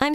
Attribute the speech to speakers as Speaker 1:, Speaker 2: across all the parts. Speaker 1: I'm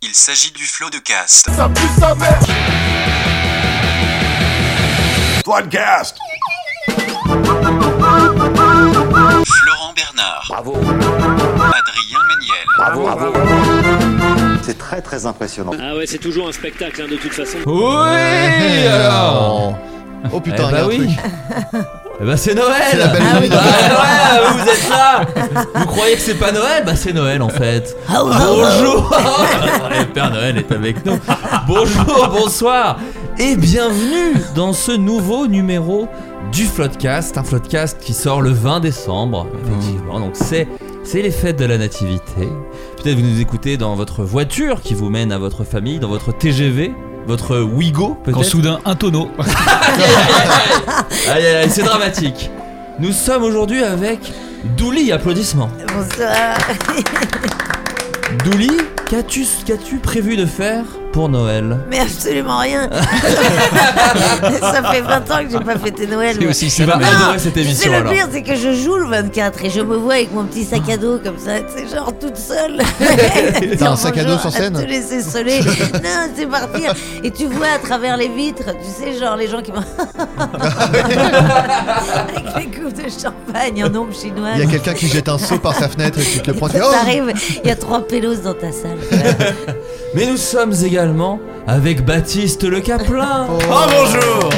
Speaker 2: Il s'agit du flot de cast.
Speaker 3: Floodcast
Speaker 2: Florent Bernard.
Speaker 4: Bravo,
Speaker 2: Adrien Méniel.
Speaker 4: bravo, bravo.
Speaker 5: C'est très très impressionnant.
Speaker 6: Ah ouais, c'est toujours un spectacle hein, de toute façon.
Speaker 7: Oui alors
Speaker 8: Oh
Speaker 7: Eh
Speaker 8: putain,
Speaker 9: ben
Speaker 7: bah
Speaker 8: regarde le
Speaker 7: oui
Speaker 8: truc.
Speaker 7: Eh bah c'est Noël
Speaker 8: C'est la belle
Speaker 7: Ah
Speaker 8: nuit.
Speaker 7: bah ouais, vous êtes là Vous croyez que c'est pas Noël Bah c'est Noël en fait Bonjour Le Père Noël est avec nous Bonjour, bonsoir Et bienvenue dans ce nouveau numéro du Floodcast Un Floodcast qui sort le 20 décembre, effectivement. Donc c'est... C'est les fêtes de la nativité. Peut-être vous nous écoutez dans votre voiture qui vous mène à votre famille, dans votre TGV, votre Wigo peut-être.
Speaker 9: Quand soudain un tonneau.
Speaker 7: Aïe, aïe, aïe, c'est dramatique. Nous sommes aujourd'hui avec Douli, applaudissements.
Speaker 3: Bonsoir.
Speaker 7: Douli, qu'as-tu qu'as-tu prévu de faire pour Noël
Speaker 3: Mais absolument rien. ça fait 20 ans que j'ai pas fêté Noël.
Speaker 9: C'est
Speaker 3: moi.
Speaker 9: aussi
Speaker 7: Tu vas
Speaker 9: ça. mais-
Speaker 7: adorer cette
Speaker 3: Tu sais,
Speaker 7: émission
Speaker 3: le
Speaker 7: alors.
Speaker 3: pire, Ah, c'est que je joue le 24 et je me vois avec mon petit sac à dos comme ça, tu sais, genre toute seule. T'as
Speaker 8: un sac à dos sur scène
Speaker 3: Te laisser soler. non, c'est parti. Et tu vois à travers les vitres, tu sais, genre les gens qui vont. avec les coupes de champagne en ombre chinoise.
Speaker 8: Il y a quelqu'un qui jette un seau par sa fenêtre et tu te le prends. tu fais, Oh
Speaker 3: T'arrives, il y a trois pélos dans ta salle.
Speaker 7: Mais nous sommes également avec Baptiste Le Caplin.
Speaker 9: Oh bonjour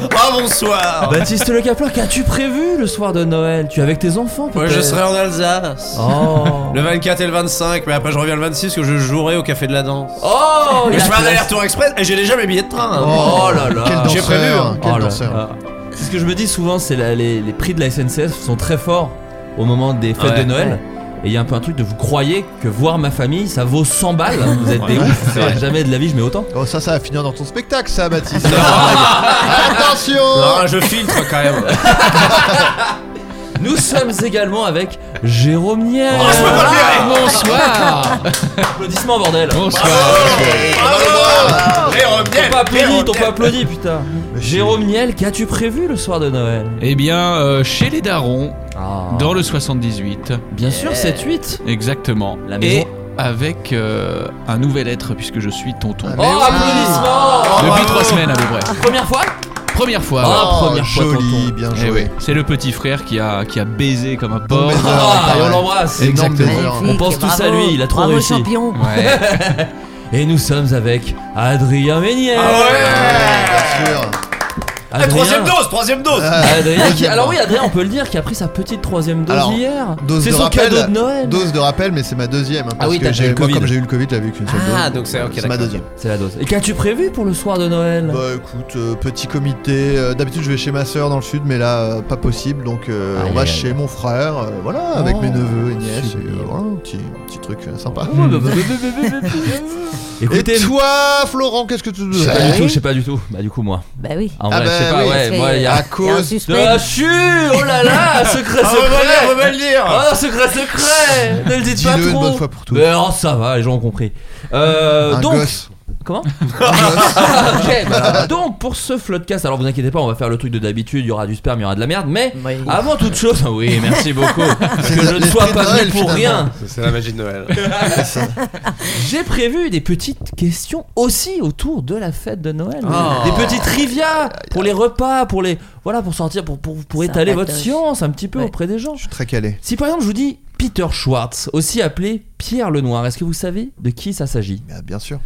Speaker 9: Oh bonsoir
Speaker 7: Baptiste Le Caplin, qu'as-tu prévu le soir de Noël Tu es avec tes enfants
Speaker 9: Moi je
Speaker 7: peut-être
Speaker 9: serai en Alsace.
Speaker 7: Oh.
Speaker 9: Le 24 et le 25, mais après je reviens le 26 que je jouerai au Café de la Danse.
Speaker 7: Oh,
Speaker 9: Mais
Speaker 7: il
Speaker 9: je
Speaker 7: a
Speaker 9: fais un
Speaker 7: classe.
Speaker 9: aller-retour express et j'ai déjà mes billets de train. hein.
Speaker 7: Oh là là.
Speaker 8: Quel danseur
Speaker 9: J'ai prévu, hein.
Speaker 8: Quel
Speaker 7: Oh là
Speaker 8: danseur
Speaker 7: là. C'est ce que je me dis souvent, c'est la- les, les prix de la SNCF sont très forts au moment des fêtes
Speaker 9: Ouais.
Speaker 7: de Noël. Et il y a un peu un truc de vous croyez que voir ma famille ça vaut 100 balles hein. Vous êtes des ouf,
Speaker 8: c'est vrai.
Speaker 7: jamais de la vie je mets autant.
Speaker 8: Oh, ça, ça va finir dans ton spectacle, ça, Baptiste. Attention
Speaker 9: Non, je filtre quand même.
Speaker 7: Nous sommes également avec Jérôme Niel.
Speaker 9: Oh, je peux pas le
Speaker 7: Ah,
Speaker 9: verrer.
Speaker 7: Bonsoir Applaudissements bordel
Speaker 9: Oh, Bravo Jérôme
Speaker 7: T'ont
Speaker 9: Niel,
Speaker 7: pas applaudi,
Speaker 9: Jérôme
Speaker 7: t'ont
Speaker 9: Niel.
Speaker 7: pas applaudi putain Jérôme Niel, qu'as-tu prévu le soir de Noël
Speaker 9: Eh bien, euh, chez les darons,
Speaker 7: Ah.
Speaker 9: dans le 78,
Speaker 7: Bien sûr 7-8
Speaker 9: exactement.
Speaker 7: La
Speaker 9: et
Speaker 7: maison.
Speaker 9: avec euh, un nouvel être, puisque je suis tonton. Ah,
Speaker 7: Oh
Speaker 8: Mais oui.
Speaker 7: applaudissements
Speaker 9: Depuis trois semaines à peu près.
Speaker 7: Première fois
Speaker 9: Oh, Première fois.
Speaker 7: Ah,
Speaker 9: ouais.
Speaker 7: la première fois,
Speaker 8: Oh, joli,
Speaker 7: tonton.
Speaker 8: bien
Speaker 9: Eh
Speaker 8: joué.
Speaker 9: oui, C'est le petit frère qui a, qui a baisé comme un
Speaker 8: Bon
Speaker 9: porc.
Speaker 8: baiser,
Speaker 7: Ah,
Speaker 8: ouais.
Speaker 7: et on l'embrasse.
Speaker 8: Énorme
Speaker 7: Exactement.
Speaker 8: baiser.
Speaker 7: On pense tous à lui, il a trop
Speaker 3: Bravo,
Speaker 7: réussi. Mm.
Speaker 3: champion.
Speaker 9: Eh,
Speaker 7: Et nous sommes avec Adrien Méniel.
Speaker 9: Ah
Speaker 8: Bien sûr.
Speaker 7: Adrien-
Speaker 9: dose, troisième dose
Speaker 8: Ah,
Speaker 7: Adrien qui-
Speaker 8: Deuxième.
Speaker 7: Alors oui, Adrien, on peut le dire, qui a pris sa petite troisième dose
Speaker 8: Alors,
Speaker 7: hier.
Speaker 8: Dose
Speaker 7: C'est
Speaker 8: de
Speaker 7: son
Speaker 8: rappel.
Speaker 7: cadeau de Noël. Ah
Speaker 8: Dose de rappel, mais c'est ma deuxième. hein, parce
Speaker 7: oui,
Speaker 8: que
Speaker 7: t'as pas eu
Speaker 8: j'ai
Speaker 7: le
Speaker 8: moi,
Speaker 7: Covid.
Speaker 8: comme j'ai eu le Covid, j'avais vu qu'une seule dose.
Speaker 9: Ah, donc c'est- ok,
Speaker 8: C'est ma
Speaker 9: d'accord.
Speaker 8: deuxième.
Speaker 7: C'est la dose. Et qu'as-tu prévu pour le soir de Noël
Speaker 8: Bah écoute, euh, petit comité. euh, D'habitude, je vais chez ma soeur dans le sud, mais là, euh, pas possible. Donc, euh,
Speaker 7: Aïe,
Speaker 8: on va
Speaker 7: aïe, aïe.
Speaker 8: chez mon frère, euh, voilà, avec
Speaker 7: Oh,
Speaker 8: mes neveux et nièces.
Speaker 7: sublime.
Speaker 8: et, euh, voilà, un petit, petit truc euh, sympa.
Speaker 7: Écoutez,
Speaker 8: et toi, Florent, qu'est-ce que tu
Speaker 7: je sais pas du
Speaker 8: fais
Speaker 7: tout, je sais pas du tout. Bah du coup moi.
Speaker 3: Bah oui.
Speaker 7: En
Speaker 8: Ah
Speaker 7: vrai,
Speaker 8: bah
Speaker 7: je sais pas.
Speaker 8: oui,
Speaker 3: Parce que,
Speaker 7: ouais, moi il y
Speaker 8: à
Speaker 7: a.
Speaker 3: euh, il y a un
Speaker 8: cause.
Speaker 7: De
Speaker 3: suspect.
Speaker 7: la chute Oh là là Secret,
Speaker 8: Ah,
Speaker 7: secret
Speaker 9: va le dire
Speaker 7: Oh, secret, secret Ne le dites pas
Speaker 8: Dis-le une
Speaker 7: trop
Speaker 8: bonne fois pour toutes.
Speaker 7: Mais oh, ça va, les gens ont compris. Euh,
Speaker 8: Un
Speaker 7: donc,
Speaker 8: gosse.
Speaker 7: comment Ah, ok, voilà. Donc, pour ce floodcast, alors vous inquiétez pas, on va faire le truc de d'habitude, il y aura du sperme, il y aura de la merde, mais
Speaker 3: Oui.
Speaker 7: avant toute chose, Ah oui, merci beaucoup, que je ne
Speaker 8: l'esprit
Speaker 7: sois
Speaker 8: de
Speaker 7: pas venu
Speaker 8: Noël,
Speaker 7: pour
Speaker 8: finalement.
Speaker 7: rien.
Speaker 9: C'est la magie de Noël.
Speaker 7: J'ai prévu des petites questions aussi autour de la fête de Noël,
Speaker 8: Ah.
Speaker 9: Oh.
Speaker 7: des petites trivia pour les repas, pour les voilà, pour sortir, pour pour, pour
Speaker 3: Ça
Speaker 7: étaler votre
Speaker 3: patoche.
Speaker 7: science un petit peu
Speaker 3: Ouais.
Speaker 7: auprès des gens.
Speaker 8: Très calé.
Speaker 7: Si par exemple je vous dis Peter Schwartz, aussi appelé Pierre Lenoir, est-ce que vous savez de qui ça s'agit
Speaker 8: Bah, bien sûr.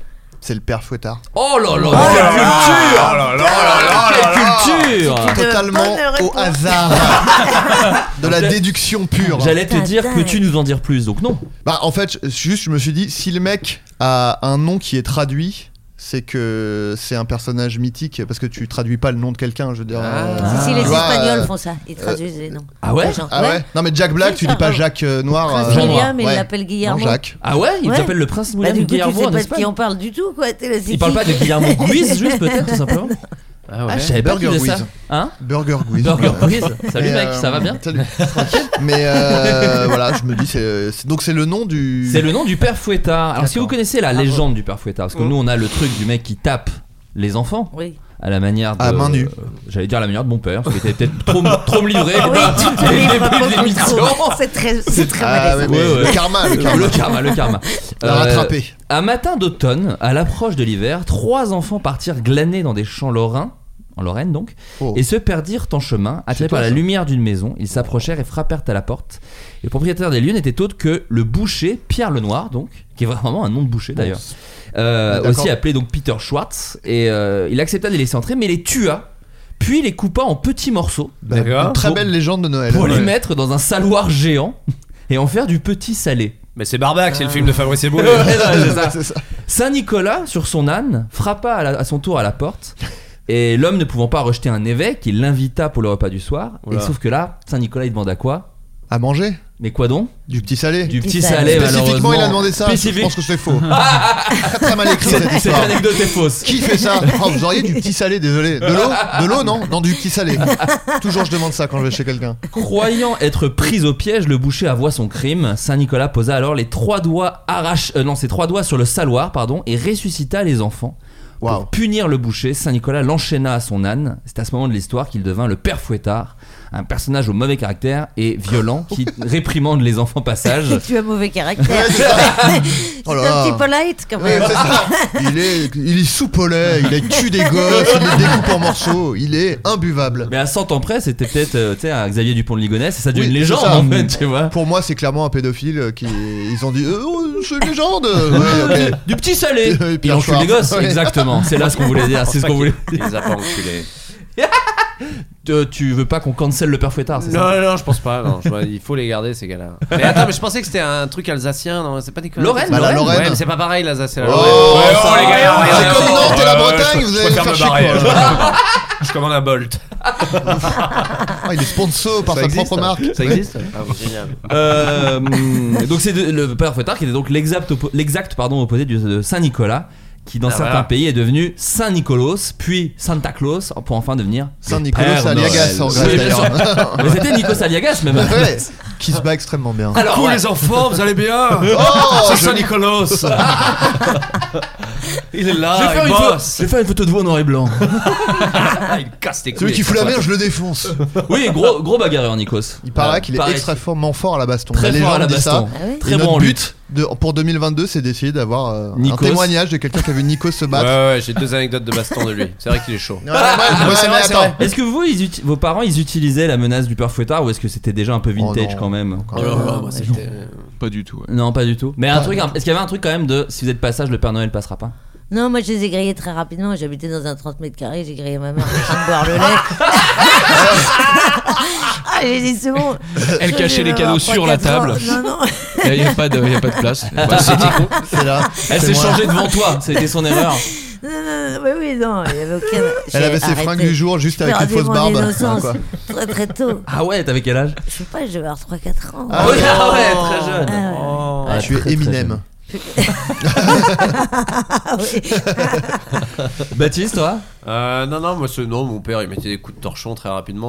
Speaker 8: C'est le père Fouettard.
Speaker 7: Oh là là,
Speaker 9: Oh
Speaker 7: quelle
Speaker 9: là
Speaker 7: culture
Speaker 9: là là là là là là.
Speaker 7: Quelle culture
Speaker 8: Totalement
Speaker 3: bonne
Speaker 8: au
Speaker 3: réponse.
Speaker 8: hasard. de la
Speaker 7: Donc,
Speaker 8: déduction pure.
Speaker 7: J'allais te
Speaker 3: Putain,
Speaker 7: dire que
Speaker 3: dingue.
Speaker 7: tu nous en dire plus, donc non.
Speaker 8: Bah en fait, je- juste je me suis dit si le mec a un nom qui est traduit, c'est que c'est un personnage mythique parce que tu traduis pas le nom de quelqu'un, je veux dire. euh,
Speaker 3: Si, si, les
Speaker 8: tu vois,
Speaker 3: Espagnols
Speaker 8: euh,
Speaker 3: font ça. Ils traduisent les noms.
Speaker 7: Ah ouais
Speaker 3: Des gens.
Speaker 8: Ah ouais. Non mais Jack Black, tu dis pas Jacques euh, Noir.
Speaker 3: Prince
Speaker 8: Jean Noir.
Speaker 3: William, il
Speaker 8: Ouais.
Speaker 3: l'appelle Guillermo.
Speaker 8: Non, Jacques.
Speaker 7: Ah ouais Il
Speaker 3: Ouais.
Speaker 7: t'appelle le prince
Speaker 3: Bah,
Speaker 7: William
Speaker 3: du coup, tu
Speaker 7: Guillermo
Speaker 3: sais
Speaker 7: en
Speaker 3: pas de qui
Speaker 7: Espagne
Speaker 3: on parle du tout, quoi. T'es là, c'est
Speaker 7: Il parle
Speaker 3: qui
Speaker 7: pas de Guillermo Guiz, juste peut-être, tout simplement
Speaker 9: Ah
Speaker 7: Ah, je savais pas qu'il
Speaker 8: Burger
Speaker 7: faisait ça.
Speaker 8: Guiz.
Speaker 7: Hein
Speaker 8: Burger Quiz.
Speaker 7: Burger Guiz. Salut
Speaker 8: Mais,
Speaker 7: mec,
Speaker 8: euh,
Speaker 7: ça va bien
Speaker 8: salut. Tranquille. Mais euh, voilà, je me dis, c'est c'est- donc c'est le nom du.
Speaker 7: C'est le nom du père Fouettard. Alors si vous connaissez la légende du père Fouettard, parce que nous on a le truc du mec qui tape les enfants
Speaker 3: Oui.
Speaker 7: à la manière de
Speaker 8: À main nue.
Speaker 7: euh, j'allais dire à la manière de mon père, parce qu'il était peut-être trop, me- trop me livrer
Speaker 3: Ah Oui, tu te
Speaker 7: dès le
Speaker 3: livres
Speaker 7: début
Speaker 3: pas
Speaker 7: de
Speaker 3: contre le
Speaker 7: l'émission.
Speaker 3: courant. C'est très, c'est très
Speaker 8: Ah, ouais,
Speaker 3: malaisant.
Speaker 8: mais
Speaker 7: Ouais, ouais.
Speaker 8: Le karma, le karma.
Speaker 7: Le karma, le karma.
Speaker 8: La
Speaker 7: Euh,
Speaker 8: rattraper.
Speaker 7: Un matin d'automne, à l'approche de l'hiver, trois enfants partirent glaner dans des champs lorrains, en Lorraine donc,
Speaker 8: Oh.
Speaker 7: et se perdirent en chemin, attirés
Speaker 8: toi,
Speaker 7: par la
Speaker 8: ça.
Speaker 7: lumière d'une maison. Ils s'approchèrent et frappèrent à la porte. Et le propriétaire des lieux n'était autre que le boucher Pierre Lenoir, donc, qui est vraiment un nom de boucher d'ailleurs, Euh,
Speaker 8: D'accord.
Speaker 7: aussi appelé donc Peter Schwartz. Et euh, il accepta de les laisser entrer, mais les tua, puis les coupa en petits morceaux
Speaker 8: Bah,
Speaker 9: D'accord.
Speaker 8: une Très belle légende de Noël.
Speaker 7: pour les
Speaker 8: Ouais.
Speaker 7: mettre dans un saloir géant et en faire du petit salé.
Speaker 9: Mais c'est Barbac, c'est le film de Fabrice Eboué.
Speaker 7: Ouais, ouais, c'est ça.
Speaker 8: C'est ça.
Speaker 7: Saint Nicolas, sur son âne, frappa à, la- à son tour à la porte. Et l'homme ne pouvant pas rejeter un évêque, il l'invita pour le repas du soir.
Speaker 9: Oula.
Speaker 7: Et sauf que là, Saint Nicolas, il demanda quoi
Speaker 8: À manger
Speaker 7: Mais quoi donc
Speaker 8: Du petit salé
Speaker 7: Du petit
Speaker 3: Petit
Speaker 7: salé,
Speaker 3: salé.
Speaker 8: Spécifiquement,
Speaker 7: malheureusement.
Speaker 8: il a demandé ça. Je
Speaker 7: Spécifique.
Speaker 8: pense que c'est faux. Très, très mal écrit cette
Speaker 7: Cette cette
Speaker 8: histoire.
Speaker 7: anecdote est fausse.
Speaker 8: Qui fait ça Oh, Vous auriez du petit salé, désolé. De l'eau De l'eau, non Non, du petit salé. Toujours je demande ça quand je vais chez quelqu'un.
Speaker 7: Croyant être pris au piège, le boucher avoua son crime. Saint Nicolas posa alors les trois doigts arrachés, non, ses trois doigts sur le saloir, pardon, et ressuscita les enfants.
Speaker 8: Waouh.
Speaker 7: Pour punir le boucher, Saint Nicolas l'enchaîna à son âne. C'est à ce moment de l'histoire qu'il devint le père Fouettard, un personnage au mauvais caractère et violent qui réprimande les enfants passages.
Speaker 3: Tu as mauvais caractère.
Speaker 8: Ouais, c'est
Speaker 3: C'est
Speaker 8: ça. Oh là
Speaker 3: un
Speaker 8: là.
Speaker 3: petit polite quand
Speaker 8: Ouais,
Speaker 3: même.
Speaker 8: c'est ça. Il est, il est soupe au lait, il est tue des gosses, il les découpe en morceaux, il est imbuvable.
Speaker 7: Mais à 100 ans près, c'était peut-être euh, tu sais, un Xavier Dupont de Ligonnès et ça devient
Speaker 8: Oui,
Speaker 7: une
Speaker 8: c'est
Speaker 7: légende
Speaker 8: ça.
Speaker 7: en fait, tu vois.
Speaker 8: Pour moi, c'est clairement un pédophile euh, qui. Ils ont dit euh, oh, c'est une légende Ouais, ok.
Speaker 7: Du petit salé
Speaker 8: Et puis
Speaker 7: Il
Speaker 8: un
Speaker 7: encule
Speaker 8: soir.
Speaker 7: des gosses,
Speaker 8: Ouais.
Speaker 7: exactement. C'est là ce qu'on voulait dire, c'est ce qu'on voulait
Speaker 9: Il les a pas enculés.
Speaker 7: Euh, tu veux pas qu'on cancelle le père Fouettard, c'est ça
Speaker 9: Non, non, je pense pas. non. Je vois, il faut les garder, ces gars-là. Mais attends, mais je pensais que c'était un truc alsacien. Non, c'est pas des conneries.
Speaker 7: Lorraine,
Speaker 8: Bah, la Lorraine.
Speaker 9: Ouais, mais c'est pas pareil, l'Alsace et la
Speaker 8: Oh,
Speaker 9: Lorraine.
Speaker 8: ouais,
Speaker 9: oh, les gars, ouais,
Speaker 8: C'est
Speaker 9: ouais,
Speaker 8: comme
Speaker 9: ouais,
Speaker 8: Nantes et la
Speaker 9: ouais, ouais,
Speaker 8: Bretagne,
Speaker 9: je-
Speaker 8: vous
Speaker 9: je
Speaker 8: allez
Speaker 9: préfère
Speaker 8: faire
Speaker 9: me
Speaker 8: chier,
Speaker 9: barrer,
Speaker 8: quoi.
Speaker 9: hein. Je commande un Bolt.
Speaker 8: Ah, il est sponsor par
Speaker 9: Ça
Speaker 8: sa
Speaker 9: existe,
Speaker 8: propre marque.
Speaker 9: Ça existe Ah, bon, génial.
Speaker 7: Euh, hum, donc c'est de- le père Fouettard qui était donc l'exact oppo- l'exact, pardon opposé du, de Saint Nicolas qui
Speaker 9: Ah,
Speaker 7: dans certains
Speaker 9: voilà.
Speaker 7: pays est devenu Saint Nicolas puis Santa Claus pour enfin devenir
Speaker 8: Saint
Speaker 7: le
Speaker 8: Nicolas
Speaker 7: Père
Speaker 8: Aliagas
Speaker 7: Noël.
Speaker 8: en
Speaker 7: Oui,
Speaker 8: Grèce
Speaker 7: bien sûr.
Speaker 8: d'ailleurs.
Speaker 7: Mais c'était Nikos Aliagas même.
Speaker 8: Ouais, qui se bat extrêmement bien.
Speaker 7: Alors
Speaker 9: Coucou
Speaker 7: ouais,
Speaker 9: les enfants, vous allez bien
Speaker 8: Oh,
Speaker 9: C'est
Speaker 8: je-
Speaker 9: Saint-Nicolas Il est
Speaker 7: je, vais
Speaker 9: là,
Speaker 7: faire
Speaker 9: il
Speaker 7: une photo,
Speaker 9: bosse
Speaker 7: je vais faire une photo de vous en noir et blanc.
Speaker 9: Il casse tes couilles
Speaker 8: Celui qui fout la merde, je le défonce.
Speaker 7: Oui, gros gros bagarreur Nikos.
Speaker 8: Il paraît qu'il est
Speaker 7: Paraît-
Speaker 8: extrêmement fort à la baston.
Speaker 7: très
Speaker 8: la
Speaker 7: fort à
Speaker 8: légende
Speaker 7: la
Speaker 8: dit ça.
Speaker 7: baston.
Speaker 3: Ah ouais.
Speaker 7: Très
Speaker 8: Et
Speaker 7: bon
Speaker 8: notre
Speaker 7: en lutte.
Speaker 8: but de- pour 2022, c'est d'essayer d'avoir euh, un
Speaker 7: Nikos.
Speaker 8: témoignage de quelqu'un qui a vu Nico se
Speaker 9: Ouais,
Speaker 8: battre.
Speaker 9: ouais, j'ai deux anecdotes de baston de lui. C'est vrai qu'il est chaud.
Speaker 8: Ouais, ouais, Ah ouais,
Speaker 9: Ouais, c'est
Speaker 8: mais
Speaker 9: vrai, c'est
Speaker 8: attends.
Speaker 9: vrai.
Speaker 7: Est-ce que vous, ils uti- vos parents, ils utilisaient la menace du père Fouettard ou est-ce que c'était déjà un peu vintage
Speaker 8: non.
Speaker 7: quand même
Speaker 8: Oh là là,
Speaker 9: c'était.
Speaker 10: Pas du tout. ouais.
Speaker 7: Non, pas du tout. Mais un truc, un- est-ce qu'il y avait un truc quand même de si vous êtes de passage, le Père Noël passera pas
Speaker 3: Non, moi je les ai grillés très rapidement. J'habitais dans un 30 mètres carrés, j'ai grillé ma mère en essayant de boire le lait. ah, j'ai dit c'est bon.
Speaker 10: Elle
Speaker 3: Je
Speaker 10: cachait
Speaker 3: vais
Speaker 10: les
Speaker 3: avoir
Speaker 10: cadeaux
Speaker 3: trois,
Speaker 10: sur la
Speaker 3: quatre ans.
Speaker 10: table.
Speaker 3: Non, non.
Speaker 10: Il n'y a, pas de y a pas de place. Bah, c'est dit.
Speaker 8: C'est là.
Speaker 7: Elle
Speaker 8: C'est
Speaker 7: s'est
Speaker 8: moi.
Speaker 7: changée devant toi, c'était son erreur.
Speaker 3: Non, non, non, oui, oui, non, il y avait aucun.
Speaker 8: Elle
Speaker 3: J'ai
Speaker 8: avait ses
Speaker 3: arrêté.
Speaker 8: fringues du jour juste
Speaker 3: J'ai
Speaker 8: avec une
Speaker 3: perdu
Speaker 8: fausse
Speaker 3: mon
Speaker 8: barbe.
Speaker 3: innocence
Speaker 8: Ah, quoi.
Speaker 3: Très très tôt.
Speaker 7: Ah ouais, t'avais quel âge
Speaker 3: Je sais pas, je devais avoir 3-4 ans.
Speaker 8: Ah
Speaker 9: Oh,
Speaker 7: oui,
Speaker 8: ouais.
Speaker 7: ah ouais, très jeune.
Speaker 3: Ah ouais.
Speaker 7: Ah,
Speaker 8: tu
Speaker 7: très,
Speaker 8: es
Speaker 7: très
Speaker 8: Eminem.
Speaker 3: Ah oui.
Speaker 7: jeune. Baptiste, toi
Speaker 9: Euh, non, non, moi, ce non, mon père, il mettait des coups de torchon très rapidement.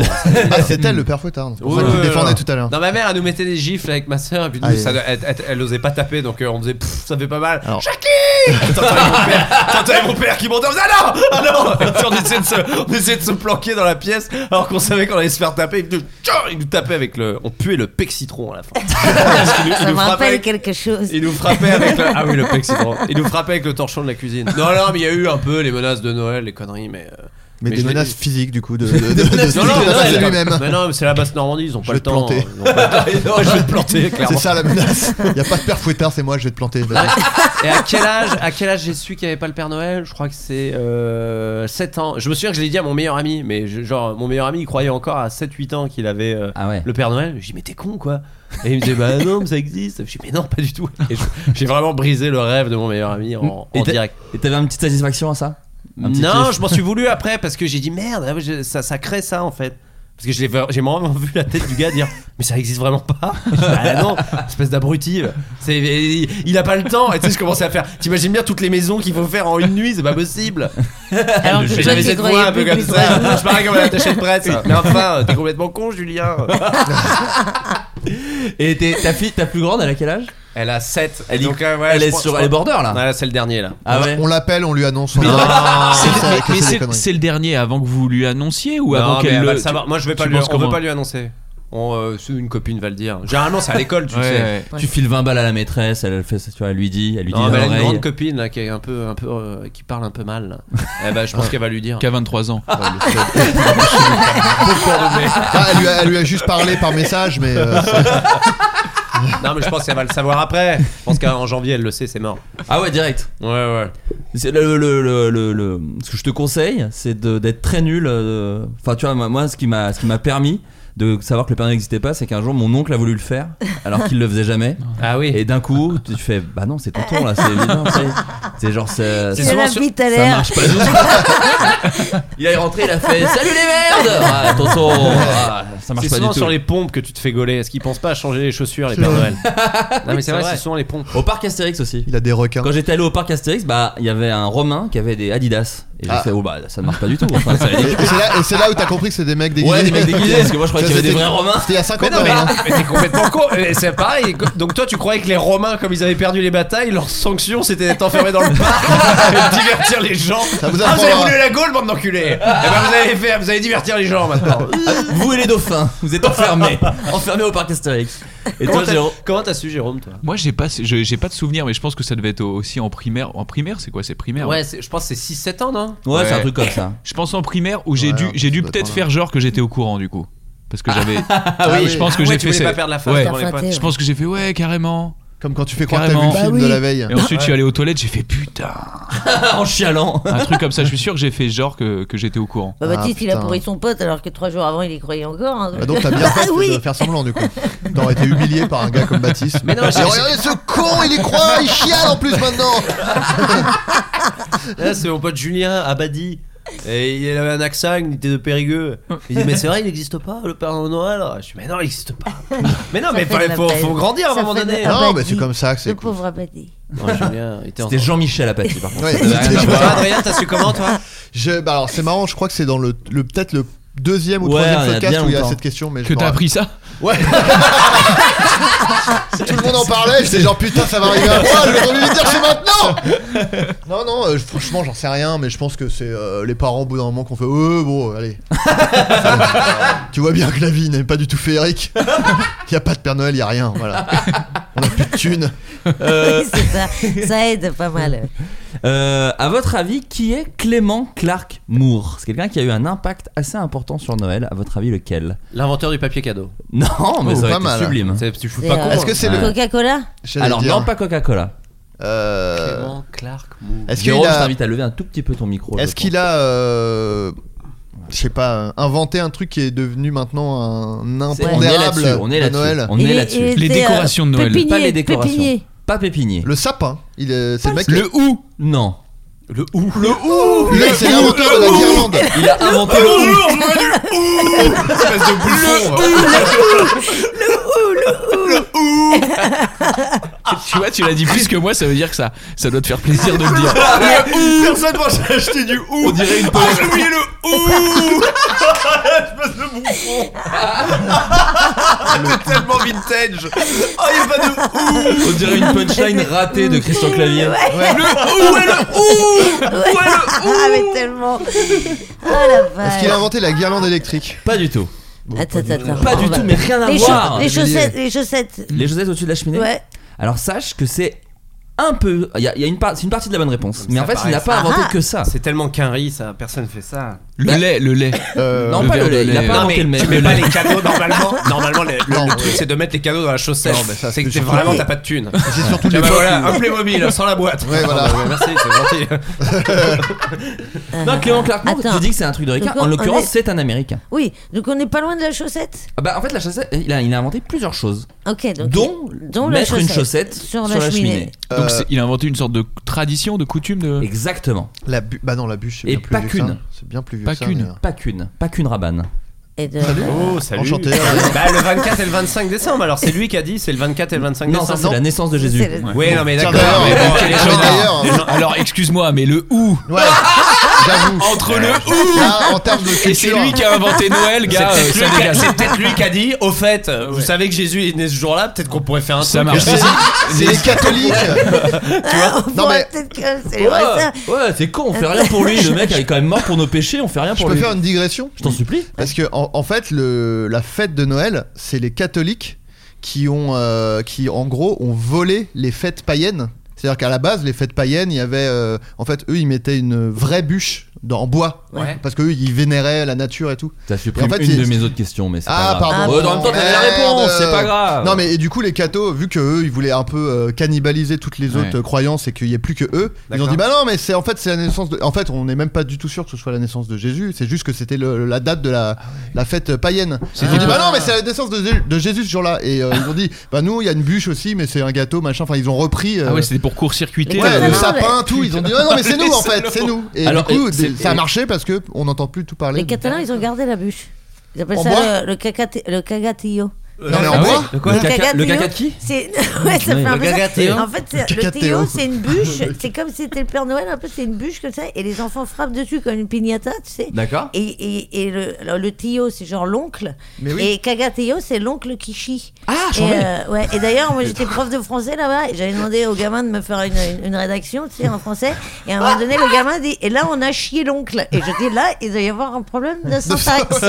Speaker 8: Ah, c'était le père Fouettard. C'est pour ça que tu
Speaker 9: Ouais,
Speaker 8: le défendais
Speaker 9: ouais.
Speaker 8: tout à l'heure.
Speaker 9: Non, ma mère, elle nous mettait des gifles avec ma soeur, et puis nous,
Speaker 8: Aïe.
Speaker 9: ça- elle, elle- elle osait pas taper, donc euh, on faisait pfff, ça fait pas mal.
Speaker 8: Alors.
Speaker 9: Jackie T'entendais mon père- T'entendais mon père qui montait, on faisait ah non Ah non Et puis on essayait, de se, on essayait de se planquer dans la pièce, alors qu'on savait qu'on allait se faire taper, et puis, tchao, il nous tapait avec le. On puait le pec citron à la fin. Parce qu'il nous- il
Speaker 3: Ça
Speaker 9: nous
Speaker 3: me
Speaker 9: frappait
Speaker 3: rappelle
Speaker 9: avec-
Speaker 3: quelque chose.
Speaker 9: il nous frappait avec le... Ah oui, le plexiglas. Il nous frappait avec le torchon de la cuisine. Non, non, mais il y a eu un peu les menaces de Noël, les conneries, mais... euh,
Speaker 8: Mais,
Speaker 9: Mais
Speaker 8: des
Speaker 9: je l'ai
Speaker 8: menaces
Speaker 9: dit.
Speaker 8: physiques, du coup, de, de, de, de, se
Speaker 9: Non, non,
Speaker 8: planter dans
Speaker 9: non,
Speaker 8: la face de
Speaker 9: elle-
Speaker 8: lui-même.
Speaker 9: Mais non, mais c'est la basse Normandie, ils ont pas
Speaker 8: vais
Speaker 9: le
Speaker 8: te
Speaker 9: temps.
Speaker 8: planter.
Speaker 9: ils ont pas le temps. je vais te planter,
Speaker 8: C'est
Speaker 9: clairement.
Speaker 8: ça la menace. Il a pas de père fouettard, c'est moi, je vais te planter. Vas-y.
Speaker 11: Et à quel âge, à quel âge j'ai su qu'il n'y avait pas le Père Noël Je crois que c'est euh, 7 ans.
Speaker 9: Je me souviens que je l'ai dit à mon meilleur ami, mais je- genre mon meilleur ami il croyait encore à 7-8 ans qu'il avait euh,
Speaker 7: Ah ouais.
Speaker 9: le Père Noël. Je dis mais t'es con quoi Et il me disait bah non mais ça existe. Je dis mais non pas du tout. Et je- j'ai vraiment brisé le rêve de mon meilleur ami en,
Speaker 7: Et
Speaker 9: en
Speaker 7: t'as-
Speaker 9: direct.
Speaker 7: Et t'avais une petite satisfaction à ça Un petit
Speaker 9: Non
Speaker 7: kiff
Speaker 9: je m'en suis voulu après parce que j'ai dit merde ah ouais, je- ça, ça crée ça en fait. Parce que je l'ai ver- j'ai vraiment vu la tête du gars dire mais ça existe vraiment pas. Je dis, bah non espèce d'abruti. C'est- Il, il a pas le temps. Et tu sais je commençais à faire. T'imagines bien toutes les maisons qu'il faut faire en une nuit c'est pas possible.
Speaker 3: Alors que
Speaker 9: Mais
Speaker 3: toi,
Speaker 9: J'avais
Speaker 3: tu
Speaker 9: cette
Speaker 3: croyais
Speaker 9: voix un
Speaker 3: plus
Speaker 9: peu comme
Speaker 3: plus
Speaker 9: ça.
Speaker 3: toi.
Speaker 9: Je parlais comme un attaché de presse. Mais enfin, euh, t'es complètement con, Julien.
Speaker 7: Et t'es- ta fille, ta plus grande, elle a quel âge
Speaker 9: Elle a 7.
Speaker 7: Elle y- elle est sur- elle est border, là.
Speaker 9: c'est le dernier là.
Speaker 7: Ah
Speaker 8: On-
Speaker 7: ouais
Speaker 8: On l'appelle, on lui annonce. on
Speaker 2: Mais
Speaker 8: lui-
Speaker 2: non,
Speaker 9: Ah,
Speaker 8: C'est
Speaker 2: C'est-
Speaker 8: ça,
Speaker 2: mais-
Speaker 8: que
Speaker 2: mais
Speaker 8: c'est des
Speaker 2: c'est-
Speaker 8: conneries.
Speaker 2: c'est le dernier avant que vous lui annonciez ou avant
Speaker 9: Non, mais
Speaker 2: qu'elle
Speaker 9: elle va
Speaker 2: le
Speaker 9: le savoir. Moi, je vais pas
Speaker 2: tu
Speaker 9: lui,
Speaker 2: penses
Speaker 9: on veut
Speaker 2: comment
Speaker 9: pas lui annoncer. On, euh, c'est- une copine va le dire. Généralement, c'est à l'école, tu
Speaker 2: Ouais,
Speaker 9: sais.
Speaker 2: ouais.
Speaker 7: Tu files 20 balles à la maîtresse, elle fait ça, tu vois, elle lui dit, elle lui dit
Speaker 9: Non,
Speaker 7: dans
Speaker 9: mais elle a une
Speaker 7: l'oreille.
Speaker 9: grande copine là, qui est un peu, un peu, euh, qui parle un peu mal. là. eh ben, je pense qu'elle va lui dire.
Speaker 2: Qu'à 23 ans.
Speaker 8: Ah, elle, lui a, elle lui a juste parlé par message, mais euh, ça-
Speaker 9: non, mais je pense qu'elle va le savoir après. Je pense qu'en janvier, elle le sait, c'est mort.
Speaker 7: Ah ouais, direct.
Speaker 9: Ouais, ouais.
Speaker 7: C'est Le, le, le, le- le- ce que je te conseille, c'est de- d'être très nul. euh, Enfin, tu vois, moi- moi, ce qui m'a ce qui m'a permis de savoir que le Père Noël n'existait pas, c'est qu'un jour, mon oncle a voulu le faire, alors qu'il le faisait jamais.
Speaker 9: Ah oui.
Speaker 7: Et d'un coup, tu fais, bah non, c'est tonton là, c'est évident. tu sais. C'est genre, ça,
Speaker 3: C'est la vie à
Speaker 7: ça
Speaker 3: l'air.
Speaker 7: marche pas du tout. il est rentré, il a fait, salut les merdes ah, Tonton, ah, ça marche
Speaker 9: C'est
Speaker 7: pas du
Speaker 9: souvent
Speaker 7: tout.
Speaker 9: sur les pompes que tu te fais gauler. Est-ce qu'ils pensent pas à changer les chaussures, les Pères Noël Non, mais
Speaker 7: c'est
Speaker 9: c'est vrai,
Speaker 7: vrai.
Speaker 9: c'est souvent les pompes.
Speaker 7: Au parc Astérix aussi.
Speaker 8: il a des requins.
Speaker 7: Quand j'étais allé au parc Astérix, bah il y avait un Romain qui avait des Adidas et j'ai
Speaker 8: Ah.
Speaker 7: fait oh bah ça ne marche pas du tout. Enfin, ça-
Speaker 8: Et, et c'est là, et c'est là où t'as compris que c'est des mecs déguisés.
Speaker 7: Ouais, des mecs déguisés, parce que moi, je croyais
Speaker 8: Ça,
Speaker 7: qu'il y avait des
Speaker 8: c'était-
Speaker 7: vrais Romains.
Speaker 8: C'était il y a 50
Speaker 9: Mais non,
Speaker 8: ans.
Speaker 9: mais,
Speaker 8: hein.
Speaker 9: mais t'es complètement con. Et C'est pareil. Donc toi, tu croyais que les Romains, comme ils avaient perdu les batailles, leur sanction c'était d'être enfermés dans le parc et de divertir les gens.
Speaker 8: Ça vous
Speaker 9: ah, vous avez
Speaker 8: apprendra.
Speaker 9: voulu la Gaule, bande d'enculés. Eh ben, vous avez fait, vous allez divertir les gens maintenant.
Speaker 7: Ah, vous et les dauphins, vous êtes enfermés, enfermés au parc Astérix. Et
Speaker 9: Comment
Speaker 7: toi
Speaker 9: t'as-
Speaker 7: Jérôme
Speaker 9: Comment t'as su, Jérôme, toi
Speaker 2: Moi, j'ai pas, je- j'ai pas de souvenir, mais je pense que ça devait être au- aussi en primaire. En primaire, c'est quoi C'est primaire
Speaker 9: Ouais, c'est- je pense que c'est 6-7 ans, non
Speaker 7: Ouais, c'est un
Speaker 2: Ouais.
Speaker 7: truc comme ça.
Speaker 2: Je pense en primaire où j'ai
Speaker 8: Ouais,
Speaker 2: dû,
Speaker 8: ça
Speaker 2: j'ai dû
Speaker 8: doit
Speaker 2: peut-être
Speaker 8: être
Speaker 2: faire genre que j'étais au courant du coup, parce que j'avais. Ah
Speaker 8: oui.
Speaker 2: Je pense que
Speaker 9: Ah ouais,
Speaker 2: j'ai
Speaker 9: tu
Speaker 2: fait.
Speaker 9: voulais
Speaker 2: ça-
Speaker 9: pas perdre la face
Speaker 2: Ouais.
Speaker 9: devant les
Speaker 3: T'as
Speaker 9: potes.
Speaker 3: feinté,
Speaker 2: Je pense que j'ai fait ouais carrément.
Speaker 8: Comme quand tu fais croire que t'as vu le
Speaker 2: Carrément.
Speaker 8: film
Speaker 3: Bah
Speaker 8: de
Speaker 3: oui.
Speaker 8: la veille.
Speaker 2: Et ensuite, je suis allé aux toilettes, j'ai fait putain.
Speaker 7: en chialant.
Speaker 2: Un truc comme ça. Je suis sûr que j'ai fait genre que, que j'étais au courant.
Speaker 3: Bah, Baptiste, il a
Speaker 8: Ah, putain.
Speaker 3: pourri son pote alors que trois jours avant, il y croyait encore. hein.
Speaker 8: Bah donc t'as bien fait
Speaker 3: oui.
Speaker 8: de faire semblant du coup. T'aurais été humilié par un gars comme Baptiste. Mais
Speaker 9: non, j'ai-
Speaker 8: regardez ce con, il y croit, il chiale en plus maintenant.
Speaker 9: Là, c'est mon pote Julien Abadi. Et il avait un accent, il était de Périgueux. Il dit Mais c'est vrai, il n'existe pas le Père Noël Je dis Mais non, il n'existe pas. Mais non, mais
Speaker 3: fait de
Speaker 9: il
Speaker 3: la
Speaker 9: faut,
Speaker 3: peine.
Speaker 9: faut grandir à un
Speaker 3: Ça
Speaker 9: moment
Speaker 3: fait de
Speaker 9: donné.
Speaker 3: la
Speaker 8: Non,
Speaker 3: Abadi.
Speaker 8: mais c'est comme ça que
Speaker 3: Ah bah Le
Speaker 8: c'est. cool.
Speaker 3: pauvre abatté.
Speaker 9: Ouais, Julien, il était en-
Speaker 7: C'était Jean-Michel Apathy par contre.
Speaker 8: Ouais,
Speaker 7: Ça avait rien à
Speaker 8: c'était-
Speaker 9: Toi,
Speaker 7: voir.
Speaker 9: Adrien, t'as su comment toi
Speaker 8: Je- bah alors c'est marrant, je crois que c'est dans le, le- peut-être le deuxième ou
Speaker 7: Ouais,
Speaker 8: troisième
Speaker 7: on a
Speaker 8: podcast
Speaker 7: bien
Speaker 8: où il y a
Speaker 7: longtemps.
Speaker 8: cette question. Mais je
Speaker 2: Que
Speaker 8: me
Speaker 2: t'as
Speaker 8: rappelle.
Speaker 2: appris ça
Speaker 8: Ouais. Tout le monde en parlait, j'étais genre putain ça va arriver à moi, je vais entendu lui dire c'est maintenant Non non euh, franchement j'en sais rien mais je pense que c'est euh, les parents au bout d'un moment qu'on fait euh bon allez Tu vois bien que la vie n'est pas du tout féerique Y a pas de Père Noël, y a rien, voilà. On a plus de thunes. Euh.
Speaker 3: Oui, c'est ça. Ça aide pas mal.
Speaker 7: Euh, à votre avis, qui est Clément Clark Moore C'est quelqu'un qui a eu un impact assez important sur Noël. À votre avis, lequel
Speaker 9: L'inventeur du papier cadeau.
Speaker 7: Non, mais
Speaker 8: Oh, pas
Speaker 7: ça aurait été
Speaker 8: mal.
Speaker 7: sublime.
Speaker 9: C'est- Tu fous
Speaker 3: C'est,
Speaker 9: pas
Speaker 3: euh,
Speaker 9: con. hein.
Speaker 8: Est-ce que c'est le.
Speaker 3: Coca-Cola
Speaker 8: j'allais
Speaker 7: Alors
Speaker 8: dire,
Speaker 7: non, pas Coca-Cola.
Speaker 8: euh,
Speaker 9: Clément Clark Moore.
Speaker 8: Est-ce qu'il
Speaker 7: Jérôme, je
Speaker 8: a.
Speaker 7: t'invite à lever un tout petit peu ton micro. je
Speaker 8: Est-ce qu'il a. euh, Je sais pas, euh, inventé un truc qui est devenu maintenant un
Speaker 7: pense. on est
Speaker 8: impondérable
Speaker 7: là-dessus, on est
Speaker 8: de
Speaker 7: là-dessus,
Speaker 8: Noël.
Speaker 7: on
Speaker 3: Il
Speaker 7: est
Speaker 3: est- il
Speaker 7: là-dessus.
Speaker 3: est-
Speaker 2: Les
Speaker 3: C'était, euh,
Speaker 2: décorations de Noël.
Speaker 3: Pépinier,
Speaker 7: Pas les décorations.
Speaker 3: Pépinier.
Speaker 7: Pas pépinier.
Speaker 8: Le sapin, il est, c'est le mec.
Speaker 7: Le ou Non.
Speaker 9: Le ou.
Speaker 7: Le ou
Speaker 8: Le- c'est l'inventeur de la guirlande.
Speaker 7: Il a inventé le ou
Speaker 9: Espèce de bouffon.
Speaker 2: Tu vois, tu l'as dit plus que moi, ça veut dire que ça, ça doit te faire plaisir de le dire.
Speaker 9: Le ou. Personne pense à acheter du ou. On dirait une Ah, j'ai oublié le ou. Espèce de bouffon. C'est tellement vintage. Oh, il n'y a pas de
Speaker 7: On dirait une punchline ratée de Christian Clavier.
Speaker 9: ou. Où est le ou
Speaker 3: Ah, mais tellement. Ah la
Speaker 8: Est-ce qu'il a
Speaker 3: vache.
Speaker 8: inventé la guirlande électrique
Speaker 7: Pas du tout.
Speaker 3: Attends, attends.
Speaker 7: Pas
Speaker 3: on
Speaker 7: du
Speaker 3: va-
Speaker 7: tout, mais rien à
Speaker 3: Les, cha-
Speaker 7: voir.
Speaker 3: les
Speaker 7: hein, Je veux
Speaker 3: chaussettes,
Speaker 7: dire. Mmh.
Speaker 3: les chaussettes.
Speaker 7: Les chaussettes au-dessus de la cheminée
Speaker 3: Ouais.
Speaker 7: Alors sache que c'est un peu. Il y a, il y a une part, c'est une partie de la bonne réponse. Mais
Speaker 9: Ça
Speaker 7: en fait, il
Speaker 9: paraît-
Speaker 7: n'a pas
Speaker 3: Ah
Speaker 7: inventé
Speaker 3: ah.
Speaker 7: que ça. Bah
Speaker 9: C'est tellement qu'un riz, ça. Personne fait ça. Le lait, le lait.
Speaker 8: Euh,
Speaker 6: Non, pas
Speaker 9: verre
Speaker 6: le
Speaker 9: de
Speaker 6: lait, il a pas
Speaker 9: Non,
Speaker 6: inventé
Speaker 9: mais
Speaker 6: le mec.
Speaker 9: tu
Speaker 6: Le
Speaker 9: mets
Speaker 6: lait. Normalement, le, le- le truc c'est de mettre les cadeaux dans la chaussette.
Speaker 8: Non, mais ça,
Speaker 6: c'est que
Speaker 8: c'est
Speaker 6: t'es
Speaker 8: surtout-
Speaker 6: vraiment t'as pas de thune.
Speaker 8: C'est surtout
Speaker 6: Tiens,
Speaker 8: les
Speaker 6: bah
Speaker 8: fois
Speaker 6: voilà,
Speaker 8: où-
Speaker 6: un Playmobil sans la boîte.
Speaker 8: Ouais, voilà.
Speaker 6: Non, mais merci, c'est gentil.
Speaker 7: Non, Clément Clark, non,
Speaker 3: Attends.
Speaker 7: tu dis que c'est un truc de Ricard.
Speaker 3: Donc, on-
Speaker 7: En
Speaker 3: on
Speaker 7: l'occurrence,
Speaker 3: est-
Speaker 7: c'est un américain.
Speaker 3: Oui, donc on n'est pas loin de la chaussette.
Speaker 7: Ah bah, en fait, la chaussette, il a, il a inventé plusieurs choses.
Speaker 3: Ok, donc.
Speaker 7: Dont
Speaker 3: dont la
Speaker 7: mettre une chaussette
Speaker 3: sur la cheminée.
Speaker 8: Euh.
Speaker 9: Donc c'est- il a inventé une sorte de tradition, de coutume de.
Speaker 7: Exactement.
Speaker 8: La bu- Bah non, la bûche, c'est
Speaker 7: Et
Speaker 8: bien plus
Speaker 7: pas
Speaker 8: vieux que
Speaker 7: qu'une.
Speaker 8: ça. C'est bien plus vieux
Speaker 9: Pas
Speaker 8: que ça,
Speaker 9: qu'une.
Speaker 8: mais-
Speaker 7: Pas qu'une, pas qu'une rabane.
Speaker 3: Et de...
Speaker 6: Oh, salut.
Speaker 8: Enchanté.
Speaker 6: Bah, le 24 et le 25 décembre, alors c'est lui qui a dit c'est le 24 et le 25
Speaker 7: Non, ça
Speaker 6: décembre.
Speaker 7: c'est la naissance de Jésus.
Speaker 3: C'est le-
Speaker 6: Oui, non, mais
Speaker 8: Tiens,
Speaker 6: d'accord.
Speaker 8: d'ailleurs,
Speaker 6: mais bon,
Speaker 8: euh,
Speaker 6: les
Speaker 8: mais
Speaker 6: gens-
Speaker 8: d'ailleurs, euh,
Speaker 9: Alors excuse-moi, mais le ou
Speaker 8: ouais, j'avoue.
Speaker 9: entre le ou
Speaker 8: Là, en termes de
Speaker 9: et c'est
Speaker 8: culture,
Speaker 9: lui qui a inventé Noël,
Speaker 6: C'est
Speaker 9: gars. euh,
Speaker 6: peut-être
Speaker 9: ça
Speaker 6: lui qui a-
Speaker 9: dégage.
Speaker 6: c'est peut-être lui qui a dit au fait, euh, vous savez que Jésus est né ce jour-là, peut-être qu'on pourrait faire un
Speaker 9: Ça
Speaker 6: truc.
Speaker 9: marche.
Speaker 8: C'est- C'est les catholiques.
Speaker 3: Ah, on
Speaker 8: Non,
Speaker 3: pourrait
Speaker 8: mais-
Speaker 3: peut-être que c'est
Speaker 7: Ouais,
Speaker 3: vrai, ça.
Speaker 7: ouais, c'est con, on fait rien pour lui. Le mec est quand même mort pour nos péchés, on fait rien
Speaker 8: Je
Speaker 7: pour
Speaker 8: peux
Speaker 7: lui.
Speaker 8: faire une digression
Speaker 7: Je t'en supplie.
Speaker 8: Parce que en, en fait, le, la fête de Noël, c'est les catholiques qui ont, euh, qui en gros ont volé les fêtes païennes. C'est-à-dire qu'à la base, les fêtes païennes, il y avait, euh, en fait, eux, ils mettaient une vraie bûche dans, en bois,
Speaker 6: Ouais.
Speaker 8: parce que eux, ils vénéraient la nature et tout.
Speaker 7: T'as
Speaker 8: Et
Speaker 7: supprimé
Speaker 8: en fait,
Speaker 7: une
Speaker 8: il-
Speaker 7: de mes autres questions, mais c'est
Speaker 8: Ah,
Speaker 7: pas grave.
Speaker 8: pardon.
Speaker 7: Ouais, Oh, en même temps, t'avais la
Speaker 8: Merde.
Speaker 7: réponse, c'est pas grave.
Speaker 8: Non, mais et du coup, les cathos, vu que eux, ils voulaient un peu euh, cannibaliser toutes les
Speaker 9: Ouais.
Speaker 8: autres euh, croyances et qu'il y ait plus que eux, ils ont
Speaker 6: D'accord.
Speaker 8: dit bah non, mais c'est en fait c'est la naissance. De... En fait, on n'est même pas du tout sûr que ce soit la naissance de Jésus. C'est juste que c'était le- la date de la, la fête païenne. Ils ont dit bah non, mais c'est la naissance de, Jé- de Jésus ce jour-là. Et euh, ils ont dit bah nous, il y a une bûche aussi, mais c'est un gâteau machin. Enfin, ils ont repris. euh,
Speaker 9: Ah ouais, c'était pour court-circuiter.
Speaker 8: ouais,
Speaker 9: euh,
Speaker 8: le
Speaker 3: Non,
Speaker 8: sapin, tout, ils ont dit ah, non mais c'est nous en
Speaker 9: Les
Speaker 8: fait, c'est nous. Et
Speaker 7: Alors,
Speaker 8: du coup,
Speaker 7: et c'est-
Speaker 8: ça a marché parce que on n'entend plus tout parler.
Speaker 3: Les Catalans, ils ont gardé la bûche. Ils appellent
Speaker 8: En bois
Speaker 3: ça le, le, cacate- le cagatillo.
Speaker 8: Non mais en
Speaker 7: Ah ouais
Speaker 8: bois.
Speaker 7: Le quoi Le caca- le
Speaker 3: cagatillo,
Speaker 7: caca de qui
Speaker 3: c'est... ouais, ça fait un peu ça.
Speaker 6: cagatillo.
Speaker 3: En fait, c'est-
Speaker 8: Le
Speaker 3: le
Speaker 8: cagatillo.
Speaker 3: tillo, c'est une bûche. C'est comme si c'était le Père Noël, un peu, c'est une bûche comme ça. Et les enfants frappent dessus comme une piñata, tu sais.
Speaker 7: D'accord.
Speaker 3: Et, et, et le, alors, le tillo, c'est genre l'oncle.
Speaker 8: Mais oui.
Speaker 3: Et Cagatillo, c'est l'oncle qui chie.
Speaker 7: Ah,
Speaker 3: et, euh, ouais. et d'ailleurs, moi j'étais prof de français là-bas. et J'avais demandé au gamin de me faire une, une- une rédaction, tu sais, en français. Et à un moment donné, le gamin dit Et là, on a chié l'oncle. Et je dis Là, il doit y avoir un problème de syntaxe.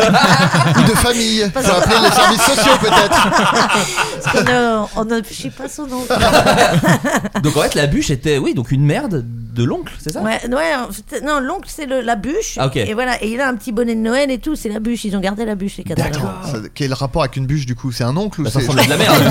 Speaker 8: ou de famille.
Speaker 3: Parce
Speaker 8: Faut
Speaker 3: que-
Speaker 8: appeler les services sociaux peut-être.
Speaker 3: Parce qu'on ne- on ne chie pas son oncle.
Speaker 7: Donc en fait, la bûche était, oui, donc une merde de l'oncle, c'est ça
Speaker 3: Ouais, ouais, en fait, non, l'oncle, c'est le- la bûche.
Speaker 7: Ah, ok.
Speaker 3: Et voilà. Et il a un petit bonnet de Noël et tout. C'est la bûche. Ils ont gardé la bûche, les Catalans.
Speaker 8: Ça- Quel rapport avec une bûche du coup C'est un oncle ou
Speaker 7: Bah, ça
Speaker 8: c'est-
Speaker 7: ressemble à de la merde.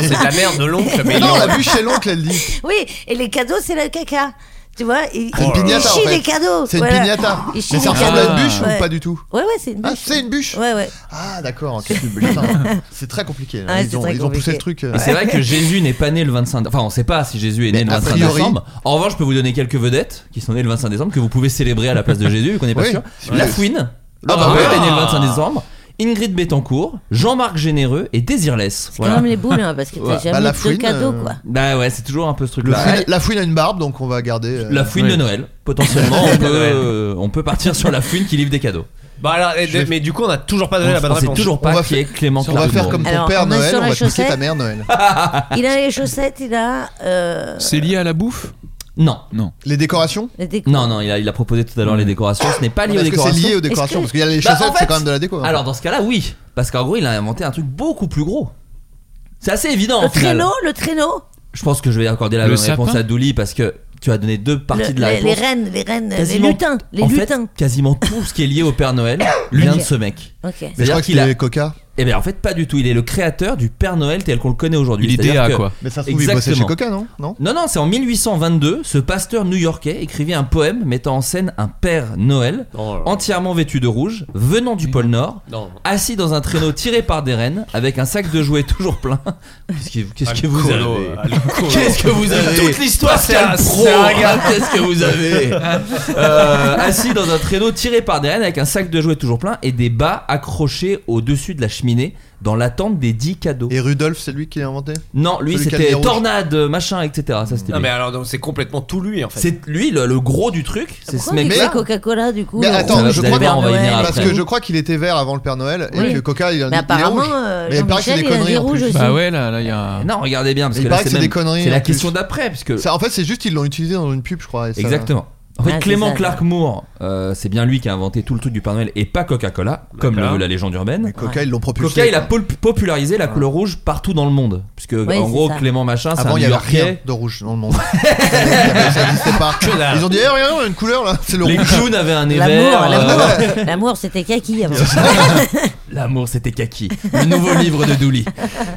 Speaker 6: C'est de la merde de l'oncle, mais
Speaker 8: Non,
Speaker 6: il-
Speaker 8: la bûche c'est l'oncle, elle dit.
Speaker 3: Oui, et les cadeaux, c'est le caca. Tu vois, il,
Speaker 8: C'est une
Speaker 3: il- il
Speaker 8: piñata, en
Speaker 3: chie
Speaker 8: fait.
Speaker 3: les cadeaux.
Speaker 8: C'est une
Speaker 3: Oh, Voilà. Ah,
Speaker 8: piñata.
Speaker 3: Il chie
Speaker 8: Mais
Speaker 3: les
Speaker 8: ça ressemble à
Speaker 3: cadeaux.
Speaker 8: une bûche
Speaker 3: Ouais.
Speaker 8: ou pas du tout
Speaker 3: Ouais, ouais, c'est une
Speaker 8: Ah,
Speaker 3: bûche.
Speaker 8: c'est une bûche
Speaker 3: Ouais, ouais.
Speaker 8: Ah, d'accord, ok. Putain, C'est très compliqué. là.
Speaker 3: Ouais, Ah, c'est
Speaker 8: ils ont,
Speaker 3: très
Speaker 8: ils ont poussé
Speaker 3: compliqué.
Speaker 8: le truc. euh,
Speaker 7: Et c'est vrai que Jésus n'est pas né le 25 décembre. Enfin, on sait pas si Jésus est
Speaker 8: Mais
Speaker 7: né le
Speaker 8: a
Speaker 7: 25
Speaker 8: priori-
Speaker 7: décembre. En revanche, je peux vous donner quelques vedettes qui sont nées le 25 décembre que vous pouvez célébrer à la place de Jésus, vu qu'on n'est pas
Speaker 8: Oui.
Speaker 7: sûr.
Speaker 8: Ouais.
Speaker 7: La Fouine,
Speaker 8: Ah
Speaker 7: Laura
Speaker 8: bah
Speaker 7: Huet
Speaker 8: ouais.
Speaker 7: est née le 25 décembre. Ingrid Betancourt, Jean-Marc Généreux et Désirless.
Speaker 3: C'est
Speaker 7: Voilà.
Speaker 3: quand même les boules, hein, parce que t'as
Speaker 7: Ouais.
Speaker 8: Bah,
Speaker 3: jamais
Speaker 8: la
Speaker 3: de
Speaker 8: fouine,
Speaker 3: cadeaux,
Speaker 8: euh,
Speaker 3: quoi.
Speaker 7: Bah ouais, c'est toujours un peu ce
Speaker 8: le
Speaker 7: truc-là.
Speaker 8: fouine- la fouine a une barbe, donc on va garder. euh,
Speaker 7: La fouine de Noël, potentiellement, on peut, euh, on peut partir sur la fouine qui livre des cadeaux.
Speaker 6: Bah alors, et-
Speaker 8: Je vais-
Speaker 6: mais du coup, on a toujours pas donné la bonne
Speaker 7: On sait
Speaker 6: réponse.
Speaker 7: toujours
Speaker 8: On
Speaker 7: pas
Speaker 8: va
Speaker 7: qui est Clément
Speaker 8: on va
Speaker 7: Clark
Speaker 8: faire
Speaker 7: Moore.
Speaker 8: comme ton
Speaker 3: Alors,
Speaker 8: père
Speaker 3: on est
Speaker 8: Noël,
Speaker 3: sur
Speaker 8: on
Speaker 3: la
Speaker 8: va te piquer
Speaker 3: chaussette.
Speaker 8: ta mère Noël.
Speaker 3: Il a les chaussettes, il a euh,
Speaker 9: C'est lié à la bouffe
Speaker 7: Non,
Speaker 9: Non.
Speaker 8: Les décorations
Speaker 3: les décos.
Speaker 7: non, non, il a, il a proposé tout à l'heure les décorations. Ce n'est pas lié aux
Speaker 8: Est-ce que c'est
Speaker 7: décorations.
Speaker 8: lié aux décorations
Speaker 3: que-
Speaker 8: Parce qu'il y a les
Speaker 7: Bah, en
Speaker 8: chaussettes,
Speaker 7: fait-
Speaker 8: c'est quand même de la déco. hein.
Speaker 7: Alors dans ce cas-là, oui, parce qu'en gros, il a inventé un truc beaucoup plus gros. C'est assez évident.
Speaker 3: Le
Speaker 7: au final.
Speaker 3: traîneau, le traîneau.
Speaker 7: Je pense que je vais accorder la
Speaker 9: Le
Speaker 7: bonne
Speaker 9: sapin
Speaker 7: réponse à Douli parce que tu as donné deux parties
Speaker 3: Le-
Speaker 7: de la
Speaker 3: les, les
Speaker 7: réponse.
Speaker 3: rennes, les rennes, les
Speaker 7: Quasiment-
Speaker 3: lutins, les
Speaker 7: en fait,
Speaker 3: lutins.
Speaker 7: quasiment tout ce qui est lié au Père Noël vient de ce mec.
Speaker 3: Ok.
Speaker 8: Mais je
Speaker 7: C'est-à-dire
Speaker 8: crois que
Speaker 7: qu'il a-
Speaker 8: c'était les coca.
Speaker 7: Eh bien en fait pas du tout. Il est le créateur du Père Noël tel qu'on le connaît aujourd'hui.
Speaker 9: Il est
Speaker 7: C'est-à-dire
Speaker 9: DA
Speaker 7: que-
Speaker 9: quoi.
Speaker 8: Mais ça se trouve, ils bossaient chez
Speaker 7: Exactement.
Speaker 8: coca, non Non
Speaker 7: Non, non, c'est en 1822, ce pasteur new-yorkais écrivait un poème mettant en scène un Père Noël
Speaker 6: Oh là là.
Speaker 7: entièrement vêtu de rouge, venant du pôle Nord,
Speaker 6: Non.
Speaker 7: assis dans un traîneau tiré par des rennes, avec un sac de jouets toujours plein. Qu'est-ce que, qu'est-ce que vous avez Qu'est-ce que vous avez
Speaker 6: Toute l'histoire, c'est un-
Speaker 7: Pascal
Speaker 6: c'est un
Speaker 7: Pro,
Speaker 6: gars.
Speaker 7: Qu'est-ce que vous avez Euh, Assis dans un traîneau tiré par des rennes avec un sac de jouets toujours plein et des bas accrochés au-dessus de la cheminée dans l'attente des 10 cadeaux.
Speaker 8: Et Rudolf, c'est lui qui l'a inventé
Speaker 7: Non, lui
Speaker 8: Celui qui a
Speaker 7: c'était
Speaker 8: le nez rouge.
Speaker 7: tornade, machin, etc. Ça c'était
Speaker 6: Non,
Speaker 7: lui.
Speaker 6: mais alors, donc, c'est complètement tout lui en fait.
Speaker 7: C'est lui le, le gros du truc, c'est ce
Speaker 3: Pourquoi on
Speaker 7: mec
Speaker 3: dit
Speaker 8: Mais-
Speaker 3: que Coca-Cola du coup
Speaker 8: Mais
Speaker 3: là,
Speaker 8: attends,
Speaker 3: on-
Speaker 8: je crois
Speaker 3: Père
Speaker 8: qu'on-
Speaker 7: on va y
Speaker 3: Noël.
Speaker 7: venir
Speaker 8: Parce
Speaker 7: après.
Speaker 8: que je crois qu'il était vert avant le Père Noël et
Speaker 3: Oui.
Speaker 8: que coca, il a
Speaker 3: Mais
Speaker 8: il est
Speaker 3: apparemment,
Speaker 8: rouge.
Speaker 3: euh,
Speaker 8: Mais il paraît que c'est
Speaker 3: Jean-Michel,
Speaker 8: des
Speaker 3: il a
Speaker 8: conneries
Speaker 3: des
Speaker 8: en
Speaker 3: rouges
Speaker 8: plus.
Speaker 3: aussi.
Speaker 9: Bah ouais, là, là, il y a.
Speaker 7: Non, regardez bien parce
Speaker 8: Il
Speaker 7: que là
Speaker 8: paraît que
Speaker 7: c'est
Speaker 8: c'est
Speaker 7: même-
Speaker 8: des conneries,
Speaker 7: C'est
Speaker 8: en
Speaker 7: la
Speaker 8: plus.
Speaker 3: euh,
Speaker 7: question d'après puisque
Speaker 8: Ça, en fait, c'est juste ils l'ont utilisé dans une pub, je crois. et ça-
Speaker 7: exactement. En fait,
Speaker 12: Ah, c'est
Speaker 7: Clément
Speaker 12: ça, ça.
Speaker 7: Clark Moore, euh, c'est bien lui qui a inventé tout le truc du Père Noël et pas Coca-Cola, comme le veut la légende urbaine.
Speaker 8: Coca, ils l'ont propulsé.
Speaker 7: Coca, il a pol- popularisé la couleur rouge partout dans le monde. Puisque,
Speaker 8: Oui,
Speaker 7: en
Speaker 8: c'est
Speaker 7: gros,
Speaker 8: ça.
Speaker 7: Clément Machin, c'est
Speaker 8: Avant,
Speaker 7: un
Speaker 8: il y avait
Speaker 7: New-Yorkais.
Speaker 8: rien de rouge dans le monde. ça n'existait pas. Ils ont dit, eh, regarde, on a une couleur là, c'est le
Speaker 7: Les
Speaker 8: rouge.
Speaker 7: clowns avaient un nez
Speaker 3: L'amour,
Speaker 7: vert.
Speaker 3: l'amour,
Speaker 7: euh,
Speaker 3: l'amour, c'était kaki avant.
Speaker 7: L'amour, c'était Kaki, le nouveau livre de Dooley.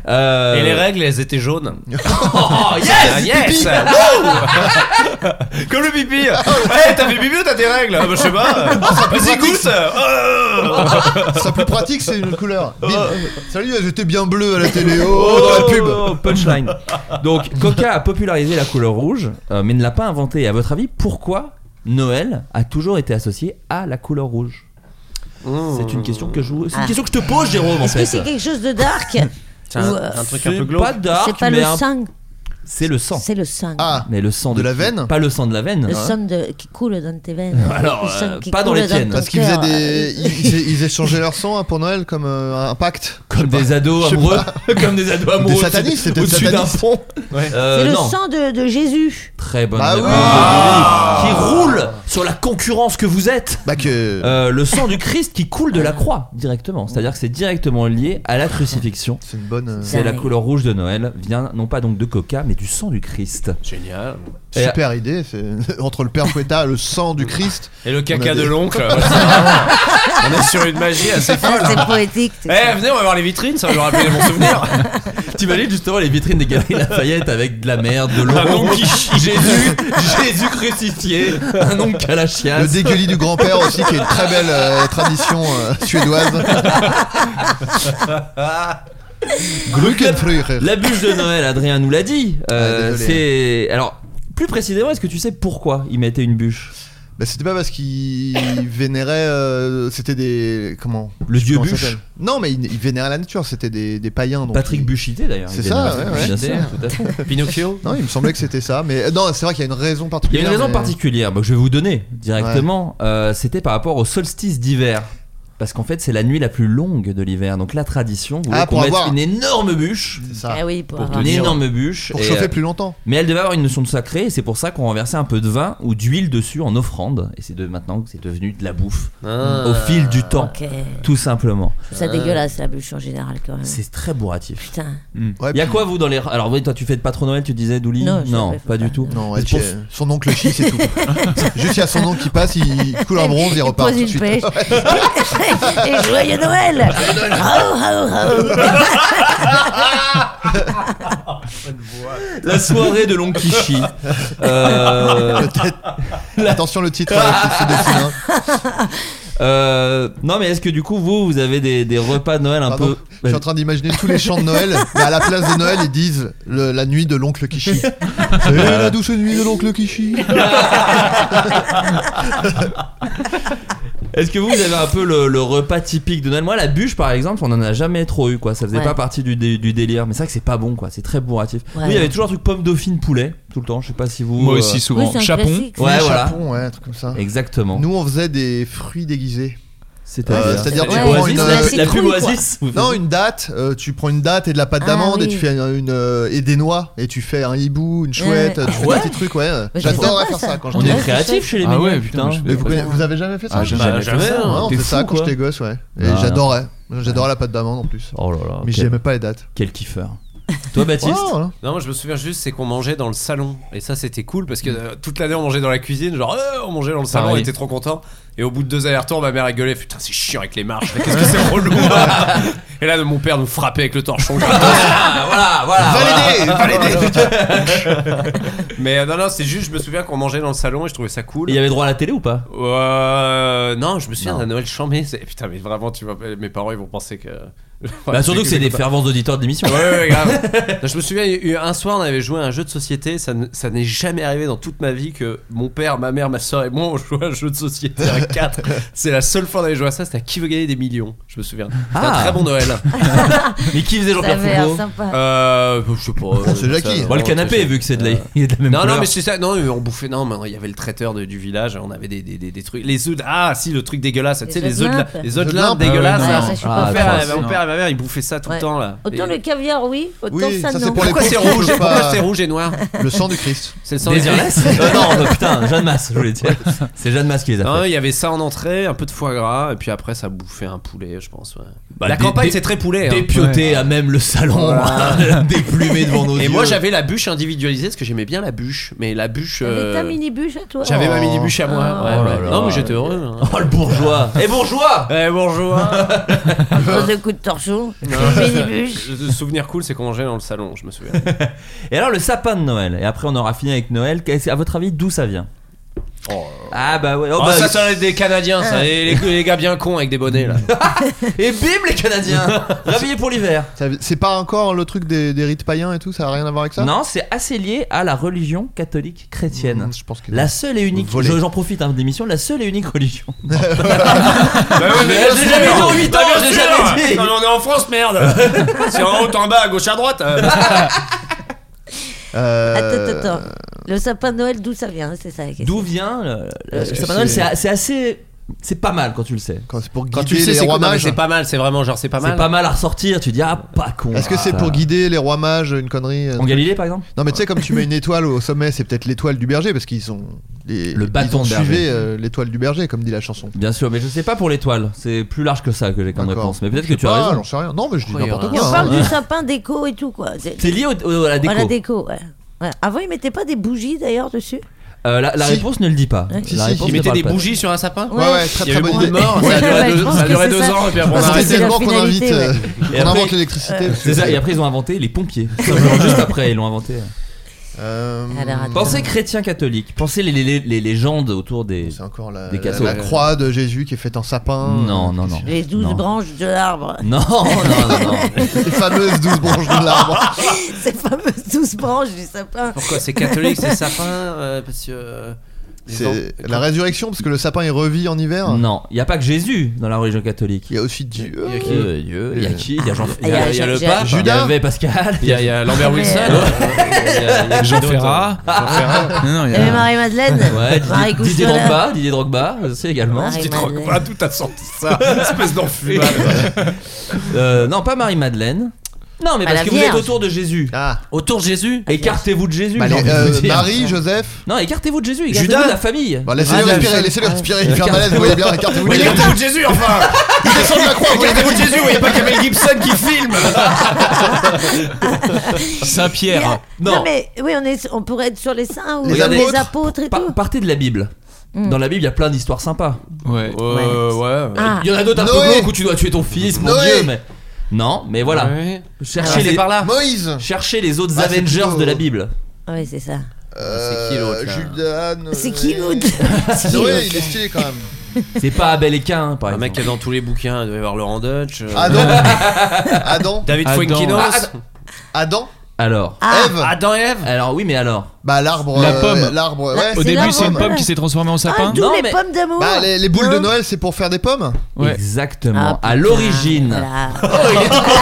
Speaker 7: Euh,
Speaker 9: Et les règles, elles étaient jaunes.
Speaker 7: Oh
Speaker 9: yes,
Speaker 7: pipi.
Speaker 9: yes Wouh Comme le pipi Eh, t'as fait pipi ou t'as tes règles Ah bah, Je sais pas. Oh. Les égousses
Speaker 8: Ça plus pratique, c'est une autre couleur. Bim. Salut, elles étaient bien bleues à la télé. Oh, dans la pub.
Speaker 7: Oh, punchline. Donc, Coca a popularisé la couleur rouge, euh, mais ne l'a pas inventée. Et à votre avis, pourquoi Noël a toujours été associé à la couleur rouge C'est une question que je vous- c'est une
Speaker 3: Oh. Ah.
Speaker 7: question que je te pose, Jérôme. en
Speaker 3: Est-ce
Speaker 7: fait.
Speaker 3: que c'est quelque chose de dark
Speaker 7: C'est un-
Speaker 3: Ou, euh,
Speaker 7: un truc un peu glauque. C'est pas dark,
Speaker 3: C'est pas
Speaker 7: mais
Speaker 3: le
Speaker 7: un- Ah,
Speaker 3: sang,
Speaker 7: C'est le sang.
Speaker 3: c'est le sang.
Speaker 8: Ah,
Speaker 7: Mais le sang de, la veine Pas le sang de la veine.
Speaker 3: Le
Speaker 7: hein.
Speaker 3: sang de- qui coule dans tes veines.
Speaker 7: Alors,
Speaker 3: Le sang
Speaker 7: euh,
Speaker 3: qui
Speaker 7: pas dans
Speaker 3: coule
Speaker 7: les tiennes.
Speaker 3: ton
Speaker 7: Parce
Speaker 8: Parce qu'ils faisaient
Speaker 3: cœur. euh,
Speaker 8: des. Ils, ils- ils échangeaient leur sang hein, pour Noël comme euh, un pacte.
Speaker 7: Comme des ados amoureux. Comme des ados amoureux.
Speaker 8: Des
Speaker 7: au-dessus-
Speaker 8: satanistes, c'était des
Speaker 7: Au-dessus d'un
Speaker 8: satanistes.
Speaker 7: pont. Euh,
Speaker 3: C'est le
Speaker 7: non.
Speaker 3: sang de, de Jésus.
Speaker 7: Très bonne
Speaker 8: Bah
Speaker 7: réponse
Speaker 8: oui.
Speaker 7: de Denis, Qui roule sur la concurrence que vous êtes.
Speaker 8: Bah
Speaker 7: Euh, le sang du Christ qui coule de la croix directement. C'est-à-dire que c'est directement lié à la crucifixion.
Speaker 8: C'est une bonne. euh,
Speaker 7: C'est la couleur rouge de Noël. Vient non pas donc de Coca, mais du sang du Christ.
Speaker 9: Génial.
Speaker 8: Super idée. c'est- Entre le Père Fouetta, le sang du Christ.
Speaker 9: Et le
Speaker 8: on a
Speaker 9: caca
Speaker 8: des-
Speaker 9: de l'oncle. ouais, c'est vraiment- On est sur une magie assez folle.
Speaker 3: Ah, C'est poétique.
Speaker 9: Eh, venez, on va voir les vitrines, ça va nous rappeler mon souvenir.
Speaker 7: T'imagines justement les vitrines des galeries Lafayette avec de la merde, de
Speaker 9: Un
Speaker 7: l'eau.
Speaker 9: oncle qui chie.
Speaker 7: Jésus, Jésus crucifié, un oncle à la chiasse.
Speaker 8: Le dégueulis du grand-père aussi, qui est une très belle euh, tradition euh, suédoise. Glückenfrüher.
Speaker 7: La bûche de Noël, Adrien nous l'a dit. Euh,
Speaker 8: Ah,
Speaker 7: c'est alors plus précisément, est-ce que tu sais pourquoi il mettait une bûche
Speaker 8: Bah, c'était pas parce qu'ils vénéraient. euh, c'était des. Comment
Speaker 7: Le dieu
Speaker 8: Comment ça
Speaker 7: bûche.
Speaker 8: s'appelle Non, mais ils, ils vénéraient la nature. C'était des, des païens. donc
Speaker 7: Patrick
Speaker 8: ils-
Speaker 7: Buchité d'ailleurs. il
Speaker 8: C'est ça,
Speaker 7: vénère-
Speaker 8: ouais, ouais.
Speaker 7: Bien sûr, tout à fait.
Speaker 9: Pinocchio
Speaker 8: Non, il me semblait que c'était ça. Mais euh, non, c'est vrai qu'il y a une raison
Speaker 7: Il y
Speaker 8: particulière.
Speaker 7: a une raison
Speaker 8: mais- euh,
Speaker 7: particulière bah, que je vais vous donner directement. Euh, C'était par rapport au solstice d'hiver. Parce qu'en fait, c'est la nuit la plus longue de l'hiver. Donc la tradition voulait
Speaker 8: Ah,
Speaker 7: qu'on
Speaker 8: pour
Speaker 7: mette
Speaker 8: avoir-
Speaker 7: une énorme bûche.
Speaker 8: C'est ça.
Speaker 3: Ah oui, pour, avoir-
Speaker 7: Une énorme bûche.
Speaker 8: Pour
Speaker 7: et,
Speaker 8: chauffer
Speaker 7: euh,
Speaker 8: plus longtemps.
Speaker 7: Mais elle devait avoir une notion de sacré et c'est pour ça qu'on renversait un peu de vin ou d'huile dessus en offrande. Et c'est de maintenant que c'est devenu de la bouffe
Speaker 9: Ah.
Speaker 7: au fil du temps,
Speaker 3: Ok.
Speaker 7: tout simplement.
Speaker 3: euh, Je trouve ça dégueulasse la bûche en général quand même.
Speaker 7: C'est très bourratif.
Speaker 3: Putain.
Speaker 7: Mm.
Speaker 8: Ouais,
Speaker 7: y a
Speaker 8: puis-
Speaker 7: quoi vous dans les alors oui toi tu fais de pas trop Noël tu disais Douli
Speaker 3: Non, je fais
Speaker 7: pas, du tout
Speaker 8: Non,
Speaker 7: C'est
Speaker 8: ouais,
Speaker 7: pour-
Speaker 8: tu- son oncle chie, c'est tout. Juste, il y a son oncle qui passe, il coule un bronze, il repart
Speaker 3: pose
Speaker 8: tout de
Speaker 3: une
Speaker 8: suite.
Speaker 3: pêche. Et joyeux Noël Ho, ho, ho.
Speaker 7: la soirée de l'oncle Kishi Euh,
Speaker 8: Peut-être. Attention le titre euh, qui se dessine. hein.
Speaker 7: euh, non mais est-ce que du coup vous vous avez des, des repas de Noël un
Speaker 8: Pardon, Je
Speaker 7: peu
Speaker 8: suis en train d'imaginer tous les chants de Noël, mais à la place de Noël, ils disent le- la nuit de l'oncle qui chie. C'est
Speaker 7: Euh.
Speaker 8: la douce nuit de l'oncle qui chie.
Speaker 7: Est-ce que vous, vous avez un peu le, le repas typique de Noël Moi, la bûche, par exemple, on en a jamais trop eu, quoi. Ça faisait
Speaker 3: Ouais.
Speaker 7: pas partie du, dé- du délire. Mais c'est vrai que c'est pas bon, quoi. C'est très bourratif.
Speaker 3: Ouais.
Speaker 7: Oui, il y avait toujours un truc pomme dauphine poulet, tout le temps. Je sais pas si vous.
Speaker 13: Moi
Speaker 7: euh,
Speaker 13: aussi, souvent.
Speaker 3: Oui, c'est un
Speaker 13: Chapon.
Speaker 3: classique.
Speaker 7: Ouais,
Speaker 8: Un
Speaker 7: voilà.
Speaker 8: chapon, ouais, un truc comme ça.
Speaker 7: Exactement.
Speaker 8: Nous, on faisait des fruits déguisés.
Speaker 7: C'est-à-dire.
Speaker 8: Euh, C'est-à-dire, tu
Speaker 3: Ouais.
Speaker 8: prends
Speaker 7: Oasis,
Speaker 8: une.
Speaker 7: la,
Speaker 3: la
Speaker 7: la pub
Speaker 3: citrouille,
Speaker 7: Oasis vous
Speaker 8: Non,
Speaker 7: faisiez-
Speaker 8: une date, euh, tu prends une date et de la pâte
Speaker 3: Ah,
Speaker 8: d'amande et
Speaker 3: oui.
Speaker 8: tu fais une, euh, et des noix et tu fais un hibou, une chouette,
Speaker 3: Ouais.
Speaker 8: tu fais
Speaker 7: Ouais.
Speaker 8: des petits trucs, ouais.
Speaker 3: c'est
Speaker 8: J'adorerais
Speaker 3: sympa,
Speaker 8: faire ça,
Speaker 3: ça.
Speaker 8: quand
Speaker 7: On
Speaker 8: j'étais
Speaker 7: est
Speaker 3: Ouais,
Speaker 7: créatif chez les
Speaker 13: Ah
Speaker 7: mignons,
Speaker 13: ouais, putain, je fais
Speaker 8: Mais vous,
Speaker 13: pas
Speaker 8: conna-
Speaker 13: ça.
Speaker 8: vous avez jamais fait ça
Speaker 13: Ah, jamais
Speaker 9: Bah, jamais,
Speaker 13: fait ça.
Speaker 9: hein.
Speaker 8: Ouais, on
Speaker 7: T'es
Speaker 8: faisait ça
Speaker 7: fou,
Speaker 8: quand
Speaker 7: quoi.
Speaker 8: j'étais gosse, ouais. Et
Speaker 7: Ah,
Speaker 8: j'adorais. J'adorais la pâte d'amande en plus.
Speaker 7: Oh là là.
Speaker 8: Mais
Speaker 7: quel-
Speaker 8: j'aimais pas les dates.
Speaker 7: Quel kiffeur. Toi, Baptiste
Speaker 8: Oh, voilà.
Speaker 9: Non, moi je me souviens juste, c'est qu'on mangeait dans le salon. Et ça, c'était cool parce que euh, toute l'année, on mangeait dans la cuisine. Genre, euh, on mangeait dans le salon,
Speaker 13: Pareil.
Speaker 9: on était trop content. Et au bout de deux allers-retours, ma mère a gueulé. Putain, c'est chiant avec les marches. là, Qu'est-ce que c'est relou. et là, mon père nous frappait avec le torchon.
Speaker 7: Ah, Voilà, voilà.
Speaker 8: Validé, validé.
Speaker 9: Mais euh, non, non, c'est juste, je me souviens qu'on mangeait dans le salon et je trouvais ça cool.
Speaker 7: Il y avait droit à la télé ou pas
Speaker 9: Euh, non, je me souviens
Speaker 7: Non.
Speaker 9: d'un Noël chambé. c'est- Putain, mais vraiment, tu vois, mes parents ils vont penser que.
Speaker 7: Bah, surtout que c'est
Speaker 9: comme
Speaker 7: des
Speaker 9: ça.
Speaker 7: fervents auditeurs de l'émission.
Speaker 9: Ouais, ouais, ouais, grave. Non, je me souviens, il y a eu un soir, on avait joué à un jeu de société. Ça, ne- ça n'est jamais arrivé dans toute ma vie que mon père, ma mère, ma soeur et moi, on jouait à un jeu de société. avec
Speaker 6: 4. C'est la seule fois qu'on avait joué à ça, c'était à qui veut gagner des millions, je me souviens. C'était
Speaker 14: Ah.
Speaker 6: un très bon Noël. Mais qui faisait Jean-Pierre
Speaker 14: Ça avait l'air
Speaker 6: Foucault
Speaker 14: sympa.
Speaker 7: Ah
Speaker 6: Euh, je sais pas.
Speaker 14: On sait
Speaker 6: euh,
Speaker 14: déjà
Speaker 6: ça,
Speaker 14: qui.
Speaker 6: non,
Speaker 14: Bon, le
Speaker 6: ça,
Speaker 14: canapé,
Speaker 6: c'est-
Speaker 14: vu que c'est de la- il est de la même
Speaker 6: Euh. Non, non,
Speaker 14: couleur.
Speaker 6: mais c'est ça. Non, mais on bouffait. Non, mais il y avait le traiteur de- du village. On avait des, des, des, des trucs. Les œufs. de- Ah, si, le truc dégueulasse. Tu sais,
Speaker 3: œufs
Speaker 6: les
Speaker 3: de
Speaker 6: œufs de la-
Speaker 3: limpe.
Speaker 6: les œufs de
Speaker 3: Les œufs de
Speaker 6: l'Inde
Speaker 3: limpe.
Speaker 6: dégueulasses.
Speaker 3: Ah ouais,
Speaker 6: là.
Speaker 3: ça, je suis pas
Speaker 6: Mon
Speaker 3: fan.
Speaker 6: père,
Speaker 3: Non.
Speaker 6: mon père et ma mère, ils bouffaient ça tout le
Speaker 3: Ouais.
Speaker 6: temps là.
Speaker 3: Autant
Speaker 6: Et-
Speaker 3: le caviar, oui, autant
Speaker 8: Oui,
Speaker 3: ça,
Speaker 8: ça,
Speaker 3: non.
Speaker 8: c'est pour les
Speaker 6: Pourquoi c'est
Speaker 8: pauvres,
Speaker 6: rouge
Speaker 8: faut
Speaker 6: Pourquoi
Speaker 8: pas-
Speaker 6: c'est rouge et noir
Speaker 8: Le sang du Christ.
Speaker 6: C'est le sang
Speaker 8: Des
Speaker 6: du Christ.
Speaker 8: Irlandais
Speaker 6: Euh,
Speaker 14: non,
Speaker 7: putain, Jeanne Masse, je voulais dire. C'est Jeanne Masse qui les a
Speaker 6: Non, il y avait ça en entrée, un peu de foie gras, et puis après ça bouffait un poulet, je pense. ouais.
Speaker 7: Bah,
Speaker 6: la
Speaker 7: des-
Speaker 6: campagne hein.
Speaker 7: des-
Speaker 6: c'est très poulet.
Speaker 7: des piotés à même le salon, hein, déplumés devant nos
Speaker 6: Et
Speaker 7: yeux.
Speaker 6: moi j'avais la bûche individualisée parce que j'aimais bien la bûche, mais la bûche. euh,
Speaker 3: T'as mini bûche à toi
Speaker 6: J'avais ma mini bûche à moi.
Speaker 3: Ah.
Speaker 6: ouais,
Speaker 7: Oh
Speaker 6: ouais.
Speaker 7: là là.
Speaker 6: Non mais j'étais heureux. hein.
Speaker 7: Oh le bourgeois Eh bourgeois
Speaker 6: Eh bourgeois
Speaker 3: Oh, Un gros de coup de torchon, une mini bûche.
Speaker 6: Le souvenir cool c'est qu'on mangeait dans le salon, je me souviens.
Speaker 7: Ah, Et alors le sapin de Noël. Et après on aura fini avec Noël. Qu'est-ce- À votre avis, d'où ça vient Ah bah ouais. Oh,
Speaker 6: Oh,
Speaker 7: bah,
Speaker 6: ça, ça doit être des Canadiens,
Speaker 3: Ah.
Speaker 6: ça. Les, les- les gars bien cons avec des bonnets là.
Speaker 7: Et bim les Canadiens Réveillés pour l'hiver.
Speaker 8: Ça- C'est pas encore le truc des, des rites païens et tout, ça a rien à voir avec ça
Speaker 7: Non, c'est assez lié à la religion catholique chrétienne.
Speaker 8: Mmh, je pense que
Speaker 7: La seule et unique.
Speaker 8: Volé.
Speaker 7: je- J'en profite hein, de l'émission. La seule et unique religion.
Speaker 6: Bah j'ai
Speaker 7: jamais dit en huit
Speaker 6: Bah
Speaker 7: ans, j'ai jamais dit.
Speaker 6: Non, mais on est en France, merde C'est en haut, en bas, à gauche, à droite euh.
Speaker 8: Euh,
Speaker 3: Attends, attends. Le sapin de Noël, d'où ça vient hein, C'est ça la question.
Speaker 7: D'où vient le, le-
Speaker 8: Est-ce
Speaker 7: le
Speaker 8: que
Speaker 7: sapin de Noël
Speaker 8: c'est-
Speaker 7: C'est a- c'est assez. C'est pas mal quand tu le sais.
Speaker 8: Quand c'est pour
Speaker 6: Quand
Speaker 8: guider
Speaker 6: tu le sais,
Speaker 8: les
Speaker 6: c'est
Speaker 8: rois
Speaker 6: quoi Non, mais
Speaker 8: mages
Speaker 6: C'est pas mal, c'est vraiment genre, c'est pas
Speaker 7: C'est
Speaker 6: mal.
Speaker 7: pas mal à ressortir. Tu dis ah pas con.
Speaker 8: Est-ce que c'est
Speaker 7: ça.
Speaker 8: pour guider les rois mages une connerie euh,
Speaker 7: En Galilée par exemple
Speaker 8: Non mais tu sais comme tu mets une étoile au sommet, c'est peut-être l'étoile du berger parce qu'ils ont les,
Speaker 7: Le bâton
Speaker 8: ils ont
Speaker 7: de berger.
Speaker 8: suivi, euh, l'étoile du berger comme dit la chanson.
Speaker 7: Bien sûr, mais je sais pas pour l'étoile. C'est plus large que ça que j'ai comme
Speaker 8: D'accord.
Speaker 7: réponse. Mais peut-être
Speaker 8: Je
Speaker 7: que
Speaker 8: sais
Speaker 7: tu as
Speaker 8: pas, J'en
Speaker 7: raison.
Speaker 8: sais rien. Non mais je dis
Speaker 6: Oh, il y a
Speaker 8: n'importe
Speaker 6: rien.
Speaker 8: quoi.
Speaker 3: On
Speaker 8: hein.
Speaker 3: parle du sapin déco et tout, quoi. C'est-
Speaker 7: C'est lié au- au- à la déco.
Speaker 3: Ouais, la déco, ouais. Ouais. Avant, ils mettaient pas des bougies d'ailleurs dessus
Speaker 7: Euh, la la
Speaker 8: Si.
Speaker 7: réponse ne le dit pas.
Speaker 3: Ouais.
Speaker 8: Si,
Speaker 7: La
Speaker 8: si,
Speaker 7: réponse
Speaker 6: Ils
Speaker 7: ne
Speaker 6: mettaient
Speaker 7: parle
Speaker 6: des
Speaker 7: pas.
Speaker 6: bougies sur un sapin
Speaker 8: Ouais ouais, très
Speaker 6: Il
Speaker 8: très
Speaker 6: y a eu
Speaker 8: bonne
Speaker 6: beaucoup de
Speaker 8: idée.
Speaker 6: morts, ça a
Speaker 3: Ouais,
Speaker 6: duré
Speaker 3: je
Speaker 6: deux-
Speaker 3: pense
Speaker 6: ça a
Speaker 3: que
Speaker 6: duré
Speaker 3: c'est
Speaker 6: deux
Speaker 3: ça.
Speaker 6: ans, et puis après on
Speaker 3: Parce
Speaker 6: a
Speaker 3: que
Speaker 6: arrêté.
Speaker 3: c'est
Speaker 8: tellement
Speaker 3: la
Speaker 8: qu'on invite
Speaker 3: finalité,
Speaker 8: euh,
Speaker 7: Et
Speaker 3: ouais.
Speaker 8: on
Speaker 7: après-
Speaker 8: invente l'électricité. parce que
Speaker 7: C'est ça,
Speaker 8: c'est-
Speaker 7: et après ils ont inventé les pompiers. Simplement, juste après, ils l'ont inventé.
Speaker 8: Euh,
Speaker 3: Alors, attends.
Speaker 7: Pensez chrétien catholique, pensez les, les- les légendes autour des.
Speaker 8: C'est encore la,
Speaker 7: Des
Speaker 8: la-
Speaker 7: casseaux.
Speaker 8: la croix de Jésus qui est faite en sapin.
Speaker 7: Non, non, non.
Speaker 3: Les douze
Speaker 7: Non.
Speaker 3: branches de l'arbre.
Speaker 7: Non, non, non, non.
Speaker 8: Les fameuses douze branches de l'arbre.
Speaker 3: Ces fameuses douze branches du sapin.
Speaker 6: Pourquoi c'est catholique, c'est sapin euh, Parce que. euh, les
Speaker 8: C'est
Speaker 6: ans-
Speaker 8: la résurrection parce que le sapin il revit en hiver.
Speaker 7: Non, il n'y a pas que Jésus dans la religion catholique.
Speaker 8: Il y a aussi Dieu.
Speaker 6: Il y a qui
Speaker 7: Euh, Dieu, Il y a qui Il y a Jean Il y a,
Speaker 3: Ah,
Speaker 7: il y a le
Speaker 3: j'ai-
Speaker 8: j'ai-
Speaker 7: pape, Bah, il y
Speaker 8: Judas.
Speaker 7: avait Pascal,
Speaker 6: Il y a- il y a Lambert
Speaker 3: Mais,
Speaker 6: Wilson,
Speaker 3: euh,
Speaker 6: il y a- il y a
Speaker 9: Jean
Speaker 6: d'autres.
Speaker 9: Ferrat. Non, non, il
Speaker 3: Il
Speaker 9: y
Speaker 3: y
Speaker 9: a-
Speaker 3: avait Marie-Madeleine.
Speaker 7: Ouais, Didier-
Speaker 3: Marie
Speaker 7: Didier
Speaker 3: Cousteau, là.
Speaker 7: Drogba, Didier Drogba aussi également.
Speaker 3: Marie-
Speaker 6: Tu te rends
Speaker 9: Ah,
Speaker 6: compte, tout a sorti ça, espèce d'enfumage.
Speaker 7: Euh, non, pas Marie-Madeleine. Non, mais
Speaker 3: Bah,
Speaker 7: parce
Speaker 3: la
Speaker 7: que vous
Speaker 3: Vierge.
Speaker 7: êtes autour de Jésus.
Speaker 8: Ah,
Speaker 6: Autour de Jésus
Speaker 7: Écartez-vous de Jésus.
Speaker 8: bah, les-
Speaker 7: j'ai envie de
Speaker 8: euh,
Speaker 7: vous dire.
Speaker 8: Marie, Joseph.
Speaker 7: Non, écartez-vous de Jésus, écartez-vous
Speaker 6: Judas
Speaker 7: de la famille.
Speaker 8: Bon, laissez-le
Speaker 6: Ah,
Speaker 8: respirer,
Speaker 6: ouais.
Speaker 8: laissez-le respirer. Il
Speaker 7: Ouais.
Speaker 8: fait un malaise, vous voyez bien, écartez-vous de
Speaker 6: Mais
Speaker 8: la
Speaker 6: écartez-vous de Jésus, enfin
Speaker 8: Il descend de la croix, vous voyez
Speaker 6: Écartez-vous de Jésus, il n'y a pas qu'Amel Gibson qui filme
Speaker 3: Il y a-
Speaker 9: Saint-Pierre.
Speaker 7: hein. Non.
Speaker 3: Non. mais oui, on, est, on pourrait être sur les saints ou
Speaker 8: Les
Speaker 3: sur
Speaker 7: apôtres.
Speaker 3: les apôtres et
Speaker 7: Pa-
Speaker 3: tout. Hmm.
Speaker 7: partez de la Bible. Dans la Bible, il y a plein d'histoires sympas.
Speaker 9: Ouais.
Speaker 6: Euh, ouais.
Speaker 3: Ah,
Speaker 7: Il y en a d'autres un peu
Speaker 8: Noé.
Speaker 7: glauques où tu dois tuer ton fils, mon
Speaker 8: Noé.
Speaker 7: Dieu, mais. Non, mais voilà.
Speaker 6: Ouais. Ah,
Speaker 7: Cherchez,
Speaker 6: c'est
Speaker 7: les...
Speaker 6: par là.
Speaker 8: Moïse.
Speaker 7: Cherchez les autres
Speaker 8: Ah, c'est
Speaker 7: Avengers
Speaker 8: plutôt-
Speaker 7: de la Bible.
Speaker 3: oui, c'est ça.
Speaker 8: Euh,
Speaker 6: qui l'autre, là
Speaker 8: Judas. Noé.
Speaker 3: C'est qui l'autre C'est qui l'autre
Speaker 8: Noé, il est stylé quand même.
Speaker 7: C'est pas Abel et Cain, par
Speaker 6: Un
Speaker 7: exemple.
Speaker 6: Ah, mec qui est dans tous les bouquins, il doit y avoir Laurent Dutch. euh,
Speaker 8: Adam. Adam.
Speaker 6: David
Speaker 9: Adam.
Speaker 6: Fuenquinos.
Speaker 9: Ah,
Speaker 8: Adam.
Speaker 7: Ah, Alors.
Speaker 3: Ah.
Speaker 8: Ève.
Speaker 6: Adam et Ève.
Speaker 7: Alors, oui, mais alors.
Speaker 8: Bah, l'arbre.
Speaker 9: La
Speaker 8: euh,
Speaker 9: pomme.
Speaker 8: L'arbre, ouais.
Speaker 9: Au
Speaker 3: Ah, C'est
Speaker 9: début,
Speaker 3: la
Speaker 9: c'est une
Speaker 3: pomme.
Speaker 9: pomme qui s'est transformée en
Speaker 3: Ah,
Speaker 9: sapin.
Speaker 3: d'où
Speaker 7: Non,
Speaker 3: les
Speaker 7: mais-
Speaker 3: pommes d'amour
Speaker 8: Bah, les, les boules de
Speaker 3: Hein
Speaker 8: Noël, c'est pour faire des pommes
Speaker 9: Ouais.
Speaker 7: Exactement.
Speaker 3: Ah,
Speaker 7: à
Speaker 3: putain,
Speaker 7: l'origine.
Speaker 3: voilà.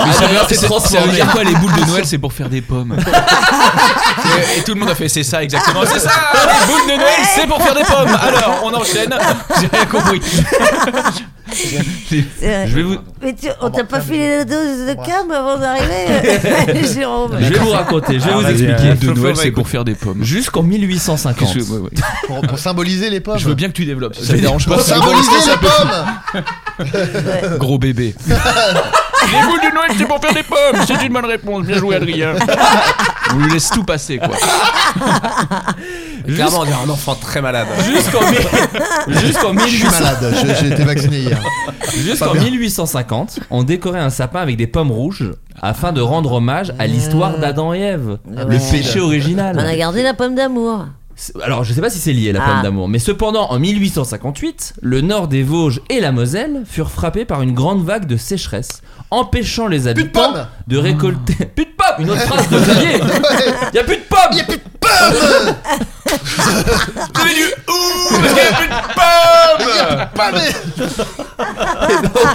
Speaker 9: Mais ça veut,
Speaker 7: c'est
Speaker 9: c'est- hein. ça veut dire quoi les boules de Noël C'est pour faire des pommes. et, et tout le monde a fait c'est ça exactement. C'est ça Ah, Les boules de Noël, c'est pour faire des pommes. Alors, on enchaîne. J'ai rien compris.
Speaker 3: C'est vrai.
Speaker 9: Je vais vous.
Speaker 3: Mais tu, on t'a pas filé la dose de cam avant d'arriver, euh, Jérôme
Speaker 7: Je vais vous raconter, je vais
Speaker 9: Ah,
Speaker 6: Alors,
Speaker 7: vous
Speaker 6: vas-y,
Speaker 7: expliquer.
Speaker 6: euh,
Speaker 9: de
Speaker 6: Flo va
Speaker 9: Noël, c'est
Speaker 6: écouter.
Speaker 9: pour faire des pommes.
Speaker 7: Jusqu'en 1850.
Speaker 9: Qu'est-ce que- ouais, ouais.
Speaker 8: pour, pour symboliser les pommes.
Speaker 9: Je veux bien que tu développes. si Ça
Speaker 7: Je
Speaker 9: te dérange pas.
Speaker 8: Pour
Speaker 9: c'est bon,
Speaker 8: symboliser
Speaker 9: c'est
Speaker 8: les
Speaker 9: un peu-
Speaker 8: pommes.
Speaker 9: Gros bébé. les boules de Noël, c'est pour faire des pommes. C'est une bonne réponse. Bien joué, Adrien. On lui laisse tout passer, quoi.
Speaker 6: Clairement, on dirait un enfant très malade.
Speaker 7: Jusqu'en mi- jusqu'en
Speaker 8: Je
Speaker 7: 1800
Speaker 8: suis malade, je- j'ai été vacciné hier.
Speaker 7: Jusqu'en 1850, on décorait un sapin avec des pommes rouges afin de rendre hommage à l'histoire d'Adam et Ève, le
Speaker 3: Ouais.
Speaker 7: péché
Speaker 3: Ah. On a
Speaker 7: original.
Speaker 3: gardé la pomme d'amour.
Speaker 7: C'est- Alors, je sais pas si c'est lié la pomme
Speaker 3: Ah.
Speaker 7: d'amour, mais cependant, en 1858, le nord des Vosges et la Moselle furent frappés par une grande vague de sécheresse, empêchant les habitants
Speaker 8: pommes
Speaker 7: de récolter.
Speaker 3: Ah.
Speaker 7: Plus de pommes Une autre phrase de Xavier Y a plus de pommes
Speaker 8: Y'a plus de pommes Ah,
Speaker 6: Parce qu'il y a plus de pommes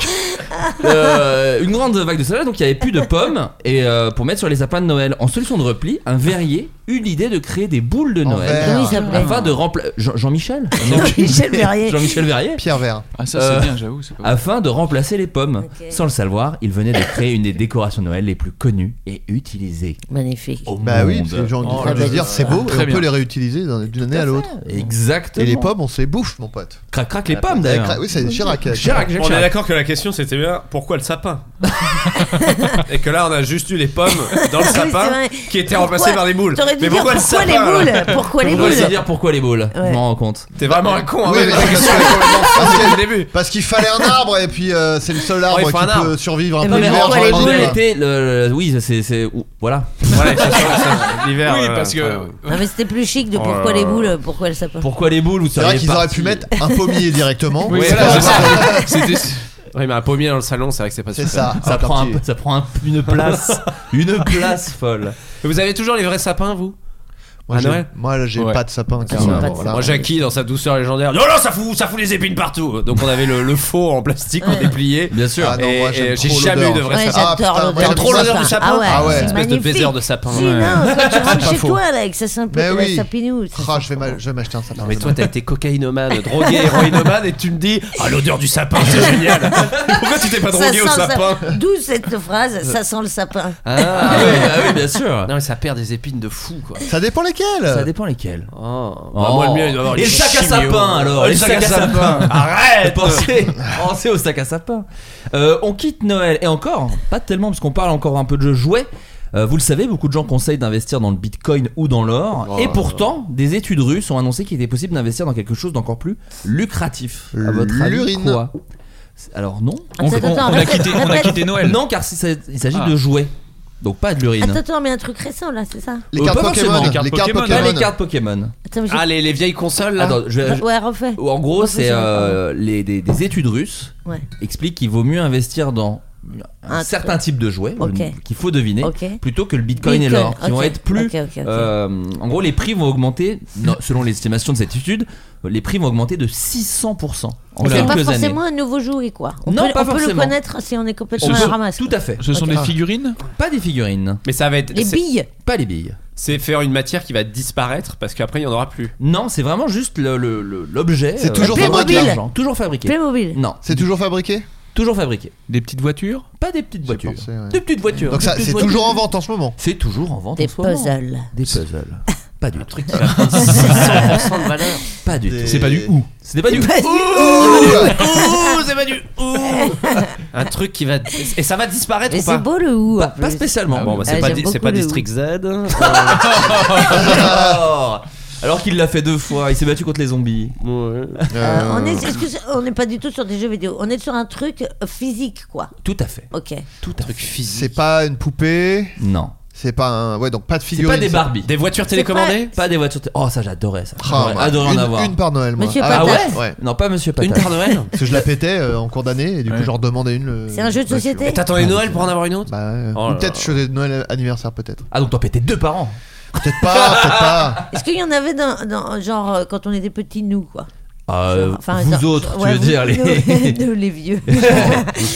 Speaker 7: Euh, une grande vague de salade, donc il n'y avait plus de pommes. Et euh, pour mettre sur les sapins de Noël, en solution de repli, un verrier eut l'idée de créer des boules de Noël
Speaker 8: verre. Oui, ça me plaît.
Speaker 7: afin de remplacer Jean-Michel.
Speaker 8: Jean-Michel Verrier.
Speaker 7: Jean-Michel Verrier. Euh,
Speaker 8: Pierre Vert.
Speaker 15: Ah, ça, c'est bien, j'avoue, c'est pas mal.
Speaker 7: Afin de remplacer les pommes, sans le savoir, il venait de créer une des décorations de Noël les plus connues et utilisées.
Speaker 3: Magnifique.
Speaker 7: Au
Speaker 8: Bah oui,
Speaker 7: monde.
Speaker 8: parce que les gens
Speaker 7: Oh,
Speaker 8: je
Speaker 7: la
Speaker 8: veux dire, c'est beau,
Speaker 7: Très
Speaker 8: et on
Speaker 7: bien.
Speaker 8: peut les réutiliser d'un- d'une année à l'autre.
Speaker 7: Exactement.
Speaker 8: Ah, Et les pommes, on se les bouffe, mon pote.
Speaker 7: Crac crac les
Speaker 8: Ah,
Speaker 7: pommes
Speaker 8: crac,
Speaker 7: d'ailleurs.
Speaker 8: crac, oui, c'est Chirac, Chirac.
Speaker 7: Chirac, Jacques
Speaker 9: On est
Speaker 7: Chirac.
Speaker 9: d'accord que la question c'était bien pourquoi le sapin Et que là on a juste eu les pommes dans le
Speaker 3: Ah, Oui, c'est
Speaker 9: sapin
Speaker 3: vrai.
Speaker 9: qui étaient remplacées
Speaker 3: Pourquoi-
Speaker 9: par des boules.
Speaker 3: T'aurais dû
Speaker 9: Mais
Speaker 3: dire
Speaker 9: pourquoi le
Speaker 3: pourquoi
Speaker 9: sapin
Speaker 3: les
Speaker 9: alors
Speaker 3: boules Pourquoi les
Speaker 7: Je vais
Speaker 3: boules
Speaker 7: dire pourquoi les boules. Je m'en rends compte.
Speaker 8: Ah.
Speaker 9: T'es vraiment un con, hein,
Speaker 8: Oui,
Speaker 9: ouais,
Speaker 8: mais
Speaker 9: la question, elle est complètement fausse depuis le début.
Speaker 8: Parce qu'il fallait un arbre, et puis euh, c'est le seul arbre
Speaker 9: il faut
Speaker 8: qui
Speaker 9: un
Speaker 8: peut
Speaker 9: arbre.
Speaker 8: survivre un
Speaker 3: Et
Speaker 8: peu
Speaker 3: mais
Speaker 8: l'hiver,
Speaker 3: pourquoi les
Speaker 8: j'imagine.
Speaker 7: L'hiver
Speaker 3: boules
Speaker 7: l'été, le, le- oui, c'est, c'est, ouh, voilà.
Speaker 9: Voilà, c'est sûr, c'est- l'hiver.
Speaker 15: Oui,
Speaker 9: euh,
Speaker 15: parce que.
Speaker 9: ouais.
Speaker 3: Non, mais c'était plus chic de pourquoi les boules, Oh. euh, pourquoi le sapin.
Speaker 7: Pourquoi les boules Vous
Speaker 8: C'est vrai qu'ils auraient pu mettre un pommier directement.
Speaker 15: Oui,
Speaker 8: C'est
Speaker 15: voilà,
Speaker 8: pas-
Speaker 15: je sais. C'était.
Speaker 9: Ouais, mais un pommier dans le salon, c'est vrai que c'est pas
Speaker 8: C'est
Speaker 9: super.
Speaker 8: ça.
Speaker 7: Ça
Speaker 8: un
Speaker 7: prend, un,
Speaker 8: quartier.
Speaker 7: ça prend un- une place, une place folle.
Speaker 9: Mais Vous avez toujours les vrais sapins, vous
Speaker 8: Moi,
Speaker 9: À
Speaker 8: j'ai-
Speaker 9: Noël
Speaker 8: Moi, là, j'ai
Speaker 15: Ouais.
Speaker 8: pas de sapin.
Speaker 3: j'ai
Speaker 8: carrément.
Speaker 3: pas de
Speaker 8: Ah, bah, Voilà.
Speaker 9: Moi, Jackie, dans sa douceur légendaire, non, non, ça fout, ça fout les épines partout. Donc, on avait le, le faux en plastique, on dépliait.
Speaker 7: Bien sûr.
Speaker 8: Ah non,
Speaker 9: Et-
Speaker 8: moi, j'aime
Speaker 9: et j'ai
Speaker 8: trop
Speaker 9: jamais eu de
Speaker 8: l'odeur.
Speaker 9: vrai
Speaker 3: Ouais,
Speaker 9: sapin.
Speaker 8: Ah,
Speaker 3: j'adore
Speaker 8: putain,
Speaker 3: l'odeur
Speaker 8: j'aime
Speaker 3: du
Speaker 9: trop l'odeur
Speaker 3: sapin.
Speaker 9: du sapin.
Speaker 3: Ah ouais,
Speaker 8: Ah ouais.
Speaker 3: c'est
Speaker 8: Espèce
Speaker 9: de
Speaker 3: magnifique.
Speaker 9: baiser de sapin.
Speaker 3: Si,
Speaker 9: Ouais.
Speaker 3: non, quand tu rentres
Speaker 8: pas
Speaker 3: chez
Speaker 8: faux.
Speaker 3: toi, là, avec sa simple
Speaker 8: Mais oui.
Speaker 3: sapinou. ça
Speaker 8: Ah,
Speaker 3: sent
Speaker 8: je vais mal- je vais m'acheter un sapin.
Speaker 9: Non, mais toi, t'as été cocaïnomane, drogué, héroïnomane, et tu me dis, ah, l'odeur du sapin, c'est génial. Pourquoi tu t'es pas
Speaker 3: Ça
Speaker 9: drogué au
Speaker 3: sent le
Speaker 9: sapin
Speaker 3: D'où cette phrase, ça sent le sapin.
Speaker 9: Ah,
Speaker 7: Ah oui, bah oui, bien sûr.
Speaker 9: Non, mais ça perd des épines de fou, quoi.
Speaker 8: Ça dépend
Speaker 7: Ça
Speaker 8: lesquels
Speaker 7: dépend lesquels.
Speaker 9: Euh. Oh, bah, moi, le mien, il doit avoir
Speaker 7: Et
Speaker 9: une
Speaker 7: le sac à
Speaker 9: chimio.
Speaker 7: sapin alors
Speaker 9: Ah, Le sac à sapin Arrête
Speaker 7: Pensez, pensez au sac à sapin. Euh, on quitte Noël et encore, pas tellement parce qu'on parle encore un peu de jeux jouets. Euh, vous le savez, beaucoup de gens conseillent d'investir dans le bitcoin ou dans l'or.
Speaker 9: Oh.
Speaker 7: et pourtant, des études russes ont annoncé qu'il était possible d'investir dans quelque chose d'encore plus lucratif. À votre avis,
Speaker 8: L'urine.
Speaker 7: quoi Alors non.
Speaker 15: On,
Speaker 3: Attends,
Speaker 15: on-
Speaker 3: attends,
Speaker 15: on a
Speaker 3: répète,
Speaker 15: quitté, on a
Speaker 3: répète.
Speaker 15: quitté Noël.
Speaker 7: Non, car c'est- il s'agit
Speaker 15: Ah.
Speaker 7: de jouets. Donc pas de l'urine.
Speaker 3: Attends, attends, mais un truc récent là, c'est ça
Speaker 8: Les
Speaker 7: Euh,
Speaker 8: cartes
Speaker 7: pas forcément.
Speaker 8: Pokémon.
Speaker 7: Les cartes hein.
Speaker 8: Les cartes
Speaker 15: Pokémon.
Speaker 7: Pas les
Speaker 8: Pokémon.
Speaker 7: cartes Pokémon.
Speaker 3: Attends, mais j'ai-
Speaker 9: Ah, les, les vieilles consoles, là
Speaker 7: Attends, je vais- je-
Speaker 3: Ouais, refais.
Speaker 7: Ou En gros,
Speaker 3: Refais
Speaker 7: c'est
Speaker 3: sur-
Speaker 7: euh, les- des, des études russes
Speaker 3: Ouais.
Speaker 7: expliquent qu'il vaut mieux investir dans un,
Speaker 3: Un
Speaker 7: certain type de jouet
Speaker 3: Ok.
Speaker 7: je- qu'il faut deviner
Speaker 3: Ok.
Speaker 7: plutôt que le bitcoin, et
Speaker 3: Bitcoin,
Speaker 7: l'or qui vont
Speaker 3: ok,
Speaker 7: être plus.
Speaker 3: ok, ok, ok.
Speaker 7: euh, en gros, les prix vont augmenter, non, selon les estimations de cette étude, les prix vont augmenter de 600% en
Speaker 3: C'est pas
Speaker 7: quelques années.
Speaker 3: forcément un nouveau jouet, quoi. On
Speaker 7: Non,
Speaker 3: peut,
Speaker 7: pas
Speaker 3: on peut le
Speaker 7: forcément.
Speaker 3: connaître si on est
Speaker 7: On
Speaker 3: complètement à
Speaker 7: peut-
Speaker 3: la ramasse.
Speaker 7: tout
Speaker 3: quoi.
Speaker 7: à fait.
Speaker 15: Ce sont
Speaker 3: Ok.
Speaker 15: des
Speaker 9: Ah.
Speaker 15: figurines
Speaker 7: Pas des figurines,
Speaker 9: Mais ça va être.
Speaker 3: Les
Speaker 9: c'est-
Speaker 3: billes.
Speaker 7: pas les billes.
Speaker 9: C'est faire une matière qui va disparaître parce qu'après il n'y en aura plus.
Speaker 7: Non, c'est vraiment juste le- le- le- l'objet.
Speaker 8: C'est toujours
Speaker 7: avec
Speaker 3: fabriqué.
Speaker 7: de l'argent. Toujours fabriqué.
Speaker 3: Playmobil.
Speaker 7: Non,
Speaker 8: C'est toujours fabriqué
Speaker 7: toujours fabriqué.
Speaker 15: Des petites voitures
Speaker 7: Pas des petites voitures.
Speaker 8: pensé, ouais.
Speaker 7: Des petites voitures.
Speaker 8: Donc
Speaker 7: des
Speaker 8: ça,
Speaker 7: petites
Speaker 8: c'est
Speaker 7: voitures.
Speaker 8: toujours en vente en ce moment.
Speaker 7: C'est toujours en vente
Speaker 3: Des
Speaker 7: en ce moment.
Speaker 3: puzzles.
Speaker 7: Des puzzles. Pas du tout.
Speaker 9: de valeur.
Speaker 7: Pas du
Speaker 8: Des-
Speaker 7: tout.
Speaker 15: C'est pas du ou.
Speaker 7: Ce n'est pas du
Speaker 3: Vas-y.
Speaker 8: Euh,
Speaker 9: Ouh, c'est pas du ouh. Un truc qui va et ça va disparaître
Speaker 3: Mais
Speaker 9: ou pas
Speaker 3: c'est beau le ou
Speaker 7: Pas,
Speaker 3: en
Speaker 7: pas
Speaker 3: plus.
Speaker 7: spécialement.
Speaker 9: Bon, bah, c'est
Speaker 3: Ah,
Speaker 9: pas
Speaker 3: j'aime
Speaker 9: di- c'est
Speaker 3: beaucoup
Speaker 9: pas
Speaker 3: le
Speaker 9: District Z. euh,
Speaker 7: Alors, alors qu'il l'a fait deux fois, il s'est battu contre les zombies.
Speaker 9: ouais.
Speaker 3: Euh, on est, excuse- on n'est pas du tout sur des jeux vidéo. On est sur un truc euh, physique, quoi.
Speaker 7: Tout à fait.
Speaker 3: Ok.
Speaker 7: Tout à fait.
Speaker 8: C'est pas une poupée.
Speaker 7: Non.
Speaker 8: C'est pas un. Ouais, donc pas de
Speaker 7: C'est
Speaker 8: figurine.
Speaker 7: pas des Barbies.
Speaker 9: Des voitures télécommandées
Speaker 7: Pas des voitures. Oh, ça j'adorais ça.
Speaker 8: Ah,
Speaker 7: J'aurais
Speaker 8: moi,
Speaker 7: adoré en
Speaker 8: une,
Speaker 7: avoir.
Speaker 8: Une par Noël, moi.
Speaker 3: Monsieur
Speaker 7: Ah
Speaker 3: Patate.
Speaker 7: ouais,
Speaker 8: Ouais.
Speaker 7: Non, pas Monsieur Patate.
Speaker 9: Une par Noël
Speaker 8: Parce que je la pétais euh, en cours d'année et du coup,
Speaker 15: Ouais.
Speaker 8: j'en redemandais une. le-
Speaker 3: C'est un jeu de
Speaker 8: Ouais,
Speaker 3: société.
Speaker 9: T'attendais
Speaker 8: Ah,
Speaker 9: Noël pour en avoir une autre
Speaker 8: Bah, ouais.
Speaker 9: Oh là
Speaker 8: Ou peut-être
Speaker 9: là.
Speaker 8: je faisais Noël anniversaire, peut-être.
Speaker 7: Ah donc t'en pétais deux par an.
Speaker 8: Peut-être pas, peut-être pas.
Speaker 3: Est-ce qu'il y en avait dans, dans- genre euh, quand on était petits nous, quoi
Speaker 7: Euh,
Speaker 3: Enfin,
Speaker 7: vous
Speaker 3: genre-
Speaker 7: autres, tu
Speaker 3: ouais,
Speaker 7: veux
Speaker 3: vous-
Speaker 7: dire les.
Speaker 3: nous, nous, les vieux.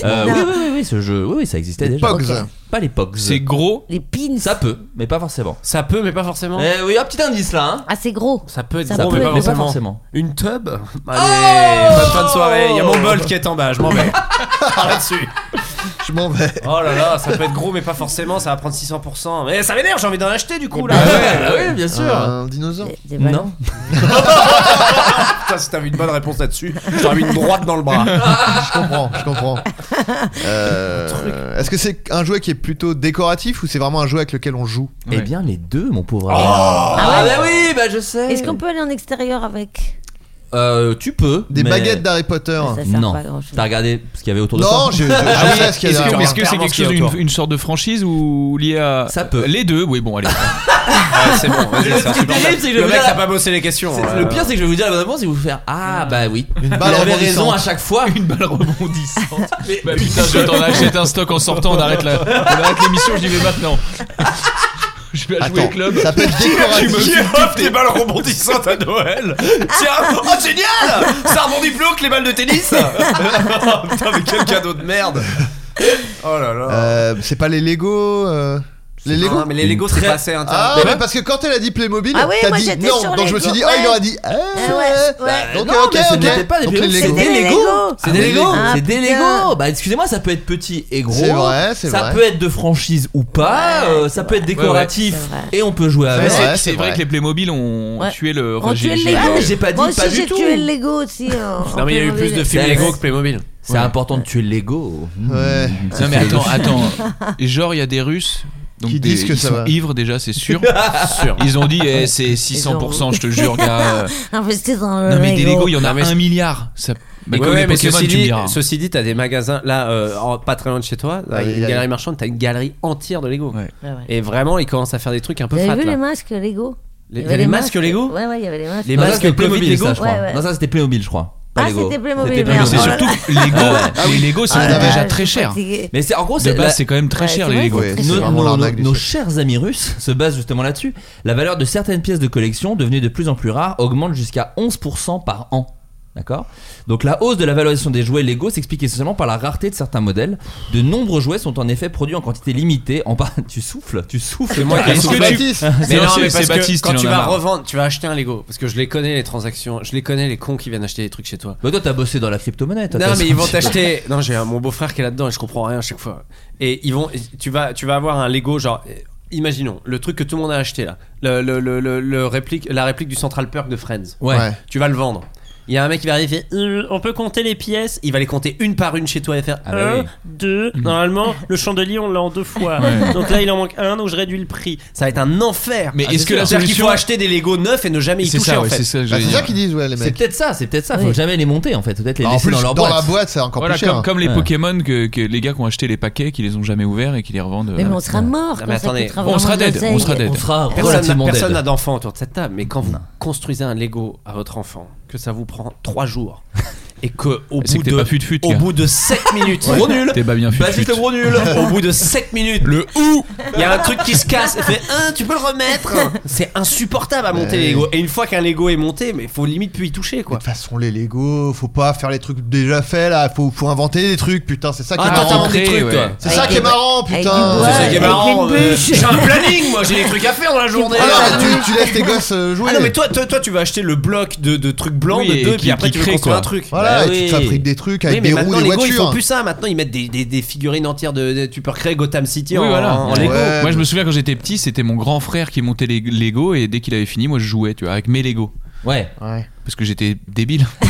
Speaker 7: Euh,
Speaker 3: Non.
Speaker 7: oui, oui, oui, oui, ce jeu, oui, oui, ça existait
Speaker 8: Les
Speaker 7: déjà.
Speaker 8: Pogs.
Speaker 7: Ok. Pas les Pogs.
Speaker 15: C'est gros.
Speaker 3: Les pins.
Speaker 7: Ça peut, mais pas forcément.
Speaker 9: Ça peut mais pas forcément.
Speaker 7: Eh oui, un petit indice là. Hein.
Speaker 3: Ah, c'est gros.
Speaker 9: Ça peut être
Speaker 3: Ça
Speaker 9: gros
Speaker 3: peut,
Speaker 9: mais, pas,
Speaker 7: mais pas
Speaker 9: forcément. Oh
Speaker 7: forcément.
Speaker 9: Une tub Allez, bonne fin de soirée, il y a mon bol qui est en bas, je m'en vais. Là-dessus.
Speaker 8: Je m'en vais.
Speaker 9: Oh là là, ça peut être gros mais pas forcément, ça va prendre 600%. Mais ça m'énerve, j'ai envie d'en acheter du coup là.
Speaker 7: Ah ouais, bah oui, bien sûr.
Speaker 8: Un dinosaure.
Speaker 3: Des- des ballons.
Speaker 7: non.
Speaker 9: Putain, si t'avais une bonne réponse là-dessus, j'aurais mis une droite dans le bras.
Speaker 7: Ah
Speaker 8: Je comprends, je comprends. Euh, Est-ce que c'est un jouet qui est plutôt décoratif ou c'est vraiment un jouet avec lequel on joue
Speaker 7: Eh bien, les deux, mon pauvre ami. ah bah oui, bah je sais.
Speaker 3: Est-ce qu'on peut aller en extérieur avec
Speaker 7: Euh, tu peux.
Speaker 8: Des
Speaker 7: mais-
Speaker 8: baguettes d'Harry Potter
Speaker 3: Ça sert
Speaker 7: Non.
Speaker 3: pas à grand-chose.
Speaker 7: T'as regardé ce qu'il y avait autour de
Speaker 8: Non,
Speaker 7: toi
Speaker 8: je, je, je
Speaker 9: Ah
Speaker 8: sais ce qu'il y
Speaker 15: Est-ce
Speaker 8: a
Speaker 15: que
Speaker 8: derrière.
Speaker 15: est-ce que c'est
Speaker 9: Clairement,
Speaker 15: quelque
Speaker 9: ce qu'il y a
Speaker 15: chose d'une
Speaker 9: autour.
Speaker 15: une sorte de franchise ou lié à
Speaker 7: Ah, Ça peut.
Speaker 15: les deux Oui, bon, allez.
Speaker 9: Ah, c'est bon, vas-y, c'est
Speaker 7: truc
Speaker 9: insupportable.
Speaker 7: terrible, c'est que je
Speaker 9: Le
Speaker 7: veux
Speaker 9: mec
Speaker 7: dire-
Speaker 9: n'a pas bossé les questions.
Speaker 7: C'est-
Speaker 9: euh.
Speaker 7: Le pire, c'est que je vais vous dire la bonne réponse et vous faire Ah bah oui.
Speaker 8: Une
Speaker 7: Il
Speaker 8: balle
Speaker 7: avait raison
Speaker 8: rebondissante.
Speaker 7: à chaque fois.
Speaker 15: Une balle rebondissante. bah putain, je vais t'en acheter un stock en sortant, on arrête la- on arrête l'émission, je dis mais maintenant.
Speaker 9: je vais à jouer au club.
Speaker 8: Ça peut être
Speaker 6: Qui-
Speaker 8: décoratif.
Speaker 6: qui offre des balles rebondissantes à Noël Tiens, oh génial Ça rebondit plus haut que les balles de tennis Oh, Putain, mais quel cadeau de merde Oh là là
Speaker 8: Euh, c'est pas les Lego euh, Les Lego
Speaker 6: Non, mais les Lego, c'est pas assez interne.
Speaker 8: Ah,
Speaker 6: Mais-
Speaker 8: ouais, parce que quand elle a dit Playmobil,
Speaker 3: Ah oui,
Speaker 8: t'as
Speaker 3: moi,
Speaker 8: dit
Speaker 3: j'étais
Speaker 8: non.
Speaker 3: sur
Speaker 8: donc je me suis
Speaker 3: Lego,
Speaker 8: dit, ah, il
Speaker 3: ouais.
Speaker 8: aurait dit. eh,
Speaker 3: Ah ouais, ouais.
Speaker 6: bah,
Speaker 8: Donc,
Speaker 7: non,
Speaker 8: ok,
Speaker 7: mais ce
Speaker 8: ok.
Speaker 7: n'était pas des
Speaker 8: Donc, les
Speaker 7: Lego,
Speaker 8: Lego.
Speaker 7: c'est des Lego. C'est des
Speaker 3: Ah,
Speaker 7: Lego.
Speaker 3: putain.
Speaker 7: C'est des Lego. Bah excusez-moi, ça peut être petit et gros.
Speaker 8: C'est vrai, c'est
Speaker 7: ça
Speaker 8: vrai.
Speaker 7: peut être de franchise ou pas. euh, ça peut être décoratif
Speaker 3: C'est vrai.
Speaker 7: et on peut jouer
Speaker 9: Mais
Speaker 7: avec.
Speaker 9: c'est-
Speaker 8: ouais,
Speaker 9: c'est
Speaker 8: c'est
Speaker 9: vrai
Speaker 8: vrai.
Speaker 9: que les Playmobil ont
Speaker 3: Ouais.
Speaker 9: tué le.
Speaker 3: On
Speaker 9: enfin, j'ai-
Speaker 3: tuait le
Speaker 9: j'ai-
Speaker 7: Ah,
Speaker 3: Lego.
Speaker 7: mais j'ai pas dit
Speaker 3: Moi
Speaker 7: pas
Speaker 3: aussi,
Speaker 7: du
Speaker 3: j'ai
Speaker 7: tout.
Speaker 3: tué le Lego aussi. en-
Speaker 6: Non, mais il y a eu
Speaker 3: en
Speaker 6: plus de
Speaker 3: Playmobil.
Speaker 6: films
Speaker 7: C'est-
Speaker 9: Euh,
Speaker 6: Lego que Playmobil.
Speaker 7: C'est important de tuer le Lego.
Speaker 8: Ouais.
Speaker 6: Ah,
Speaker 9: Non mais attends, attends. Genre il y a des Russes. Donc
Speaker 8: Qui
Speaker 9: des-
Speaker 8: disent que
Speaker 9: ils
Speaker 8: ça
Speaker 9: sont
Speaker 8: va.
Speaker 9: ivres déjà, c'est sûr.
Speaker 6: Sûr.
Speaker 9: Ils ont dit, eh, c'est 600%, je te jure, gars.
Speaker 3: Investi dans le
Speaker 9: Non mais des Lego, il y en a
Speaker 6: Non, mais-
Speaker 9: un milliard. Ça... Mais
Speaker 6: Ouais,
Speaker 9: comme
Speaker 6: ouais,
Speaker 9: les
Speaker 6: mais
Speaker 9: Pokémon,
Speaker 6: ceci
Speaker 9: tu me
Speaker 6: dit,
Speaker 9: diras. Ah,
Speaker 6: ceci dit, t'as des magasins là, euh, en- pas très loin de chez toi, dans
Speaker 8: Aïe,
Speaker 6: une
Speaker 8: aïe, aïe.
Speaker 6: galerie marchande, t'as une galerie entière de Lego.
Speaker 9: Ouais.
Speaker 3: Ouais, ouais.
Speaker 6: Et vraiment, ils commencent à faire des trucs un peu
Speaker 3: Vous avez
Speaker 6: fat
Speaker 3: vu les
Speaker 6: là.
Speaker 3: masques Lego
Speaker 6: Les,
Speaker 3: Il y
Speaker 6: t'as
Speaker 3: avait
Speaker 6: les masques Lego
Speaker 3: Ouais, ouais, il y avait les masques.
Speaker 6: Les
Speaker 7: Non, ça,
Speaker 6: masques
Speaker 7: c'était
Speaker 6: Covid
Speaker 7: Playmobil,
Speaker 6: Lego.
Speaker 7: ça, je crois.
Speaker 3: Ouais, ouais.
Speaker 7: Non, ça c'était Playmobil, je crois. Pas
Speaker 3: Ah,
Speaker 7: Lego.
Speaker 3: c'était Playmobil,
Speaker 7: C'était
Speaker 3: merde.
Speaker 9: Non, c'est
Speaker 3: Oh là
Speaker 9: surtout
Speaker 3: là.
Speaker 9: Lego. Les Lego, c'est
Speaker 3: Ah,
Speaker 8: là,
Speaker 9: déjà
Speaker 3: je
Speaker 9: très
Speaker 3: suis
Speaker 9: cher.
Speaker 3: fatigué.
Speaker 7: Mais c'est en gros,
Speaker 9: De
Speaker 7: c'est la-
Speaker 9: base, c'est quand même très
Speaker 3: Ouais,
Speaker 9: cher
Speaker 3: c'est
Speaker 9: les
Speaker 3: vrai
Speaker 9: Lego.
Speaker 3: que
Speaker 8: Ouais, c'est
Speaker 7: nos,
Speaker 8: vraiment
Speaker 7: nos-
Speaker 8: l'arnaque
Speaker 7: nos-
Speaker 8: des
Speaker 7: nos
Speaker 8: siècles.
Speaker 7: chers amis russes se basent justement là-dessus. La valeur de certaines pièces de collection, devenues de plus en plus rares, augmente jusqu'à 11% par an. D'accord Donc la hausse de la valorisation des jouets Lego s'explique essentiellement par la rareté de certains modèles. De nombreux jouets sont en effet produits en quantité limitée. En par- Tu souffles, tu souffles.
Speaker 6: C'est moi qui ai
Speaker 7: carrément.
Speaker 9: Est-ce que
Speaker 6: soufflé.
Speaker 9: tu-
Speaker 8: Baptiste.
Speaker 6: Mais
Speaker 9: C'est
Speaker 6: non,
Speaker 9: ancien,
Speaker 6: mais
Speaker 9: c'est
Speaker 6: parce que
Speaker 9: Baptiste,
Speaker 6: quand
Speaker 9: il en
Speaker 6: tu
Speaker 9: a
Speaker 6: vas
Speaker 9: marre.
Speaker 6: revendre, tu vas acheter un Lego parce que je les connais les transactions, je les connais les cons qui viennent acheter des trucs chez toi.
Speaker 7: Bah, toi, t'as bossé dans la crypto-monnaie. toi,
Speaker 6: Non
Speaker 7: t'as
Speaker 6: mais ils vont
Speaker 7: senti-
Speaker 6: t'acheter. Non j'ai un- mon beau-frère qui est là-dedans et je comprends rien à chaque fois. Et ils vont, tu vas, tu vas avoir un Lego genre. euh, Imaginons le truc que tout le monde a acheté là, le, le- le- le- le réplique, la réplique du Central Perk de Friends.
Speaker 7: Ouais.
Speaker 8: Ouais.
Speaker 6: Tu vas le vendre. Il y a un mec qui va arriver, et fait, Euh, on peut compter les pièces. Il va les compter une par une chez toi et faire
Speaker 7: Ah bah
Speaker 6: un,
Speaker 7: oui.
Speaker 6: deux. Normalement, le chandelier on l'a en deux fois. Donc là, il en manque un, donc je réduis le prix. Ça va être un enfer. Ah,
Speaker 9: Mais est-ce
Speaker 6: c'est
Speaker 9: que la
Speaker 6: sûr. C'est-à-dire qu'il
Speaker 9: solution-
Speaker 6: faut acheter des Lego neufs et ne jamais y
Speaker 9: C'est
Speaker 6: toucher
Speaker 9: ça,
Speaker 6: en
Speaker 9: ouais,
Speaker 6: fait.
Speaker 9: c'est ça que
Speaker 8: Bah,
Speaker 9: j'allais
Speaker 8: c'est
Speaker 9: dire.
Speaker 8: ça qu'ils disent, ouais, les
Speaker 7: C'est
Speaker 8: mecs.
Speaker 7: peut-être ça, c'est peut-être ça. Faut
Speaker 3: Oui.
Speaker 7: jamais les monter en fait. Peut-être les
Speaker 8: Bah, En
Speaker 7: laisser
Speaker 8: plus,
Speaker 7: dans leur
Speaker 8: dans la
Speaker 7: boîte.
Speaker 8: boîte, c'est encore
Speaker 9: Voilà,
Speaker 8: plus cher. hein.
Speaker 9: comme, comme les
Speaker 6: hein.
Speaker 7: Ouais.
Speaker 9: Pokémon que, que les gars qui ont acheté les paquets, qui les ont jamais ouverts et qui les revendent. euh,
Speaker 3: Mais on sera mort
Speaker 6: mais
Speaker 3: quand ça
Speaker 6: attendez,
Speaker 3: coûtera
Speaker 9: on sera
Speaker 3: vraiment de
Speaker 9: dead,
Speaker 3: l'oseille.
Speaker 9: on sera dead.
Speaker 7: On sera
Speaker 6: Personne n'a-
Speaker 7: relativement
Speaker 6: personne
Speaker 7: dead.
Speaker 6: n'a d'enfant autour de cette table, mais quand vous construisez un Lego à votre enfant, que ça vous prend 3 jours et que au bout
Speaker 9: C'est que t'es pas
Speaker 6: de
Speaker 9: fut-fut,
Speaker 6: au
Speaker 9: gars.
Speaker 6: bout de 7 minutes,
Speaker 7: Ouais.
Speaker 6: gros nul.
Speaker 9: T'es pas bien
Speaker 7: Bah,
Speaker 9: fut
Speaker 6: Baptiste le gros nul. Au bout de 7 minutes, le ou, il y a un truc qui se casse. Il fait un, tu peux le remettre. C'est insupportable à monter les Lego. Et une fois qu'un Lego est monté, mais faut limite plus y toucher
Speaker 8: Mais
Speaker 6: quoi.
Speaker 8: De toute façon, les Lego, faut pas faire les trucs déjà faits là, faut, faut inventer des trucs, putain, c'est ça qui est
Speaker 6: Ah, toi, t'as
Speaker 8: marrant.
Speaker 6: inventé des
Speaker 9: Créer,
Speaker 6: trucs, toi.
Speaker 9: ouais.
Speaker 8: C'est ça
Speaker 3: Avec
Speaker 8: qui est
Speaker 3: des-
Speaker 8: marrant,
Speaker 3: avec
Speaker 8: putain.
Speaker 3: du bois,
Speaker 6: C'est ça qui est
Speaker 3: avec
Speaker 6: marrant.
Speaker 3: une
Speaker 6: euh,
Speaker 3: bûche.
Speaker 6: J'ai un planning, moi, j'ai des trucs à faire dans la journée.
Speaker 8: Ah non, mais tu, tu laisses tes gosses euh, jouer.
Speaker 6: Ah non, mais toi, toi, toi, tu vas acheter le bloc de, de trucs blancs
Speaker 9: Oui, et
Speaker 6: de deux,
Speaker 9: qui-
Speaker 6: puis après
Speaker 9: qui
Speaker 6: tu veux
Speaker 9: crée,
Speaker 6: construire
Speaker 9: quoi.
Speaker 6: un truc.
Speaker 8: Voilà,
Speaker 7: Bah
Speaker 8: et tu
Speaker 7: oui.
Speaker 8: te fabriques des trucs avec
Speaker 6: oui, mais
Speaker 8: des roues,
Speaker 6: maintenant
Speaker 8: des
Speaker 6: les Lego ils
Speaker 8: voitures.
Speaker 6: font plus ça. Maintenant ils mettent des, des, des figurines entières de, de- Tu peux recréer Gotham City en,
Speaker 9: Oui, voilà.
Speaker 6: en
Speaker 9: Ouais.
Speaker 6: Lego.
Speaker 8: Ouais.
Speaker 9: Moi je me souviens quand j'étais petit, c'était mon grand frère qui montait les Lego et dès qu'il avait fini, moi je jouais, tu vois, avec mes Lego
Speaker 7: Ouais.
Speaker 8: Ouais.
Speaker 9: parce que j'étais débile.
Speaker 6: Ouais,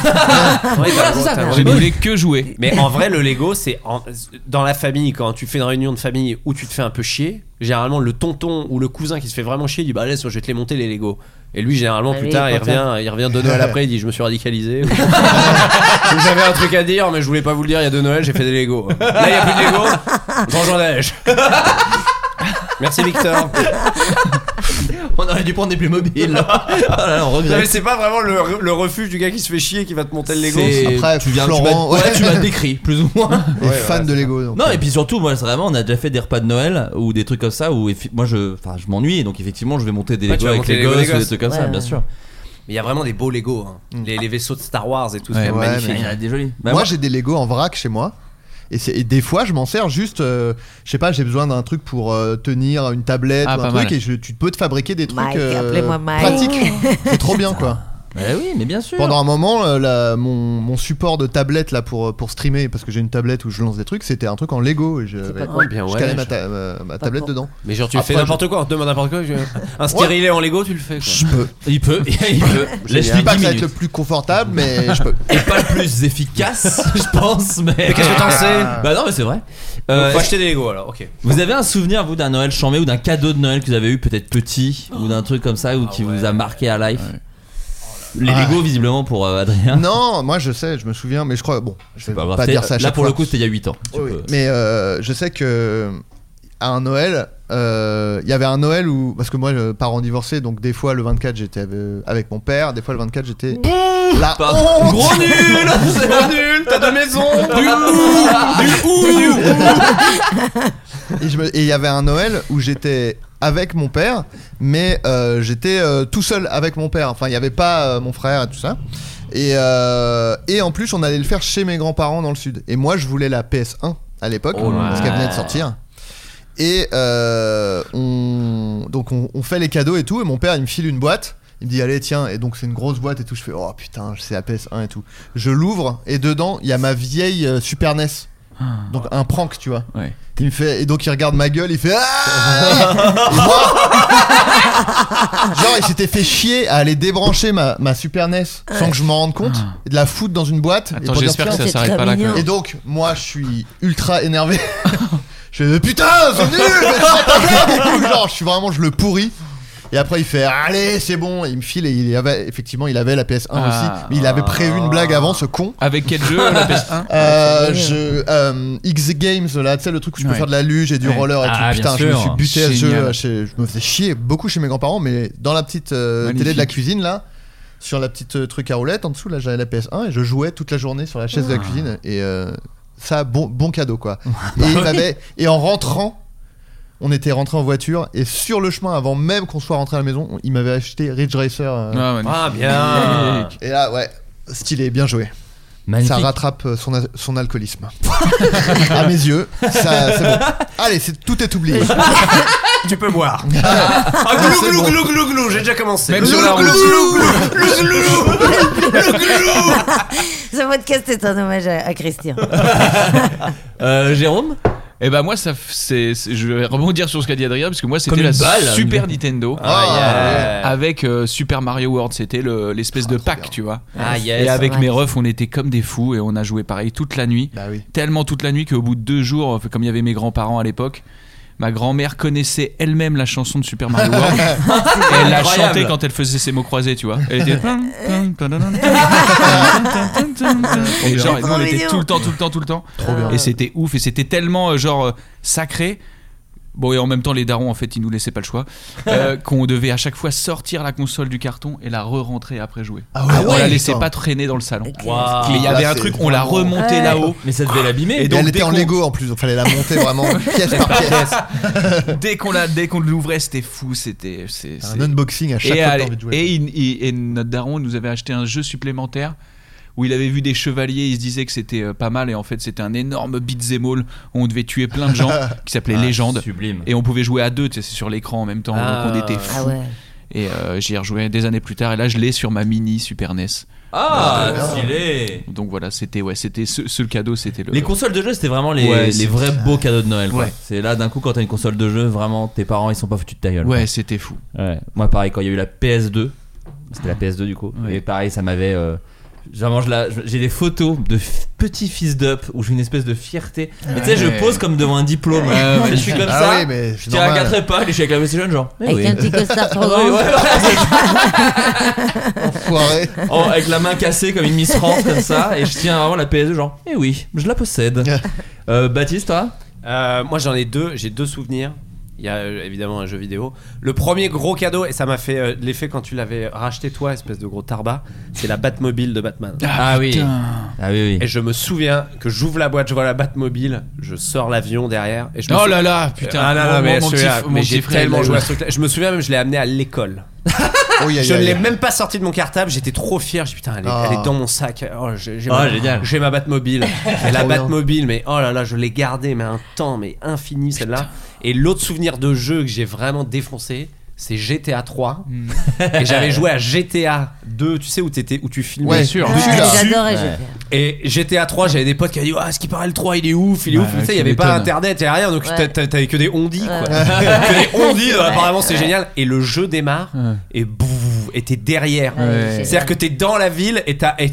Speaker 6: t'as raison, t'as
Speaker 9: Je
Speaker 6: raison.
Speaker 9: ne voulais que jouer.
Speaker 6: Mais en vrai, le Lego, c'est en- dans la famille, quand tu fais une réunion de famille où tu te fais un peu chier, généralement le tonton ou le cousin qui se fait vraiment chier dit Bah, laisse, moi, je vais te les monter les Lego. Et lui, généralement,
Speaker 3: Ah
Speaker 6: plus
Speaker 3: oui,
Speaker 6: tard, il
Speaker 3: content.
Speaker 6: revient, il revient de Noël après, il dit Je me suis radicalisé. Ou- Ou J'avais un truc à dire, mais je voulais pas vous le dire, il y a deux Noël, j'ai fait des Lego. Là, il y a plus de Lego, j'en j'en neige. Merci Victor.
Speaker 7: On aurait dû prendre des Playmobil. là. oh là là, on
Speaker 6: Non, mais
Speaker 7: regrette.
Speaker 6: c'est pas vraiment le, le refuge du gars qui se fait chier qui va te monter le Lego.
Speaker 7: C'est-
Speaker 8: Après,
Speaker 7: tu viens,
Speaker 8: Florent,
Speaker 7: tu m'as- ouais,
Speaker 8: ouais.
Speaker 7: tu m'as décrit plus ou moins.
Speaker 8: Les fans de Lego. donc.
Speaker 7: Non et puis surtout moi c'est vraiment on a déjà fait des repas de Noël ou des trucs comme ça où effi- moi je enfin je m'ennuie donc effectivement je vais monter des
Speaker 6: Ouais, tu vas
Speaker 7: Lego avec
Speaker 6: monter
Speaker 7: les
Speaker 6: les Lego
Speaker 7: gosses,
Speaker 6: des
Speaker 7: ou des
Speaker 6: gosses.
Speaker 7: trucs comme ça
Speaker 3: Ouais,
Speaker 7: bien
Speaker 3: ouais.
Speaker 7: sûr.
Speaker 6: Mais il y a vraiment des beaux Lego. hein. Les, les vaisseaux de Star Wars et tout,
Speaker 9: Ouais,
Speaker 6: c'est
Speaker 9: ouais,
Speaker 6: magnifique.
Speaker 7: Il y en a des jolis. Bah,
Speaker 8: moi, j'ai des Lego en vrac chez moi. Et, c'est- et des fois, je m'en sers juste, euh, je sais pas, j'ai besoin d'un truc pour euh, tenir une tablette
Speaker 9: Ah,
Speaker 8: ou
Speaker 9: pas
Speaker 8: un truc,
Speaker 9: mal.
Speaker 8: et je- tu peux te fabriquer des trucs euh,
Speaker 3: Mike, appelez-moi Mike.
Speaker 8: pratiques. C'est trop bien, quoi.
Speaker 7: bah oui mais bien sûr.
Speaker 8: Pendant un moment, euh, la- mon, mon support de tablette là pour, pour streamer, parce que j'ai une tablette où je lance des trucs, c'était un truc en Lego. Et je,
Speaker 3: pas
Speaker 6: con. Bien,
Speaker 8: je
Speaker 6: ouais,
Speaker 8: calais ma,
Speaker 6: je-
Speaker 8: ta- ma- ma tablette
Speaker 3: con.
Speaker 8: dedans.
Speaker 6: Mais genre tu
Speaker 8: Après,
Speaker 9: Ah,
Speaker 6: fais n'importe quoi, on te demande n'importe quoi. je- Un stérilet en Lego, tu le fais. Quoi.
Speaker 8: Je peux.
Speaker 7: Il peut il peut.
Speaker 8: Je
Speaker 7: Laisse
Speaker 8: dis
Speaker 7: lui
Speaker 8: pas
Speaker 7: 10
Speaker 8: que ça va être le
Speaker 7: minutes.
Speaker 8: plus confortable, mais je peux.
Speaker 7: Et pas le plus efficace je pense mais. Mais
Speaker 6: qu'est-ce que t'en sais
Speaker 7: Bah non mais c'est vrai.
Speaker 6: Donc,
Speaker 7: Euh,
Speaker 6: faut acheter des Lego alors, ok.
Speaker 7: vous avez un souvenir vous d'un Noël chambé ou d'un cadeau de Noël que vous avez eu peut-être petit ou d'un truc comme ça ou qui vous a marqué à life. Les
Speaker 8: Ah.
Speaker 7: Lego visiblement pour euh, Adrien.
Speaker 8: Non, moi je sais, je me souviens, mais je crois. Bon, je vais
Speaker 7: Pas
Speaker 8: pas,
Speaker 7: grave,
Speaker 8: dire
Speaker 7: c'est-
Speaker 8: ça à
Speaker 7: Là
Speaker 8: chaque
Speaker 7: pour
Speaker 8: fois.
Speaker 7: le coup c'était il y a 8 ans. Tu
Speaker 8: Oui,
Speaker 7: peux-
Speaker 8: Mais euh, je sais que à un Noël, euh, il y avait un Noël où. Parce que moi, je- parents divorcés, donc des fois le 24 j'étais ave- avec mon père, des fois le 24 j'étais.
Speaker 3: Mmh.
Speaker 8: Là,
Speaker 7: Pardon. Gros nul C'est pas nul T'as deux maisons Du ou Du ou
Speaker 8: et je me- et il y avait un Noël où j'étais avec mon père, mais euh, j'étais euh, tout seul avec mon père. Enfin, il n'y avait pas euh, mon frère et tout ça. Et, euh, et en plus, on allait le faire chez mes grands-parents dans le sud. Et moi, je voulais la PS1 à l'époque,
Speaker 6: Oh là
Speaker 8: parce qu'elle
Speaker 6: là.
Speaker 8: venait de sortir. Et euh, on, donc on, on fait les cadeaux et tout. Et mon père, il me file une boîte. Il me dit, allez, tiens. Et donc, c'est une grosse boîte et tout. Je fais, oh putain, c'est la PS1 et tout. Je l'ouvre et dedans, il y a ma vieille euh, Super NES. Donc, un prank, tu vois. Il me fait, et donc, il regarde ma gueule. Il fait, ah Et moi, Genre, il s'était fait chier à aller débrancher ma, ma Super NES sans que je m'en rende compte et de la foutre dans une boîte. et
Speaker 9: Ah. Attends,
Speaker 8: pour dire,
Speaker 9: j'espère que
Speaker 8: tiens,
Speaker 9: ça s'arrête C'est pas là, très quand même.
Speaker 8: Et donc, moi, je suis ultra énervé. je fais putain, c'est nul, mais je sens ta blague et tout. Genre, je suis vraiment, je le pourris. Et après, il fait allez, c'est bon. Et il me file et il avait, effectivement, il avait la PS1 aussi.
Speaker 9: Ah.
Speaker 8: Mais il avait prévu une blague avant, ce con.
Speaker 9: Avec quel jeu la
Speaker 6: Ah,
Speaker 9: PS1
Speaker 8: Euh, je, euh, X Games, là, tu sais, le truc où je peux
Speaker 9: Ah, Ouais.
Speaker 8: faire de la luge et du
Speaker 9: Ouais.
Speaker 8: roller et
Speaker 9: Ah,
Speaker 8: tout.
Speaker 9: bien
Speaker 8: Putain, je me
Speaker 9: sûr.
Speaker 8: suis buté à ce
Speaker 9: Génial.
Speaker 8: jeu. chez- je me faisais chier beaucoup chez mes grands-parents, mais dans la petite euh,
Speaker 9: Magnifique.
Speaker 8: télé de la cuisine, là, sur la petite euh, truc à roulette en dessous, là, j'avais la PS1 et je jouais toute la journée sur la chaise de la
Speaker 9: Ah.
Speaker 8: cuisine. Et euh, ça, bon, bon cadeau, quoi. et,
Speaker 9: Bah
Speaker 8: il
Speaker 9: oui.
Speaker 8: m'avait- et en rentrant, on était rentré en voiture et sur le chemin, avant même qu'on soit rentré à la maison, on- il m'avait acheté Ridge Racer. euh,
Speaker 9: Ah, magnifique. Ah,
Speaker 6: bien.
Speaker 8: Et là, ouais, stylé, bien joué.
Speaker 7: Magnifique.
Speaker 8: Ça rattrape euh, son, a- son alcoolisme. à mes yeux, ça, c'est bon. Allez, c'est- tout est oublié.
Speaker 6: tu peux boire. Ah, ah, glou, glou, glou, glou, glou, j'ai déjà commencé.
Speaker 9: Même
Speaker 6: Glou,
Speaker 9: sur la
Speaker 6: glou,
Speaker 9: route.
Speaker 6: glou, glou, glou, glou, glou.
Speaker 3: Ce podcast est un hommage à, à Christian.
Speaker 7: Euh,
Speaker 9: Jérôme eh ben moi ça f- c'est c'est- je vais rebondir sur ce qu'a dit Adrien parce que moi
Speaker 7: Comme
Speaker 9: c'était
Speaker 7: une
Speaker 9: la
Speaker 7: balle.
Speaker 9: Super Nintendo
Speaker 7: Ah, yeah.
Speaker 9: avec euh, Super Mario World c'était le- l'espèce de pack tu vois
Speaker 7: Ah, yes.
Speaker 9: et avec
Speaker 7: Ouais.
Speaker 9: mes refs on était comme des fous et on a joué pareil toute la nuit
Speaker 8: Bah
Speaker 9: tellement toute la nuit qu'au bout de deux jours euh, comme il y avait mes grands-parents à l'époque ma grand-mère connaissait elle-même la chanson de Super Mario World et elle la
Speaker 7: Incroyable.
Speaker 9: chantait quand elle faisait ses mots croisés tu vois elle était Et genre, nous, on était tout le temps, tout le temps, tout le temps. Et c'était ouf. Et c'était tellement, euh, genre, euh, sacré. Bon, et en même temps, les darons, en fait, ils nous laissaient pas le choix. euh, qu'on devait à chaque fois sortir la console du carton et la re-rentrer après jouer.
Speaker 8: Ah ouais,
Speaker 9: on la
Speaker 8: ouais,
Speaker 9: laissait
Speaker 8: putain. Ah,
Speaker 9: pas traîner dans le salon.
Speaker 7: Waouh.
Speaker 9: Mais il y avait
Speaker 8: Là,
Speaker 9: un
Speaker 8: c'est
Speaker 9: truc, on la
Speaker 8: vraiment-
Speaker 9: remontait
Speaker 3: Ouais.
Speaker 9: là-haut.
Speaker 7: Mais ça devait l'abîmer.
Speaker 8: Et,
Speaker 9: Et donc,
Speaker 8: elle
Speaker 9: dès
Speaker 8: était en
Speaker 9: qu'on-
Speaker 8: Lego en plus, donc fallait la monter vraiment pièce par pièce.
Speaker 9: dès qu'on la, dès qu'on l'ouvrait, c'était fou. C'était, c'est,
Speaker 8: Un
Speaker 9: c'est-
Speaker 8: unboxing à chaque
Speaker 9: et,
Speaker 8: fois que
Speaker 9: allez,
Speaker 8: t'as envie de jouer.
Speaker 9: et il- il- et notre daron nous avait acheté un jeu supplémentaire où il avait vu des chevaliers, il se disait que c'était euh, pas mal et en fait c'était un énorme beat'em all où on devait tuer plein de gens qui s'appelait
Speaker 7: Ah,
Speaker 9: Légende
Speaker 7: Sublime.
Speaker 9: et on pouvait jouer à deux, tu sais, c'est sur l'écran en même temps
Speaker 6: Ah.
Speaker 9: donc on était fous.
Speaker 3: Ah ouais.
Speaker 9: Et euh, j'y ai rejoué des années plus tard et là je l'ai sur ma mini Super NES.
Speaker 7: Ah, stylé.
Speaker 9: Donc voilà, c'était ouais, c'était ce, ce cadeau, c'était le
Speaker 7: Les consoles de jeu, c'était vraiment les,
Speaker 9: Ouais,
Speaker 7: les
Speaker 9: c'est-
Speaker 7: vrais beaux cadeaux de Noël. quoi.
Speaker 9: Ouais.
Speaker 7: C'est là, d'un coup, quand t'as une console de jeu, vraiment, tes parents, ils sont pas foutus de ta gueule.
Speaker 9: Ouais, c'était fou.
Speaker 7: Ouais. Moi, pareil, quand il y a eu la PS2, c'était la PS2 du coup,
Speaker 9: Ouais.
Speaker 7: et pareil, ça m'avait. euh, vraiment, je la- je- j'ai des photos de f- petits fils d'up où j'ai une espèce de fierté. Mais tu sais, je
Speaker 9: Ouais.
Speaker 7: pose comme devant un diplôme.
Speaker 9: Ouais, ouais.
Speaker 7: Je suis comme
Speaker 8: Ah
Speaker 7: ça.
Speaker 8: oui, mais c'est
Speaker 7: je tiens à
Speaker 8: normal.
Speaker 7: quatre époques et je suis avec la PlayStation, genre. eh
Speaker 3: Avec
Speaker 7: oui.
Speaker 3: un petit costard trop
Speaker 7: Ah oui, ouais,
Speaker 3: grand.
Speaker 7: ouais.
Speaker 8: Foiré.
Speaker 7: Oh, avec la main cassée comme une Miss France, comme ça, et je tiens vraiment la PS2, genre. Eh oui, je la possède. Euh, Baptiste, toi
Speaker 6: Euh, Moi j'en ai deux, j'ai deux souvenirs. Il y a euh, évidemment un jeu vidéo. Le premier gros cadeau, et ça m'a fait euh, l'effet quand tu l'avais racheté toi, espèce de gros tarbat, c'est la Batmobile de Batman.
Speaker 7: Ah, oui. Ah oui,
Speaker 6: Et
Speaker 7: oui.
Speaker 6: je me souviens que j'ouvre la boîte, je vois la Batmobile, je sors l'avion derrière. Et je me
Speaker 9: Oh
Speaker 6: sou-
Speaker 9: là là, putain.
Speaker 6: Ah non,
Speaker 9: mon-
Speaker 6: non, mais,
Speaker 9: mon petit
Speaker 6: celui-là,
Speaker 9: fr-
Speaker 6: mais
Speaker 9: mon
Speaker 6: j'ai
Speaker 9: petit frère,
Speaker 6: tellement
Speaker 9: il
Speaker 6: joué à
Speaker 9: l'a
Speaker 6: ce truc-là. Je me souviens même, je l'ai amené à l'école.
Speaker 8: Oh, y a- y
Speaker 6: Je
Speaker 8: a-
Speaker 6: ne
Speaker 8: y a-
Speaker 6: l'ai même pas sorti de mon cartable, j'étais trop fier. J'ai dit, putain, elle est,
Speaker 8: Ah.
Speaker 6: elle est dans mon sac. Oh, j'ai j'ai
Speaker 7: Oh,
Speaker 6: ma,
Speaker 7: génial.
Speaker 6: j'ai ma Batmobile. Et la
Speaker 8: Trop bien.
Speaker 6: Batmobile, mais oh là là, je l'ai gardée, mais un temps, mais infini celle-là. Et l'autre souvenir de jeu que j'ai vraiment défoncé, c'est GTA 3. Et j'avais joué à GTA 2, tu sais, où, t'étais- où tu filmais.
Speaker 8: Ouais, sûr.
Speaker 3: Ah,
Speaker 8: Dessus, là.
Speaker 3: J'adorais, j'ai
Speaker 6: Et GTA 3, j'avais des potes qui avaient dit Ah, ce qui paraît, le 3, il est ouf, il est
Speaker 9: Ouais,
Speaker 6: ouf. Mais Tu sais, il
Speaker 9: tu
Speaker 6: n'y avait pas
Speaker 9: m'étonnes.
Speaker 6: internet, il n'y avait rien, donc
Speaker 3: Ouais.
Speaker 6: t'a- t'a- t'avais que des ondis, quoi.
Speaker 3: Ouais.
Speaker 6: que des ondis,
Speaker 3: Ouais.
Speaker 6: apparemment, c'est
Speaker 3: Ouais.
Speaker 6: génial. Et le jeu démarre,
Speaker 9: Ouais.
Speaker 6: et bouf, et t'es derrière.
Speaker 3: Ouais,
Speaker 9: Ouais.
Speaker 3: c'est
Speaker 6: C'est-à-dire que t'es dans la ville et t'as. Et, et-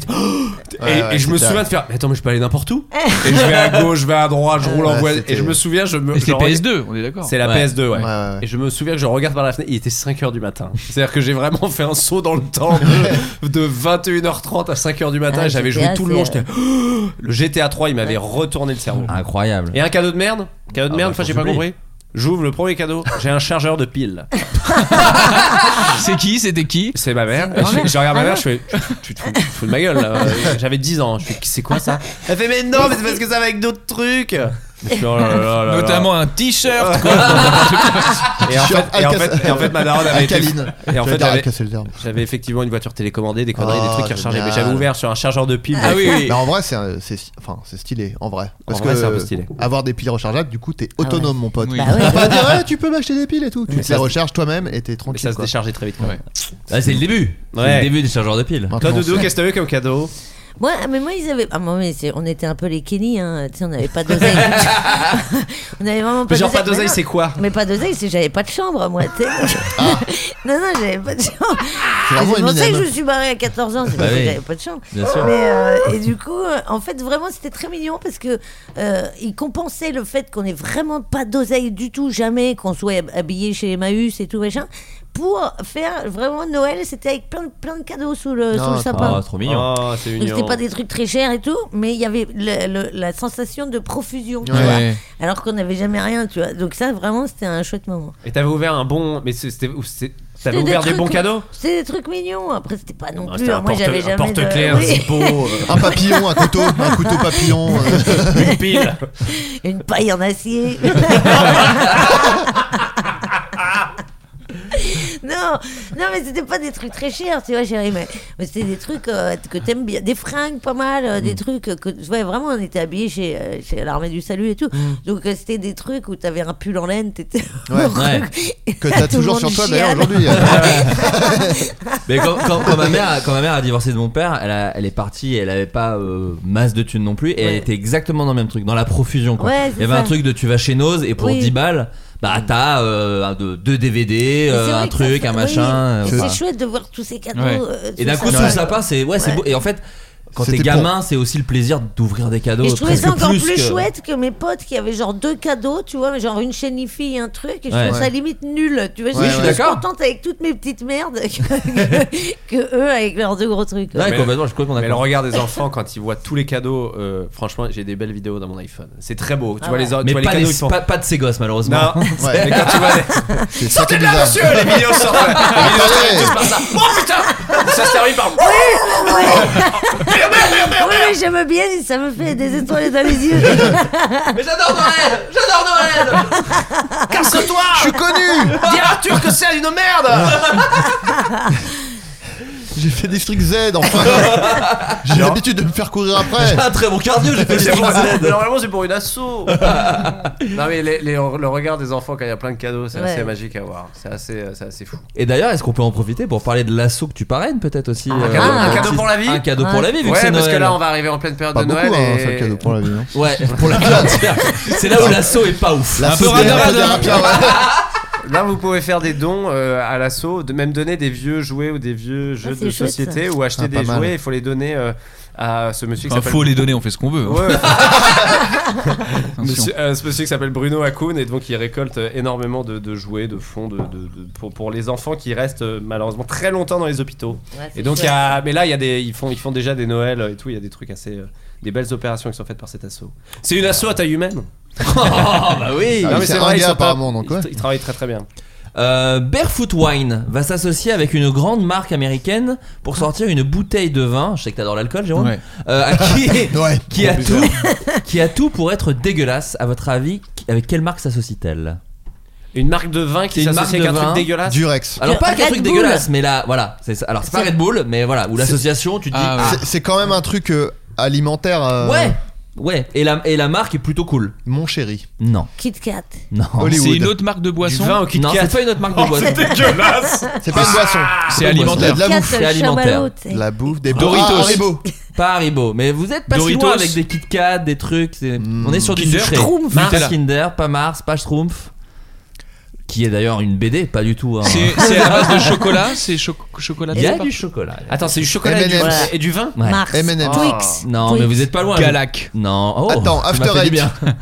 Speaker 8: Ouais, ouais,
Speaker 6: et je me
Speaker 8: c'est
Speaker 6: souviens
Speaker 8: ça.
Speaker 6: de faire. Mais attends, mais je peux aller n'importe où. et je vais à gauche, je vais à droite, je roule en
Speaker 8: Ouais,
Speaker 6: voie. Et
Speaker 8: c'était-
Speaker 6: je me souviens, je me.
Speaker 9: Et c'est
Speaker 6: je regarde-
Speaker 9: PS2, on est d'accord.
Speaker 6: C'est la
Speaker 7: Ouais.
Speaker 6: PS2, ouais.
Speaker 8: Ouais, ouais, ouais.
Speaker 6: Et je me souviens que je regarde par la fenêtre, il était 5h du matin. C'est-à-dire que j'ai vraiment fait un saut dans le temps de, de 21h30 à 5h du matin
Speaker 3: Ah,
Speaker 6: et j'avais joué
Speaker 3: GTA,
Speaker 6: tout le long.
Speaker 3: c'est-
Speaker 6: J'étais. Le GTA 3, il m'avait retourné le cerveau.
Speaker 7: Incroyable.
Speaker 6: Et un cadeau de merde Cadeau de
Speaker 7: Ah,
Speaker 6: merde,
Speaker 7: bah,
Speaker 6: enfin
Speaker 7: faut
Speaker 6: j'ai pas
Speaker 7: oublier.
Speaker 6: compris. J'ouvre le premier cadeau, j'ai un chargeur de piles.
Speaker 9: C'est qui C'était qui
Speaker 6: C'est ma mère.
Speaker 3: C'est grand-mère.
Speaker 6: Je, je regarde ma
Speaker 3: Ah
Speaker 6: mère, je
Speaker 3: non.
Speaker 6: fais tu te, fous, tu te fous de ma gueule là. J'avais 10 ans. Je fais c'est quoi ça Elle fait mais non, mais c'est parce que ça va avec d'autres trucs.
Speaker 9: Oh là là là
Speaker 6: Notamment un t-shirt. quoi. Et
Speaker 9: Et en, fait, et en
Speaker 6: Alcacel-
Speaker 9: fait- et en fait, ma daronne avait.
Speaker 6: Alcaline.
Speaker 9: Et en
Speaker 6: J'allais
Speaker 9: fait,
Speaker 6: dire
Speaker 9: j'avais-
Speaker 6: Alcacel
Speaker 8: derme.
Speaker 9: j'avais effectivement une voiture télécommandée, des conneries,
Speaker 8: Ah,
Speaker 9: des trucs qui rechargeaient. Mais
Speaker 8: génial.
Speaker 9: j'avais ouvert sur un chargeur de
Speaker 3: Ah
Speaker 9: piles.
Speaker 8: Mais en vrai, c'est un- c'est enfin, c'est stylé. En vrai. Parce
Speaker 9: vrai,
Speaker 8: que
Speaker 9: c'est un peu stylé.
Speaker 8: avoir des piles rechargeables, du coup, t'es autonome, mon pote.
Speaker 9: Oui.
Speaker 8: Bah
Speaker 9: Bah ouais.
Speaker 8: ouais. Pas dire, Eh, tu peux m'acheter des piles et tout. Tu
Speaker 9: Mais
Speaker 8: te
Speaker 9: ça
Speaker 8: les
Speaker 9: se-
Speaker 8: recharges toi-même et t'es tranquille.
Speaker 9: Mais ça se
Speaker 8: quoi.
Speaker 9: déchargeait très vite quand même.
Speaker 7: Ah, c'est le début. C'est
Speaker 9: Ouais.
Speaker 7: le début des chargeurs de piles.
Speaker 9: Toi, Doudou, qu'est-ce que t'as eu comme cadeau
Speaker 3: Moi, mais moi, ils avaient. Ah, moi, mais c'est- on était un peu les Kenny, hein. Tu sais, on n'avait pas d'oseille. on n'avait vraiment Bah, pas
Speaker 9: Mais genre,
Speaker 3: d'oseille.
Speaker 9: pas d'oseille,
Speaker 3: Mais non.
Speaker 9: c'est quoi Ah.
Speaker 3: Mais pas d'oseille, c'est j'avais pas de chambre, moi, tu sais. Non, non, j'avais pas de chambre. Ah,
Speaker 9: C'est vraiment
Speaker 3: C'est pour ça
Speaker 9: Eminem.
Speaker 3: que je me suis barrée à 14 ans, c'est
Speaker 9: Bah
Speaker 3: parce que
Speaker 9: oui.
Speaker 3: j'avais pas de chambre.
Speaker 9: Bien sûr.
Speaker 3: Mais, euh, et du coup, euh, en fait, vraiment, c'était très mignon parce que euh, ils compensaient le fait qu'on ait vraiment pas d'oseille du tout, jamais, qu'on soit habillé chez Emmaüs et tout, machin. Pour faire vraiment Noël, c'était avec plein de, plein de cadeaux sous le, sous le sapin.
Speaker 7: trop mignon.
Speaker 9: Oh, c'est
Speaker 3: Donc
Speaker 9: mignon.
Speaker 3: c'était pas des trucs très chers et tout, mais il y avait le- le- la sensation de profusion, tu
Speaker 9: Ouais.
Speaker 3: vois. Alors qu'on n'avait jamais rien, tu vois. Donc ça, vraiment, c'était un chouette moment.
Speaker 9: Et t'avais ouvert un bon. Mais c'était. ou c'est- T'avais
Speaker 3: C'était
Speaker 9: ouvert des
Speaker 3: trucs-
Speaker 9: bons cadeaux
Speaker 3: C'était des trucs mignons. Après, c'était pas non
Speaker 9: Ah,
Speaker 3: plus. hein.
Speaker 9: c'était un
Speaker 3: Moi,
Speaker 9: porte-
Speaker 3: j'avais
Speaker 9: un
Speaker 3: jamais.
Speaker 9: porte-clés,
Speaker 3: de...
Speaker 9: un
Speaker 3: oui.
Speaker 9: zippo, euh,
Speaker 8: Un papillon, un couteau, un couteau papillon. euh.
Speaker 9: Une pile.
Speaker 3: Une paille en acier. non, non, mais c'était pas des trucs très chers, tu vois, chérie. Mais, mais c'était des trucs euh, que t'aimes bien. Des fringues pas mal, euh,
Speaker 8: Mm.
Speaker 3: des trucs euh, que. Ouais, vraiment, on était habillés chez, euh, chez l'armée du salut et tout. Donc, euh, c'était des trucs où t'avais un pull en laine, t'étais.
Speaker 8: Mm. Ouais. Que t'as
Speaker 3: Tout le
Speaker 8: toujours
Speaker 3: monde
Speaker 8: sur toi
Speaker 3: chiale.
Speaker 8: d'ailleurs aujourd'hui.
Speaker 7: Mais quand, quand- quand ma mère, quand ma mère a divorcé de mon père, elle, a- elle est partie, elle avait pas euh, masse de thunes non plus, et elle était exactement dans le même truc, dans la profusion. Quoi.
Speaker 3: Ouais, c'est
Speaker 7: Il y avait
Speaker 3: ça.
Speaker 7: un truc de tu vas chez Nose et pour
Speaker 3: Oui.
Speaker 7: 10 balles, bah t'as euh, un de- deux DVD,
Speaker 3: Mais c'est
Speaker 7: euh,
Speaker 3: vrai
Speaker 7: un
Speaker 3: que ça
Speaker 7: truc,
Speaker 3: fait-
Speaker 7: un
Speaker 3: oui,
Speaker 7: machin. euh,
Speaker 3: C'est
Speaker 7: enfin.
Speaker 3: chouette de voir tous ces cadeaux.
Speaker 7: Ouais.
Speaker 3: euh,
Speaker 7: Et d'un
Speaker 3: tout
Speaker 7: coup,
Speaker 3: ça.
Speaker 7: sous le sapin, c'est ouais, c'est beau. Et en fait, quand t'es
Speaker 8: C'était
Speaker 7: gamin, c'est aussi le plaisir d'ouvrir des cadeaux.
Speaker 3: Et je trouvais ça
Speaker 7: presque
Speaker 3: encore plus,
Speaker 7: que-
Speaker 3: chouette que mes potes qui avaient genre deux cadeaux, tu vois, mais genre une chaîne IFI et un truc, et je
Speaker 7: Ouais.
Speaker 3: trouve ça
Speaker 7: Ouais.
Speaker 3: limite nul, tu vois.
Speaker 7: Oui, je suis d'accord.
Speaker 3: contente avec toutes mes petites merdes que, que eux avec leurs deux gros trucs. quoi.
Speaker 9: Mais- Mais le
Speaker 7: d'accord.
Speaker 9: regard des enfants quand ils voient tous les cadeaux, euh, franchement, j'ai des belles vidéos dans mon iPhone. C'est très beau. Tu
Speaker 7: Ah
Speaker 9: vois
Speaker 7: ouais.
Speaker 9: les autres,
Speaker 7: Mais
Speaker 9: tu vois
Speaker 7: pas
Speaker 9: les cadeaux,
Speaker 7: les-
Speaker 9: ils font-
Speaker 7: pas- pas de ces gosses, malheureusement.
Speaker 9: Non.
Speaker 7: Ouais.
Speaker 9: Mais quand tu vois
Speaker 7: C'est
Speaker 9: les...
Speaker 7: ça qui
Speaker 9: Sortez
Speaker 7: est
Speaker 9: de là,
Speaker 7: bizarre.
Speaker 9: monsieur Les vidéos sortent. Les vidéos sortent, ils tous par ça. Oh putain Ça se termine par.
Speaker 3: Oui, mais j'aime bien, et ça me fait des étoiles dans les yeux.
Speaker 7: mais j'adore Noël J'adore Noël
Speaker 9: Casse-toi
Speaker 8: Je suis connu
Speaker 9: Dis à Arthur que c'est une merde
Speaker 8: J'ai fait District Z enfin. J'ai l'habitude de me faire courir après.
Speaker 9: J'ai un
Speaker 7: très bon cardio, j'ai fait
Speaker 9: C'est pour-
Speaker 7: Z.
Speaker 9: Normalement, c'est pour une asso. non, mais les- les- le regard des enfants quand il y a plein de cadeaux, c'est
Speaker 7: Ouais.
Speaker 9: assez magique à voir. C'est assez, euh, c'est assez fou.
Speaker 7: Et d'ailleurs, est-ce qu'on peut en profiter pour parler de l'assaut que tu parraines peut-être aussi
Speaker 9: Un
Speaker 7: euh,
Speaker 9: cadeau, un
Speaker 7: Baptiste
Speaker 9: cadeau pour la vie
Speaker 7: Un cadeau pour la vie, vu
Speaker 9: Ouais,
Speaker 7: que c'est
Speaker 9: parce que
Speaker 7: Noël.
Speaker 9: là, on va arriver en pleine période
Speaker 7: Pas
Speaker 9: de
Speaker 7: beaucoup,
Speaker 9: Noël.
Speaker 7: hein,
Speaker 9: et...
Speaker 7: un seul cadeau
Speaker 8: pour la vie.
Speaker 7: Ouais, pour la vie entière. C'est là où l'assaut est pas ouf.
Speaker 9: L'assaut,
Speaker 7: Un peu
Speaker 9: c'est
Speaker 7: radin,
Speaker 9: la
Speaker 7: radin.
Speaker 9: radin. Là, vous pouvez faire des dons euh, à l'assaut, de même donner des vieux jouets ou des vieux jeux
Speaker 7: Ah, c'est
Speaker 9: de
Speaker 7: chouette,
Speaker 9: société
Speaker 7: ça.
Speaker 9: ou acheter
Speaker 7: Ah,
Speaker 9: des
Speaker 7: pas mal.
Speaker 9: jouets. Il faut les donner euh, à ce monsieur qui
Speaker 6: Enfin,
Speaker 9: s'appelle.
Speaker 6: faut les donner, on fait ce qu'on veut.
Speaker 9: Ouais.
Speaker 6: Attention.
Speaker 9: Monsieur, euh, ce monsieur qui s'appelle Bruno Hakoun et donc il récolte euh, énormément de, de jouets, de fonds de, de- de- pour, pour les enfants qui restent euh, malheureusement très longtemps dans les hôpitaux.
Speaker 7: Ouais, c'est
Speaker 9: et donc il y
Speaker 7: chouette,
Speaker 9: a- mais là il y a des, ils font, ils font déjà des Noëls euh, et tout. Il y a des trucs assez, euh, des belles opérations qui sont faites par cet asso. C'est une asso à taille humaine.
Speaker 7: Ah, bah oui.
Speaker 9: Non, mais
Speaker 7: C'est
Speaker 9: c'est
Speaker 7: un
Speaker 9: vrai, ils
Speaker 7: gars,
Speaker 9: sont pas-
Speaker 7: apparemment, donc,
Speaker 9: ils-
Speaker 7: ouais.
Speaker 9: ils travaillent très très bien.
Speaker 7: Euh, Barefoot Wine va s'associer avec une grande marque américaine pour sortir une bouteille de vin. Je sais que t'adores l'alcool, Jérôme.
Speaker 6: Ouais.
Speaker 7: Euh, à qui, qui
Speaker 6: en
Speaker 7: a
Speaker 6: plus,
Speaker 7: tout,
Speaker 6: ouais.
Speaker 7: qui a tout pour être dégueulasse. À votre avis, avec quelle marque s'associe-t-elle
Speaker 9: Une marque de vin qui
Speaker 7: C'est une
Speaker 9: s'associe
Speaker 7: marque
Speaker 9: avec
Speaker 7: de
Speaker 9: un truc
Speaker 7: vin.
Speaker 9: dégueulasse.
Speaker 7: Alors pas avec un
Speaker 9: Red
Speaker 7: truc
Speaker 9: Bull.
Speaker 7: dégueulasse, mais là, voilà. C'est ça. Alors c'est pas Red Bull, mais voilà. Ou l'association, tu te dis. ah,
Speaker 8: C'est- C'est quand même un truc euh, alimentaire. euh,
Speaker 7: ouais, ouais. Et la, et la marque est plutôt cool.
Speaker 8: Mon chéri.
Speaker 7: Non.
Speaker 3: Kit Kat.
Speaker 7: Non.
Speaker 8: Hollywood.
Speaker 6: C'est une autre marque de boisson.
Speaker 7: Du vin au Kit
Speaker 6: non,
Speaker 7: Kat.
Speaker 6: c'est pas une autre marque de
Speaker 7: Oh,
Speaker 6: boisson.
Speaker 7: c'est dégueulasse.
Speaker 8: C'est pas une boisson.
Speaker 6: C'est alimentaire.
Speaker 8: De la bouffe.
Speaker 7: C'est alimentaire.
Speaker 8: La bouffe des
Speaker 7: Doritos.
Speaker 8: Ah, Haribo.
Speaker 7: Pas Haribo, mais vous êtes pas si
Speaker 6: Doritos.
Speaker 7: loin avec des Kit Kat, des trucs. c'est- On est sur du
Speaker 6: Kinder.
Speaker 7: sucré.
Speaker 6: Schtroumpf.
Speaker 7: Mars
Speaker 6: Nutella.
Speaker 7: Kinder, pas Mars, pas Schtroumpf. Qui est d'ailleurs une BD, pas du tout. un-
Speaker 6: C'est c'est à
Speaker 9: Ah,
Speaker 6: la base de chocolat, c'est cho- chocolat.
Speaker 7: Il y a
Speaker 6: c'est
Speaker 7: du
Speaker 6: pas-
Speaker 7: chocolat.
Speaker 9: Attends, c'est du chocolat et du, et du vin
Speaker 7: Ouais.
Speaker 3: Mars. M&M's. Twix.
Speaker 7: Non,
Speaker 3: Twix.
Speaker 7: mais vous êtes pas loin.
Speaker 6: Galac.
Speaker 7: Non. Oh,
Speaker 8: Attends,
Speaker 7: ça m'a
Speaker 8: After
Speaker 7: fait du
Speaker 8: Eight.
Speaker 7: bien.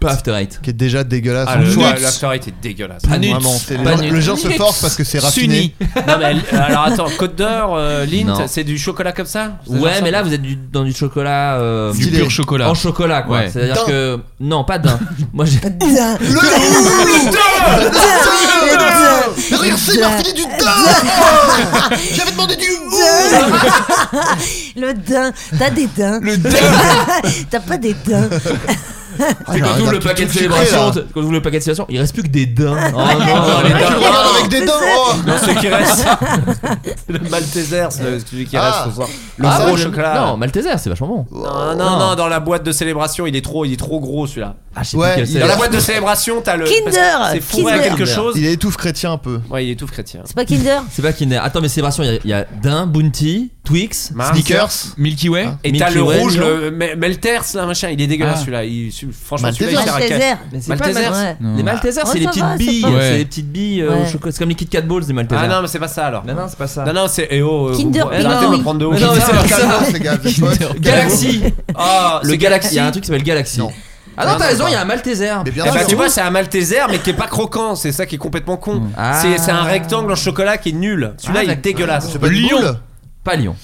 Speaker 7: Pas After Eight.
Speaker 8: Qui est déjà dégueulasse.
Speaker 9: Ah,
Speaker 8: en
Speaker 9: le,
Speaker 8: soi.
Speaker 9: ouais, l'after eight est dégueulasse.
Speaker 6: Ah,
Speaker 8: Pas nuts. Vraiment, c'est- Pas le- nuts. le gens se forcent parce que c'est raffiné.
Speaker 9: Sunny. non, mais elle- alors attends, Côte d'Or, euh, Lint,
Speaker 7: Non.
Speaker 9: c'est du chocolat comme ça C'est genre
Speaker 7: Ouais,
Speaker 9: ça
Speaker 7: mais là vous êtes du- dans du chocolat. euh,
Speaker 6: Du pur chocolat.
Speaker 7: En chocolat, quoi.
Speaker 6: Ouais.
Speaker 7: C'est-à-dire
Speaker 6: Daim.
Speaker 7: que. Non, pas d'un. Moi j'ai.
Speaker 8: Le
Speaker 3: Regarde,
Speaker 8: c'est Martini du
Speaker 3: dain
Speaker 8: J'avais demandé du
Speaker 3: Le dain. T'as des daims.
Speaker 6: Le
Speaker 3: dain. T'as pas des daims.
Speaker 14: C'est quand
Speaker 7: j'arrête
Speaker 14: tu ouvres le
Speaker 7: un petit
Speaker 14: paquet de
Speaker 7: truc sucré,
Speaker 14: célébration,
Speaker 7: là.
Speaker 14: t- quand tu ouvres le paquet de célébration, il reste plus que des dents. Oh non,
Speaker 9: Ah,
Speaker 14: les
Speaker 8: Tu
Speaker 14: dents.
Speaker 8: regardes avec des dents, oh.
Speaker 14: Non, ce qui reste.
Speaker 6: C'est le Malteser, c'est le- celui qui
Speaker 8: Ah.
Speaker 6: reste ce soir. Le
Speaker 14: Ah,
Speaker 6: gros
Speaker 14: le-
Speaker 6: chocolat.
Speaker 14: Non, Malteser, c'est vachement bon.
Speaker 6: Non, non, non, dans la boîte de célébration, il est trop, il est trop gros celui-là.
Speaker 14: Ah, je sais
Speaker 8: Ouais,
Speaker 14: plus quel
Speaker 8: il
Speaker 14: c'est.
Speaker 8: a
Speaker 6: Dans la
Speaker 8: la-
Speaker 6: boîte de célébration, t'as le.
Speaker 3: Kinder,
Speaker 6: parce que C'est fourré à
Speaker 3: Kinder.
Speaker 6: quelque chose.
Speaker 8: Oh. Il est étouffe chrétien un peu.
Speaker 6: Ouais, il est tout chrétien.
Speaker 3: C'est pas Kinder
Speaker 14: C'est pas Kinder.
Speaker 7: Attends, mais Sébastien, il y a- il y, a Dain, Bounty, Twix.
Speaker 6: Mars.
Speaker 8: Sneakers.
Speaker 9: Milky Way
Speaker 6: Et
Speaker 7: Milky
Speaker 6: t'as le
Speaker 7: Way,
Speaker 6: rouge,
Speaker 7: non
Speaker 6: le Me- Melters, là, machin. Il est dégueulasse
Speaker 9: Ah.
Speaker 6: celui-là. Il- celui- Franchement,
Speaker 8: Malteser.
Speaker 6: celui-là, il sert à cacher.
Speaker 3: Malteser.
Speaker 7: Mais c'est
Speaker 6: Malteser.
Speaker 7: pas
Speaker 3: Ouais.
Speaker 7: Les Maltesers,
Speaker 3: Oh,
Speaker 7: c'est les
Speaker 3: ça
Speaker 7: petites
Speaker 3: va, ça
Speaker 7: billes.
Speaker 3: va.
Speaker 7: C'est
Speaker 9: Ouais.
Speaker 7: les petites billes euh, au
Speaker 3: Ouais.
Speaker 7: chocolat. C'est comme les Kit Kat Balls des Maltesers.
Speaker 6: Ah non, mais c'est pas ça alors.
Speaker 7: non, c'est pas ça.
Speaker 6: Non, non, c'est. Eh oh, euh,
Speaker 3: Kinder
Speaker 6: vous-
Speaker 3: Bueno.
Speaker 6: arrêtez de me prendre de haut.
Speaker 7: Mais non, mais c'est pas ça.
Speaker 8: Calmons, ces gars, faites pas-
Speaker 7: Galaxy.
Speaker 6: Ah,
Speaker 7: Le
Speaker 6: c'est
Speaker 7: Galaxy. Il y a un truc qui s'appelle Galaxy.
Speaker 8: Non.
Speaker 7: Ah non,
Speaker 8: Non,
Speaker 7: t'as
Speaker 8: non,
Speaker 7: raison,
Speaker 8: non.
Speaker 7: il y a un Malteser.
Speaker 8: Mais bien
Speaker 6: Eh ben,
Speaker 8: sûr.
Speaker 6: tu vois, c'est un Malteser, mais qui est pas croquant. C'est ça qui est complètement con.
Speaker 7: Ah.
Speaker 6: C'est c'est un rectangle en chocolat qui est nul. Celui-là,
Speaker 7: Ah,
Speaker 6: il est
Speaker 7: d'accord.
Speaker 6: dégueulasse.
Speaker 8: C'est pas une
Speaker 9: Lion.
Speaker 8: boule
Speaker 7: Pas Lyon.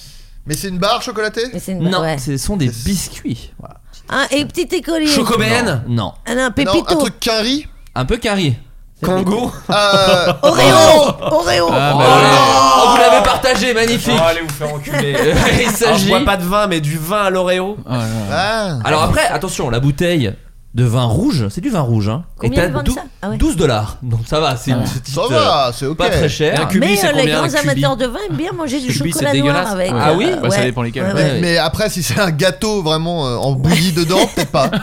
Speaker 8: Mais c'est une barre chocolatée
Speaker 3: Mais c'est une-
Speaker 7: Non,
Speaker 3: ouais.
Speaker 7: ce sont des biscuits. Voilà.
Speaker 3: Ah, et petit écolier.
Speaker 6: Chocobéenne,
Speaker 7: Non.
Speaker 3: Ah non,
Speaker 8: Non, un
Speaker 3: Pépito.
Speaker 8: truc curry
Speaker 7: Un peu carré.
Speaker 6: Kango.
Speaker 8: Euh,
Speaker 3: Oreo. Oreo.
Speaker 6: Ah,
Speaker 7: Oh, là, oh, vous l'avez partagé, magnifique.
Speaker 6: bah allez vous faire enculer.
Speaker 7: Il
Speaker 6: Alors, je
Speaker 7: s'agit.
Speaker 6: bois pas de vin, mais du vin à l'Oreo.
Speaker 9: Oh là là.
Speaker 8: Ah.
Speaker 7: Alors après, attention, la bouteille de vin rouge, c'est du vin rouge. Hein.
Speaker 3: Combien
Speaker 7: Et
Speaker 3: de
Speaker 7: t'as
Speaker 3: vin de
Speaker 7: dou-
Speaker 3: ça Ah ouais.
Speaker 7: 12 dollars. Donc ça va, c'est une petite.
Speaker 8: Ça
Speaker 7: euh,
Speaker 8: va, c'est ok.
Speaker 7: Pas très
Speaker 6: Et un
Speaker 7: cher.
Speaker 6: cul- Cubi,
Speaker 3: mais
Speaker 6: c'est
Speaker 3: euh, les
Speaker 6: combien, un
Speaker 3: grands
Speaker 6: cubi
Speaker 3: amateurs de vin aiment bien manger du
Speaker 6: Cubi,
Speaker 3: chocolat
Speaker 6: c'est
Speaker 3: noir
Speaker 6: dégueulasse.
Speaker 3: avec.
Speaker 9: Ah
Speaker 3: euh,
Speaker 9: oui Bah, ça
Speaker 3: ouais.
Speaker 9: dépend lesquels.
Speaker 3: Ouais,
Speaker 7: Ouais,
Speaker 3: ouais.
Speaker 7: ouais.
Speaker 8: Mais après, si c'est un gâteau vraiment euh, en bouillie dedans, peut-être pas.
Speaker 3: Ah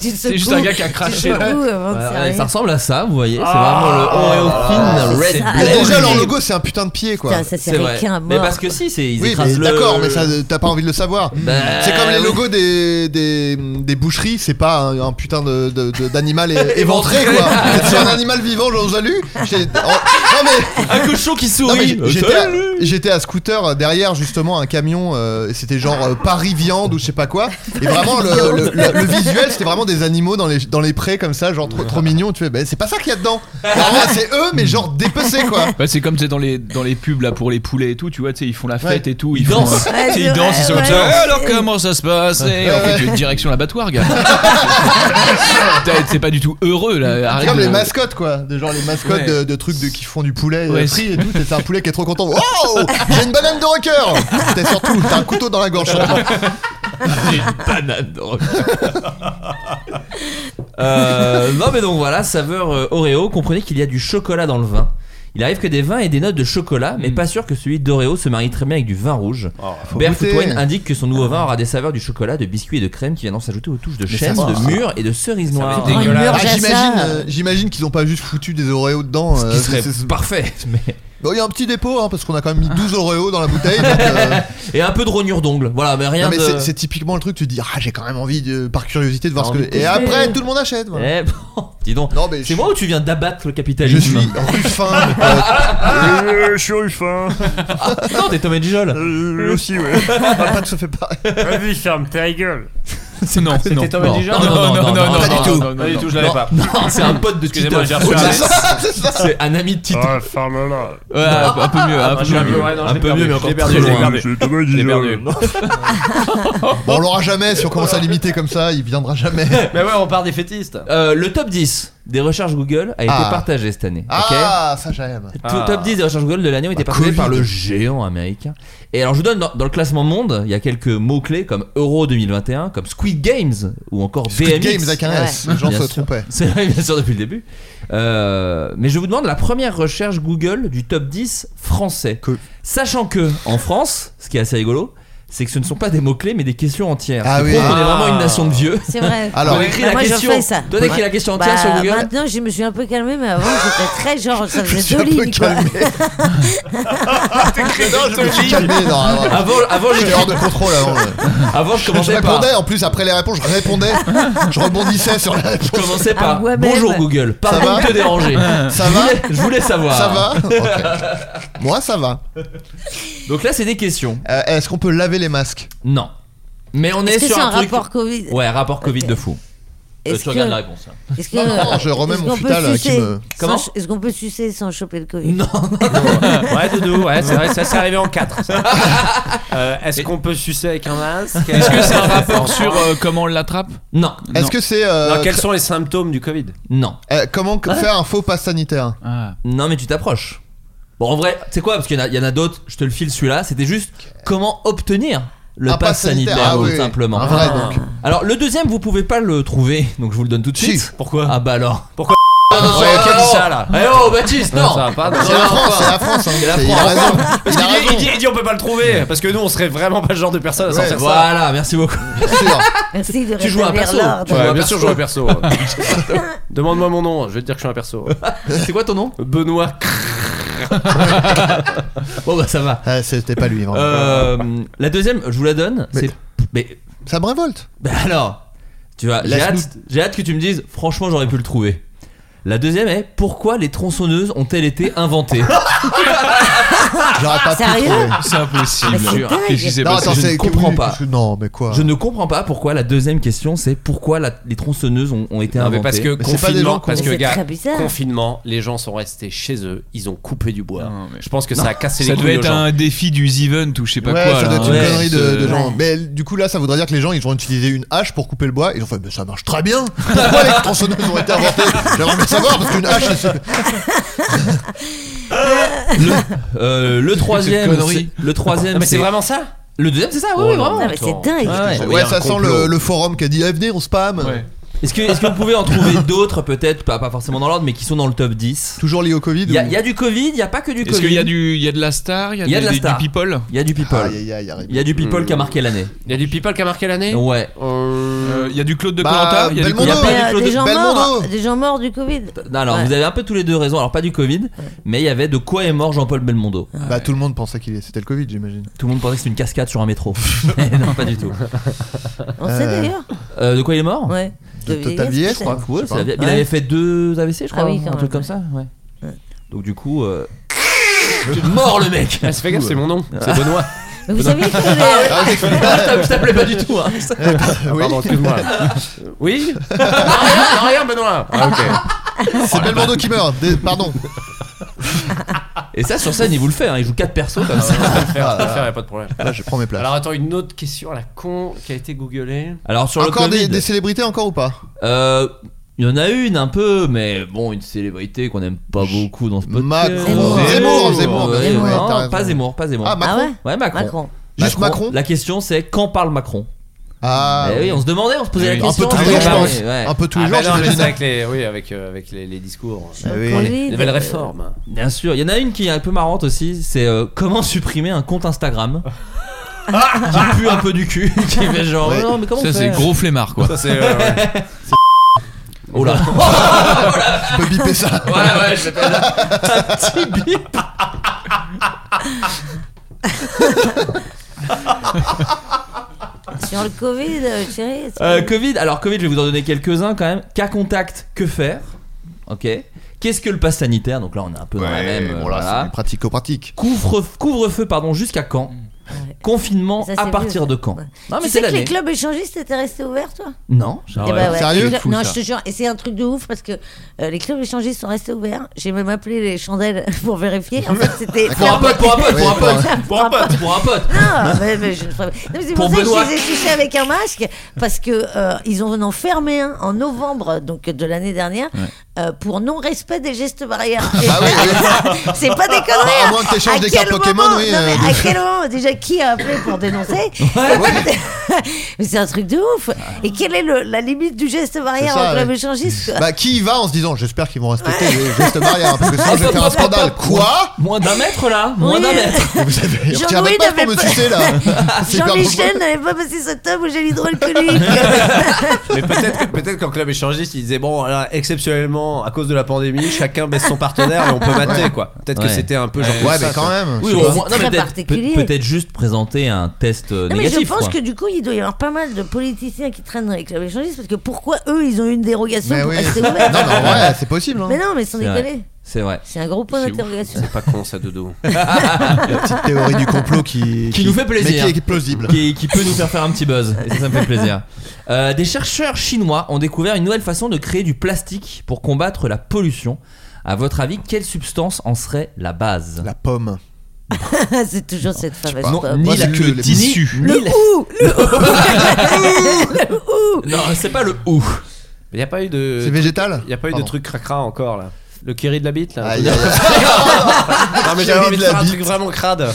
Speaker 3: Tu te
Speaker 9: C'est juste
Speaker 3: secoues,
Speaker 9: un gars qui a
Speaker 3: tu te
Speaker 9: craché.
Speaker 3: secoues avant de
Speaker 7: Ouais, ouais,
Speaker 3: servir.
Speaker 7: ça ressemble à ça, vous voyez. C'est vraiment le Oreo Thin
Speaker 3: Ah, c'est
Speaker 7: Red
Speaker 3: ça.
Speaker 8: Mais
Speaker 7: Blend.
Speaker 3: Ouais.
Speaker 8: déjà, leur logo, c'est un putain de pied, quoi.
Speaker 3: bah Putain, ça c'est
Speaker 7: C'est vrai.
Speaker 3: requin à mort.
Speaker 7: Mais parce que si, c'est ils
Speaker 8: Oui, mais
Speaker 7: écrasent le.
Speaker 8: d'accord, mais ça, t'as pas envie de le savoir.
Speaker 7: Bah,
Speaker 8: c'est comme les
Speaker 7: oui.
Speaker 8: logos des, des, des boucheries, c'est pas un, un putain de- de- de- d'animal de, éventré, quoi. C'est un animal vivant, j'en ai lu. J'ai- en- Non, mais
Speaker 7: Un cochon qui
Speaker 8: Non, mais
Speaker 7: sourit.
Speaker 8: j'- j'étais à- J'étais à scooter euh, derrière justement un camion, euh, et c'était genre euh, Paris viande ou je sais pas quoi. Et vraiment le, le- le- le visuel c'était vraiment des animaux dans les, dans les prés comme ça, genre trop, trop mignon. Tu fais, bah, c'est pas ça qu'il y a dedans. Vraiment, c'est eux mais genre dépecés quoi.
Speaker 9: Bah, c'est comme c'est dans les dans les pubs là pour les poulets et tout, tu vois, tu sais, ils font la fête
Speaker 8: Ouais.
Speaker 9: et tout, ils,
Speaker 7: Ils
Speaker 9: font,
Speaker 7: dansent.
Speaker 9: euh,
Speaker 3: Ouais,
Speaker 9: tu sais,
Speaker 3: c'est
Speaker 9: ils dansent, ils sont comme
Speaker 3: vrai,
Speaker 9: ça.
Speaker 3: ouais.
Speaker 9: Eh, Alors comment ça se passe Et en fait, tu es direction l'abattoir, gars. Putain, T'es pas du tout heureux là.
Speaker 8: C'est
Speaker 9: Arrête.
Speaker 8: comme
Speaker 9: de-
Speaker 6: euh,
Speaker 8: les mascottes quoi, de genre les mascottes de,
Speaker 9: Ouais.
Speaker 8: de trucs de, qui font du poulet euh,
Speaker 9: Ouais,
Speaker 8: frit et tout. T'es un poulet qui est trop content. Oh, j'ai une banane de rocker. T'es surtout, t'as un couteau dans la gorge. surtout.
Speaker 7: Banane de rock. Euh, non mais donc voilà, saveur euh, Oreo, comprenez qu'il y a du chocolat dans le vin. Il arrive que des vins aient des notes de chocolat, mais pas sûr que celui d'Oreo se marie très bien avec du vin rouge.
Speaker 8: Hmm. Oh, faut
Speaker 7: Bert
Speaker 8: goûter. Ah.
Speaker 7: Footwine indique que son nouveau vin aura des saveurs du chocolat, de biscuits et de crème qui viendront s'ajouter aux touches de
Speaker 8: ça,
Speaker 7: chèvre,
Speaker 8: ça-
Speaker 7: de mûre et de cerise noire.
Speaker 9: Oh,
Speaker 6: va être dégueulasse.
Speaker 8: Ah,
Speaker 3: Alors, j'ai
Speaker 8: J'imagine,
Speaker 3: ça.
Speaker 8: euh, j'imagine qu'ils ont pas juste foutu des oreos dedans.
Speaker 7: Ce
Speaker 8: euh,
Speaker 7: qui
Speaker 8: c'est-
Speaker 7: serait
Speaker 8: c'est-
Speaker 7: parfait. mais-
Speaker 8: Bon, il y a un petit dépôt hein, parce qu'on a quand même mis 12 oreos dans la bouteille. donc, euh,
Speaker 7: Et un peu de rognure d'ongle. Voilà, mais rien
Speaker 8: Non mais
Speaker 7: de.
Speaker 8: c'est- c'est typiquement le truc, tu te dis ah j'ai quand même envie de, par curiosité de voir
Speaker 7: T'as
Speaker 8: ce que
Speaker 7: envie de
Speaker 8: et
Speaker 7: tester.
Speaker 8: après tout le monde achète. voilà.
Speaker 7: Eh, bon, dis donc.
Speaker 8: Non mais
Speaker 7: C'est
Speaker 8: je,
Speaker 7: moi ou tu viens d'abattre le
Speaker 8: je
Speaker 7: capitalisme
Speaker 8: suis euh, ruffin.
Speaker 6: je suis ruffin.
Speaker 7: Non, t'es Tom et Gijol.
Speaker 8: aussi ouais. Papa ne se fait pas.
Speaker 16: Vas-y, ferme ta gueule.
Speaker 9: Non, non.
Speaker 6: C'était Tom
Speaker 7: Non.
Speaker 6: et Gijol
Speaker 7: Non, non, non, non,
Speaker 9: pas
Speaker 7: non,
Speaker 9: du tout.
Speaker 6: Pas du tout, je l'avais
Speaker 7: Non,
Speaker 6: pas.
Speaker 7: non, c'est un pote de Tito.
Speaker 6: Excusez-moi, j'ai reçu un message.
Speaker 7: C'est un ami de Tito.
Speaker 16: Ah, ferme-la.
Speaker 9: Ouais, un peu mieux, un peu
Speaker 6: Ah, bah, j'ai un peu-
Speaker 9: mieux.
Speaker 6: ouais, non,
Speaker 7: un
Speaker 6: j'ai
Speaker 7: peu
Speaker 6: perdu,
Speaker 7: mieux, mais
Speaker 6: j'ai
Speaker 7: encore
Speaker 6: perdu,
Speaker 7: très
Speaker 6: j'ai
Speaker 7: loin.
Speaker 6: perdu.
Speaker 16: J'ai perdu.
Speaker 8: Bon, on l'aura jamais si on commence à limiter comme ça, il viendra jamais.
Speaker 6: Mais ouais, on part des fétistes.
Speaker 7: Euh, le top 10 des recherches Google a été
Speaker 8: Ah.
Speaker 7: partagé cette année. ok
Speaker 8: Ah ça j'aime.
Speaker 7: Tout-
Speaker 6: Ah.
Speaker 7: Top 10 des recherches Google de l'année ont été
Speaker 8: Bah,
Speaker 7: partagé par
Speaker 8: Covid.
Speaker 7: le géant américain. Et alors, je vous donne dans, dans le classement monde, il y a quelques mots-clés comme Euro 2021, comme Squid Games ou encore
Speaker 8: Squid
Speaker 7: BMX.
Speaker 8: Games avec un S, les gens
Speaker 7: Bien
Speaker 8: se
Speaker 7: sûr.
Speaker 8: trompaient.
Speaker 7: C'est vrai, bien sûr, depuis le début. Euh, mais je vous demande la première recherche Google du top 10 français.
Speaker 8: Que-
Speaker 7: Sachant que, en France, ce qui est assez rigolo, c'est que ce ne sont pas des mots-clés, mais des questions entières.
Speaker 8: Ah
Speaker 7: Ce qui
Speaker 8: oui.
Speaker 7: prouve qu'on est
Speaker 6: Ah.
Speaker 7: vraiment une nation de vieux.
Speaker 3: C'est vrai.
Speaker 8: Alors
Speaker 7: T'as écrit
Speaker 3: Bah,
Speaker 7: la
Speaker 3: moi, je
Speaker 7: question.
Speaker 3: fais ça.
Speaker 7: Toi, t'as écrit la question entière
Speaker 3: Bah,
Speaker 7: sur Google.
Speaker 3: Maintenant, je me suis un peu calmée, mais avant, j'étais très genre,
Speaker 8: je
Speaker 3: ça
Speaker 8: me
Speaker 3: faisait
Speaker 8: suis
Speaker 3: deux
Speaker 8: un peu
Speaker 3: lignes. quoi.
Speaker 8: calmé. Non, je me suis calmé. Non, avant,
Speaker 7: Avant, avant,
Speaker 8: j'étais hors de
Speaker 7: je,
Speaker 8: contrôle avant. ouais.
Speaker 7: avant, je
Speaker 8: Je
Speaker 7: commençais par.
Speaker 8: répondais en plus après les réponses, je répondais, je rebondissais sur la
Speaker 7: Je
Speaker 8: réponse.
Speaker 7: commençais par
Speaker 3: Ah, ouais, mais-
Speaker 7: Bonjour Google,
Speaker 8: Ça
Speaker 7: pardon
Speaker 8: va
Speaker 7: de te déranger.
Speaker 8: Ça
Speaker 7: Je
Speaker 8: va
Speaker 7: voulais, je voulais savoir.
Speaker 8: Ça va Ok. Moi ça va.
Speaker 7: Donc là, c'est des questions.
Speaker 8: Euh, Est-ce qu'on peut laver les masques
Speaker 7: Non. Mais on est,
Speaker 3: Est-ce que
Speaker 7: sur
Speaker 3: c'est
Speaker 7: un,
Speaker 3: un
Speaker 7: truc.
Speaker 3: rapport Covid
Speaker 7: Ouais, rapport Covid de fou. Euh,
Speaker 3: Est-ce
Speaker 7: tu regardes
Speaker 3: que-
Speaker 7: la réponse. hein.
Speaker 3: Est-ce que-
Speaker 8: Non, non, je remets
Speaker 3: Oh. est-ce
Speaker 8: mon
Speaker 3: qu'on peut
Speaker 8: futal euh, qui
Speaker 3: sucer
Speaker 8: me.
Speaker 3: sans-
Speaker 7: Comment
Speaker 3: Est-ce qu'on peut sucer sans choper le Covid
Speaker 7: Non.
Speaker 6: Ouais, Doudou, ouais, c'est vrai, ça s'est arrivé en 4. Euh, Est-ce qu'on peut sucer avec un masque
Speaker 9: Est-ce que c'est un rapport sur euh, comment on l'attrape
Speaker 7: Non.
Speaker 8: Est-ce que c'est. euh,
Speaker 6: Non, quels sont les symptômes du Covid
Speaker 7: Non.
Speaker 8: euh, comment
Speaker 3: Hein
Speaker 8: que- faire un faux pass sanitaire
Speaker 9: Ah.
Speaker 7: Non, mais tu t'approches. Bon, en vrai, c'est quoi Parce qu'il y en a, il y en a d'autres, je te le file celui-là. C'était juste comment obtenir le
Speaker 8: Un
Speaker 7: pass,
Speaker 8: pass sanitaire,
Speaker 7: sanitaire,
Speaker 8: ah
Speaker 7: tout
Speaker 8: oui.
Speaker 7: simplement.
Speaker 8: Un vrai, donc.
Speaker 7: Alors le deuxième, vous pouvez pas le trouver, donc je vous le donne tout de suite. Pourquoi Ah bah alors. Pourquoi
Speaker 6: Ah, non,
Speaker 7: Ouais,
Speaker 6: non,
Speaker 7: qui a dit
Speaker 6: non.
Speaker 7: ça, là Eh oh, Baptiste, non.
Speaker 6: Ça va pas, non.
Speaker 7: C'est la France, c'est la France, hein.
Speaker 6: C'est la
Speaker 7: C'est- il
Speaker 6: France.
Speaker 7: a raison.
Speaker 6: Parce qu'il
Speaker 7: Il a
Speaker 6: dit-
Speaker 7: raison.
Speaker 6: il dit- il dit on peut pas le trouver parce que nous on serait vraiment pas le genre de personne à
Speaker 7: Ouais,
Speaker 6: sortir ça.
Speaker 7: voilà, merci beaucoup.
Speaker 3: Merci de
Speaker 7: Tu joues un
Speaker 3: rétablir
Speaker 7: perso.
Speaker 3: l'ordre.
Speaker 7: Tu joues
Speaker 6: Ouais,
Speaker 7: un
Speaker 6: bien sûr, je joue un perso. Demande-moi mon nom, je vais te dire que je suis un perso.
Speaker 7: C'est quoi ton nom
Speaker 6: Benoît.
Speaker 7: Bon bah ça va.
Speaker 8: Eh, C'était pas lui. vraiment.
Speaker 7: Euh, la deuxième, je vous la donne. C'est. Mais.
Speaker 8: Ça me révolte.
Speaker 7: Bah alors, tu vois, j'ai
Speaker 8: Laisse-nous-
Speaker 7: hâte, j'ai hâte que tu me dises. Franchement, j'aurais pu le trouver. La deuxième est pourquoi les tronçonneuses ont-elles été inventées
Speaker 3: Ah,
Speaker 8: J'aurais pas pu Sérieux trouver.
Speaker 9: Eh
Speaker 7: C'est
Speaker 8: Ah,
Speaker 7: impossible.
Speaker 8: Mais c'est dingue.
Speaker 9: ben,
Speaker 8: Non, attends,
Speaker 7: je
Speaker 8: c'est-
Speaker 7: ne
Speaker 8: oui,
Speaker 7: comprends
Speaker 8: oui,
Speaker 7: pas.
Speaker 8: parce que- non, mais quoi
Speaker 7: Je ne comprends pas pourquoi la deuxième question c'est pourquoi la- les tronçonneuses ont, ont été
Speaker 6: Non,
Speaker 7: inventées.
Speaker 6: mais parce que confinement, parce que gars, confinement, les gens sont restés chez eux, ils ont coupé du bois. Je pense que ça a cassé
Speaker 9: Ça
Speaker 6: les couilles
Speaker 9: devait
Speaker 6: aux
Speaker 9: être
Speaker 6: gens.
Speaker 9: un défi du Zevent ou je sais pas
Speaker 8: ouais,
Speaker 9: quoi.
Speaker 8: ça doit
Speaker 9: là.
Speaker 8: être une
Speaker 9: Ouais.
Speaker 8: connerie de, de
Speaker 9: Euh,
Speaker 8: gens. Mais du coup, là, ça voudrait dire que les gens, ils ont utilisé une hache pour couper le bois. Ils ont fait, mais ça marche très bien. Pourquoi les tronçonneuses ont été inventées J'aimerais bien savoir parce qu'une hache, c'est-
Speaker 7: Le, euh, le troisième,
Speaker 8: Cette connerie.
Speaker 7: c'est- le troisième,
Speaker 8: Ah, mais c'est vraiment
Speaker 6: ça
Speaker 7: Le deuxième, c'est ça, oui,
Speaker 8: Oh
Speaker 7: oui,
Speaker 8: là
Speaker 7: vraiment.
Speaker 8: là, mais c'est dingue.
Speaker 7: Ouais,
Speaker 8: Ouais,
Speaker 7: ouais.
Speaker 8: ça sent le, le forum qui a dit, eh, venez, on spam.
Speaker 7: Est-ce que, est-ce que vous pouvez en trouver d'autres, peut-être, pas, pas forcément dans l'ordre, mais qui sont dans le top 10
Speaker 8: Toujours liés au Covid
Speaker 7: Il y, a-
Speaker 9: ou-
Speaker 7: il y a du Covid, il n'y a pas que du Covid.
Speaker 9: Est-ce qu'il y a du, il y a de la star, il y a,
Speaker 7: Il y a de
Speaker 9: des-
Speaker 7: la
Speaker 9: des-
Speaker 7: star.
Speaker 9: du people.
Speaker 7: Il y a du people.
Speaker 8: Aïe, aïe, aïe, aïe.
Speaker 7: Il y a du people qui a marqué l'année.
Speaker 6: Il y a du people qui a marqué l'année
Speaker 7: Ouais.
Speaker 9: Euh, Il y a du Claude de
Speaker 7: Bah,
Speaker 9: Colanta, il y a du
Speaker 7: Belmondo.
Speaker 9: Claude-
Speaker 7: Il y a
Speaker 3: Euh,
Speaker 7: pas du Claude-
Speaker 3: des, gens morts,
Speaker 7: Belmondo.
Speaker 3: des gens morts du Covid.
Speaker 7: Non, alors
Speaker 3: Ouais.
Speaker 7: vous avez un peu tous les deux raison. Alors pas du Covid, mais il y avait de quoi est mort Jean-Paul Belmondo.
Speaker 3: Ah,
Speaker 8: Bah, tout le monde pensait qu'il c'était le Covid, j'imagine.
Speaker 7: Tout le monde pensait que c'était une cascade sur un métro. Eh non, pas du tout.
Speaker 3: On sait d'ailleurs.
Speaker 7: Euh, de quoi il est mort
Speaker 3: Ouais. De De Total vieillesse, vieillesse, peut-être. je crois.
Speaker 7: Cool,
Speaker 3: Je
Speaker 7: c'est
Speaker 3: sais pas.
Speaker 7: la vie- Il
Speaker 3: Ouais.
Speaker 7: avait fait deux AVC, je crois,
Speaker 3: Ah oui, quand
Speaker 7: un
Speaker 3: même,
Speaker 7: truc comme
Speaker 3: ouais.
Speaker 7: ça. Ouais. Donc du coup, euh, mort le mec.
Speaker 6: Ah, se fait gaffe, c'est mon nom, c'est Benoît.
Speaker 3: Mais vous
Speaker 6: Benoît.
Speaker 3: saviez que les-
Speaker 7: Ah, je t'appelais pas du tout. Hein.
Speaker 6: Ah, pardon, excuse-moi. Oui Non, rien, non, rien, Benoît. Ah, ok.
Speaker 8: C'est Belmondo qui meurt. Des- Pardon.
Speaker 7: Et ça, sur scène, il vous le fait. hein. Il joue quatre persos comme ça.
Speaker 6: Je peux le faire, je peux le faire, y a pas de problème.
Speaker 8: Là, je prends mes places.
Speaker 6: Alors attends, une autre question à la con qui a été googlée.
Speaker 7: Alors sur
Speaker 8: Encore
Speaker 7: le Covid,
Speaker 8: des, des célébrités, encore ou pas
Speaker 7: euh, il y en a une un peu, mais bon, une célébrité qu'on aime pas beaucoup dans ce podcast.
Speaker 8: Macron. Zemmour, Zemmour,
Speaker 7: Ouais,
Speaker 8: Zemmour,
Speaker 7: non,
Speaker 8: ouais, t'as raison.
Speaker 7: pas Zemmour, pas Zemmour.
Speaker 8: Ah, Macron
Speaker 7: ouais, Macron. Bah, Eh
Speaker 8: Macron. Juste Macron
Speaker 7: La question c'est quand parle Macron
Speaker 8: Ah.
Speaker 7: Eh oui, on se demandait, on se posait
Speaker 8: Oui,
Speaker 7: la
Speaker 8: un
Speaker 7: question.
Speaker 8: peu tous les jours,
Speaker 7: Ah,
Speaker 8: je
Speaker 7: ouais,
Speaker 8: pense.
Speaker 7: ouais.
Speaker 8: Un peu tous les
Speaker 6: Ah,
Speaker 8: jours,
Speaker 6: bah non, mais c'est
Speaker 8: j'imagine.
Speaker 6: avec les, oui, avec, euh, avec les, les discours.
Speaker 8: Ah oui.
Speaker 6: Les-
Speaker 8: Covid.
Speaker 6: les nouvelles réformes.
Speaker 7: Bien sûr, il y en a une qui est un peu marrante aussi, c'est euh, comment supprimer un compte Instagram qui pue un peu du cul, qui fait genre
Speaker 9: Ouais.
Speaker 7: non mais comment
Speaker 9: Ça,
Speaker 7: on
Speaker 9: c'est
Speaker 7: fait
Speaker 9: gros flemmard, quoi.
Speaker 6: Ça, c'est, euh, ouais.
Speaker 7: Oh là.
Speaker 8: Tu peux biper ça.
Speaker 7: Ouais ouais, je vais pas dire. Un petit bip.
Speaker 3: Sur le Covid, euh, chérie. est-ce que-
Speaker 7: Euh, Covid, alors Covid, je vais vous en donner quelques-uns quand même. Cas contact, que faire OK. Qu'est-ce que le pass sanitaire Donc là, on est un peu dans la même euh,
Speaker 8: bon, là,
Speaker 7: voilà.
Speaker 8: c'est pratico-pratique.
Speaker 7: Couvre couvre-feu pardon, jusqu'à quand Confinement
Speaker 3: Ça, c'est
Speaker 7: à
Speaker 3: vieux,
Speaker 7: partir
Speaker 3: ça.
Speaker 7: de quand
Speaker 3: Ouais.
Speaker 7: Non mais c'est
Speaker 3: tu sais que les
Speaker 7: l'année.
Speaker 3: clubs échangistes étaient restés ouverts, toi
Speaker 7: Non, j'ai-
Speaker 3: Eh bah ouais.
Speaker 7: Sérieux
Speaker 3: Les clubs-
Speaker 7: Fou,
Speaker 3: Non,
Speaker 7: ça.
Speaker 3: je te jure. Et c'est un truc de ouf parce que euh, les clubs échangistes sont restés ouverts. J'ai même appelé les chandelles pour vérifier. En fait, c'était.
Speaker 7: Pour un pote, pour un pote, pour un pote, pour un pote, pour un pote.
Speaker 3: Non, Ah, mais, mais je- non, mais c'est pour,
Speaker 7: Pour
Speaker 3: ça
Speaker 7: Benoît.
Speaker 3: que je les ai sucés avec un masque parce que euh, ils en ont fermé un en novembre donc de l'année dernière euh, pour non respect des gestes barrières. Et-
Speaker 8: Bah oui, oui.
Speaker 3: c'est pas des conneries. hein.
Speaker 8: À moins que t'échanges
Speaker 3: À
Speaker 8: des cartes
Speaker 3: quel
Speaker 8: Pokémon,
Speaker 3: moment-
Speaker 8: oui,
Speaker 3: non, mais
Speaker 8: euh,
Speaker 3: à quel moment déjà qui a appelé pour dénoncer Mais c'est un truc de ouf. Et quelle est le- la limite du
Speaker 8: Ah.
Speaker 3: geste
Speaker 8: C'est
Speaker 3: barrière
Speaker 8: ça,
Speaker 3: en club
Speaker 8: ouais.
Speaker 3: échangiste quoi
Speaker 8: Bah, qui y va en se disant, j'espère qu'ils vont respecter les gestes barrières, hein, parce
Speaker 3: Ah,
Speaker 8: que sinon
Speaker 7: Hop,
Speaker 8: je vais
Speaker 7: hop,
Speaker 8: faire un
Speaker 7: hop, hop,
Speaker 8: scandale.
Speaker 7: hop.
Speaker 8: Quoi
Speaker 7: Moins d'un mètre là, moins
Speaker 3: Oui.
Speaker 7: d'un mètre.
Speaker 8: Vous avez retiré
Speaker 3: Jean-Louis
Speaker 8: votre masque
Speaker 3: n'avait
Speaker 8: pour me
Speaker 3: pas-
Speaker 8: sucer là C'est hyper
Speaker 3: Jean-Michel
Speaker 8: dangereux.
Speaker 3: n'avait pas passé sa table où j'ai l'hydrol que lui.
Speaker 6: Mais peut-être que- peut-être qu'en club échangiste, ils disaient bon, là, exceptionnellement, à cause de la pandémie, chacun baisse son partenaire et on peut mater quoi. Peut-être que
Speaker 7: Ouais.
Speaker 6: c'était un peu genre.
Speaker 8: Ouais,
Speaker 6: comme ça,
Speaker 8: mais quand
Speaker 6: quoi.
Speaker 8: même.
Speaker 7: Oui,
Speaker 8: je
Speaker 7: au
Speaker 8: sais pas.
Speaker 7: moins- non,
Speaker 3: C'est
Speaker 7: mais
Speaker 3: très
Speaker 7: peut-être
Speaker 3: particulier.
Speaker 7: peut- peut-être juste présenter un test euh,
Speaker 3: Non, mais
Speaker 7: négatif.
Speaker 3: je pense
Speaker 7: quoi.
Speaker 3: que du coup, il doit y avoir pas mal de politiciens qui traînent dans les clubs échangistes parce que pourquoi eux, ils ont eu une dérogation
Speaker 8: Mais
Speaker 3: pour
Speaker 8: oui.
Speaker 3: rester
Speaker 8: Non,
Speaker 3: ouverts
Speaker 8: mais en vrai, c'est possible. hein.
Speaker 3: Mais non, mais sans
Speaker 7: C'est vrai.
Speaker 3: déconner.
Speaker 7: C'est vrai.
Speaker 3: C'est un gros point
Speaker 6: C'est ouf.
Speaker 3: d'interrogation.
Speaker 6: C'est pas con ça, dodo.
Speaker 8: La petite théorie du complot qui.
Speaker 7: Qui nous fait plaisir.
Speaker 8: Mais qui est plausible.
Speaker 7: qui, qui peut nous faire faire un petit buzz. Et ça, ça me fait plaisir. Euh, des chercheurs chinois ont découvert une nouvelle façon de créer du plastique pour combattre la pollution. À votre avis, quelle substance en serait la base
Speaker 8: La pomme.
Speaker 3: c'est toujours cette fameuse
Speaker 7: Non,
Speaker 3: pomme.
Speaker 7: ni
Speaker 8: Moi,
Speaker 7: la
Speaker 8: c'est que
Speaker 7: ni-
Speaker 8: les-
Speaker 7: tissu.
Speaker 3: Le ou Le ou
Speaker 7: Non, c'est pas le ou.
Speaker 6: Il y a pas eu de.
Speaker 8: C'est végétal
Speaker 6: Il y a pas eu de
Speaker 8: Pardon.
Speaker 6: truc cracra encore là.
Speaker 17: Le Kerry de la bite là.
Speaker 6: aïe, aïe. Non, mais j'avais envie de faire Ah, un truc vraiment crade.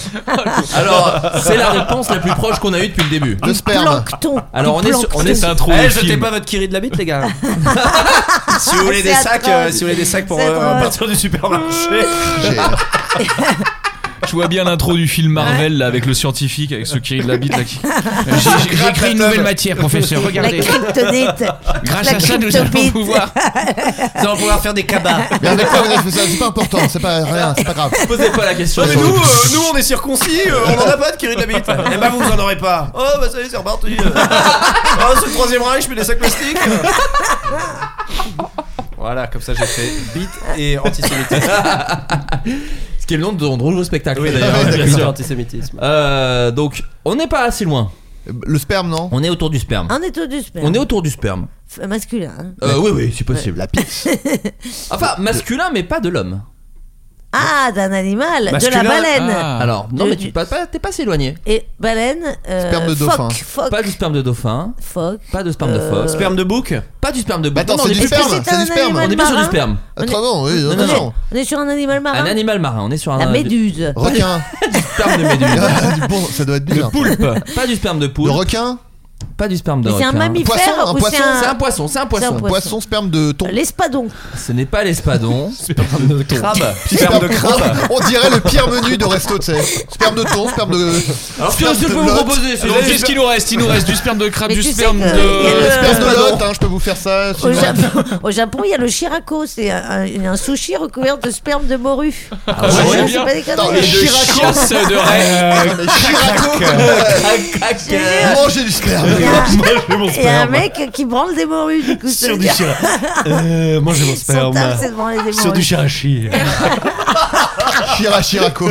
Speaker 7: Alors, c'est la réponse la plus proche qu'on a eue depuis le début.
Speaker 6: Le sperme. plancton.
Speaker 7: Alors, on
Speaker 6: Du
Speaker 7: est sur. On est
Speaker 6: plancton.
Speaker 7: sur-
Speaker 6: C'est un trou
Speaker 7: Eh,
Speaker 6: de
Speaker 7: jetez
Speaker 6: film.
Speaker 7: pas votre Kiri de la bite, les gars.
Speaker 6: Si vous voulez
Speaker 7: C'est
Speaker 6: des sacs,
Speaker 7: atroce.
Speaker 6: euh, si vous voulez des sacs pour
Speaker 7: C'est
Speaker 6: euh,
Speaker 7: atroce.
Speaker 6: partir du supermarché.
Speaker 9: Je vois bien l'intro du film Marvel là, avec le scientifique, avec ce qui rit de la bite. là, qui- J'ai- j'ai- J'ai créé une nouvelle matière, professeur. Regardez.
Speaker 6: La kryptonite.
Speaker 9: Grâce
Speaker 6: La
Speaker 9: à ça, nous allons
Speaker 6: kryptopite.
Speaker 9: pouvoir.
Speaker 6: Nous allons pouvoir faire des cabas.
Speaker 8: Mais avec quoi vous avez fait ça C'est pas important, c'est pas rien, c'est pas grave.
Speaker 7: Posez pas la question.
Speaker 6: Non, mais nous, euh, nous, on est circoncis, euh, on en a pas de Kiri de la bite. Eh ben, vous en aurez pas. Oh, bah, ça y est, c'est reparti. euh. Oh, c'est le troisième Reich, je mets des sacs plastiques. Voilà, comme ça j'ai fait bite et antisémitisme.
Speaker 7: Ce qui est le nom de notre nouveau spectacle
Speaker 6: Oui,
Speaker 7: d'ailleurs.
Speaker 6: bien sûr.
Speaker 7: antisémitisme. Euh, donc, on n'est pas assez loin.
Speaker 8: Le sperme, non
Speaker 7: On est autour du sperme.
Speaker 3: Un étau du sperme.
Speaker 7: On est autour du sperme.
Speaker 3: hein. F- Masculin. hein.
Speaker 7: Euh, oui, oui, c'est possible.
Speaker 8: La pisse.
Speaker 7: Enfin, masculin, mais pas de l'homme.
Speaker 3: Ah, d'un animal, de la baleine.
Speaker 7: Alors, non,
Speaker 3: De-
Speaker 7: mais tu t'es pas, pas- t'es pas si éloigné.
Speaker 3: Et baleine. euh, phoque, phoque.
Speaker 7: Pas du sperme de dauphin. Pas de sperme de
Speaker 3: Euh,
Speaker 7: phoque.
Speaker 3: Sperme
Speaker 6: de bouc
Speaker 7: Pas du sperme de bouc.
Speaker 8: Bah attends,
Speaker 7: Non,
Speaker 8: c'est
Speaker 7: on est
Speaker 8: du
Speaker 7: plus-
Speaker 8: sperme, Ah,
Speaker 3: c'est un animal
Speaker 7: On est pas sur du
Speaker 3: marin.
Speaker 7: sperme.
Speaker 3: On est- on est- On est sur un animal marin.
Speaker 7: Un Ah, animal marin, on est sur un.
Speaker 3: La méduse.
Speaker 8: Requin.
Speaker 7: du sperme de méduse.
Speaker 8: Du bon, ça doit être
Speaker 7: Le
Speaker 8: bizarre.
Speaker 7: poulpe. Pas du sperme de poulpe.
Speaker 8: Ah, Le requin
Speaker 7: Pas du sperme de
Speaker 3: Mais c'est un
Speaker 7: requin.
Speaker 3: mammifère Poisson, un ou poisson c'est un-
Speaker 7: C'est un poisson, c'est un
Speaker 3: C'est un
Speaker 7: poisson.
Speaker 3: poisson. Poisson,
Speaker 8: sperme de thon.
Speaker 3: L'espadon.
Speaker 7: Ce n'est pas l'espadon.
Speaker 8: Sperme
Speaker 7: de
Speaker 6: Crabe.
Speaker 7: Sperme de crabe.
Speaker 8: On dirait le pire menu de resto, tu sais. Sperme de thon, sperme de.
Speaker 7: Alors,
Speaker 8: sperme
Speaker 7: qu'est-ce que
Speaker 8: de
Speaker 7: je peux vous
Speaker 8: lotte.
Speaker 7: proposer, c'est-
Speaker 9: Donc, Qu'est-ce qu'il nous reste Il nous reste du sperme de crabe,
Speaker 3: Mais
Speaker 9: du
Speaker 3: tu sais
Speaker 9: sperme
Speaker 3: que-
Speaker 9: de.
Speaker 3: il y a le-
Speaker 8: Euh, Sperme de lotte, hein, je peux vous faire
Speaker 7: Oh,
Speaker 8: ça.
Speaker 3: Au
Speaker 8: sinon-
Speaker 3: Japon, au Japon, il y a le shirako, c'est un, un- un sushi recouvert de sperme de morue.
Speaker 8: Ah ouais, j'aime bien.
Speaker 3: c'est pas des conneries.
Speaker 6: Oh,
Speaker 8: Attends, le Chiraco.
Speaker 9: Chasse de
Speaker 6: Euh,
Speaker 9: rêve.
Speaker 8: Mais Chiraco. Mangez du sperme.
Speaker 3: Il y a-
Speaker 16: Mangez mon
Speaker 3: Il y a un
Speaker 16: sperme.
Speaker 3: mec qui branle des morues, du coup. ça
Speaker 16: Sur
Speaker 3: veut
Speaker 16: du
Speaker 3: dire-
Speaker 16: chirac. Euh, mangez mon sperme.
Speaker 3: taf, c'est de branler des
Speaker 16: Sur
Speaker 3: morues.
Speaker 16: du chirachi.
Speaker 8: Chira Chiraco.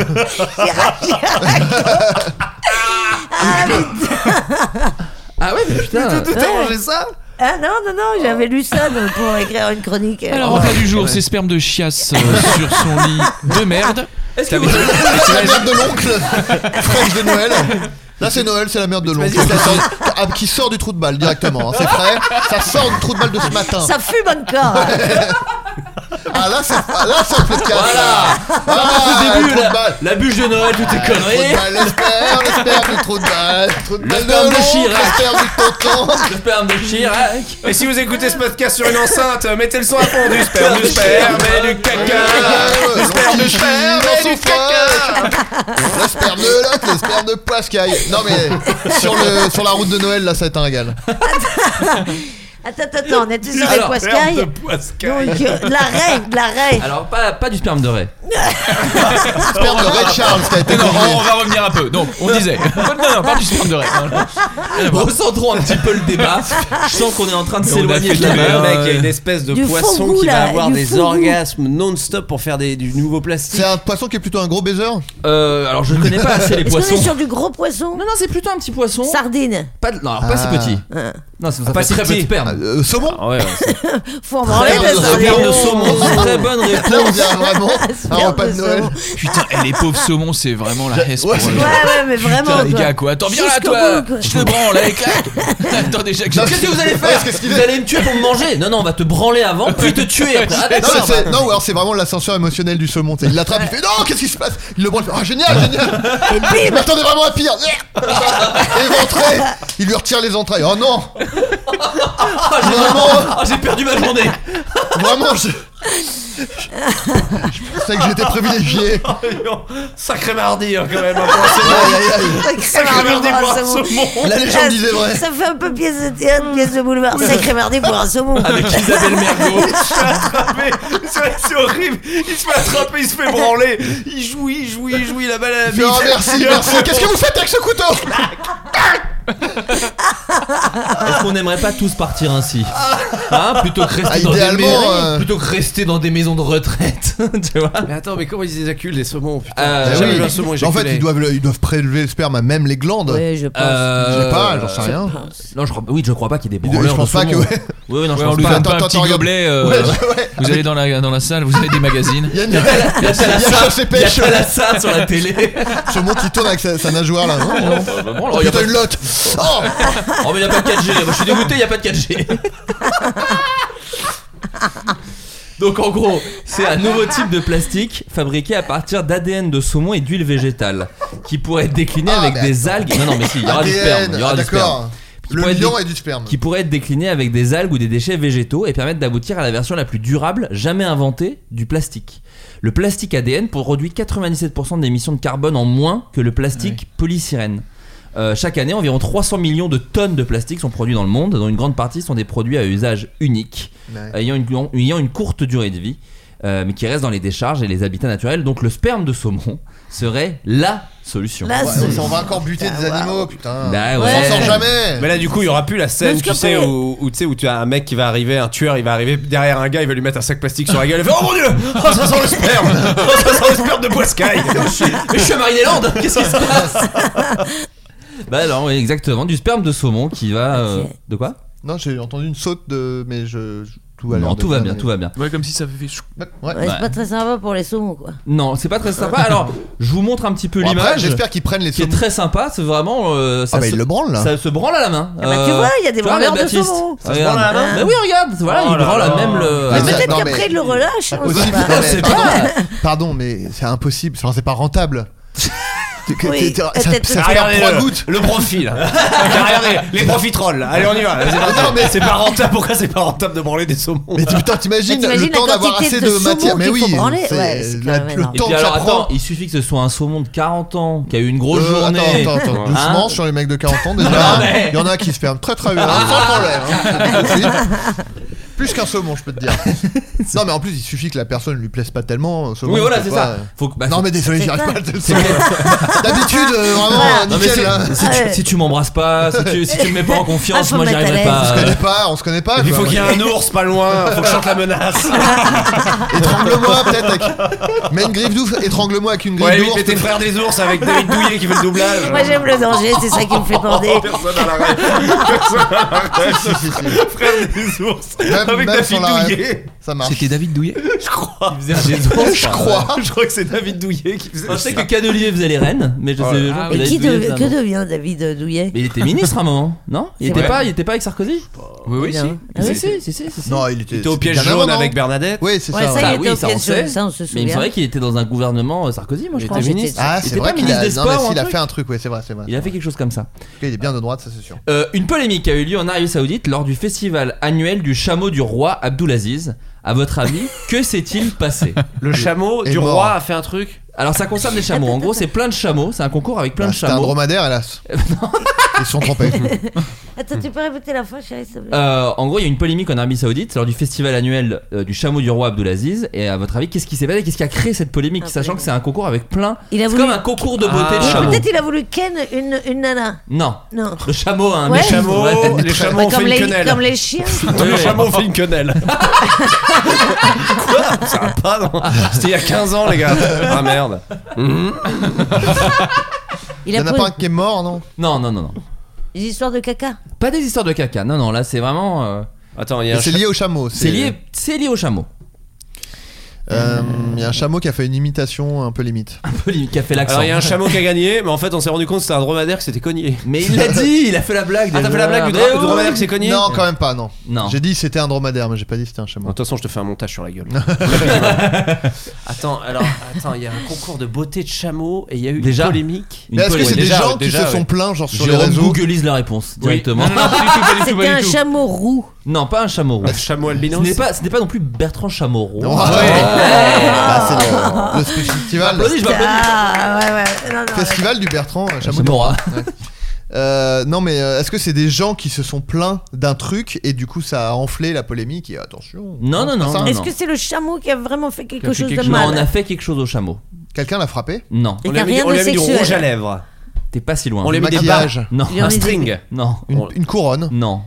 Speaker 7: Ah ouais, mais putain.
Speaker 3: Ouais. Ah non, non, non, j'avais lu ça donc, pour écrire une chronique.
Speaker 9: Alors, repas du jour, c'est sperme de chiasse euh, sur son lit de merde.
Speaker 7: Est-ce que
Speaker 8: C'est la merde de l'oncle. Fraîche de Noël. Là, c'est Noël, c'est la merde de l'oncle. Qui sort, ah, qui sort du trou de balle directement. hein, C'est frais. Ça sort du trou de balle de ce matin.
Speaker 3: Ça fume encore.
Speaker 8: Ah là, c'est ah, là, c'est un peu de casse.
Speaker 7: Voilà.
Speaker 8: Ah,
Speaker 7: Au
Speaker 8: le
Speaker 7: début,
Speaker 8: trou de
Speaker 7: la-
Speaker 8: balle.
Speaker 7: la bûche de Noël, toutes
Speaker 6: Ah,
Speaker 7: tes
Speaker 8: Le trou de balle,
Speaker 7: conneries.
Speaker 8: l'espère, l'espère, le trou de balle. Le trou de balle
Speaker 7: sperme de
Speaker 8: l'oncle,
Speaker 7: Chirac.
Speaker 8: l'espère du tonton.
Speaker 7: Le sperme de Chirac.
Speaker 6: Et si vous écoutez ce podcast sur une enceinte, mettez le son à fond du sperme, du sperme et du caca.
Speaker 8: Euh,
Speaker 6: Du sperme, du sperme et du caca.
Speaker 8: Le sperme de l'autre, le sperme de Pascal. Non mais sur, le, sur la route de Noël, là, ça va être un régal.
Speaker 3: Attends, attends, attends, on était sur les
Speaker 7: Alors,
Speaker 3: poiscailles.
Speaker 7: sperme de
Speaker 6: poiscaille.
Speaker 3: Donc, euh, la reine, la reine.
Speaker 7: Alors, pas, pas du sperme de raie.
Speaker 8: Sperme de Ray Charles, ça a été
Speaker 9: Non,
Speaker 8: corrigé.
Speaker 9: on, on va revenir un peu. Donc, on disait. Non, non, pas du sperme de rêve.
Speaker 6: Ah,
Speaker 7: Recentrons un petit peu le débat. Je sens qu'on est en train de
Speaker 9: Et on a
Speaker 7: s'éloigner
Speaker 9: fait
Speaker 7: de
Speaker 9: tout
Speaker 7: la
Speaker 9: à l'heure.
Speaker 6: Le mec, il y a une espèce de
Speaker 3: Du
Speaker 6: poisson
Speaker 3: fourgou,
Speaker 6: qui va
Speaker 3: là,
Speaker 6: avoir
Speaker 3: du
Speaker 6: des
Speaker 3: fourgou.
Speaker 6: orgasmes non-stop pour faire des- du nouveau plastique.
Speaker 8: C'est un poisson qui est plutôt un gros baiser
Speaker 7: Euh, alors, je ne connais pas assez les
Speaker 3: Est-ce qu'on est
Speaker 7: poissons.
Speaker 3: sur du gros poisson
Speaker 7: Non, non, c'est plutôt un petit poisson.
Speaker 3: Sardine.
Speaker 7: Pas de- Non, alors, pas si
Speaker 8: Ah.
Speaker 7: petit.
Speaker 3: Euh,
Speaker 7: Non, ça, ça
Speaker 6: Pas
Speaker 7: fait
Speaker 6: si
Speaker 7: très peu de
Speaker 6: petit.
Speaker 7: sperme.
Speaker 8: Euh, Saumon
Speaker 7: Ah ouais, ouais.
Speaker 3: Faut en branler de la
Speaker 7: Sperme de-
Speaker 3: sardine.
Speaker 7: sperme de saumon. Très bonne réponse.
Speaker 8: Là, on dirait vraiment un
Speaker 3: Sperme
Speaker 8: repas de
Speaker 3: de
Speaker 8: Noël.
Speaker 3: saumon.
Speaker 9: Putain, eh, les pauvres saumons, c'est vraiment la hesse pour
Speaker 8: Ouais, c'est
Speaker 9: eux.
Speaker 3: Ouais, ouais, mais vraiment.
Speaker 9: Putain, les
Speaker 3: quoi.
Speaker 9: gars, quoi. Attends, viens là,
Speaker 3: Jusqu'au
Speaker 9: toi.
Speaker 3: bout, quoi.
Speaker 9: Je te branle, allez, claque. Attends, déjà que
Speaker 8: Non,
Speaker 7: Qu'est-ce que vous allez
Speaker 8: Ouais,
Speaker 7: faire
Speaker 8: qu'est-ce qu'il
Speaker 7: Vous
Speaker 8: est
Speaker 7: allez me tuer pour me manger Non, non, on va te branler avant, puis te tuer après. Ah,
Speaker 8: non, mais
Speaker 7: d'accord.
Speaker 8: c'est- non, ou alors c'est vraiment l'ascenseur émotionnel du saumon. tu sais. Il l'attrape, il fait non, qu'est-ce qui se passe Il le branle, ah génial, génial
Speaker 3: Et
Speaker 8: Il
Speaker 3: bim
Speaker 8: m'attendait vraiment à pire Éventré Il lui retire les entrailles. Oh non
Speaker 7: Ah, j'ai vraiment. Ah, j'ai perdu ma journée.
Speaker 8: Vraiment, je. je- Je pensais que j'étais privilégié.
Speaker 6: Non, Sacré mardi, hein, quand même. un
Speaker 8: Aïe,
Speaker 6: poisson.
Speaker 8: aïe, aïe.
Speaker 6: Sacré mardi pour un
Speaker 3: saumon.
Speaker 6: saumon.
Speaker 8: La légende disait vrai.
Speaker 3: Ça fait un peu pièce de théâtre, pièce de boulevard. Sacré mardi pour un saumon.
Speaker 7: Avec Isabelle Mergo.
Speaker 6: Mais c'est vrai que c'est horrible. Il se fait attraper, il se fait branler. Il jouit, il jouit, il jouit la balle à la bite.
Speaker 8: Non, oh, merci, merci. Qu'est-ce que vous faites avec ce couteau
Speaker 7: Est-ce qu'on n'aimerait pas tous partir ainsi Hein, Plutôt que rester
Speaker 8: Ah,
Speaker 7: dans des
Speaker 8: idéalement,
Speaker 7: maisons-
Speaker 8: euh.
Speaker 7: plutôt que rester dans des maisons de retraite, tu vois.
Speaker 6: Mais attends, mais comment ils éjaculent les saumons putain
Speaker 7: Euh,
Speaker 6: J'ai
Speaker 8: Eh
Speaker 6: jamais
Speaker 8: oui.
Speaker 6: vu un saumon
Speaker 8: En
Speaker 6: éjaculer.
Speaker 8: fait, ils doivent, le- ils doivent prélever le sperme à même les glandes.
Speaker 3: Oui, je pense.
Speaker 8: Je
Speaker 7: Euh,
Speaker 8: sais pas, j'en sais rien.
Speaker 7: Non, je crois, oui, je crois pas qu'il y ait des
Speaker 8: Je
Speaker 7: branleurs
Speaker 8: pense
Speaker 7: de
Speaker 8: pas que.
Speaker 7: saumon.
Speaker 8: Ouais,
Speaker 7: Oui, oui, non, je
Speaker 9: Ouais, on
Speaker 7: pense
Speaker 9: lui
Speaker 7: pas.
Speaker 8: fait
Speaker 9: donne
Speaker 8: Attends,
Speaker 9: pas un
Speaker 8: attends,
Speaker 9: petit
Speaker 8: regarde.
Speaker 9: gobelet. euh,
Speaker 8: ouais.
Speaker 9: Vous
Speaker 7: Ah,
Speaker 9: allez dans la, dans la salle, vous avez des magazines.
Speaker 8: Il y a une. Il y a chasse et
Speaker 7: Il y a
Speaker 8: pêche.
Speaker 7: pas la ça sur la télé.
Speaker 8: Saumon qui tourne avec sa, sa nageoire là. Oh,
Speaker 7: Oh, il y a
Speaker 8: putain,
Speaker 7: pas-
Speaker 8: une lotte. Oh
Speaker 7: Oh mais il a pas de 4G, moi je suis dégoûté, il a pas de 4G. Donc en gros, c'est un nouveau type de plastique fabriqué à partir d'ADN de saumon et d'huile végétale qui pourrait être décliné avec des algues. Non, non, Ah, mais si, il y aura du sperme. Il y aura
Speaker 8: Ah,
Speaker 7: du
Speaker 8: d'accord.
Speaker 7: sperme. Qui
Speaker 8: Le
Speaker 7: pourrait être
Speaker 8: lion
Speaker 7: dé-
Speaker 8: et du sperme.
Speaker 7: Qui pourrait être décliné avec des algues ou des déchets végétaux et permettre d'aboutir à la version la plus durable jamais inventée du plastique. Le plastique ADN produit 97% d'émissions de carbone en moins que le plastique polystyrène. Euh, chaque année, environ 300 millions de tonnes de plastique sont produits dans le monde, dont une grande partie sont des produits à usage unique, euh,
Speaker 8: Ouais.
Speaker 7: ayant, une, ayant une courte durée de vie, euh, mais qui restent dans les décharges et les habitats naturels. Donc le sperme de saumon serait la solution.
Speaker 8: Ouais, on va encore buter des animaux, putain.
Speaker 7: Ah, Bah
Speaker 8: on
Speaker 7: ouais.
Speaker 8: s'en sort jamais.
Speaker 6: Mais là, du coup, il y aura plus la scène,
Speaker 8: Parce
Speaker 6: tu
Speaker 8: que
Speaker 6: sais,
Speaker 8: après-
Speaker 6: où, où, tu sais, où tu as un mec qui va arriver, un tueur, il va arriver derrière un gars, il va lui mettre un sac plastique sur la gueule, il fait Oh mon dieu Oh, ça sent le sperme Oh, ça sent le sperme de Boiscaille
Speaker 7: Mais je suis à Marie-des-Landes Qu'est-ce qui se passe Bah non, oui, exactement, du sperme de saumon qui va... euh, de quoi
Speaker 8: Non, j'ai entendu une saute de. Mais je. je- Tout va,
Speaker 7: Non,
Speaker 8: l'air de
Speaker 7: tout va bien,
Speaker 8: mais-
Speaker 7: tout va bien.
Speaker 9: Ouais, comme si ça fait.
Speaker 8: Ah, Ouais.
Speaker 3: Ouais, C'est pas très sympa pour les saumons, quoi.
Speaker 7: Non, c'est pas très sympa. Alors, je vous montre un petit peu
Speaker 8: Bon, après,
Speaker 7: l'image. euh,
Speaker 8: j'espère qu'ils prennent les
Speaker 7: Qui est
Speaker 8: saumons.
Speaker 7: très sympa, c'est vraiment. euh, ça
Speaker 8: Ah, bah,
Speaker 7: se-
Speaker 8: il le branle, là.
Speaker 7: Ça se branle à la main.
Speaker 3: Ah, bah, tu vois, il y a des
Speaker 7: Euh, tu vois,
Speaker 3: branleurs
Speaker 7: mais
Speaker 3: de
Speaker 7: Baptiste,
Speaker 3: saumon.
Speaker 6: Ça se branle à la main
Speaker 7: Mais oui, regarde, voilà,
Speaker 6: Oh
Speaker 7: il
Speaker 6: là
Speaker 7: branle
Speaker 6: là.
Speaker 7: à même le. Ah,
Speaker 8: Mais ça-
Speaker 3: Peut-être
Speaker 8: non,
Speaker 3: qu'après,
Speaker 8: mais- Ah,
Speaker 3: ils le relâchent. on
Speaker 8: Aussi,
Speaker 3: sait pas.
Speaker 8: non, mais-
Speaker 7: C'est pas-
Speaker 8: Pardon, mais c'est impossible. Enfin, c'est pas rentable. Tu- que-
Speaker 3: Oui,
Speaker 8: t'es- t'es- ça-
Speaker 3: peut-être-
Speaker 8: ça
Speaker 6: Ah,
Speaker 8: fait
Speaker 6: regardez
Speaker 8: faire trois
Speaker 6: le,
Speaker 8: gouttes.
Speaker 6: le profil Ah, Regardez, les profiteroles Allez, on y va C'est pas,
Speaker 8: Non, mais-
Speaker 6: c'est pas rentable, pourquoi c'est pas rentable de branler des saumons
Speaker 8: Mais tu- putain,
Speaker 3: Mais
Speaker 8: t'imagines
Speaker 3: Bah, t'imagines
Speaker 8: le
Speaker 3: la
Speaker 8: temps d'avoir
Speaker 3: quantité
Speaker 8: assez
Speaker 3: de
Speaker 8: de,
Speaker 3: saumon
Speaker 8: matière. Mais
Speaker 3: qu'il faut
Speaker 8: oui,
Speaker 3: branler
Speaker 8: c'est-
Speaker 3: ouais, c'est
Speaker 8: la-
Speaker 3: quand même
Speaker 8: le
Speaker 3: énorme.
Speaker 7: Et
Speaker 8: temps
Speaker 7: puis
Speaker 8: que
Speaker 7: alors,
Speaker 8: ça prend.
Speaker 7: attends, il suffit que ce soit un saumon de 40 ans, qui a eu une grosse
Speaker 8: Euh,
Speaker 7: journée.
Speaker 8: Attends, attends, attends, doucement
Speaker 7: Hein
Speaker 8: sur les mecs de 40 ans déjà.
Speaker 7: Non, mais-
Speaker 8: Il y en a un qui se ferme très très bien, sans problème. hein. Tout de suite. Plus qu'un saumon, je peux te dire. non, mais en plus, il suffit que la personne lui plaise pas tellement. euh, saumon,
Speaker 7: Oui, voilà,
Speaker 8: faut
Speaker 7: c'est
Speaker 8: pas,
Speaker 7: ça.
Speaker 8: euh,
Speaker 7: Faut que- bah,
Speaker 8: non,
Speaker 7: faut-
Speaker 8: mais désolé, j'y arrive
Speaker 3: ça.
Speaker 8: pas. le saumon. D'habitude, euh, vraiment,
Speaker 7: Non, Ah, mais
Speaker 8: nickel.
Speaker 7: c'est-
Speaker 8: hein.
Speaker 7: si, tu,
Speaker 3: Ouais.
Speaker 7: si tu m'embrasses pas, si tu, si tu me mets pas en
Speaker 3: Ah,
Speaker 7: confiance,
Speaker 3: faut
Speaker 7: moi
Speaker 3: me
Speaker 7: j'y
Speaker 3: mettre à
Speaker 7: arriverai
Speaker 8: On
Speaker 7: pas.
Speaker 8: se
Speaker 7: euh.
Speaker 8: connaît pas, on se connaît pas.
Speaker 6: Et puis, il
Speaker 8: quoi.
Speaker 6: faut qu'il y ait un ours pas loin, faut que je chante la menace
Speaker 8: Étrangle-moi peut-être avec. Mets une griffe d'ouf, étrangle-moi avec une griffe
Speaker 6: Ouais, oui,
Speaker 8: d'ours.
Speaker 6: mais tes frères des ours avec David Douillet qui fait le doublage
Speaker 3: Moi, j'aime le danger, c'est ça qui me fait bander.
Speaker 6: Personne à l'arrêt Personne à l'arrêt
Speaker 8: Si, si, si.
Speaker 6: Frère des ours
Speaker 8: Même-
Speaker 6: Avec
Speaker 8: même
Speaker 6: ta
Speaker 8: sans
Speaker 6: fille
Speaker 8: la ref.
Speaker 6: douillée
Speaker 8: Ça marche. Oh,
Speaker 9: C'était David Douillet
Speaker 6: Je crois
Speaker 7: des ours,
Speaker 8: Je
Speaker 7: quoi.
Speaker 8: crois.
Speaker 6: Je crois que c'est David Douillet qui faisait
Speaker 7: Je sais que
Speaker 6: ça.
Speaker 7: Canelier faisait les rennes, mais je
Speaker 6: Oh là
Speaker 7: sais
Speaker 6: là.
Speaker 7: déjà
Speaker 9: Ah oui.
Speaker 7: que
Speaker 3: Et
Speaker 7: David
Speaker 3: qui
Speaker 7: Douillet
Speaker 3: de-
Speaker 7: faisait
Speaker 3: que
Speaker 7: un-
Speaker 3: devient David Douillet
Speaker 7: Mais il était ministre à un moment, non Il
Speaker 3: C'est
Speaker 7: était
Speaker 3: vrai.
Speaker 7: pas, il était pas avec Sarkozy
Speaker 9: Oui, oui,
Speaker 3: Bien.
Speaker 9: si.
Speaker 3: Ah
Speaker 7: Si,
Speaker 3: oui,
Speaker 7: si, si, si, si, si.
Speaker 8: Non, il était.
Speaker 6: Il était au
Speaker 8: c'était
Speaker 6: piège
Speaker 8: bien avant,
Speaker 6: jaune
Speaker 8: non
Speaker 6: avec Bernadette
Speaker 8: Oui, c'est
Speaker 3: Ouais,
Speaker 8: ça.
Speaker 3: ça,
Speaker 8: ouais.
Speaker 3: il
Speaker 7: Ah
Speaker 3: était au
Speaker 7: oui, ça on
Speaker 3: piège
Speaker 7: sait.
Speaker 3: jaune, ça, on se
Speaker 7: Mais il me
Speaker 3: souvient.
Speaker 7: semblait qu'il était dans un gouvernement euh, Sarkozy, moi je
Speaker 3: Je
Speaker 7: crois.
Speaker 3: crois que j'étais-
Speaker 8: Ah,
Speaker 7: Il
Speaker 8: c'est
Speaker 7: était
Speaker 8: vrai
Speaker 7: pas
Speaker 8: qu'il
Speaker 7: ministre
Speaker 8: a...
Speaker 7: des
Speaker 8: Non, mais
Speaker 7: Sports ou
Speaker 8: s'il
Speaker 7: un
Speaker 8: a
Speaker 7: truc
Speaker 8: fait un truc, ouais, c'est vrai, c'est vrai.
Speaker 7: Il a fait quelque chose comme ça.
Speaker 8: Ok, Il est bien de droite, ça c'est sûr.
Speaker 7: Euh, une polémique a eu lieu en Arabie Saoudite lors du festival annuel du chameau du roi Abdulaziz. À votre avis, que s'est-il passé
Speaker 6: Le chameau
Speaker 7: Oh,
Speaker 8: Et
Speaker 6: du
Speaker 8: mort.
Speaker 6: roi a fait un truc
Speaker 7: Alors ça concerne les chameaux. En gros, c'est plein de chameaux. C'est un concours avec plein
Speaker 8: Ah,
Speaker 7: de
Speaker 8: C'était un
Speaker 7: chameaux.
Speaker 8: dromadaire, hélas. Ils se sont trompés.
Speaker 3: Attends, tu peux répéter la fin, chérie, s'il te plaît
Speaker 7: Euh, en gros, il y a une polémique en Arabie Saoudite lors du festival annuel euh, du chameau du roi Abdulaziz. Et à votre avis, qu'est-ce qui s'est passé Qu'est-ce qui a créé cette polémique
Speaker 3: Ah,
Speaker 7: Sachant
Speaker 3: oui.
Speaker 7: que c'est un concours avec plein.
Speaker 3: Il a
Speaker 7: C'est
Speaker 3: voulu-
Speaker 7: comme un concours de beauté de
Speaker 6: Ah.
Speaker 7: chameaux.
Speaker 3: Peut-être il a voulu ken une, une nana.
Speaker 7: Non.
Speaker 3: Non.
Speaker 7: Le chameau a un
Speaker 3: Ouais.
Speaker 7: méchant-
Speaker 6: Chameau,
Speaker 7: Ouais.
Speaker 6: Oh, les chameaux
Speaker 3: Bah,
Speaker 6: ont fait
Speaker 3: comme,
Speaker 6: une
Speaker 3: les,
Speaker 6: quenelle.
Speaker 3: comme les chiens.
Speaker 6: Le
Speaker 7: Ouais.
Speaker 6: chameau fait une quenelle. Quoi Ça va pas, non C'était il y a 15 ans, les gars. Ah merde.
Speaker 3: Il
Speaker 8: Il y
Speaker 3: a
Speaker 8: en a
Speaker 3: pris
Speaker 8: pas un qui est mort, non
Speaker 7: Non, non, non, non.
Speaker 3: des histoires de caca.
Speaker 7: Pas des histoires de caca. Non, non. Là, c'est vraiment. euh,
Speaker 6: Attends, il y a
Speaker 8: Et
Speaker 6: un
Speaker 8: C'est
Speaker 6: cha-
Speaker 8: lié au chameau.
Speaker 7: c'est lié. C'est lié au chameau.
Speaker 8: Euh, Il y a un chameau qui a fait une imitation un peu limite.
Speaker 7: Un peu limite, qui a fait l'accent.
Speaker 6: Alors, il y a un chameau qui a gagné, mais en fait, on s'est rendu compte que c'était un dromadaire qui s'était cogné.
Speaker 7: Mais il l'a dit, il a fait la blague.
Speaker 6: Ah, t'as
Speaker 7: déjà.
Speaker 6: fait la blague du, dra-
Speaker 7: Mais
Speaker 6: du
Speaker 7: oui.
Speaker 6: dromadaire qui s'est cogné
Speaker 8: Non, quand même pas, non.
Speaker 7: Non.
Speaker 8: J'ai dit c'était un dromadaire, mais j'ai pas dit c'était un
Speaker 6: Bon,
Speaker 8: chameau.
Speaker 6: De toute façon, je te fais un montage sur la gueule. attends, alors, attends, il y a un concours de beauté de chameau et il y a eu
Speaker 7: Déjà
Speaker 6: polémique.
Speaker 7: Une
Speaker 8: Mais est-ce que
Speaker 7: polémique.
Speaker 8: c'est des
Speaker 6: Déjà,
Speaker 8: gens qui
Speaker 6: déjà,
Speaker 8: se sont
Speaker 6: ouais.
Speaker 8: plaints, genre sur les
Speaker 7: Jérôme
Speaker 8: réseaux
Speaker 7: Googlise la réponse directement.
Speaker 9: Non, non, pas du tout, pas du tout,
Speaker 3: C'était
Speaker 9: pas
Speaker 3: un
Speaker 9: du tout.
Speaker 3: chameau roux.
Speaker 7: Non, pas un chameau roux.
Speaker 6: Un chameau
Speaker 7: Ce
Speaker 6: albino
Speaker 7: n'est pas, ce n'est pas non plus Bertrand Chamorro.
Speaker 8: Oh, ouais. Bah, c'est le, le Spruce festival.
Speaker 7: Applaudis, je m'applaudis.
Speaker 3: Ah, ouais, ouais. Non, non,
Speaker 8: Festival du Bertrand euh, Chameau.
Speaker 7: Chamorro.
Speaker 8: Euh, non mais euh, est-ce que c'est des gens qui se sont plaints d'un truc et du coup ça a enflé la polémique et attention
Speaker 7: Non, non, non,
Speaker 8: c'est ça
Speaker 7: non,
Speaker 3: Est-ce
Speaker 7: non.
Speaker 3: que c'est le chameau qui a vraiment fait quelque
Speaker 9: Qui a fait
Speaker 3: chose
Speaker 9: quelque
Speaker 3: de
Speaker 9: chose.
Speaker 7: Non, on
Speaker 3: mal
Speaker 7: a fait quelque chose au chameau.
Speaker 8: Quelqu'un l'a frappé
Speaker 7: Non,
Speaker 3: Et
Speaker 6: On
Speaker 3: qui
Speaker 6: lui
Speaker 3: a
Speaker 6: a mis,
Speaker 3: rien
Speaker 6: on
Speaker 3: de
Speaker 6: lui a mis du rouge à
Speaker 3: sexuel.
Speaker 6: lèvres.
Speaker 7: t'es pas si loin.
Speaker 6: On lui a mis des barres.
Speaker 8: maquillage.
Speaker 7: Non,
Speaker 3: Il y en
Speaker 6: Un
Speaker 3: a des-
Speaker 6: string.
Speaker 7: non,
Speaker 8: Une, une couronne
Speaker 7: non.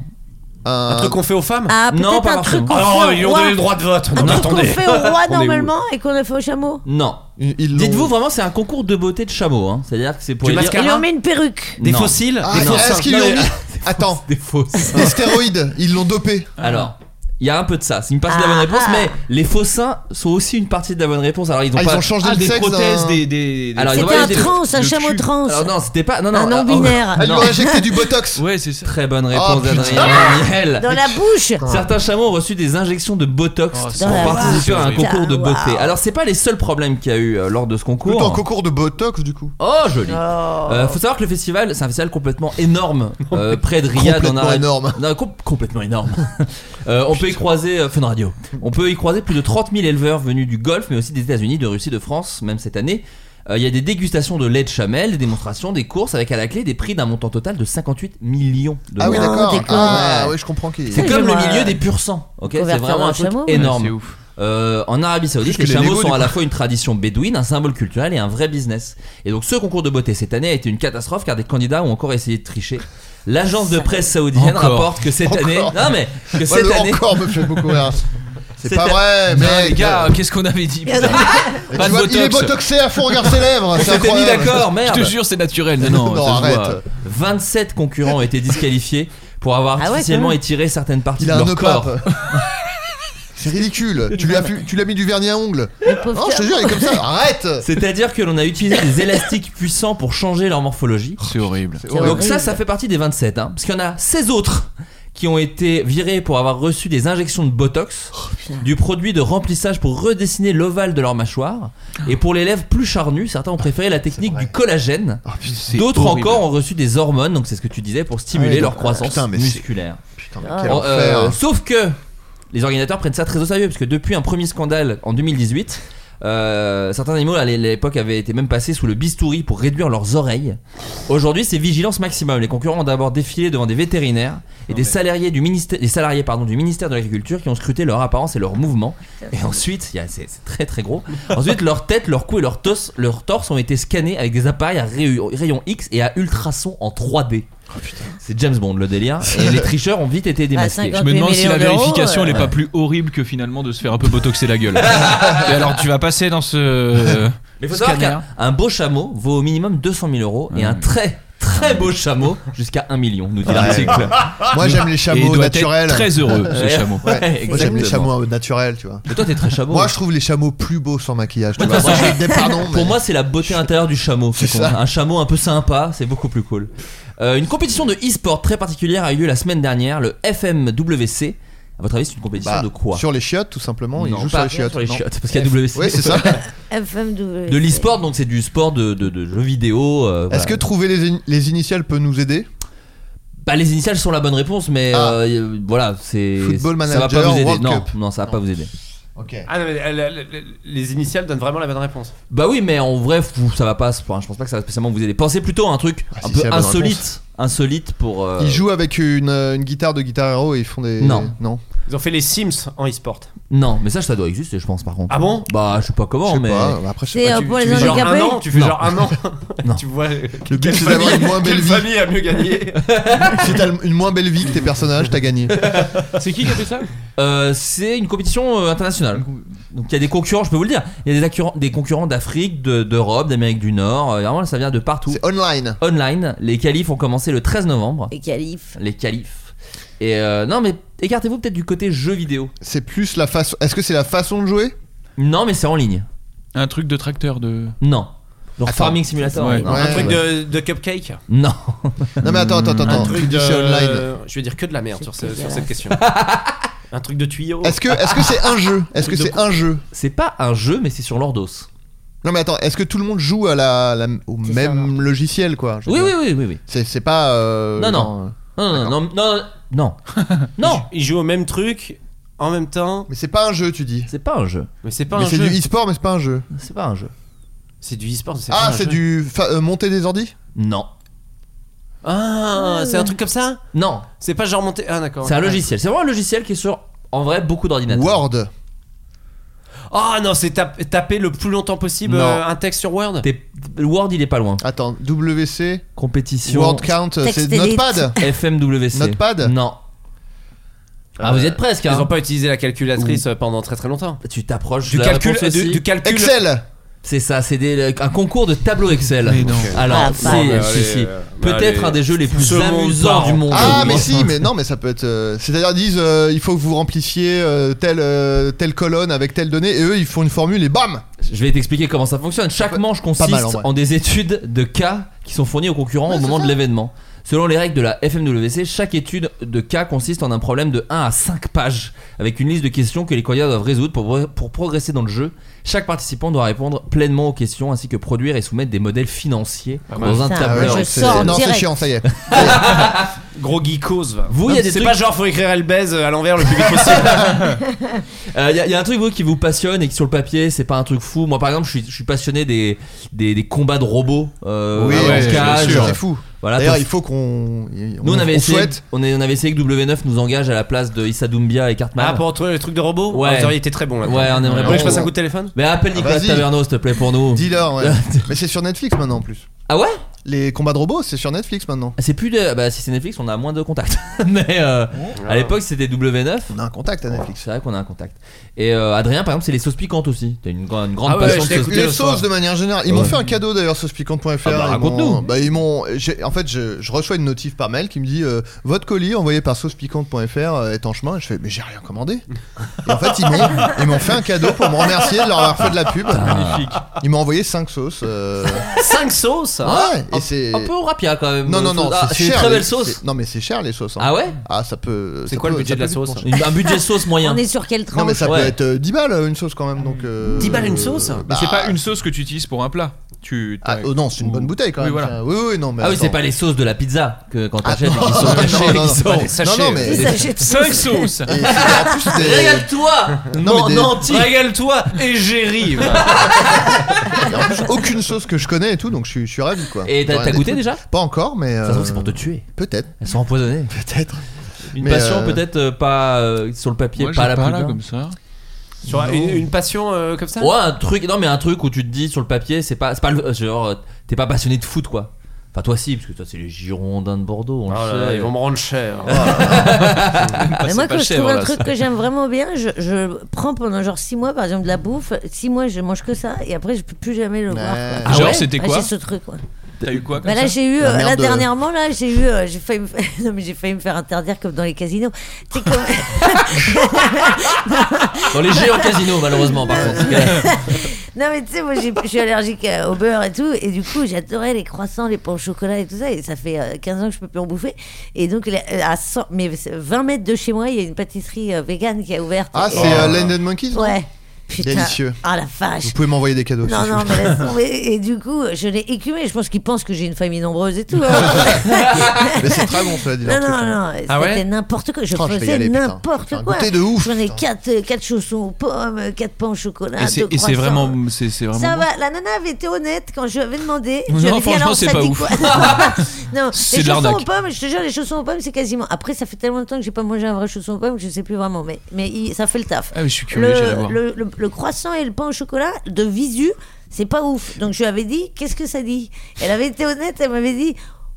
Speaker 8: un,
Speaker 6: Un truc qu'on fait aux femmes
Speaker 3: Ah,
Speaker 7: Non,
Speaker 3: peut-être
Speaker 7: pas
Speaker 3: un
Speaker 7: forcément.
Speaker 3: truc qu'on
Speaker 6: Alors,
Speaker 3: fait
Speaker 6: ils
Speaker 3: au
Speaker 6: ont
Speaker 3: roi.
Speaker 6: donné le droit de vote.
Speaker 3: Un
Speaker 6: Non,
Speaker 3: truc qu'on
Speaker 6: attendez.
Speaker 3: fait au roi
Speaker 6: On est où
Speaker 3: normalement et qu'on a fait au chameau.
Speaker 7: Non.
Speaker 8: une- ils l'ont-
Speaker 7: Dites-vous vraiment, c'est un concours de beauté de chameau. hein. C'est-à-dire que c'est pour
Speaker 6: Du
Speaker 7: les
Speaker 6: mascara.
Speaker 3: Ils lui
Speaker 6: Cara
Speaker 3: ont mis une perruque.
Speaker 6: Des
Speaker 7: Non.
Speaker 6: fossiles
Speaker 8: Ah,
Speaker 6: Des
Speaker 8: est-ce
Speaker 6: fossins.
Speaker 7: Ah.
Speaker 8: qu'ils lui ont mis Attends
Speaker 7: Des fausses.
Speaker 8: des stéroïdes ils l'ont dopé
Speaker 7: Alors, Il y a un peu de ça. C'est une partie de
Speaker 3: Ah,
Speaker 7: la bonne réponse, mais les faux seins sont aussi une partie de la bonne réponse. Alors ils ont,
Speaker 8: Ah, ils
Speaker 7: pas-
Speaker 8: ont changé Ah, le des sexe, prothèses, hein. des- des- des-
Speaker 7: Alors, ils ont
Speaker 3: C'était
Speaker 7: pas
Speaker 3: un
Speaker 7: des-
Speaker 3: trans, un
Speaker 7: le
Speaker 3: chameau
Speaker 7: cul.
Speaker 3: trans.
Speaker 7: Alors, non, c'était pas. Non, non.
Speaker 3: Un
Speaker 7: alors-
Speaker 3: non-binaire.
Speaker 7: Ah,
Speaker 3: Elle
Speaker 7: non.
Speaker 3: lui a injecté
Speaker 8: du botox.
Speaker 7: Ouais, c'est ça. Très
Speaker 8: Oh,
Speaker 7: bonne réponse,
Speaker 3: putain.
Speaker 7: d'Adrien Méniel.
Speaker 3: Dans la bouche.
Speaker 7: Certains chameaux ont reçu des injections de botox
Speaker 3: c'est
Speaker 7: pour
Speaker 3: horrible.
Speaker 7: participer à un
Speaker 3: Ah, Putain,
Speaker 7: concours de beauté.
Speaker 3: waouh.
Speaker 7: Alors, c'est pas les seuls problèmes qu'il y a eu euh, lors de ce concours.
Speaker 8: Plutôt un concours de Botox du coup.
Speaker 7: Oh joli. Euh, faut savoir que le festival, c'est un festival complètement énorme, euh, près de Riyad
Speaker 8: Complètement
Speaker 7: en Arabie.
Speaker 8: énorme.
Speaker 7: Non, com- complètement énorme. Euh, on peut y croiser euh, Fun Radio. On peut y croiser plus de 30 000 éleveurs venus du Golfe, mais aussi des États-Unis, de Russie, de France, même cette année. Euh, Il y a des dégustations de lait de chamel, des démonstrations, des courses avec à la clé des prix d'un montant total de 58 millions de
Speaker 8: Ah oui,
Speaker 7: dollars.
Speaker 8: d'accord. Ah
Speaker 7: Ouais.
Speaker 8: oui, je comprends qu'il
Speaker 7: C'est comme le milieu des pur sang, ok C'est
Speaker 8: Convertir
Speaker 7: vraiment
Speaker 8: en
Speaker 7: un truc
Speaker 8: chameau
Speaker 7: énorme.
Speaker 8: Ouais, c'est
Speaker 7: Euh, en Arabie Saoudite,
Speaker 8: Juste
Speaker 7: les
Speaker 8: les
Speaker 7: chameaux
Speaker 8: Lego,
Speaker 7: sont
Speaker 8: du
Speaker 7: à la
Speaker 8: coup.
Speaker 7: fois une tradition bédouine, un symbole culturel et un vrai business. Et donc ce concours de beauté cette année a été une catastrophe car des candidats ont encore essayé de tricher. L'agence de presse saoudienne
Speaker 8: Encore.
Speaker 7: rapporte que cette année,
Speaker 8: Encore.
Speaker 7: non mais que
Speaker 8: Ouais,
Speaker 7: cette
Speaker 8: le
Speaker 7: année,
Speaker 8: encore me fait beaucoup rire. C'est
Speaker 7: Cette
Speaker 8: pas
Speaker 7: année-
Speaker 8: vrai,
Speaker 7: Non,
Speaker 8: mec.
Speaker 7: les gars, qu'est-ce qu'on avait dit putain
Speaker 8: Et
Speaker 7: Pas
Speaker 8: tu
Speaker 7: de
Speaker 8: vois, Il est
Speaker 7: botox.
Speaker 8: botoxé à fond, regarde ses lèvres.
Speaker 7: On
Speaker 8: C'est
Speaker 7: s'était mis
Speaker 8: incroyable.
Speaker 7: d'accord, merde. c'est naturel. Non, non,
Speaker 8: Non,
Speaker 7: ça se
Speaker 8: arrête.
Speaker 7: voit. 27 concurrents ont été disqualifiés pour avoir
Speaker 8: Ah ouais,
Speaker 7: artificiellement
Speaker 8: quand même.
Speaker 7: étiré certaines parties
Speaker 8: Il
Speaker 7: de
Speaker 8: a un
Speaker 7: leur corps.
Speaker 8: no-cap. C'est ridicule. Tu lui as pu- tu l'as mis du vernis à ongles. Non, je te jure, il est comme ça. Arrête.
Speaker 7: C'est-à-dire que l'on a utilisé des élastiques puissants pour changer leur morphologie. C'est horrible. Donc
Speaker 8: horrible.
Speaker 7: ça, ça fait partie des 27, hein, parce qu'il y en a 16 autres qui ont été virés pour avoir reçu des injections de Botox, du produit de remplissage pour redessiner l'ovale de leur mâchoire, et pour les lèvres plus charnues, certains ont préféré la technique du collagène.
Speaker 8: c'est
Speaker 7: D'autres
Speaker 8: horrible.
Speaker 7: encore ont reçu des hormones, donc c'est ce que tu disais, pour stimuler
Speaker 8: Ah,
Speaker 7: leur
Speaker 8: donc,
Speaker 7: croissance
Speaker 8: putain, mais c'est-
Speaker 7: musculaire.
Speaker 8: Putain, mais
Speaker 7: Ah.
Speaker 8: quel
Speaker 7: Euh,
Speaker 8: enfer.
Speaker 7: euh, sauf que les organisateurs prennent ça très au sérieux, parce que depuis un premier scandale en 2018, euh, certains animaux à l'é- l'époque avaient été même passés sous le bistouri pour réduire leurs oreilles. Aujourd'hui, c'est vigilance maximum. Les concurrents ont d'abord défilé devant des vétérinaires et des salariés du ministère, des salariés pardon, du ministère de l'Agriculture qui ont scruté leur apparence et leur mouvement. Et ensuite, il y a- c'est c'est très très gros. Ensuite, leur tête, leur cou et leur torse, leur torse ont été scannés avec des appareils à rayon rayon X et à ultrasons en 3D.
Speaker 8: Oh,
Speaker 7: C'est James Bond le délire. Et les tricheurs ont vite été démasqués.
Speaker 9: Je me demande si la vérification elle est
Speaker 6: euh.
Speaker 9: pas plus horrible que finalement de se faire un peu botoxer la gueule. Et alors tu vas passer dans ce.
Speaker 7: Mais faut savoir
Speaker 9: scanner.
Speaker 7: qu'un un beau chameau vaut au minimum 200 000 euros et un très très beau chameau jusqu'à 1 million, nous dit
Speaker 8: Mmh. Ouais.
Speaker 7: l'article.
Speaker 8: Moi j'aime les
Speaker 7: Et il
Speaker 8: chameaux
Speaker 7: doit être
Speaker 8: naturels.
Speaker 7: Très heureux ce
Speaker 8: Ouais.
Speaker 7: chameau.
Speaker 8: Ouais. Moi j'aime les
Speaker 7: Exactement.
Speaker 8: chameaux euh, naturels, tu vois.
Speaker 7: Mais toi, t'es très chameau. hein.
Speaker 8: Moi je trouve les chameaux plus beaux sans maquillage. Tu
Speaker 7: Ouais,
Speaker 8: vois.
Speaker 7: de toute
Speaker 8: Moi,
Speaker 7: façon,
Speaker 8: j'ai des pardons.
Speaker 7: Pour moi, c'est la beauté intérieure du chameau.
Speaker 8: C'est
Speaker 7: qu'on-
Speaker 8: ça.
Speaker 7: Un chameau un peu sympa, c'est beaucoup plus cool. Euh, une compétition de e-sport très particulière a eu lieu la semaine dernière, le FMWC. À votre avis, c'est une compétition
Speaker 8: Bah,
Speaker 7: de quoi
Speaker 8: Sur les chiottes, tout simplement.
Speaker 7: Non,
Speaker 8: ils jouent sur les
Speaker 7: pas
Speaker 8: chiottes.
Speaker 7: sur les
Speaker 8: Non.
Speaker 7: chiottes, parce qu'il y a WC.
Speaker 8: Oui, c'est ça.
Speaker 3: FMW.
Speaker 7: De l'e-sport, donc c'est du sport de, de- de jeux vidéo. euh,
Speaker 8: Est-ce
Speaker 7: voilà.
Speaker 8: que trouver les, in- les initiales peut nous aider
Speaker 7: Bah, les initiales sont la bonne réponse, mais euh, euh, voilà, c'est.
Speaker 8: Ah. Football
Speaker 7: ça va pas
Speaker 8: Manager,
Speaker 7: vous aider.
Speaker 8: World
Speaker 7: non,
Speaker 8: Cup.
Speaker 7: non, ça va pas vous aider.
Speaker 8: Ok.
Speaker 6: Ah non, mais euh, la- la- la- les initiales donnent vraiment la bonne réponse.
Speaker 7: Bah oui, mais en vrai, fou, ça va pas. enfin, je pense pas que ça va spécialement vous aider. Pensez plutôt à un truc un
Speaker 8: Ah, si,
Speaker 7: peu
Speaker 8: c'est la bonne
Speaker 7: insolite,
Speaker 8: réponse.
Speaker 7: insolite pour. euh,
Speaker 8: Ils jouent avec une, euh, une guitare de Guitar Hero et ils font des.
Speaker 7: Non.
Speaker 8: Non.
Speaker 6: Ils ont fait les Sims en e-sport.
Speaker 7: Non, mais ça, ça doit exister, je pense, par contre.
Speaker 6: Ah bon
Speaker 7: Bah, je sais pas comment,
Speaker 8: Je sais
Speaker 7: mais.
Speaker 8: pas, après, je sais
Speaker 3: C'est,
Speaker 8: pas,
Speaker 3: euh,
Speaker 8: tu-
Speaker 3: pour
Speaker 8: tu
Speaker 3: les
Speaker 8: fais genre
Speaker 6: Genre un
Speaker 3: handicapés.
Speaker 6: an, tu fais
Speaker 7: Non.
Speaker 6: genre un an.
Speaker 7: Non.
Speaker 6: tu vois euh,
Speaker 8: Le but
Speaker 6: quelle
Speaker 8: c'est d'avoir
Speaker 6: famille-
Speaker 8: une moins belle
Speaker 6: quelle
Speaker 8: vie.
Speaker 6: famille a mieux gagné.
Speaker 8: Si t'as une moins belle vie que tes personnages, t'as gagné.
Speaker 9: C'est qui qui a fait ça
Speaker 7: Euh, c'est une compétition euh, internationale. Donc il y a des concurrents, je peux vous le dire. Il y a des, accurrents- des concurrents d'Afrique, de- d'Europe, d'Amérique du Nord. Euh, vraiment, ça vient de partout.
Speaker 8: C'est online.
Speaker 7: Online. Les qualifs ont commencé le 13 novembre.
Speaker 3: Et Calif.
Speaker 7: Les qualifs. Et euh, non, mais écartez-vous peut-être du côté jeu vidéo.
Speaker 8: C'est plus la façon. Est-ce que c'est la façon de jouer
Speaker 7: Non, mais c'est en ligne.
Speaker 9: Un truc de tracteur de.
Speaker 7: Non. Genre
Speaker 8: Attends.
Speaker 7: Farming Simulator.
Speaker 9: Ouais.
Speaker 7: non.
Speaker 8: Ouais.
Speaker 6: Un truc de, de cupcake.
Speaker 7: Non.
Speaker 8: Non mais attends, attends, attends,
Speaker 6: Un
Speaker 8: attends.
Speaker 6: truc
Speaker 8: Tu dis
Speaker 6: de.
Speaker 8: c'est online.
Speaker 6: Je vais dire que de la merde sur, ce- sur cette question. un truc de tuyau.
Speaker 8: Est-ce que est-ce que c'est un jeu Est-ce que
Speaker 7: De
Speaker 8: c'est
Speaker 7: quoi
Speaker 8: un jeu
Speaker 7: C'est pas un jeu, mais c'est sur l'ordos.
Speaker 8: Non mais attends, est-ce que tout le monde joue à la, la- au même logiciel quoi je veux
Speaker 7: Oui,
Speaker 8: dire
Speaker 7: oui, oui, oui, oui.
Speaker 8: C'est c'est pas. euh,
Speaker 7: Non,
Speaker 8: genre,
Speaker 7: non.
Speaker 8: euh,
Speaker 7: Non, non, non, non, non, non.
Speaker 6: Ils jouent au même truc en même temps.
Speaker 8: Mais c'est pas un jeu, tu dis.
Speaker 7: C'est pas un jeu.
Speaker 6: Mais c'est pas
Speaker 8: mais
Speaker 6: un
Speaker 8: c'est
Speaker 6: jeu.
Speaker 8: du e-sport, mais c'est pas un jeu.
Speaker 7: C'est pas un jeu.
Speaker 6: C'est du e-sport. c'est pas
Speaker 8: Ah,
Speaker 6: un
Speaker 8: c'est
Speaker 6: jeu.
Speaker 8: du fa- euh, monter des ordi
Speaker 7: Non.
Speaker 6: Ah, c'est un truc comme ça
Speaker 7: Non.
Speaker 6: C'est pas genre monter. Ah, d'accord.
Speaker 7: C'est un
Speaker 6: Ouais.
Speaker 7: logiciel. C'est vraiment un logiciel qui est sur, en vrai, beaucoup d'ordinateurs.
Speaker 8: Word.
Speaker 6: Ah non, c'est tap- taper le plus longtemps possible
Speaker 8: Non.
Speaker 6: euh, un texte sur Word.
Speaker 7: T'es- Word, il est pas loin.
Speaker 8: Attends, WC,
Speaker 7: Compétition.
Speaker 8: Word Count, euh, c'est
Speaker 3: Text edit.
Speaker 8: Notepad.
Speaker 7: FMWC.
Speaker 8: Notepad.
Speaker 7: Non. Ah, vous y êtes presque.
Speaker 6: Ils
Speaker 7: hein.
Speaker 6: ont pas utilisé la calculatrice euh, pendant très très longtemps.
Speaker 7: Tu t'approches
Speaker 6: Du
Speaker 7: de la
Speaker 6: calcul, euh,
Speaker 7: réponse aussi.
Speaker 6: du, du calcul.
Speaker 8: Excel.
Speaker 7: C'est ça, c'est des- un concours de tableau Excel.
Speaker 9: Mais non.
Speaker 7: Alors,
Speaker 3: Ah,
Speaker 7: c'est
Speaker 3: bah.
Speaker 6: mais
Speaker 7: si,
Speaker 6: allez,
Speaker 7: si.
Speaker 6: euh,
Speaker 7: peut-être un des jeux les plus amusants du monde.
Speaker 8: Ah, mais si, mais non, mais ça peut être. euh, C'est-à-dire, ils disent euh, il faut que vous remplifiez euh, telle, euh, telle colonne avec telle donnée, et eux, ils font une formule et bam
Speaker 7: Je vais t'expliquer comment ça fonctionne. Chaque manche consiste
Speaker 8: mal, en vrai.
Speaker 7: en, des études de cas qui sont fournis aux concurrents au moment de l'événement. Selon les règles de la FMWC, chaque étude de cas consiste en un problème de 1 à 5 pages, avec une liste de questions que les candidats doivent résoudre pour, pour progresser dans le jeu. Chaque participant doit répondre pleinement aux questions, ainsi que produire et soumettre des modèles financiers
Speaker 8: Ah
Speaker 7: dans un Euh,
Speaker 3: Ça,
Speaker 7: tableur.
Speaker 3: je sors en
Speaker 8: Non, c'est
Speaker 3: direct.
Speaker 8: chiant, ça y est.
Speaker 6: Gros geekos, va.
Speaker 7: Vous, il y a des
Speaker 6: C'est
Speaker 7: trucs-
Speaker 6: pas genre faut écrire Elbez à l'envers le plus vite possible.
Speaker 7: Il y, a- y a un truc vous, qui vous passionne et qui sur le papier c'est pas un truc fou. Moi par exemple je suis, je suis passionné des, des, des combats de robots euh,
Speaker 8: Oui,
Speaker 7: en
Speaker 8: ouais,
Speaker 7: cage.
Speaker 8: bien sûr, c'est fou.
Speaker 7: Voilà,
Speaker 8: D'ailleurs,
Speaker 7: t'as-
Speaker 8: il faut qu'on.
Speaker 7: nous on, avait essayé,
Speaker 8: souhaite.
Speaker 7: on, est- on avait essayé que W9 nous engage à la place de Issa Doumbia et
Speaker 8: Bah.
Speaker 7: Cartman.
Speaker 6: Ah, pour trouver le truc de robot
Speaker 7: Ouais.
Speaker 6: Ah, Vous auriez été très bon là.
Speaker 7: Ouais, on aimerait
Speaker 6: Vous
Speaker 7: bien.
Speaker 6: voulez que je fasse un coup de téléphone
Speaker 7: Mais appelle Nicolas
Speaker 8: Ah. vas-y.
Speaker 7: Taverneau s'il te plaît pour nous.
Speaker 8: Dealer, ouais. Mais c'est sur Netflix maintenant en plus.
Speaker 7: Ah ouais
Speaker 8: Les combats de robots, c'est sur Netflix maintenant.
Speaker 7: C'est plus de. Bah si c'est Netflix on a moins de contacts. Mais euh, à l'époque c'était W9.
Speaker 8: On a un contact à Netflix.
Speaker 7: C'est vrai qu'on a un contact. Et euh, Adrien par exemple c'est les sauces piquantes aussi. T'as une, gra- une grande
Speaker 6: Ah ouais,
Speaker 7: passion
Speaker 6: je
Speaker 7: de
Speaker 6: l'ai
Speaker 7: sauces
Speaker 6: écouté
Speaker 8: Les
Speaker 7: piquantes.
Speaker 8: sauces de manière générale. Ils m'ont
Speaker 7: Ouais.
Speaker 8: fait un cadeau d'ailleurs sur piquant.fr.
Speaker 7: Ah bah,
Speaker 8: Ils
Speaker 7: raconte-nous.
Speaker 8: m'ont- Bah, ils m'ont. j'ai- En fait, je, je reçois une notif par mail qui me dit euh, votre colis envoyé par saucepiquante.fr euh, est en chemin. Et je fais mais j'ai rien commandé. Et en fait, ils m'ont ils m'ont fait un cadeau pour me remercier de leur avoir fait de la pub.
Speaker 7: Magnifique.
Speaker 8: Ils m'ont envoyé 5 sauces. euh,
Speaker 6: 5 sauces
Speaker 8: ouais, et
Speaker 7: Un,
Speaker 8: c'est
Speaker 7: un peu au rapia quand même.
Speaker 8: non non non,
Speaker 7: Ah, c'est une
Speaker 8: cher,
Speaker 7: très
Speaker 8: les-
Speaker 7: belle sauce.
Speaker 8: c'est- Non mais c'est cher les sauces. hein.
Speaker 7: Ah ouais
Speaker 8: Ah ça peut.
Speaker 6: C'est
Speaker 8: ça
Speaker 6: quoi le
Speaker 8: peut-
Speaker 6: budget
Speaker 8: ça
Speaker 6: de la
Speaker 8: peut
Speaker 6: sauce
Speaker 8: vite pencher.
Speaker 7: Une- un budget sauce moyen.
Speaker 3: On est sur quelle tranche
Speaker 8: Non mais ça peut
Speaker 7: Ouais.
Speaker 8: être euh, 10 balles une sauce quand même donc. euh,
Speaker 6: 10 balles une sauce
Speaker 9: Mais c'est pas une sauce que tu utilises pour un plat. Tu.
Speaker 8: Bah. Ah, oh non, c'est une bonne bouteille quand
Speaker 9: Oui,
Speaker 8: même.
Speaker 9: voilà.
Speaker 8: ça. Oui, oui, non, mais.
Speaker 7: Ah oui, c'est
Speaker 8: attends.
Speaker 7: pas les sauces de la pizza que quand t'achètes
Speaker 8: non,
Speaker 7: et qui sont
Speaker 8: non,
Speaker 7: cachées,
Speaker 8: non, non,
Speaker 7: qui sont-
Speaker 8: pas les sachets. Non, non, mais-
Speaker 3: Des sachets de sauce.
Speaker 9: 5 sauces
Speaker 8: Et c'est- en plus, c'est-
Speaker 7: Régale-toi
Speaker 8: Non,
Speaker 7: Non,
Speaker 8: mais des-
Speaker 7: Nanti
Speaker 6: Régale-toi et j'y
Speaker 8: et en plus, aucune sauce que je connais et tout, donc je suis, je suis ravi quoi.
Speaker 7: Et t'as
Speaker 8: Rien
Speaker 7: t'as
Speaker 8: des
Speaker 7: goûté
Speaker 8: trucs.
Speaker 7: déjà
Speaker 8: Pas encore, mais.
Speaker 7: Ça se trouve, c'est
Speaker 8: euh,
Speaker 7: pour te tuer.
Speaker 8: Peut-être,
Speaker 7: Elles sont empoisonnées.
Speaker 8: peut-être.
Speaker 7: Une
Speaker 8: Mais,
Speaker 7: passion
Speaker 8: euh,
Speaker 7: peut-être euh, pas euh, sur le papier,
Speaker 9: Moi,
Speaker 7: pas à
Speaker 9: j'ai
Speaker 7: la
Speaker 9: pas là
Speaker 7: plus
Speaker 9: comme ça.
Speaker 6: Tu auras une, une passion euh, comme ça
Speaker 7: Ouais, un truc, non mais un truc où tu te dis sur le papier, c'est pas, c'est pas le- euh, genre, euh, t'es pas passionné de foot quoi. Enfin toi si, parce que toi c'est les Girondins de Bordeaux, on
Speaker 6: Oh
Speaker 7: le
Speaker 6: là là,
Speaker 7: sait.
Speaker 6: ils vont me rendre cher. Oh.
Speaker 3: Ah, Mais moi,
Speaker 9: pas
Speaker 3: quand je
Speaker 9: cher,
Speaker 3: trouve un
Speaker 9: voilà,
Speaker 3: truc que j'aime vraiment bien, je, je prends pendant genre 6 mois, par exemple, de la bouffe. 6 mois, je mange que ça, et après, je peux plus jamais le voir. quoi.
Speaker 8: Ah
Speaker 9: Genre, c'était quoi
Speaker 3: Ah, J'ai ce truc, ouais.
Speaker 9: T'as eu quoi comme
Speaker 3: Bah là,
Speaker 9: ça
Speaker 3: j'ai eu,
Speaker 8: La
Speaker 3: euh, là,
Speaker 8: merde de-
Speaker 3: dernièrement, là, j'ai eu, euh, j'ai failli, me... faire- non, mais j'ai failli me faire interdire comme dans les casinos. Tu sais, comme-
Speaker 7: Dans les géants casinos malheureusement par contre.
Speaker 3: Non mais tu sais, moi j'ai- je suis allergique euh, au beurre et tout, et du coup j'adorais les croissants, les pains au chocolat et tout ça, et ça fait euh, 15 ans que je peux plus en bouffer. Et donc là, euh, à 100 mais c'est 20 mètres de chez moi, il y a une pâtisserie euh, végane qui a ouverte.
Speaker 8: Ah,
Speaker 3: Et-
Speaker 8: c'est euh, Landed Monkeys non
Speaker 3: Oh. Ouais. Putain.
Speaker 8: Délicieux.
Speaker 3: Ah la vache.
Speaker 8: Vous pouvez m'envoyer des cadeaux.
Speaker 3: Non,
Speaker 8: si vous
Speaker 3: non,
Speaker 8: voulez.
Speaker 3: mais laisse tomber. Et du coup, je l'ai écumé. Je pense qu'ils pensent que j'ai une famille nombreuse et tout. hein.
Speaker 8: Mais c'est très bon, cela dit.
Speaker 3: Non,
Speaker 8: leur
Speaker 3: non,
Speaker 8: truc, hein.
Speaker 3: non,
Speaker 6: Ah ouais
Speaker 3: c'était n'importe quoi. Je
Speaker 8: Oh, je vais y
Speaker 3: faisais
Speaker 8: aller, putain. J'ai
Speaker 3: n'importe
Speaker 8: un
Speaker 3: quoi.
Speaker 8: goûter de ouf,
Speaker 3: J'en ai
Speaker 8: putain.
Speaker 3: 4 quatre chaussons aux pommes, 4 pains au chocolat.
Speaker 9: Et c'est-
Speaker 3: deux
Speaker 9: et c'est
Speaker 3: croissants.
Speaker 9: vraiment. C'est c'est vraiment.
Speaker 3: Ça
Speaker 9: bon.
Speaker 3: va, la nana avait été honnête quand je lui avais demandé.
Speaker 9: Non,
Speaker 3: je lui avais dit,
Speaker 9: franchement,
Speaker 3: alors,
Speaker 9: c'est
Speaker 3: ça
Speaker 9: pas
Speaker 3: dit
Speaker 9: ouf.
Speaker 3: quoi non,
Speaker 9: C'est
Speaker 3: les
Speaker 9: de
Speaker 3: chaussons
Speaker 9: l'arnaque.
Speaker 3: aux pommes, je te jure, les chaussons aux pommes, c'est quasiment. Après, ça fait tellement de temps que j'ai pas mangé un vrai chausson aux pommes que je sais plus vraiment, mais, mais il- ça fait le taf.
Speaker 9: Ah, mais je suis curieux, j'allais
Speaker 3: le,
Speaker 9: voir.
Speaker 3: le, le- le croissant et le pain au chocolat de visu, c'est pas ouf. Donc je lui avais dit, qu'est-ce que ça dit Elle avait été honnête, elle m'avait dit.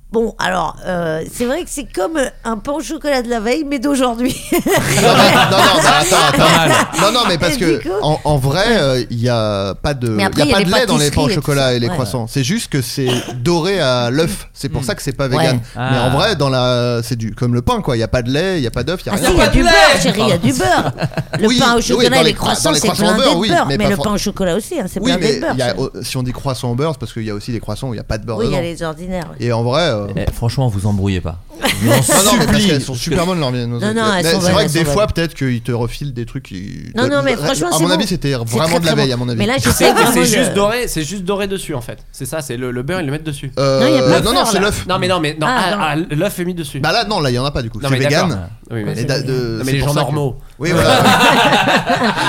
Speaker 3: Bon, alors, euh, c'est vrai que c'est comme un pain au chocolat de la veille, mais d'aujourd'hui.
Speaker 8: Non, mais- non, non, mais attends, attends. Non, non, mais parce
Speaker 3: Et
Speaker 8: que
Speaker 3: du coup-
Speaker 8: en, en vrai, euh, il n'y a pas de,
Speaker 3: Mais après,
Speaker 8: il y a pas
Speaker 3: les
Speaker 8: de lait dans les pains au
Speaker 3: pâtisseries et tout
Speaker 8: chocolat
Speaker 3: ça.
Speaker 8: et les
Speaker 3: Ouais.
Speaker 8: croissants. C'est juste que c'est doré à l'œuf. C'est
Speaker 7: Mm.
Speaker 8: pour ça que c'est pas vegan.
Speaker 3: Ouais.
Speaker 8: Mais
Speaker 7: Ah.
Speaker 8: en vrai, dans la, c'est du comme le pain quoi. Il y a pas de lait, il y a pas d'œuf, il y a
Speaker 3: Ah si,
Speaker 8: rien.
Speaker 3: il y a du beurre, chérie, il y a du beurre. Le
Speaker 8: Oui,
Speaker 3: pain au
Speaker 8: oui,
Speaker 3: chocolat
Speaker 8: dans
Speaker 3: et
Speaker 8: les
Speaker 3: les
Speaker 8: cro- dans
Speaker 3: croissants,
Speaker 8: les
Speaker 3: c'est
Speaker 8: croissants au
Speaker 3: plein
Speaker 8: beurre,
Speaker 3: de
Speaker 8: oui,
Speaker 3: beurre.
Speaker 8: mais
Speaker 3: Mais,
Speaker 8: pas
Speaker 3: le
Speaker 8: for-
Speaker 3: pain au chocolat aussi, hein, c'est
Speaker 8: Oui,
Speaker 3: plein
Speaker 8: mais
Speaker 3: de beurre.
Speaker 8: il y a-
Speaker 3: chérie.
Speaker 8: oh, si on dit croissant au beurre, c'est parce qu'il y a aussi des croissants où il n'y a pas de beurre
Speaker 3: Oui, il y a
Speaker 8: dedans.
Speaker 3: les ordinaires. ouais.
Speaker 8: Et en vrai. euh,
Speaker 7: Eh, franchement, vous embrouillez pas.
Speaker 8: Non, non, mais parce qu'elles sont
Speaker 7: Parce que-
Speaker 8: super bonnes leurs viennoiseries.
Speaker 3: Non, non, elles
Speaker 8: Mais
Speaker 3: sont
Speaker 8: C'est
Speaker 3: bonnes,
Speaker 8: vrai
Speaker 3: elles
Speaker 8: que des
Speaker 3: sont
Speaker 8: fois,
Speaker 3: bonnes.
Speaker 8: peut-être qu'ils te refilent des trucs. qui-
Speaker 3: Non, non, mais franchement,
Speaker 8: À
Speaker 3: c'est
Speaker 8: mon avis,
Speaker 3: bon.
Speaker 8: c'était
Speaker 3: C'est
Speaker 8: vraiment
Speaker 3: très,
Speaker 8: de la
Speaker 3: très
Speaker 8: veille,
Speaker 3: bon.
Speaker 8: à mon avis.
Speaker 3: Mais là,
Speaker 6: Je sais
Speaker 3: j'essaie
Speaker 6: que
Speaker 3: vraiment
Speaker 6: c'est
Speaker 3: de- euh,
Speaker 6: juste doré, c'est juste doré dessus en fait. C'est ça, c'est le, le beurre ils le mettent dessus.
Speaker 8: Euh,
Speaker 3: Non, il y a pas de
Speaker 8: non, non,
Speaker 3: beurre,
Speaker 8: c'est
Speaker 3: là.
Speaker 8: l'œuf.
Speaker 6: Non mais non mais non,
Speaker 3: Ah,
Speaker 6: ah,
Speaker 3: non.
Speaker 6: ah, l'œuf est mis dessus.
Speaker 8: Bah là, non, là, il y en a pas du coup.
Speaker 6: non
Speaker 8: C'est
Speaker 6: mais d'accord.
Speaker 8: vegan.
Speaker 6: Oui, mais
Speaker 8: Mais,
Speaker 6: c'est-
Speaker 8: da- de-
Speaker 6: Non, mais
Speaker 8: c'est
Speaker 6: les
Speaker 8: pour
Speaker 6: gens
Speaker 8: ça que-
Speaker 6: normaux.
Speaker 8: Oui, voilà.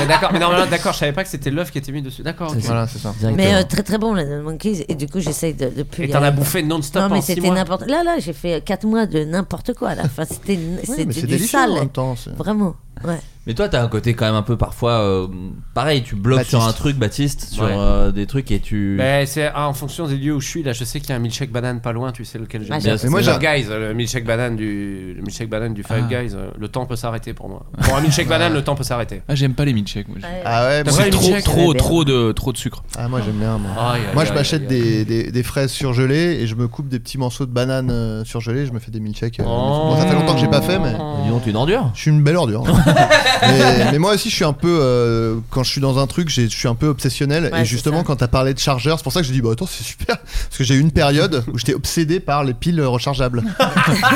Speaker 6: Mais D'accord, mais normalement d'accord, je savais pas que c'était l'œuf qui était mis dessus. D'accord. ok.
Speaker 8: voilà, c'est ça.
Speaker 3: Mais euh,
Speaker 7: Directement.
Speaker 3: très très bon, la Nine Monkeys. Et du coup, j'essaie de, de plus.
Speaker 6: Et
Speaker 3: y
Speaker 6: t'en
Speaker 3: aller.
Speaker 6: as bouffé non-stop
Speaker 3: Non,
Speaker 6: en
Speaker 3: mais
Speaker 6: six
Speaker 3: c'était
Speaker 6: mois.
Speaker 3: n'importe. Là, là, j'ai fait 4 mois de n'importe quoi. Là. Enfin, c'était
Speaker 8: Oui, mais
Speaker 3: c'était
Speaker 8: c'est
Speaker 3: du
Speaker 8: délicieux hein. en
Speaker 3: sale.
Speaker 8: même temps. c'est-
Speaker 3: Vraiment. Ouais.
Speaker 7: Mais toi, t'as un côté quand même un peu parfois. euh, pareil, tu bloques sur un
Speaker 6: Baptiste.
Speaker 7: truc, Baptiste, sur
Speaker 6: Ouais.
Speaker 7: euh, des trucs et tu.
Speaker 6: Mais c'est ah, en fonction des lieux où je suis là, je sais qu'il y a un milkshake banane pas loin, tu sais lequel j'aime.
Speaker 7: Ah, j'aime. Mais moi,
Speaker 6: moi
Speaker 7: j'ai-
Speaker 6: Guys, euh, le milkshake banane du le milkshake banane du Five
Speaker 9: Ah.
Speaker 6: Guys, euh, le temps peut s'arrêter pour moi. Pour un milkshake banane, le temps peut s'arrêter.
Speaker 9: Ah, j'aime pas les milkshakes. Moi.
Speaker 8: Ah ouais,
Speaker 9: Parce
Speaker 8: moi,
Speaker 9: que
Speaker 8: les
Speaker 9: trop,
Speaker 8: milkshakes,
Speaker 9: trop,
Speaker 8: j'aime bien.
Speaker 9: trop de, trop de sucre.
Speaker 8: Ah, moi j'aime bien. Moi,
Speaker 9: Aïe, aïe,
Speaker 8: Moi, je
Speaker 9: aïe,
Speaker 8: m'achète
Speaker 9: aïe,
Speaker 8: des, des- des fraises surgelées et je me coupe des petits morceaux de banane euh, surgelées. Je me fais des milkshakes. euh, bon, ça fait longtemps que j'ai pas fait, mais.
Speaker 7: Disons, tu une ordure.
Speaker 8: Je suis une belle ordure. mais, mais moi aussi, je suis un peu. euh, quand je suis dans un truc, j'ai- je suis un peu obsessionnel.
Speaker 3: Ouais,
Speaker 8: et
Speaker 3: c'est
Speaker 8: justement, quand t'as parlé de chargeur, c'est pour ça que j'ai dit Bah attends, c'est super. Parce que j'ai eu une période où j'étais obsédé par les piles rechargeables.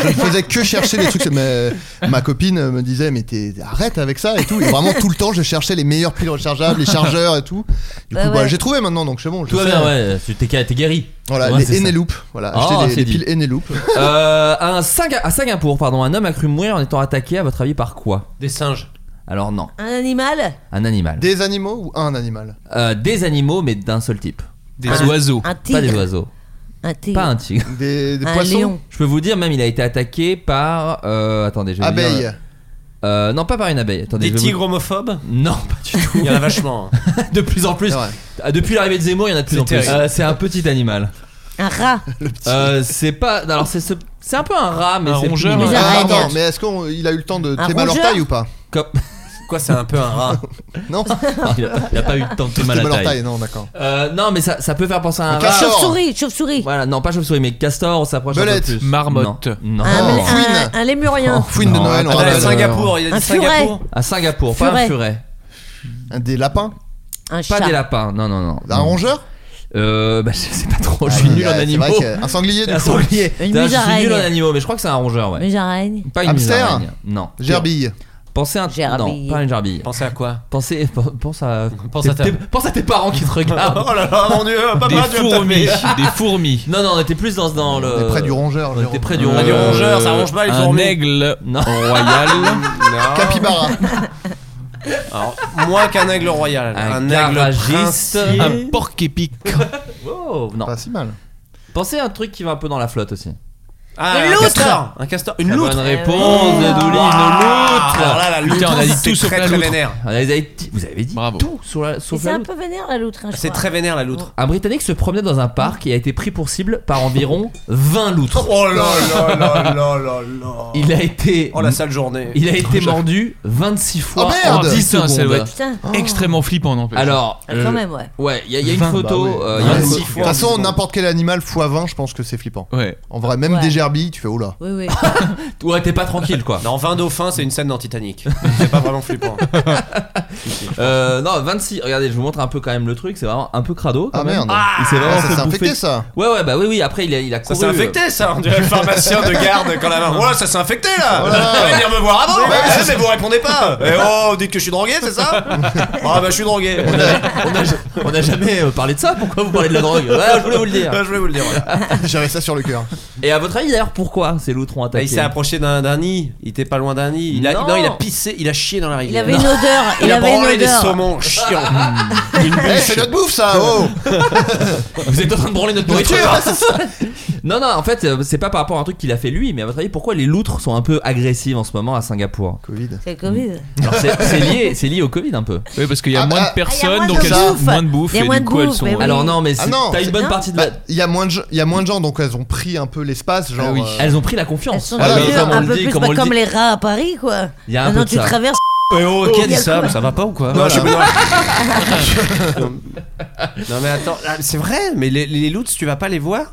Speaker 8: je ne faisais que chercher des trucs. Ma, ma copine me disait Mais t'es- arrête avec ça et tout. Et vraiment, tout le temps, je cherchais les meilleures piles rechargeables, les chargeurs et tout. Du coup,
Speaker 3: Bah
Speaker 8: bah,
Speaker 3: ouais.
Speaker 8: j'ai trouvé maintenant, donc c'est bon. je
Speaker 7: Tout va
Speaker 8: sais.
Speaker 7: bien, ouais, tu- t'es t'es guéri.
Speaker 8: Voilà,
Speaker 7: Ouais, c'est
Speaker 8: les
Speaker 7: ça.
Speaker 8: Eneloop. Voilà,
Speaker 7: Ah,
Speaker 8: acheter des-
Speaker 7: c'est
Speaker 8: des,
Speaker 7: dit.
Speaker 8: piles Eneloop.
Speaker 7: Euh, un Singa- à Singapour, pardon, un homme a cru mourir en étant attaqué, à votre avis, par quoi
Speaker 6: Des singes.
Speaker 7: Alors non,
Speaker 3: Un animal
Speaker 7: un animal.
Speaker 8: Des animaux ou un animal
Speaker 7: Euh, des animaux, mais d'un seul type.
Speaker 9: Des oiseaux.
Speaker 3: Un
Speaker 7: Pas des
Speaker 3: tigre.
Speaker 7: oiseaux.
Speaker 3: Un tigre.
Speaker 7: Pas un tigre.
Speaker 8: Des, des
Speaker 3: Un
Speaker 8: poissons
Speaker 3: lion.
Speaker 7: Je peux vous dire, même, il a été attaqué par. euh, attendez, je vais vous dire-
Speaker 8: Abeilles
Speaker 7: Euh, non, pas par une abeille. Attendez,
Speaker 6: Des
Speaker 7: je vais vous-
Speaker 6: tigres homophobes
Speaker 7: Non, pas du tout.
Speaker 6: Il y en a vachement. hein.
Speaker 7: de plus en plus.
Speaker 8: C'est vrai.
Speaker 7: Ah, Depuis l'arrivée de Zemmour, il y en a de plus
Speaker 6: C'est
Speaker 7: en plus.
Speaker 6: terrible.
Speaker 7: Euh, c'est un petit animal.
Speaker 3: Un rat.
Speaker 7: Euh, c'est pas. Alors, c'est ce- c'est un peu un rat, mais
Speaker 9: Un
Speaker 7: c'est
Speaker 9: rongeur,
Speaker 7: plus-
Speaker 3: Les
Speaker 8: Ah,
Speaker 3: araignées.
Speaker 8: attends, mais est-ce qu'il a eu le temps de
Speaker 3: Un
Speaker 8: tréma leur
Speaker 3: rongeur
Speaker 8: taille ou pas
Speaker 7: Comme-
Speaker 6: Quoi, c'est un peu un rat.
Speaker 9: Ah,
Speaker 8: Non
Speaker 7: il, a, il a pas eu le temps de
Speaker 8: Tréma
Speaker 7: mal à
Speaker 8: leur
Speaker 7: taille.
Speaker 8: taille, non, d'accord.
Speaker 7: Euh, non, mais ça, ça peut faire penser à un
Speaker 8: Un
Speaker 7: rat.
Speaker 8: castor.
Speaker 3: Chauve-souris, chauve-souris.
Speaker 7: Voilà, non, pas chauve-souris, mais castor, on s'approche un peu
Speaker 8: Belette.
Speaker 7: plus.
Speaker 9: Marmotte.
Speaker 7: Non. non.
Speaker 3: Un,
Speaker 8: Oh,
Speaker 3: un-
Speaker 8: fouine.
Speaker 3: un lémurien.
Speaker 8: Oh, Fouine de
Speaker 7: Non,
Speaker 8: Noël, on
Speaker 9: bah,
Speaker 7: attends,
Speaker 6: Ah,
Speaker 8: rappelle.
Speaker 6: Singapour, il a
Speaker 3: Un
Speaker 6: dit Singapour.
Speaker 7: À Singapour, pas
Speaker 3: Furet.
Speaker 7: un furet.
Speaker 8: Des lapins
Speaker 3: Un
Speaker 7: Pas
Speaker 3: chat.
Speaker 7: des lapins, non, non, non.
Speaker 8: Un
Speaker 7: Non.
Speaker 8: rongeur
Speaker 7: Euh, bah, je sais pas trop, je
Speaker 8: Ah,
Speaker 7: suis
Speaker 8: oui,
Speaker 7: nul en
Speaker 8: ouais, c'est
Speaker 7: animaux.
Speaker 8: vrai que- Un sanglier du
Speaker 7: Un
Speaker 8: coup
Speaker 7: sanglier.
Speaker 3: Une
Speaker 7: Putain, Je suis nul en
Speaker 3: musaraigne.
Speaker 7: animaux, mais je crois que c'est un rongeur, ouais.
Speaker 3: Mais j'araigne.
Speaker 7: Pas une
Speaker 8: Hamster.
Speaker 7: musaraigne. Non.
Speaker 8: Gerbille
Speaker 7: Pensez à un
Speaker 3: Gerbille.
Speaker 7: Non, pas une gerbille.
Speaker 6: Pensez à quoi
Speaker 7: Pensez, pen- pense à.
Speaker 6: Pense à ta-
Speaker 7: tes- pense à tes parents qui te regardent.
Speaker 6: Oh là là, mon dieu, papa,
Speaker 9: Des
Speaker 6: tu vas me taper.
Speaker 9: fourmis. des fourmis.
Speaker 7: non, non, on était plus dans, dans le.
Speaker 8: On est près du rongeur.
Speaker 7: Euh, On était
Speaker 8: Jérôme. Euh,
Speaker 7: près du
Speaker 6: On a
Speaker 7: rongeur.
Speaker 6: des rongeurs, ça ronge pas les
Speaker 9: Euh, Un
Speaker 6: fourmis.
Speaker 9: aigle
Speaker 7: Non.
Speaker 9: royal.
Speaker 6: Non.
Speaker 8: Capybara
Speaker 7: Ah,
Speaker 6: Alors, moins qu'un aigle royal.
Speaker 7: Un
Speaker 6: Un, aigle
Speaker 7: garagiste.
Speaker 6: princier.
Speaker 9: un porc épique.
Speaker 7: Wow, non.
Speaker 8: Pas si mal.
Speaker 7: Pensez à un truc qui va un peu dans la flotte aussi.
Speaker 6: Ah,
Speaker 3: Une
Speaker 6: un
Speaker 3: loutre.
Speaker 6: castor. Un castor. Ah Une
Speaker 7: La
Speaker 6: loutre. Eh
Speaker 7: bonne réponse de Douli, une
Speaker 6: Ah, Alors
Speaker 7: loutre.
Speaker 6: là, la loutre,
Speaker 9: Putain, on a dit
Speaker 6: c'est
Speaker 9: tout sauf
Speaker 6: très,
Speaker 9: la
Speaker 6: très
Speaker 9: loutre.
Speaker 6: vénère.
Speaker 7: Ah, Vous avez dit, vous avez dit
Speaker 9: Bravo.
Speaker 7: tout sur la,
Speaker 3: Mais
Speaker 7: sauf
Speaker 3: C'est
Speaker 7: la
Speaker 3: un
Speaker 7: loutre. Ah,
Speaker 3: peu vénère la loutre. hein, je
Speaker 6: C'est
Speaker 3: crois.
Speaker 6: très vénère la loutre.
Speaker 7: Un Britannique se promenait dans un parc et a été pris pour cible par environ 20 loutres.
Speaker 6: Oh là là là là là là.
Speaker 7: Il a été,
Speaker 6: Oh la sale journée.
Speaker 7: il a été mordu 26 fois
Speaker 8: Oh, merde.
Speaker 7: en 10
Speaker 9: Ah, Putain, ça doit
Speaker 7: secondes.
Speaker 9: être
Speaker 3: Putain.
Speaker 8: Oh.
Speaker 9: extrêmement flippant, non
Speaker 7: Alors,
Speaker 3: Ah,
Speaker 7: euh,
Speaker 3: Quand même, ouais.
Speaker 7: ouais, il y, a- il y a une
Speaker 9: 20,
Speaker 7: photo.
Speaker 8: bah oui.
Speaker 7: euh, il y a une
Speaker 8: Ouais.
Speaker 7: photo-
Speaker 8: De toute façon, n'importe quel animal x20, je pense que c'est flippant.
Speaker 9: ouais.
Speaker 8: En vrai, même
Speaker 3: Ouais.
Speaker 8: des gerbilles, tu fais oula.
Speaker 3: Oui, oui.
Speaker 7: ah, Ouais, t'es pas tranquille quoi.
Speaker 6: Dans 20 dauphins, c'est une scène dans Titanic. C'est pas vraiment flippant.
Speaker 7: Euh, non, 26. Regardez, je vous montre un peu quand même le truc. C'est vraiment un peu crado. quand
Speaker 8: Ah
Speaker 7: même.
Speaker 8: merde.
Speaker 7: Il s'est vraiment
Speaker 8: Ah, ça
Speaker 7: fait
Speaker 8: s'est
Speaker 7: bouffer.
Speaker 8: infecté ça
Speaker 7: Ouais, ouais, bah oui, oui. Après, il a, il a
Speaker 6: Ça
Speaker 7: couru. euh,
Speaker 6: s'est infecté ça, on dirait le pharmacien de garde quand la main. Oh là, ça s'est infecté là
Speaker 8: Oh là là.
Speaker 6: Vous allez venir me voir avant hein, mais, vous répondez pas Et oh, vous dites que je suis drogué, c'est ça Ah bah je suis drogué
Speaker 7: euh, on, a, on, a- on a jamais euh, parlé de ça. Pourquoi vous parlez de la drogue Ouais, je voulais vous le
Speaker 6: Ah,
Speaker 7: dire.
Speaker 6: Je voulais vous le dire. voilà.
Speaker 8: J'avais ça sur le cœur.
Speaker 7: Et à votre avis, d'ailleurs, pourquoi ces loutres ont
Speaker 6: Bah,
Speaker 7: attaqué
Speaker 6: il s'est approché d'un d'un nid, il était pas loin d'un nid. Il a,
Speaker 7: Non.
Speaker 6: non. il a pissé, il a chié dans la rivière.
Speaker 3: Il avait une odeur. Il,
Speaker 6: Il a
Speaker 3: avait
Speaker 6: branlé
Speaker 3: une
Speaker 6: des
Speaker 3: odeur.
Speaker 6: saumons chiants.
Speaker 8: Eh, c'est notre bouffe ça Oh
Speaker 7: Vous êtes en train de branler notre
Speaker 8: Nourriture.
Speaker 7: nourriture Non, non, en fait, euh, c'est pas par rapport à un truc qu'il a fait lui, mais à votre avis, pourquoi les loutres sont un peu agressives en ce moment à Singapour
Speaker 8: Covid.
Speaker 3: C'est le Covid.
Speaker 7: Alors, c'est c'est lié, c'est lié au Covid un peu.
Speaker 9: Oui, parce qu'il y a
Speaker 8: Ah,
Speaker 9: moins
Speaker 8: ah,
Speaker 9: de personnes,
Speaker 3: ah, il y a
Speaker 9: donc
Speaker 3: moins de
Speaker 9: elles ont
Speaker 3: bouffe.
Speaker 9: moins de bouffe,
Speaker 3: Il y a
Speaker 9: et
Speaker 3: moins
Speaker 9: du
Speaker 3: de
Speaker 9: coup, elles
Speaker 3: bouffe,
Speaker 9: sont.
Speaker 3: mais oui.
Speaker 7: Alors, non, mais c'est-
Speaker 8: Ah non,
Speaker 7: t'as une
Speaker 8: c'est-
Speaker 7: bonne
Speaker 3: non.
Speaker 7: partie de
Speaker 8: Bah,
Speaker 7: la.
Speaker 8: il y a moins de gens- il y a moins de gens donc elles ont pris un peu l'espace genre
Speaker 9: Ah oui.
Speaker 8: euh,
Speaker 7: Elles ont pris la
Speaker 3: Elles
Speaker 7: confiance.
Speaker 3: sont
Speaker 8: Voilà,
Speaker 3: devenues
Speaker 7: Ah, comme on
Speaker 3: un
Speaker 7: le
Speaker 3: peu
Speaker 7: dit,
Speaker 3: plus
Speaker 7: comme
Speaker 3: bah,
Speaker 7: on le
Speaker 3: comme
Speaker 7: dit.
Speaker 3: les rats à Paris, quoi.
Speaker 7: Il y a un
Speaker 3: Maintenant,
Speaker 7: peu de
Speaker 3: tu
Speaker 7: ça.
Speaker 3: traverses.
Speaker 6: Eh oh,
Speaker 3: Oh,
Speaker 6: qui a
Speaker 3: il
Speaker 6: dit
Speaker 3: y a
Speaker 6: ça
Speaker 3: quoi
Speaker 6: mais Ça va pas ou quoi
Speaker 8: Non, je-
Speaker 6: Non. Non, mais attends, ah, c'est vrai, mais les, les loots, tu vas pas les voir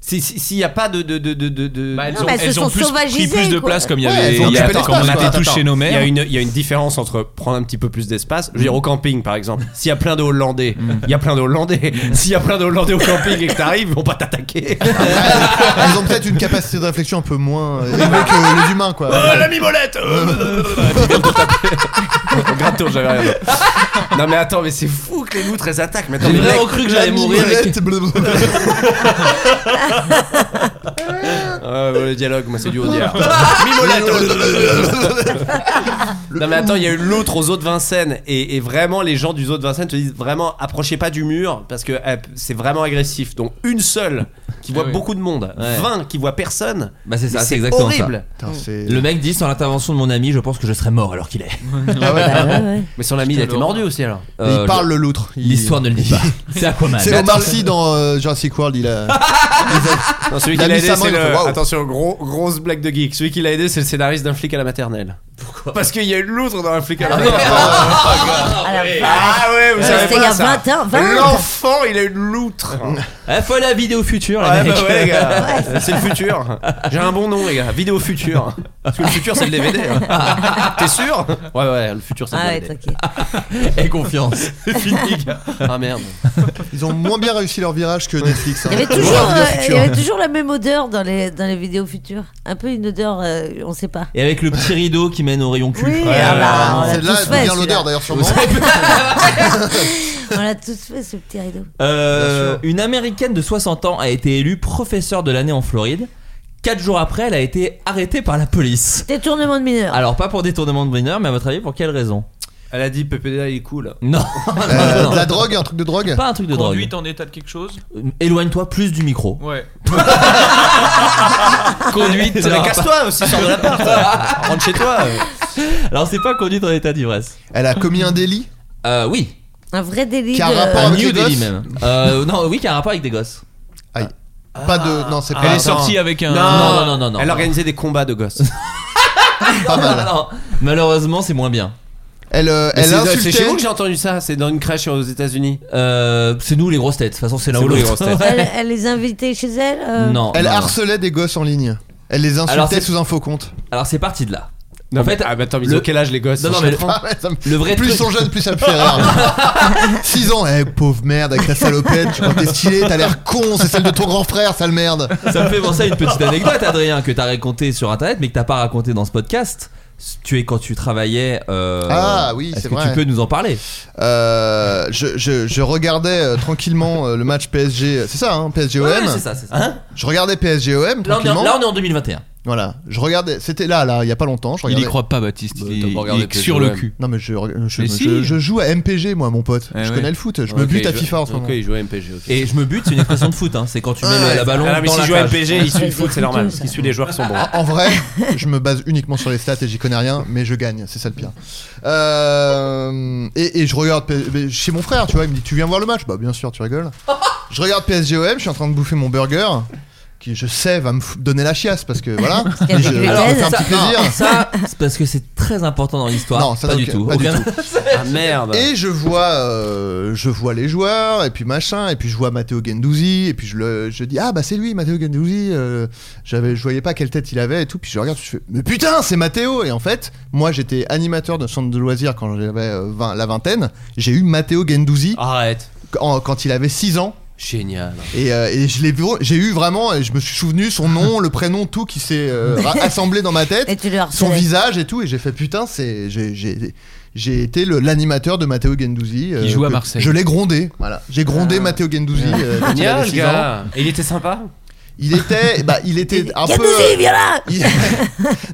Speaker 6: S'il si, s'il y a pas de. de, de, de, de- de-
Speaker 9: Bah, elles
Speaker 3: Non,
Speaker 9: ont,
Speaker 3: mais elles se
Speaker 9: elles ont
Speaker 3: sont
Speaker 9: plus, pris
Speaker 3: sauvagisées,
Speaker 9: plus de
Speaker 3: quoi.
Speaker 9: place comme il y
Speaker 8: Ouais,
Speaker 9: avait
Speaker 8: elles ont
Speaker 9: il y a-
Speaker 8: occupé
Speaker 9: quand on
Speaker 8: l'espace,
Speaker 9: était
Speaker 8: quoi.
Speaker 9: tous chez nos
Speaker 6: Il y, a
Speaker 9: mères.
Speaker 6: une, il y a une différence entre prendre un petit peu plus d'espace. Je veux dire, au camping par exemple, s'il y a plein de Hollandais, il y a plein de Hollandais. S'il y a plein de Hollandais au camping et que t'arrives, ils vont pas t'attaquer.
Speaker 8: elles Ah, ont peut-être une capacité de réflexion un peu moins euh, élevée que les humains quoi.
Speaker 6: Euh, la mimolette euh, euh, euh, ils viennent te taper. Gratos, j'avais rien. d'autre. Non, mais attends, mais c'est fou que les loutres elles attaquent. Mais attends,
Speaker 7: J'ai
Speaker 6: mais
Speaker 7: vraiment cru que j'allais mourir. avec-
Speaker 8: Miboulette, blablabla.
Speaker 6: Ah, ouais, le dialogue, moi c'est du haut d'hier. Non mais attends, il y a eu l'autre aux eaux de Vincennes et, et vraiment les gens eh, du zoo de Vincennes te disent vraiment approchez pas du mur parce que euh, c'est vraiment agressif. Donc une seule qui voit
Speaker 7: Ah oui.
Speaker 6: beaucoup de monde,
Speaker 7: Ouais.
Speaker 6: 20 qui voit personne.
Speaker 7: Bah c'est ça,
Speaker 6: Mais
Speaker 7: c'est exactement
Speaker 6: horrible.
Speaker 7: ça. Le mec dit sans l'intervention de mon ami, je pense que je serais mort alors qu'il est.
Speaker 6: Ah ouais. Ah ouais, ouais. Mais son ami, il a été mordu aussi, alors.
Speaker 8: Mais il parle, le loutre. Il-
Speaker 7: Euh, L'histoire ne le dit pas. C'est Aquaman. Bah,
Speaker 8: C'est
Speaker 7: Mais
Speaker 8: Omar
Speaker 7: attends,
Speaker 8: Sy dans euh, Jurassic World, il a.
Speaker 6: Non, celui
Speaker 8: Il
Speaker 6: qui
Speaker 8: a
Speaker 6: l'a
Speaker 8: mis
Speaker 6: aidé,
Speaker 8: sa main,
Speaker 6: c'est
Speaker 8: il a
Speaker 6: le.
Speaker 8: fait, Waouh.
Speaker 6: Attention, gros- grosse blague de geek. Celui qui l'a aidé, c'est le scénariste d'un flic à la maternelle. Pourquoi Parce qu'il y a une loutre dans un flic à la maternelle. Ah ouais, vous
Speaker 3: Ouais,
Speaker 6: savez
Speaker 3: Euh, c'était
Speaker 6: pas
Speaker 3: il y a
Speaker 6: ça.
Speaker 3: 20 ans, 20.
Speaker 6: L'enfant, il a une loutre.
Speaker 7: Ah, faut aller à vidéo future, les
Speaker 6: Ouais,
Speaker 7: mecs.
Speaker 6: bah ouais, les gars. C'est le futur. J'ai un bon nom, les gars. Vidéo future. Parce que le futur, c'est le DVD.
Speaker 8: hein.
Speaker 6: T'es sûr Ouais, ouais, le futur, c'est
Speaker 3: Ah
Speaker 6: le
Speaker 3: ouais,
Speaker 6: DVD.
Speaker 3: t'inquiète.
Speaker 7: Aie confiance.
Speaker 6: C'est fini, les gars. Ah merde.
Speaker 8: Ils ont moins bien réussi leur virage que Netflix. hein.
Speaker 3: Il y, avait
Speaker 8: Pour
Speaker 3: toujours,
Speaker 8: leur vidéo
Speaker 3: euh, il
Speaker 8: future.
Speaker 3: y avait toujours la même odeur dans les, dans les vidéos futures. Un peu une odeur, euh, on sait pas.
Speaker 7: Et avec le petit rideau qui mène au rayon cul.
Speaker 3: Oui, ah bah, on l'a
Speaker 8: Celle-là,
Speaker 3: tous
Speaker 8: elle
Speaker 3: fait.
Speaker 8: vient l'odeur
Speaker 3: celui-là.
Speaker 8: d'ailleurs, sûrement.
Speaker 3: euh, On l'a tous fait, ce petit rideau.
Speaker 7: Euh, une américaine de 60 ans a été élue professeure de l'année en Floride. Quatre jours après, elle a été arrêtée par la police.
Speaker 3: Détournement de mineurs.
Speaker 7: Alors, pas pour détournement de mineur, mais à votre avis, pour quelle raison
Speaker 6: Elle a dit PPDA, il est cool.
Speaker 7: Non,
Speaker 8: Euh,
Speaker 7: Non.
Speaker 8: de la drogue, un truc de drogue
Speaker 7: pas un truc de drogue. Euh,
Speaker 9: Conduite en état de quelque chose
Speaker 7: Éloigne-toi plus du micro.
Speaker 9: Ouais. Conduite.
Speaker 7: Ça va pas.
Speaker 6: Casse-toi aussi, sors de la porte. euh, Rentre chez toi.
Speaker 7: Alors, c'est pas conduite en état d'ivresse.
Speaker 8: Elle a commis un délit
Speaker 7: Euh, oui.
Speaker 3: Un vrai délit.
Speaker 8: qui a
Speaker 3: de-
Speaker 8: un rapport
Speaker 7: Un
Speaker 8: Ah, avec
Speaker 7: new
Speaker 8: les
Speaker 7: délit
Speaker 8: gosses
Speaker 7: même. Euh, non, oui, qui a un rapport avec des gosses.
Speaker 8: Aïe. Pas de. Non, c'est pas.
Speaker 9: Elle est
Speaker 8: attends.
Speaker 9: sortie avec un.
Speaker 7: Non, non, non, non, non.
Speaker 6: Elle organisait des combats de gosses.
Speaker 8: Pas mal.
Speaker 7: Non, malheureusement, c'est moins bien.
Speaker 8: Elle, euh,
Speaker 6: Mais
Speaker 8: elle a
Speaker 6: c'est- C'est chez
Speaker 8: insulté.
Speaker 6: vous que j'ai entendu ça. C'est dans une crèche aux États-Unis.
Speaker 7: Euh, c'est nous les grosses têtes. De toute façon, c'est là
Speaker 6: C'est
Speaker 7: où
Speaker 6: nous, les
Speaker 7: l'autre.
Speaker 6: grosses têtes.
Speaker 7: Ouais.
Speaker 3: Elle, elle les invitait chez elle euh,
Speaker 7: Non.
Speaker 8: Elle
Speaker 7: non, non.
Speaker 8: harcelait des gosses en ligne. Elle les
Speaker 7: Ah. Alors, c'est-
Speaker 8: insultait sous un faux compte.
Speaker 7: Alors c'est parti de là.
Speaker 6: Non,
Speaker 7: en
Speaker 6: mais-
Speaker 7: fait,
Speaker 6: ah, mais attends, mais
Speaker 7: le-
Speaker 6: ils ont quel âge les gosses
Speaker 7: Non, non,
Speaker 6: ils
Speaker 7: mais
Speaker 6: sont
Speaker 7: le-
Speaker 6: enfants
Speaker 8: Ah ouais, ça me-
Speaker 7: Le vrai
Speaker 8: plus ils
Speaker 7: truc-
Speaker 8: sont jeunes, plus ça me fait rire. 6 ans, eh, pauvre merde, avec la salopette, tu crois que t'es stylé, t'as l'air con, c'est celle de ton grand frère, sale merde.
Speaker 7: ça me fait penser à une petite anecdote, Adrien, que t'as raconté sur internet, mais que t'as pas raconté dans ce podcast. Tu es quand tu travaillais. euh,
Speaker 8: Ah, oui,
Speaker 7: est-ce
Speaker 8: c'est
Speaker 7: que
Speaker 8: vrai.
Speaker 7: Tu peux nous en parler.
Speaker 8: Euh, je, je- je regardais euh, tranquillement euh, le match PSG, c'est ça, hein, PSG-OM
Speaker 7: Ouais, c'est ça, c'est ça.
Speaker 8: Je regardais PSG-OM
Speaker 7: là, on est
Speaker 8: tranquillement.
Speaker 7: en, là, on est en 2021.
Speaker 8: Voilà, je regardais, c'était là, là, il y a pas longtemps, je
Speaker 9: Il
Speaker 8: regardais.
Speaker 9: y croit pas, Baptiste.
Speaker 6: Bah,
Speaker 9: il
Speaker 6: t'as
Speaker 9: est,
Speaker 6: pas regardé
Speaker 9: il est
Speaker 6: que
Speaker 9: sur
Speaker 6: Joël.
Speaker 9: le cul.
Speaker 8: Non mais je, je,
Speaker 9: Mais
Speaker 8: je-
Speaker 9: si.
Speaker 8: je joue à MPG moi mon pote,
Speaker 9: Eh
Speaker 8: je
Speaker 9: ouais.
Speaker 8: connais le foot, je me
Speaker 6: Ok,
Speaker 8: bute à
Speaker 6: je-
Speaker 8: FIFA en ce moment.
Speaker 6: Ok, il joue à MPG. ok.
Speaker 7: Et je me bute, c'est une expression de foot, hein. c'est quand tu mets le, la ballon
Speaker 6: Ah, mais
Speaker 7: dans
Speaker 6: si
Speaker 7: la
Speaker 6: je joue à
Speaker 7: cage.
Speaker 6: MPG, il suit le foot, c'est normal. Parce qu'il suit les joueurs qui sont bons.
Speaker 8: En vrai, je me base uniquement sur les stats et j'y connais rien, mais je gagne, c'est ça le pire. Euh, et, et je regarde P- mais chez mon frère, tu vois, il me dit Tu viens voir le match Bah, bien sûr, tu rigoles. Je regarde PSGOM, je suis en train de bouffer mon burger, qui je sais va me fou- donner la chiasse parce que voilà.
Speaker 3: Qu'elle
Speaker 8: Et je-
Speaker 3: est
Speaker 8: ça
Speaker 3: anglaise.
Speaker 8: me fait un petit
Speaker 7: Non,
Speaker 8: plaisir.
Speaker 7: Ah, ça, c'est parce que c'est très important dans l'histoire.
Speaker 8: Non, ça,
Speaker 7: pas
Speaker 8: c'est
Speaker 7: du
Speaker 8: ok,
Speaker 7: tout.
Speaker 8: pas du
Speaker 7: Aucun-
Speaker 6: Ah merde.
Speaker 8: Et je vois, euh, je vois les joueurs, et puis machin, et puis je vois Matteo Gendouzi, et puis je, le, je dis ah bah c'est lui Matteo Gendouzi. euh, j'avais, je voyais pas quelle tête il avait et tout, puis je regarde, je fais mais putain c'est Matteo. Et en fait, moi j'étais animateur de centre de loisirs quand j'avais euh, 20 la vingtaine. J'ai eu Matteo Gendouzi
Speaker 6: Arrête.
Speaker 8: quand, quand il avait 6 ans.
Speaker 6: Génial.
Speaker 8: Et, euh, et je l'ai vu, j'ai eu vraiment, et je me suis souvenu son nom, le prénom, tout qui s'est euh, ra- assemblé dans ma tête
Speaker 3: Et tu le
Speaker 8: son
Speaker 3: harcelais.
Speaker 8: visage et tout et j'ai fait putain c'est j'ai- j'ai j'ai été le- l'animateur de Matteo Gendouzi euh,
Speaker 9: Qui joue à
Speaker 8: que-
Speaker 9: Marseille.
Speaker 8: je l'ai grondé voilà j'ai grondé Matteo Gendouzi euh, quand il avait
Speaker 6: Génial,
Speaker 8: six ans.
Speaker 6: Ah. gars. Et ah, il était sympa.
Speaker 8: il était bah il était un peu euh,
Speaker 3: Gendouzi, viens là
Speaker 8: il-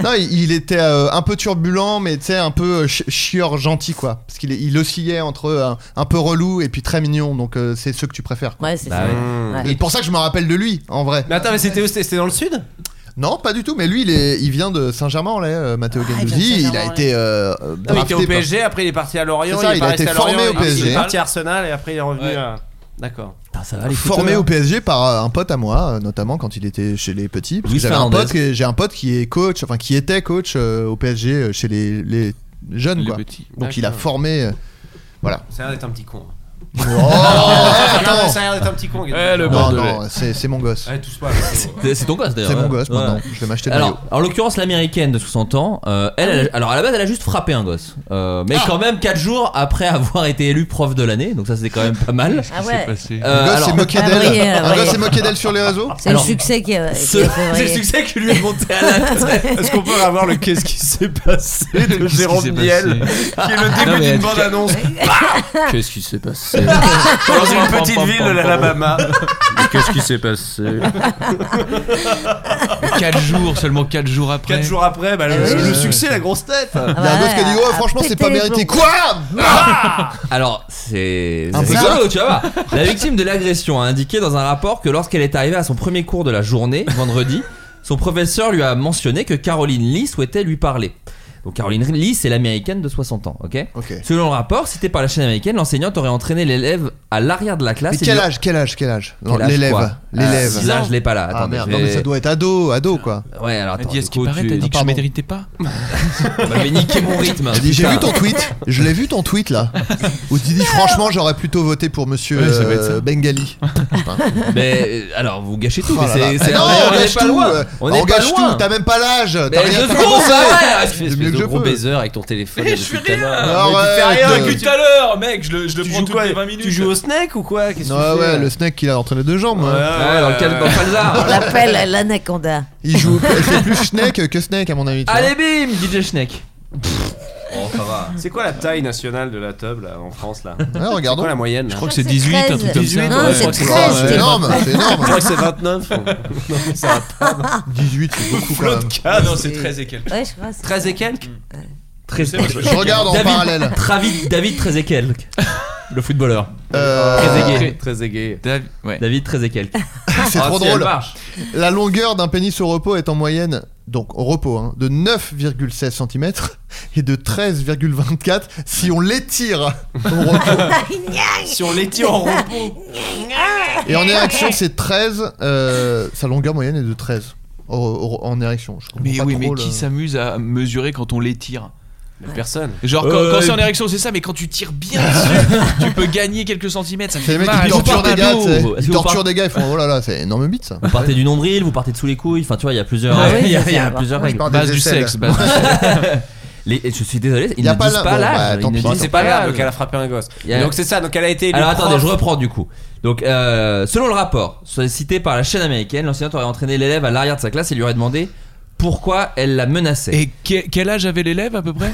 Speaker 8: non il, il était euh, un peu turbulent mais tu sais un peu euh, chi- chieur gentil quoi parce qu'il est- il oscillait entre euh, un, peu relou et puis très mignon donc euh, c'est ceux que tu préfères quoi.
Speaker 3: Ouais, c'est
Speaker 7: Bah
Speaker 3: ça.
Speaker 7: ouais.
Speaker 3: Ouais.
Speaker 8: Et pour ça que je me rappelle de lui en vrai
Speaker 6: Mmh. Mais attends, mais c'était où C'était c'était dans le sud
Speaker 8: non pas du tout mais lui il, est- il vient de Saint-Germain-en-Laye euh, Matteo
Speaker 3: Ah, il vient de
Speaker 8: Gendouzi il a
Speaker 3: Saint-Germain-en-Laye.
Speaker 8: été euh,
Speaker 6: Non, Ah, mais il était
Speaker 8: drafté
Speaker 6: au
Speaker 8: par-
Speaker 6: PSG, après il est parti à Lorient,
Speaker 8: C'est ça,
Speaker 6: est
Speaker 8: il
Speaker 6: pas
Speaker 8: a
Speaker 6: resté
Speaker 8: été
Speaker 6: à Lorient,
Speaker 8: formé au
Speaker 6: il- Il
Speaker 8: PSG.
Speaker 6: est parti à Arsenal et après il est revenu
Speaker 9: Ouais.
Speaker 6: à. D'accord.
Speaker 7: Putain, ça va, les
Speaker 8: formé
Speaker 7: footballeurs.
Speaker 8: au PSG par euh, un pote à moi, euh, notamment quand il était chez les petits. Parce que
Speaker 7: Luis
Speaker 8: j'avais un
Speaker 7: Fernandez.
Speaker 8: pote que- j'ai un pote qui est coach, enfin qui était coach euh, au PSG euh, chez les, les jeunes,
Speaker 9: Les
Speaker 8: quoi.
Speaker 9: petits.
Speaker 8: Donc il a
Speaker 6: D'accord.
Speaker 8: formé. euh, voilà.
Speaker 6: Ça a l'air d'être un petit con. hein.
Speaker 8: Oh,
Speaker 6: Non, mais
Speaker 8: attends.
Speaker 6: Ah, Ça a l'air d'être un petit con.
Speaker 9: Eh, le
Speaker 8: Non,
Speaker 9: Bordelais.
Speaker 8: non, c'est c'est mon gosse.
Speaker 6: Allez, touche Ah, pas. mais c'est bon.
Speaker 7: C'est c'est ton gosse d'ailleurs.
Speaker 8: C'est mon
Speaker 7: ouais.
Speaker 8: gosse
Speaker 7: Ouais.
Speaker 8: maintenant. Je vais m'acheter le maillot.
Speaker 7: Alors, en l'occurrence, l'américaine de 60 ans, euh,
Speaker 9: Ah
Speaker 7: elle, elle a- alors à la base, elle a juste frappé un gosse. Euh, mais quand même, 4 jours après avoir été élue prof de l'année, donc ça c'était quand même pas mal.
Speaker 3: Ah
Speaker 9: C'est
Speaker 3: ouais.
Speaker 9: passé.
Speaker 7: Euh,
Speaker 8: Le gosse
Speaker 7: alors, Ah,
Speaker 8: s'est moqué
Speaker 3: Ah, voyez,
Speaker 8: d'elle.
Speaker 3: euh,
Speaker 8: Un gosse
Speaker 3: voyez.
Speaker 8: s'est moqué d'elle sur les réseaux.
Speaker 3: C'est
Speaker 7: Alors,
Speaker 3: le succès qui a, qui a
Speaker 7: ce-
Speaker 3: fait
Speaker 7: c'est le
Speaker 3: vriller.
Speaker 7: succès qui lui est monté à la tête.
Speaker 6: Est-ce qu'on peut avoir le qu'est-ce qui s'est passé de
Speaker 9: Qu'est-ce qui
Speaker 6: Jérôme
Speaker 9: s'est
Speaker 6: Niel
Speaker 9: passé Ah,
Speaker 6: Qui est le
Speaker 9: Non,
Speaker 6: début
Speaker 9: mais
Speaker 6: d'une
Speaker 9: elle-
Speaker 6: bande annonce.
Speaker 7: Qu'est-ce qui s'est passé
Speaker 9: passé
Speaker 6: Dans une petite ville de l'Alabama.
Speaker 9: Mais Qu'est-ce qui s'est passé 4 jours, seulement 4 jours après.
Speaker 6: 4 jours après, bah, le,
Speaker 9: Ouais.
Speaker 6: le succès, la grosse tête.
Speaker 9: Ah bah ouais,
Speaker 8: dit, ouais, franchement, c'est pas mérité. Quoi
Speaker 7: Alors, c'est
Speaker 6: Un
Speaker 7: c'est
Speaker 6: peu
Speaker 7: rigolo,
Speaker 6: ça.
Speaker 7: tu vas voir. La victime de l'agression a indiqué dans un rapport que lorsqu'elle est arrivée à son premier cours de la journée, vendredi, son professeur lui a mentionné que Caroline Lee souhaitait lui parler. Donc Caroline Lee, c'est l'américaine de 60 ans, ok Selon le rapport, cité par la chaîne américaine, l'enseignante aurait entraîné l'élève à l'arrière de la classe.
Speaker 8: Mais
Speaker 7: et
Speaker 8: quel
Speaker 7: lui-
Speaker 8: âge Quel âge Quel âge Non,
Speaker 7: Ah, Quel âge, quoi
Speaker 8: L'élève. L'élève.
Speaker 7: Ah, six ans, je l'ai pas là.
Speaker 8: Ah,
Speaker 7: Attendez,
Speaker 8: merde.
Speaker 7: je
Speaker 8: Non,
Speaker 7: vais-
Speaker 8: mais ça doit être ado, ado quoi.
Speaker 7: Ouais, alors attends.
Speaker 9: dit à
Speaker 7: du
Speaker 9: ce qui
Speaker 7: coup,
Speaker 9: paraît,
Speaker 7: tu-
Speaker 9: t'as dit que je
Speaker 7: Pardon.
Speaker 9: méritais pas.
Speaker 7: Bah, mais niquez mon rythme.
Speaker 8: Elle dit, J'ai
Speaker 7: putain.
Speaker 8: vu ton tweet. Je l'ai vu ton tweet là. Où tu dis franchement j'aurais plutôt voté pour Monsieur
Speaker 7: Ouais, ça doit être
Speaker 8: euh,
Speaker 7: ça.
Speaker 8: Bengali.
Speaker 7: Mais euh, alors, vous gâchez tout.
Speaker 8: Oh
Speaker 7: mais
Speaker 8: là
Speaker 7: c'est-
Speaker 8: là.
Speaker 7: c'est-
Speaker 8: Non,
Speaker 7: on n'est
Speaker 8: gâche
Speaker 7: pas
Speaker 8: tout,
Speaker 7: loin.
Speaker 8: euh,
Speaker 7: On n'est
Speaker 8: on
Speaker 7: pas
Speaker 8: gâche
Speaker 7: loin.
Speaker 8: tout, t'as même pas l'âge,
Speaker 7: Mais
Speaker 8: t'as rien
Speaker 7: deux
Speaker 8: fait
Speaker 7: secondes,
Speaker 8: bosser.
Speaker 7: arrête
Speaker 8: C'est
Speaker 7: espèce
Speaker 8: mieux
Speaker 7: de
Speaker 8: que je
Speaker 7: gros
Speaker 8: peux.
Speaker 7: baiser avec ton téléphone.
Speaker 6: Mais
Speaker 7: depuis
Speaker 6: je fais
Speaker 7: tout à
Speaker 6: rien.
Speaker 7: l'heure.
Speaker 6: Mais
Speaker 8: euh,
Speaker 6: tu fais rien depuis tout à
Speaker 9: l'heure, mec. Je le, je le
Speaker 6: Tu
Speaker 9: prends
Speaker 6: joues
Speaker 9: toutes
Speaker 6: quoi
Speaker 9: les 20 minutes.
Speaker 6: Tu joues au snake ou quoi Qu'est-ce que
Speaker 8: Ouais,
Speaker 6: tu fais
Speaker 8: ouais, le snack qu'il a entre les deux jambes. hein. ouais.
Speaker 7: Ouais, dans le
Speaker 6: euh,
Speaker 7: cadre dans
Speaker 3: On
Speaker 7: Falzar.
Speaker 3: l'appelle l'anaconda.
Speaker 8: Il joue, il fait plus snack que snack à mon avis. tu vois.
Speaker 7: Allez, bim, DJ Schneck. Oh, ça va.
Speaker 6: C'est quoi la taille nationale de la tub là, en France là
Speaker 8: Ouais, regardons.
Speaker 6: C'est quoi la moyenne
Speaker 9: Je crois que c'est 18, un truc comme
Speaker 6: 18,
Speaker 9: ça.
Speaker 3: Non,
Speaker 9: ouais.
Speaker 7: Ah,
Speaker 3: c'est
Speaker 6: c'est
Speaker 3: 13,
Speaker 8: C'est
Speaker 3: t'es-
Speaker 8: énorme, c'est
Speaker 6: Je
Speaker 8: énorme.
Speaker 6: crois que c'est 29. Non, mais ça va pas.
Speaker 8: 18, c'est beaucoup quand même.
Speaker 9: Ah non, c'est 13 et quelques.
Speaker 3: Ouais, je crois. c'est-
Speaker 6: 13 et quelques
Speaker 7: Très
Speaker 8: Je regarde en
Speaker 7: David-
Speaker 8: parallèle.
Speaker 7: Travi- David Trezekel, le footballeur.
Speaker 8: Euh,
Speaker 7: Très
Speaker 6: Très-
Speaker 7: aigué.
Speaker 6: Très aigué.
Speaker 9: Dav- Ouais.
Speaker 7: David Trezekel.
Speaker 8: c'est trop
Speaker 7: si elle
Speaker 8: drôle.
Speaker 7: marche.
Speaker 8: La longueur d'un pénis au repos est en moyenne, donc au repos, hein, de 9,16 cm et de 13,24 si on l'étire au repos.
Speaker 6: Si on l'étire en repos.
Speaker 8: Et en érection, c'est 13. euh, sa longueur moyenne est de 13 au- au- en érection. Je comprends
Speaker 9: Mais
Speaker 8: pas
Speaker 9: oui, mais
Speaker 8: trop le-
Speaker 9: qui s'amuse à mesurer quand on l'étire
Speaker 6: Personne.
Speaker 9: Genre quand,
Speaker 7: Euh,
Speaker 9: quand c'est en
Speaker 7: et-
Speaker 9: érection c'est ça, mais quand tu tires bien dessus, tu peux gagner quelques centimètres. Ça
Speaker 8: C'est
Speaker 9: fait
Speaker 8: les mecs
Speaker 9: mal.
Speaker 8: qui torturent des gars, tu
Speaker 7: dos,
Speaker 8: sais.
Speaker 7: vous- est-ce
Speaker 8: Ils
Speaker 7: que vous
Speaker 8: torturent
Speaker 7: parlez-
Speaker 8: des gars, ils font oh là là, c'est énorme bite ça.
Speaker 7: Vous partez du nombril, vous partez de sous les couilles. Enfin, tu vois, il y a plusieurs,
Speaker 9: Ah oui,
Speaker 7: il y a,
Speaker 3: ça,
Speaker 7: il y a
Speaker 3: ça va.
Speaker 7: plusieurs règles.
Speaker 8: parle
Speaker 9: Base
Speaker 8: des
Speaker 9: du
Speaker 8: aisselles.
Speaker 9: sexe. base du sexe.
Speaker 7: Les- et je suis désolé, ils
Speaker 8: Y a
Speaker 7: ne
Speaker 8: pas
Speaker 7: disent
Speaker 8: la-
Speaker 7: pas
Speaker 8: bon,
Speaker 7: l'âge.
Speaker 8: bah,
Speaker 7: Ils
Speaker 8: tant
Speaker 7: ne
Speaker 8: pis.
Speaker 7: disent
Speaker 6: C'est pas grave,
Speaker 7: l'âge.
Speaker 6: donc elle a frappé un gosse.
Speaker 7: Il y a-
Speaker 6: Donc c'est ça, donc elle a été. élue
Speaker 7: Alors attendez,
Speaker 6: prof.
Speaker 7: je reprends du coup. Donc, euh, selon le rapport cité par la chaîne américaine, l'enseignante aurait entraîné l'élève à l'arrière de sa classe et lui aurait demandé pourquoi elle la menaçait.
Speaker 9: Et que- quel âge avait l'élève à peu près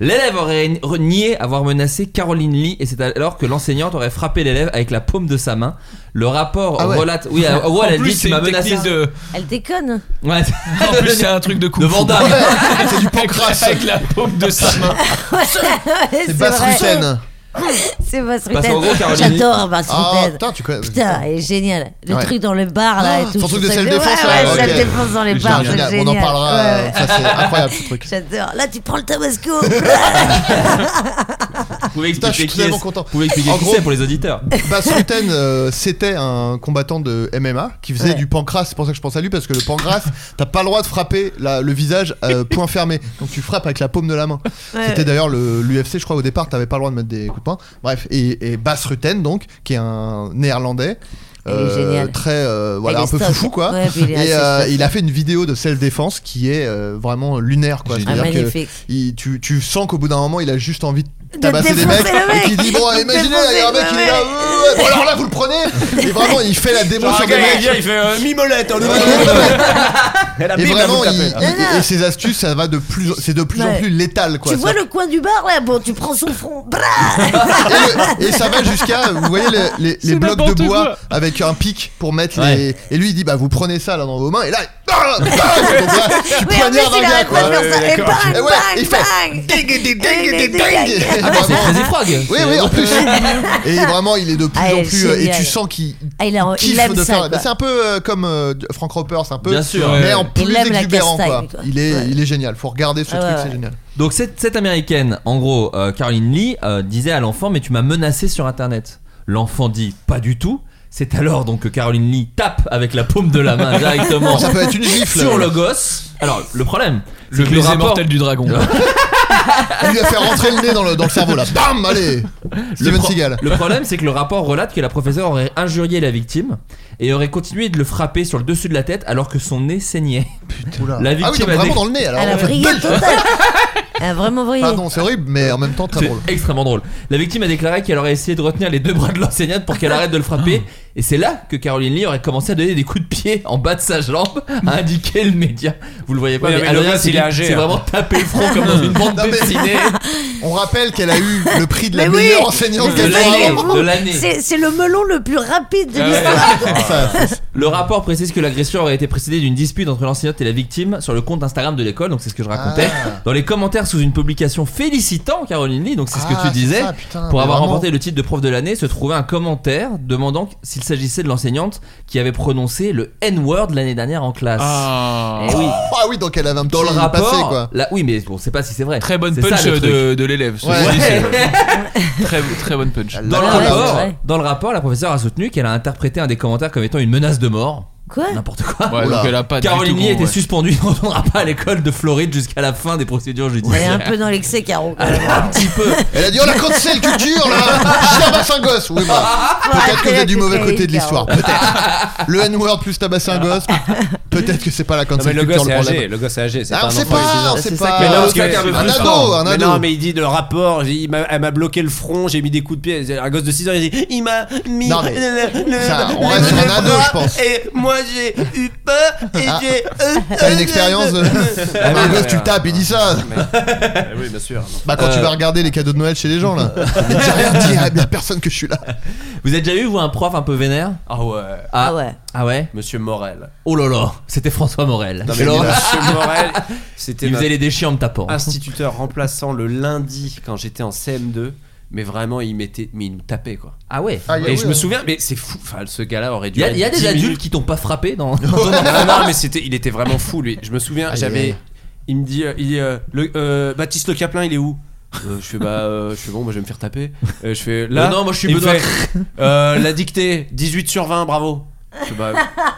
Speaker 7: L'élève aurait ni- re- nié avoir menacé Caroline Lee et c'est alors que l'enseignante aurait frappé l'élève avec la paume de sa main. Le rapport
Speaker 8: Ah ouais.
Speaker 7: relate. Oui, en gros, elle a
Speaker 9: En plus
Speaker 7: dit tu
Speaker 9: c'est
Speaker 7: m'as
Speaker 9: une
Speaker 7: menacé.
Speaker 9: technique de.
Speaker 3: Elle déconne.
Speaker 7: Ouais.
Speaker 9: En plus c'est un truc de coup.
Speaker 7: de Van Damme.
Speaker 8: C'est du pancrasse.
Speaker 9: Avec la paume de sa main.
Speaker 3: Ouais, c'est
Speaker 8: C'est basse
Speaker 3: vrai.
Speaker 8: Rutten.
Speaker 3: C'est Basse
Speaker 7: Parce qu'en
Speaker 3: Rutten.
Speaker 7: gros, Caroline-
Speaker 3: J'adore Basse
Speaker 8: Ah
Speaker 3: Rutten.
Speaker 8: putain, tu connais.
Speaker 3: Putain, elle est géniale. Le
Speaker 8: Ouais.
Speaker 3: truc dans le bar là et
Speaker 8: Ah,
Speaker 3: tout.
Speaker 8: son truc
Speaker 3: je
Speaker 8: de
Speaker 3: trouve ça
Speaker 8: self
Speaker 3: génial.
Speaker 8: défense,
Speaker 3: Ouais,
Speaker 8: ouais,
Speaker 3: ouais,
Speaker 8: ok.
Speaker 3: self-défense dans les
Speaker 8: C'est
Speaker 3: bars,
Speaker 8: génial.
Speaker 3: c'est
Speaker 8: Bon, on en
Speaker 3: génial.
Speaker 8: parlera.
Speaker 3: Ouais, ouais.
Speaker 8: euh, Ça c'est incroyable ce truc.
Speaker 3: J'adore. Là, tu prends le tabasco.
Speaker 7: Vous pouvez
Speaker 8: Putain, je suis
Speaker 7: expliquer qui est-
Speaker 8: tellement content.
Speaker 7: vous pouvez expliquer
Speaker 8: En
Speaker 7: qui
Speaker 8: gros-
Speaker 7: c'est pour les auditeurs.
Speaker 8: Bass Rutten, euh, c'était un combattant de MMA qui faisait
Speaker 3: Ouais.
Speaker 8: du pancras. C'est pour ça que je pense à lui parce que le pancras, t'as pas le droit de frapper la- le visage euh, point fermé. Donc tu frappes avec la paume de la main.
Speaker 3: Ouais.
Speaker 8: C'était d'ailleurs le- l'UFC, je crois, au départ, t'avais pas le droit de mettre des coups de poing. Bref, et, et Bas Rutten, donc, qui est un néerlandais.
Speaker 3: Il est génial.
Speaker 8: très euh, voilà
Speaker 3: Il
Speaker 8: un
Speaker 3: est
Speaker 8: peu
Speaker 3: stock.
Speaker 8: foufou quoi
Speaker 3: Ouais, puis il est assez
Speaker 8: et euh,
Speaker 3: stock.
Speaker 8: il a fait une vidéo de self défense qui est euh, vraiment lunaire quoi
Speaker 3: Ah,
Speaker 8: C'est-à-dire que
Speaker 3: magnifique.
Speaker 8: il- tu, tu sens qu'au bout d'un moment, il a juste envie de tabasser des
Speaker 3: défoncer
Speaker 8: mecs
Speaker 3: le mec.
Speaker 8: et qui dit bon
Speaker 3: De
Speaker 8: imaginez là, il y a un mec
Speaker 3: défoncer
Speaker 8: qui
Speaker 3: le
Speaker 8: est là
Speaker 3: mec.
Speaker 8: euh, bon, alors là vous le prenez et vraiment il fait la démo
Speaker 6: Genre,
Speaker 8: sur
Speaker 6: un
Speaker 8: des
Speaker 6: gars, il
Speaker 8: mecs
Speaker 6: vient, il fait euh, mimolette. hein, Elle a
Speaker 8: et
Speaker 6: bim, là, vous
Speaker 8: vraiment
Speaker 6: le tapez.
Speaker 8: il- il- et ses astuces ça va de plus c'est de plus en
Speaker 3: Ouais.
Speaker 8: plus létal quoi
Speaker 3: Tu vois
Speaker 8: Ça-
Speaker 3: le coin du bar là Bon, tu prends son front. Brrr
Speaker 8: et, le- et ça va jusqu'à vous voyez les, les- les blocs de
Speaker 9: n'importe
Speaker 8: bois
Speaker 9: quoi.
Speaker 8: avec un pic pour mettre
Speaker 7: Ouais.
Speaker 8: les et lui il dit bah vous prenez ça là dans vos mains et là ah, ah, donc là, tu
Speaker 3: Oui, en plus,
Speaker 8: poignardes un
Speaker 3: il
Speaker 8: gars
Speaker 3: arrête
Speaker 8: quoi
Speaker 3: pas de faire ça. Et bang,
Speaker 8: et ouais il fait
Speaker 3: bang, bang
Speaker 8: ding ding ding ding ding
Speaker 3: Ah,
Speaker 8: Et
Speaker 7: C'est
Speaker 8: vraiment,
Speaker 7: Crazy Frog.
Speaker 8: Oui, oui, en plus. Et vraiment, il est de plus
Speaker 3: Ah,
Speaker 8: en
Speaker 3: elle est
Speaker 8: plus. euh, Et
Speaker 3: géniale.
Speaker 8: tu sens qu'il
Speaker 3: Ah, il, a, il
Speaker 8: kiffe
Speaker 3: aime
Speaker 8: de
Speaker 3: ça.
Speaker 8: faire.
Speaker 3: quoi.
Speaker 8: C'est un peu euh, comme euh, Frank Roper, c'est un peu.
Speaker 7: Bien sûr.
Speaker 8: Mais
Speaker 9: Ouais.
Speaker 8: en
Speaker 9: Il
Speaker 8: plus
Speaker 3: aime la
Speaker 8: exubérant, quoi.
Speaker 3: castagne, quoi.
Speaker 8: Il est,
Speaker 3: Ouais.
Speaker 8: il est génial. Faut regarder ce
Speaker 3: Ah,
Speaker 8: truc,
Speaker 3: ouais,
Speaker 8: c'est
Speaker 3: ouais.
Speaker 8: génial.
Speaker 7: Donc cette, cette américaine, en gros, euh, Caroline Lee, euh, disait à l'enfant mais tu m'as menacé sur internet. L'enfant dit pas du tout. C'est alors donc que Caroline Lee tape avec la paume de la main directement
Speaker 8: Ça peut être une gifle.
Speaker 7: sur le gosse. Alors le problème,
Speaker 9: Le
Speaker 7: c'est que le
Speaker 9: baiser
Speaker 7: rapport,
Speaker 9: mortel du dragon.
Speaker 8: Il lui a fait rentrer le nez dans le, dans le cerveau, là. Bam, allez.
Speaker 7: le,
Speaker 8: Steven
Speaker 7: pro-
Speaker 8: Seagal.
Speaker 7: le problème, c'est que le rapport relate que la professeure aurait injurié la victime et aurait continué de le frapper sur le dessus de la tête alors que son nez saignait.
Speaker 8: Oula.
Speaker 7: la
Speaker 8: ah oui,
Speaker 7: victime
Speaker 8: donc
Speaker 7: a
Speaker 8: vraiment
Speaker 7: dé-
Speaker 8: dans le nez. Alors,
Speaker 3: Elle a
Speaker 8: en fait,
Speaker 3: brillé
Speaker 8: belle-
Speaker 3: total. vraiment vrai.
Speaker 8: Pardon, c'est horrible, mais en même temps très
Speaker 7: C'est
Speaker 8: drôle.
Speaker 7: extrêmement drôle. La victime a déclaré qu'elle aurait essayé de retenir les deux bras de l'enseignante pour qu'elle arrête de le frapper. Et c'est là que Caroline Lee aurait commencé à donner des coups de pied en bas de sa jambe, a indiqué le média. Vous le voyez pas,
Speaker 8: Oui,
Speaker 7: mais,
Speaker 8: mais le
Speaker 7: Adrien
Speaker 8: gars,
Speaker 7: s'est
Speaker 8: il est âgé,
Speaker 7: s'est
Speaker 8: hein.
Speaker 7: vraiment tapé le front comme dans une bande
Speaker 8: Non, mais-
Speaker 7: dessinée.
Speaker 8: On rappelle qu'elle a eu le prix de la
Speaker 3: Mais oui.
Speaker 8: meilleure enseignante
Speaker 7: De
Speaker 8: qu'elle
Speaker 7: l'année,
Speaker 8: soit
Speaker 7: de
Speaker 8: avant.
Speaker 7: l'année.
Speaker 3: C'est c'est le melon le plus rapide de
Speaker 7: Ah ouais.
Speaker 3: l'histoire.
Speaker 7: Le rapport précise que l'agression aurait été précédée d'une dispute entre l'enseignante et la victime sur le compte Instagram de l'école, donc c'est ce que je racontais.
Speaker 8: Ah.
Speaker 7: Dans les commentaires sous une publication félicitant Caroline Lee, donc c'est ce que
Speaker 8: Ah,
Speaker 7: tu
Speaker 8: c'est
Speaker 7: disais,
Speaker 8: ça, putain,
Speaker 7: pour
Speaker 8: mais
Speaker 7: avoir
Speaker 8: vraiment.
Speaker 7: remporté le titre de prof de l'année, se trouvait un commentaire demandant s'il s'agissait de l'enseignante qui avait prononcé le N-word l'année dernière en classe.
Speaker 9: Ah.
Speaker 7: Eh oui.
Speaker 8: Ah oui, donc elle avait un petit
Speaker 7: Dans le rapport,
Speaker 8: passé quoi.
Speaker 7: là- oui, mais on sait pas si c'est vrai.
Speaker 9: Très bonne
Speaker 7: C'est ça,
Speaker 9: punch euh,
Speaker 7: le truc.
Speaker 9: de, de l'élève. ceci
Speaker 7: Ouais.
Speaker 9: dit, c'est- très, très bonne punch.
Speaker 7: Dans le,
Speaker 8: Ah,
Speaker 9: Ouais,
Speaker 7: rapport,
Speaker 9: ouais.
Speaker 7: dans le rapport, la professeure a soutenu qu'elle a interprété un des commentaires comme étant une menace de mort.
Speaker 3: Quoi
Speaker 7: N'importe quoi.
Speaker 9: Ouais, donc elle a pas du
Speaker 7: Caroline
Speaker 9: tout
Speaker 7: Lee
Speaker 9: con,
Speaker 7: était
Speaker 9: ouais.
Speaker 7: suspendue, ne retournera pas à l'école de Floride jusqu'à la fin des procédures
Speaker 3: Elle est
Speaker 7: judiciaires.
Speaker 3: un peu dans l'excès, Caro. quand même.
Speaker 7: Ah.
Speaker 8: Elle a dit, oh la cancel culture là Chien bassin gosse Oui, bah, peut-être que vous êtes du mauvais côté de l'histoire, peut-être. Le N-word plus tabasser un gosse, peut-être que c'est pas la
Speaker 6: Non, Ah, mais
Speaker 8: cancel
Speaker 6: le
Speaker 8: culture
Speaker 6: gosse
Speaker 8: le
Speaker 6: est âgé,
Speaker 8: problème.
Speaker 6: le gosse est âgé, c'est
Speaker 8: Ah,
Speaker 6: pas
Speaker 8: on
Speaker 6: un
Speaker 8: sait
Speaker 6: enfant de
Speaker 8: pas,
Speaker 6: 10 ans.
Speaker 8: on sait
Speaker 6: C'est
Speaker 8: pas.
Speaker 6: ça qui
Speaker 8: Mais
Speaker 6: est-
Speaker 8: non,
Speaker 6: Mais
Speaker 8: Ah, c'est
Speaker 6: qui est
Speaker 8: un
Speaker 6: peu
Speaker 8: ado,
Speaker 6: frustrant.
Speaker 8: un
Speaker 6: Mais
Speaker 8: ado.
Speaker 6: Non, mais il dit le rapport, j'ai- il m'a- elle m'a bloqué le front, j'ai mis des coups de pied. Un gosse de 6 ans, il dit Il m'a mis.
Speaker 8: Non, mais
Speaker 6: le- le-
Speaker 8: ça, on
Speaker 6: le-
Speaker 8: reste sur
Speaker 6: le
Speaker 8: un ado,
Speaker 6: bras,
Speaker 8: je pense.
Speaker 6: Et moi, j'ai eu peur et
Speaker 8: Ah.
Speaker 6: j'ai. euh,
Speaker 8: T'as une expérience de... Ah, mais le gosse, tu le tapes, il dit ça
Speaker 9: Ah
Speaker 6: Oui, bien sûr.
Speaker 8: Bah, quand
Speaker 6: Euh.
Speaker 8: tu vas regarder les cadeaux de Noël chez les gens là, mais dis rien, dis à la personne que je suis là.
Speaker 7: Vous avez déjà eu, vous, un prof un peu vénère
Speaker 6: Ah ouais.
Speaker 7: Ah ouais. Ah ouais
Speaker 6: Monsieur Morel.
Speaker 7: Oh là là, c'était François Morel.
Speaker 6: Non, mais
Speaker 7: C'est l'horreur.
Speaker 6: Monsieur Morel, c'était.
Speaker 7: Il
Speaker 6: notre-
Speaker 7: faisait les déchets en me tapant.
Speaker 6: Ah, instituteur remplaçant le lundi quand j'étais en CM2 mais vraiment il mettait mais il nous tapait quoi
Speaker 7: Ah ouais
Speaker 8: Ah, il y a
Speaker 6: et
Speaker 8: eu,
Speaker 6: je me
Speaker 8: hein.
Speaker 6: souviens mais c'est fou enfin ce gars-là aurait
Speaker 7: Il
Speaker 6: dû
Speaker 7: y a,
Speaker 6: être
Speaker 7: il y a
Speaker 6: 10
Speaker 7: des adultes
Speaker 6: minutes.
Speaker 7: qui t'ont pas frappé dans.
Speaker 6: non, non, mais c'était il était vraiment fou lui je me souviens
Speaker 7: Aïe,
Speaker 6: j'avais
Speaker 7: aïe.
Speaker 6: il me dit euh, il dit, euh, le, euh, Baptiste Le Caplin il est où Euh, je fais bah euh, je fais bon moi je vais me faire taper Euh, je fais là
Speaker 7: Euh, non, moi, je suis
Speaker 6: Il me
Speaker 7: Benoît.
Speaker 6: fait, euh, la dictée 18 sur 20 bravo je fais, bah,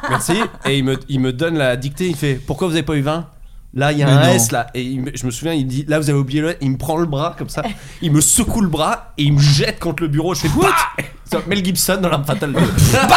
Speaker 6: merci et il me, il me donne la dictée il fait pourquoi vous avez pas eu 20 Là, il y a
Speaker 7: Mais
Speaker 6: un
Speaker 7: non.
Speaker 6: S là, et il me- je me souviens, il me dit là, vous avez oublié le. Il me prend le bras comme ça, il me secoue le bras et il me jette contre le bureau. Je fais quoi Mel Gibson dans l'arme fatale 2. Bah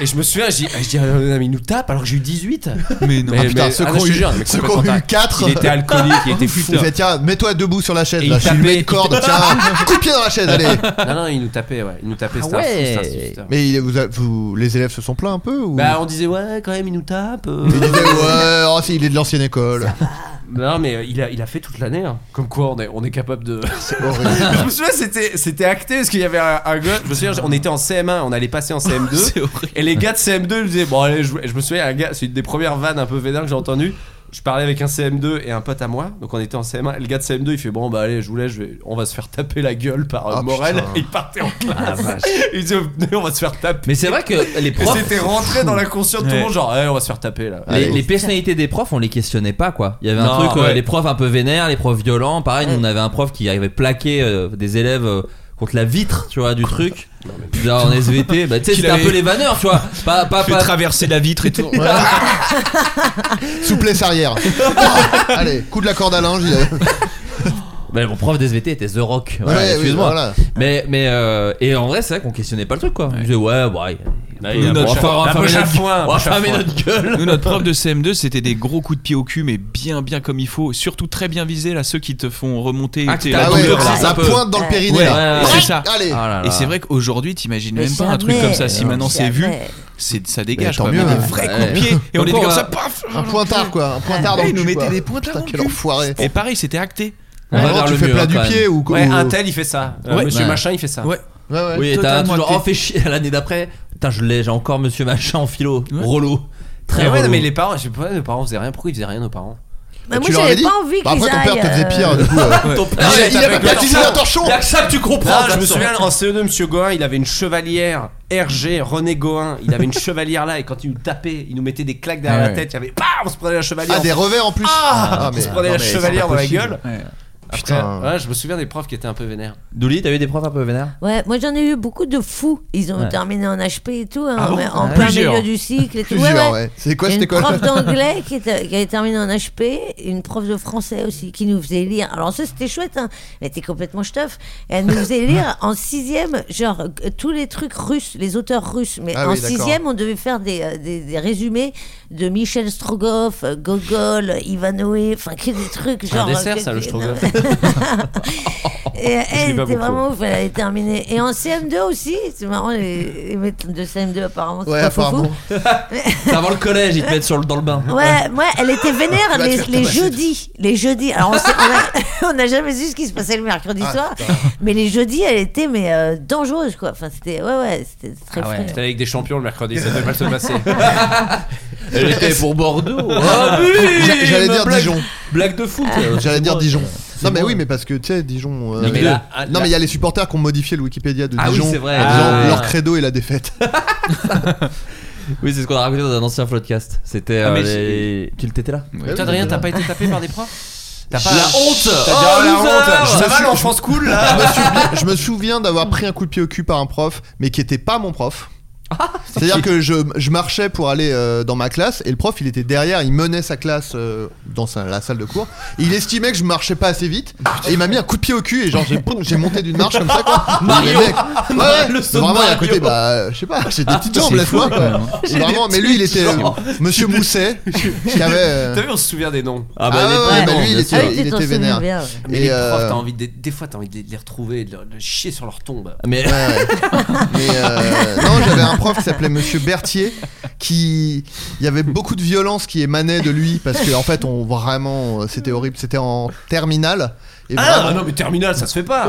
Speaker 6: et je me souviens, je dis, je dis, euh, mais il nous tape alors que j'ai eu 18.
Speaker 9: Mais non.
Speaker 6: Mais-
Speaker 8: Ah putain,
Speaker 6: mais-
Speaker 8: ce
Speaker 6: ah, non,
Speaker 8: qu'on
Speaker 6: je te jure,
Speaker 8: eut-
Speaker 6: mais
Speaker 8: ce
Speaker 6: complètement
Speaker 8: qu'on eut
Speaker 6: taré.
Speaker 8: 4
Speaker 6: Il était alcoolique, il était fou.
Speaker 8: Il fait tiens, mets-toi debout sur la chaise
Speaker 6: Et
Speaker 8: là,
Speaker 6: il
Speaker 8: je suis
Speaker 6: tapait.
Speaker 8: une corde, tiens, coup de pied dans la chaise, allez
Speaker 6: Non, non, il nous tapait, ouais. Il nous tapait,
Speaker 7: Ah
Speaker 6: c'était un fou, c'était un fou, c'était un fou.
Speaker 8: Mais il- vous, a- vous- les élèves se sont plaints un peu ou...
Speaker 6: Bah, on disait, ouais, quand même, il nous tape. euh.
Speaker 8: Ils disaient, ouais, oh, si, il est de l'ancienne école.
Speaker 6: Non, mais euh, il a, il a fait toute l'année. hein. Comme quoi, on est, on est capable de.
Speaker 8: Horrible.
Speaker 6: je me souviens, c'était, c'était acté parce qu'il y avait un, un gars. Je me souviens, on était en CM1, on allait passer en CM2. et les gars de CM2 ils disaient Bon, allez, je, je me souviens, un gars, c'est une des premières vannes un peu vénères que j'ai entendues. Je parlais avec un CM2 et un pote à moi, donc on était en CM1. Et le gars de CM2 il fait Bon, bah allez, je vous laisse, je vais- on va se faire taper la gueule par euh,
Speaker 8: Ah,
Speaker 6: Morel.
Speaker 8: putain.
Speaker 6: Et il partait en classe. il disait Venez, on va se faire taper.
Speaker 7: Mais c'est vrai que les
Speaker 6: Et
Speaker 7: profs.
Speaker 6: c'était rentré dans la conscience de tout le monde genre, Eh, on va se faire taper là.
Speaker 7: Les, les personnalités des profs, on les questionnait pas quoi. Il y avait
Speaker 6: Non,
Speaker 7: un truc, euh,
Speaker 6: ouais.
Speaker 7: les profs un peu vénères, les profs violents. Pareil, nous on avait un prof qui arrivait plaquer euh, des élèves euh, contre la vitre, tu vois, du truc. Genre en SVT, bah, tu sais,
Speaker 9: Qu'il
Speaker 7: c'était un
Speaker 9: avait-
Speaker 7: peu les vanneurs, tu vois. Pas, pas,
Speaker 9: Fait
Speaker 7: pas-
Speaker 9: traverser la vitre et tout.
Speaker 8: Souplesse arrière. allez, coup de la corde à linge. Il a...
Speaker 7: Bah, mon prof d'SVT était The Rock. Voilà,
Speaker 8: Ouais, oui,
Speaker 7: Excuse-moi.
Speaker 8: voilà.
Speaker 7: Mais, mais euh, et en vrai, c'est vrai qu'on questionnait pas le truc quoi. On disait, ouais, bah, il- il-
Speaker 9: Nous,
Speaker 7: on
Speaker 9: notre-
Speaker 7: va faire- on va
Speaker 6: un peu
Speaker 7: fermer notre-
Speaker 6: chafouin, un
Speaker 7: on va
Speaker 6: peu
Speaker 7: fermer
Speaker 6: chafouin.
Speaker 7: notre gueule.
Speaker 9: Nous, notre prof de CM2, c'était des gros coups de pied au cul, mais bien, bien comme il faut. Surtout très bien visés, là, ceux qui te font remonter.
Speaker 7: Ah,
Speaker 9: t'es-
Speaker 7: que t'as
Speaker 8: Ah
Speaker 7: la
Speaker 9: la
Speaker 8: ouais,
Speaker 9: douleur,
Speaker 7: là,
Speaker 9: c'est
Speaker 8: la
Speaker 9: un peu-
Speaker 8: pointe dans le périnée
Speaker 9: Ouais,
Speaker 8: là.
Speaker 7: ouais, ouais,
Speaker 9: c'est ça.
Speaker 8: Allez.
Speaker 7: Ah là là.
Speaker 9: Et c'est vrai qu'aujourd'hui, t'imagines
Speaker 3: Mais
Speaker 9: même pas un truc
Speaker 3: jamais,
Speaker 9: comme ça. Si
Speaker 3: euh,
Speaker 9: maintenant c'est vu,
Speaker 3: jamais.
Speaker 9: c'est ça dégage.
Speaker 8: tant
Speaker 9: quoi.
Speaker 8: mieux,
Speaker 9: Mais
Speaker 8: hein.
Speaker 9: des vrais
Speaker 7: Ouais.
Speaker 9: coups de pied. Et on
Speaker 7: Donc
Speaker 9: était
Speaker 7: on
Speaker 9: comme
Speaker 7: va-
Speaker 9: ça, paf.
Speaker 8: Un pointard quoi, un pointard dans le
Speaker 9: Et ils nous
Speaker 8: cul, quoi.
Speaker 9: mettaient des pointes là.
Speaker 8: Putain,
Speaker 9: dans le
Speaker 8: quel
Speaker 9: cul.
Speaker 8: enfoiré.
Speaker 9: Et pareil, c'était acté.
Speaker 7: On va
Speaker 8: Vraiment,
Speaker 7: vers
Speaker 8: tu
Speaker 7: le
Speaker 8: fais
Speaker 7: mur,
Speaker 8: plat du
Speaker 7: quand même.
Speaker 8: pied ou
Speaker 6: Ouais,
Speaker 8: ou-
Speaker 6: un tel il fait ça. Euh,
Speaker 9: Ouais.
Speaker 6: Monsieur
Speaker 7: Ouais.
Speaker 6: Machin il fait ça.
Speaker 9: Ouais.
Speaker 8: Ouais, ouais.
Speaker 7: Oui, et t'as
Speaker 9: Totalement
Speaker 7: toujours.
Speaker 9: acté.
Speaker 7: Oh, fais chier l'année d'après. Putain, je l'ai, j'ai encore monsieur machin en philo.
Speaker 9: Ouais.
Speaker 7: Relou. Très
Speaker 6: Mais Ah ouais,
Speaker 7: relou.
Speaker 6: non, mais les parents, je sais pas, nos parents faisaient rien. Pourquoi ils faisaient rien, nos parents
Speaker 3: Mais moi,
Speaker 8: tu leur avais
Speaker 3: j'avais
Speaker 8: dit
Speaker 3: pas envie
Speaker 8: Bah,
Speaker 3: qu'ils
Speaker 8: Après, ton père
Speaker 3: aillent.
Speaker 8: te faisait
Speaker 3: euh,
Speaker 8: pire, du coup. euh.
Speaker 7: Ton père,
Speaker 8: Ah,
Speaker 7: il
Speaker 8: Il
Speaker 7: est
Speaker 8: avait
Speaker 7: avec le
Speaker 8: pas utilisé un
Speaker 7: torchon.
Speaker 8: torchon
Speaker 7: Y'a que ça que tu comprends.
Speaker 6: Ah, je
Speaker 7: de toute
Speaker 6: me
Speaker 7: façon.
Speaker 6: souviens en CE2, monsieur Goin, il avait une chevalière RG, René Goin. Il avait une chevalière là, et quand il nous tapait, il nous mettait des claques derrière
Speaker 9: Ouais,
Speaker 6: la
Speaker 9: ouais.
Speaker 6: tête. Il y avait, bah, on se prenait la chevalière.
Speaker 8: Ah, des revers en plus.
Speaker 6: Ah,
Speaker 8: Ah,
Speaker 6: on
Speaker 8: mais-
Speaker 6: se prenait
Speaker 8: non, mais
Speaker 6: la
Speaker 8: c'est
Speaker 6: chevalière
Speaker 8: pas
Speaker 6: dans la
Speaker 8: possible.
Speaker 6: gueule. Après,
Speaker 7: Putain.
Speaker 6: ouais, je me souviens des profs qui étaient un peu vénères.
Speaker 7: Douli, t'as eu des profs un peu vénères
Speaker 3: euh, Ouais, moi j'en ai eu beaucoup de fous. Ils ont
Speaker 6: Ouais.
Speaker 3: terminé en HP et tout, hein,
Speaker 6: Ah bon
Speaker 3: en
Speaker 6: Ah,
Speaker 3: plein
Speaker 6: plusieurs.
Speaker 3: milieu du cycle et tout.
Speaker 8: Plusieurs, ouais. C'est quoi,
Speaker 3: Il y a
Speaker 8: c'était quoi
Speaker 3: Une prof d'anglais qui, était- qui avait terminé en HP, une prof de français aussi qui nous faisait lire. Alors ça c'était chouette, hein. elle était complètement stuff. Et elle nous faisait lire en sixième, genre euh, tous les trucs russes, les auteurs russes. Mais
Speaker 17: Ah
Speaker 3: en
Speaker 17: oui, d'accord.
Speaker 3: sixième, on devait faire des, euh, des- des résumés de Michel Strogoff, euh, Gogol, Ivanhoe, enfin que des trucs
Speaker 6: C'est un
Speaker 3: genre.
Speaker 6: dessert,
Speaker 3: euh,
Speaker 6: ça, le
Speaker 3: que-
Speaker 6: Strogoff.
Speaker 3: et elle
Speaker 6: pas
Speaker 3: était
Speaker 6: beaucoup.
Speaker 3: vraiment ouf, elle avait terminé. Et en CM2 aussi, c'est marrant, les, les mecs de CM2 apparemment, c'est
Speaker 7: Ouais,
Speaker 3: pas foufou.
Speaker 7: apparemment. C'est avant le collège, ils te mettent sur le, dans le bain.
Speaker 3: Ouais, ouais, elle était vénère
Speaker 7: Va te
Speaker 3: les,
Speaker 7: faire
Speaker 3: les
Speaker 7: tabasser.
Speaker 3: jeudis. Les jeudis. Alors, on sait- on a- on n'a jamais su ce qui se passait le mercredi
Speaker 6: Ah,
Speaker 3: soir, mais les jeudis, elle était mais euh, dangereuse quoi. Enfin, c'était ouais, ouais, c'était très frais.
Speaker 6: J'étais avec des champions le mercredi, ça devait mal se passer.
Speaker 7: Elle était pour Bordeaux.
Speaker 6: Ah oui,
Speaker 8: J'a- J'allais
Speaker 6: ma
Speaker 8: dire
Speaker 6: blague-
Speaker 8: Dijon.
Speaker 7: oh, Blague Ah, de foot.
Speaker 8: J'allais dire
Speaker 7: bon,
Speaker 8: Dijon.
Speaker 7: c'est
Speaker 8: Non mais
Speaker 7: bon.
Speaker 8: oui mais parce que tu sais Dijon. euh,
Speaker 7: Non, mais là, ah,
Speaker 8: non mais il y
Speaker 7: là-
Speaker 8: a les supporters qui ont modifié le Wikipédia de
Speaker 7: Ah oui,
Speaker 8: Dijon.
Speaker 7: c'est vrai.
Speaker 8: en disant,
Speaker 7: Ah, ouais.
Speaker 8: Leur credo est la défaite.
Speaker 7: Oui, c'est ce qu'on a raconté dans un ancien podcast. C'était.
Speaker 6: Ah, mais
Speaker 7: euh, les- Tu le t'étais là
Speaker 6: Toi, Adrien, t'as pas été tapé par des profs T'as pas
Speaker 7: La
Speaker 6: la honte
Speaker 7: honte
Speaker 6: T'as dit,
Speaker 7: Oh,
Speaker 6: oh, la
Speaker 7: loser
Speaker 6: honte
Speaker 8: Je me
Speaker 6: Ça va
Speaker 8: suis-
Speaker 6: l'enfance cool
Speaker 8: je,
Speaker 6: là
Speaker 8: me souviens, je me souviens d'avoir pris un coup de pied au cul par un prof, mais qui était pas mon prof. C'est-à-dire que je, je marchais pour aller euh, dans ma classe et le prof il était derrière, il menait sa classe euh, dans sa- la salle de cours. Il estimait que je marchais pas assez vite et il m'a mis un coup de pied au cul et genre j'ai, boum, j'ai monté d'une marche comme ça quoi.
Speaker 7: Mario
Speaker 8: Mais mec, ouais, ouais,
Speaker 7: Le saut de
Speaker 8: Vraiment, il y a un
Speaker 7: Mario.
Speaker 8: côté, bah, je sais pas, j'ai des petites
Speaker 7: Ah, C'est
Speaker 8: jambes laisse-moi
Speaker 7: fou,
Speaker 8: quoi.
Speaker 7: quand même, hein.
Speaker 8: Et
Speaker 7: J'ai
Speaker 8: Vraiment,
Speaker 7: des
Speaker 8: mais lui il
Speaker 7: petites
Speaker 8: était euh,
Speaker 7: jambes.
Speaker 8: Monsieur Mousset qui avait. euh,
Speaker 6: T'as vu, on se souvient des noms.
Speaker 7: Ah bah,
Speaker 8: Ah ouais, ouais,
Speaker 6: des
Speaker 8: bah,
Speaker 6: noms,
Speaker 8: lui, il
Speaker 6: bien
Speaker 8: était-
Speaker 6: sûr.
Speaker 8: il était vénère.
Speaker 6: Mais
Speaker 8: Et,
Speaker 6: les profs,
Speaker 8: euh,
Speaker 6: t'as envie de- des fois, t'as envie de les retrouver, de, leur- de chier sur leur tombe.
Speaker 7: Mais.
Speaker 8: Ouais, ouais. Mais euh, non, j'avais un prof qui s'appelait Monsieur Berthier, qui il y avait beaucoup de violence qui émanait de lui parce que en fait, on vraiment, euh, c'était horrible. C'était en terminale et
Speaker 6: Ah
Speaker 8: vraiment,
Speaker 6: non, mais terminal, ça se fait pas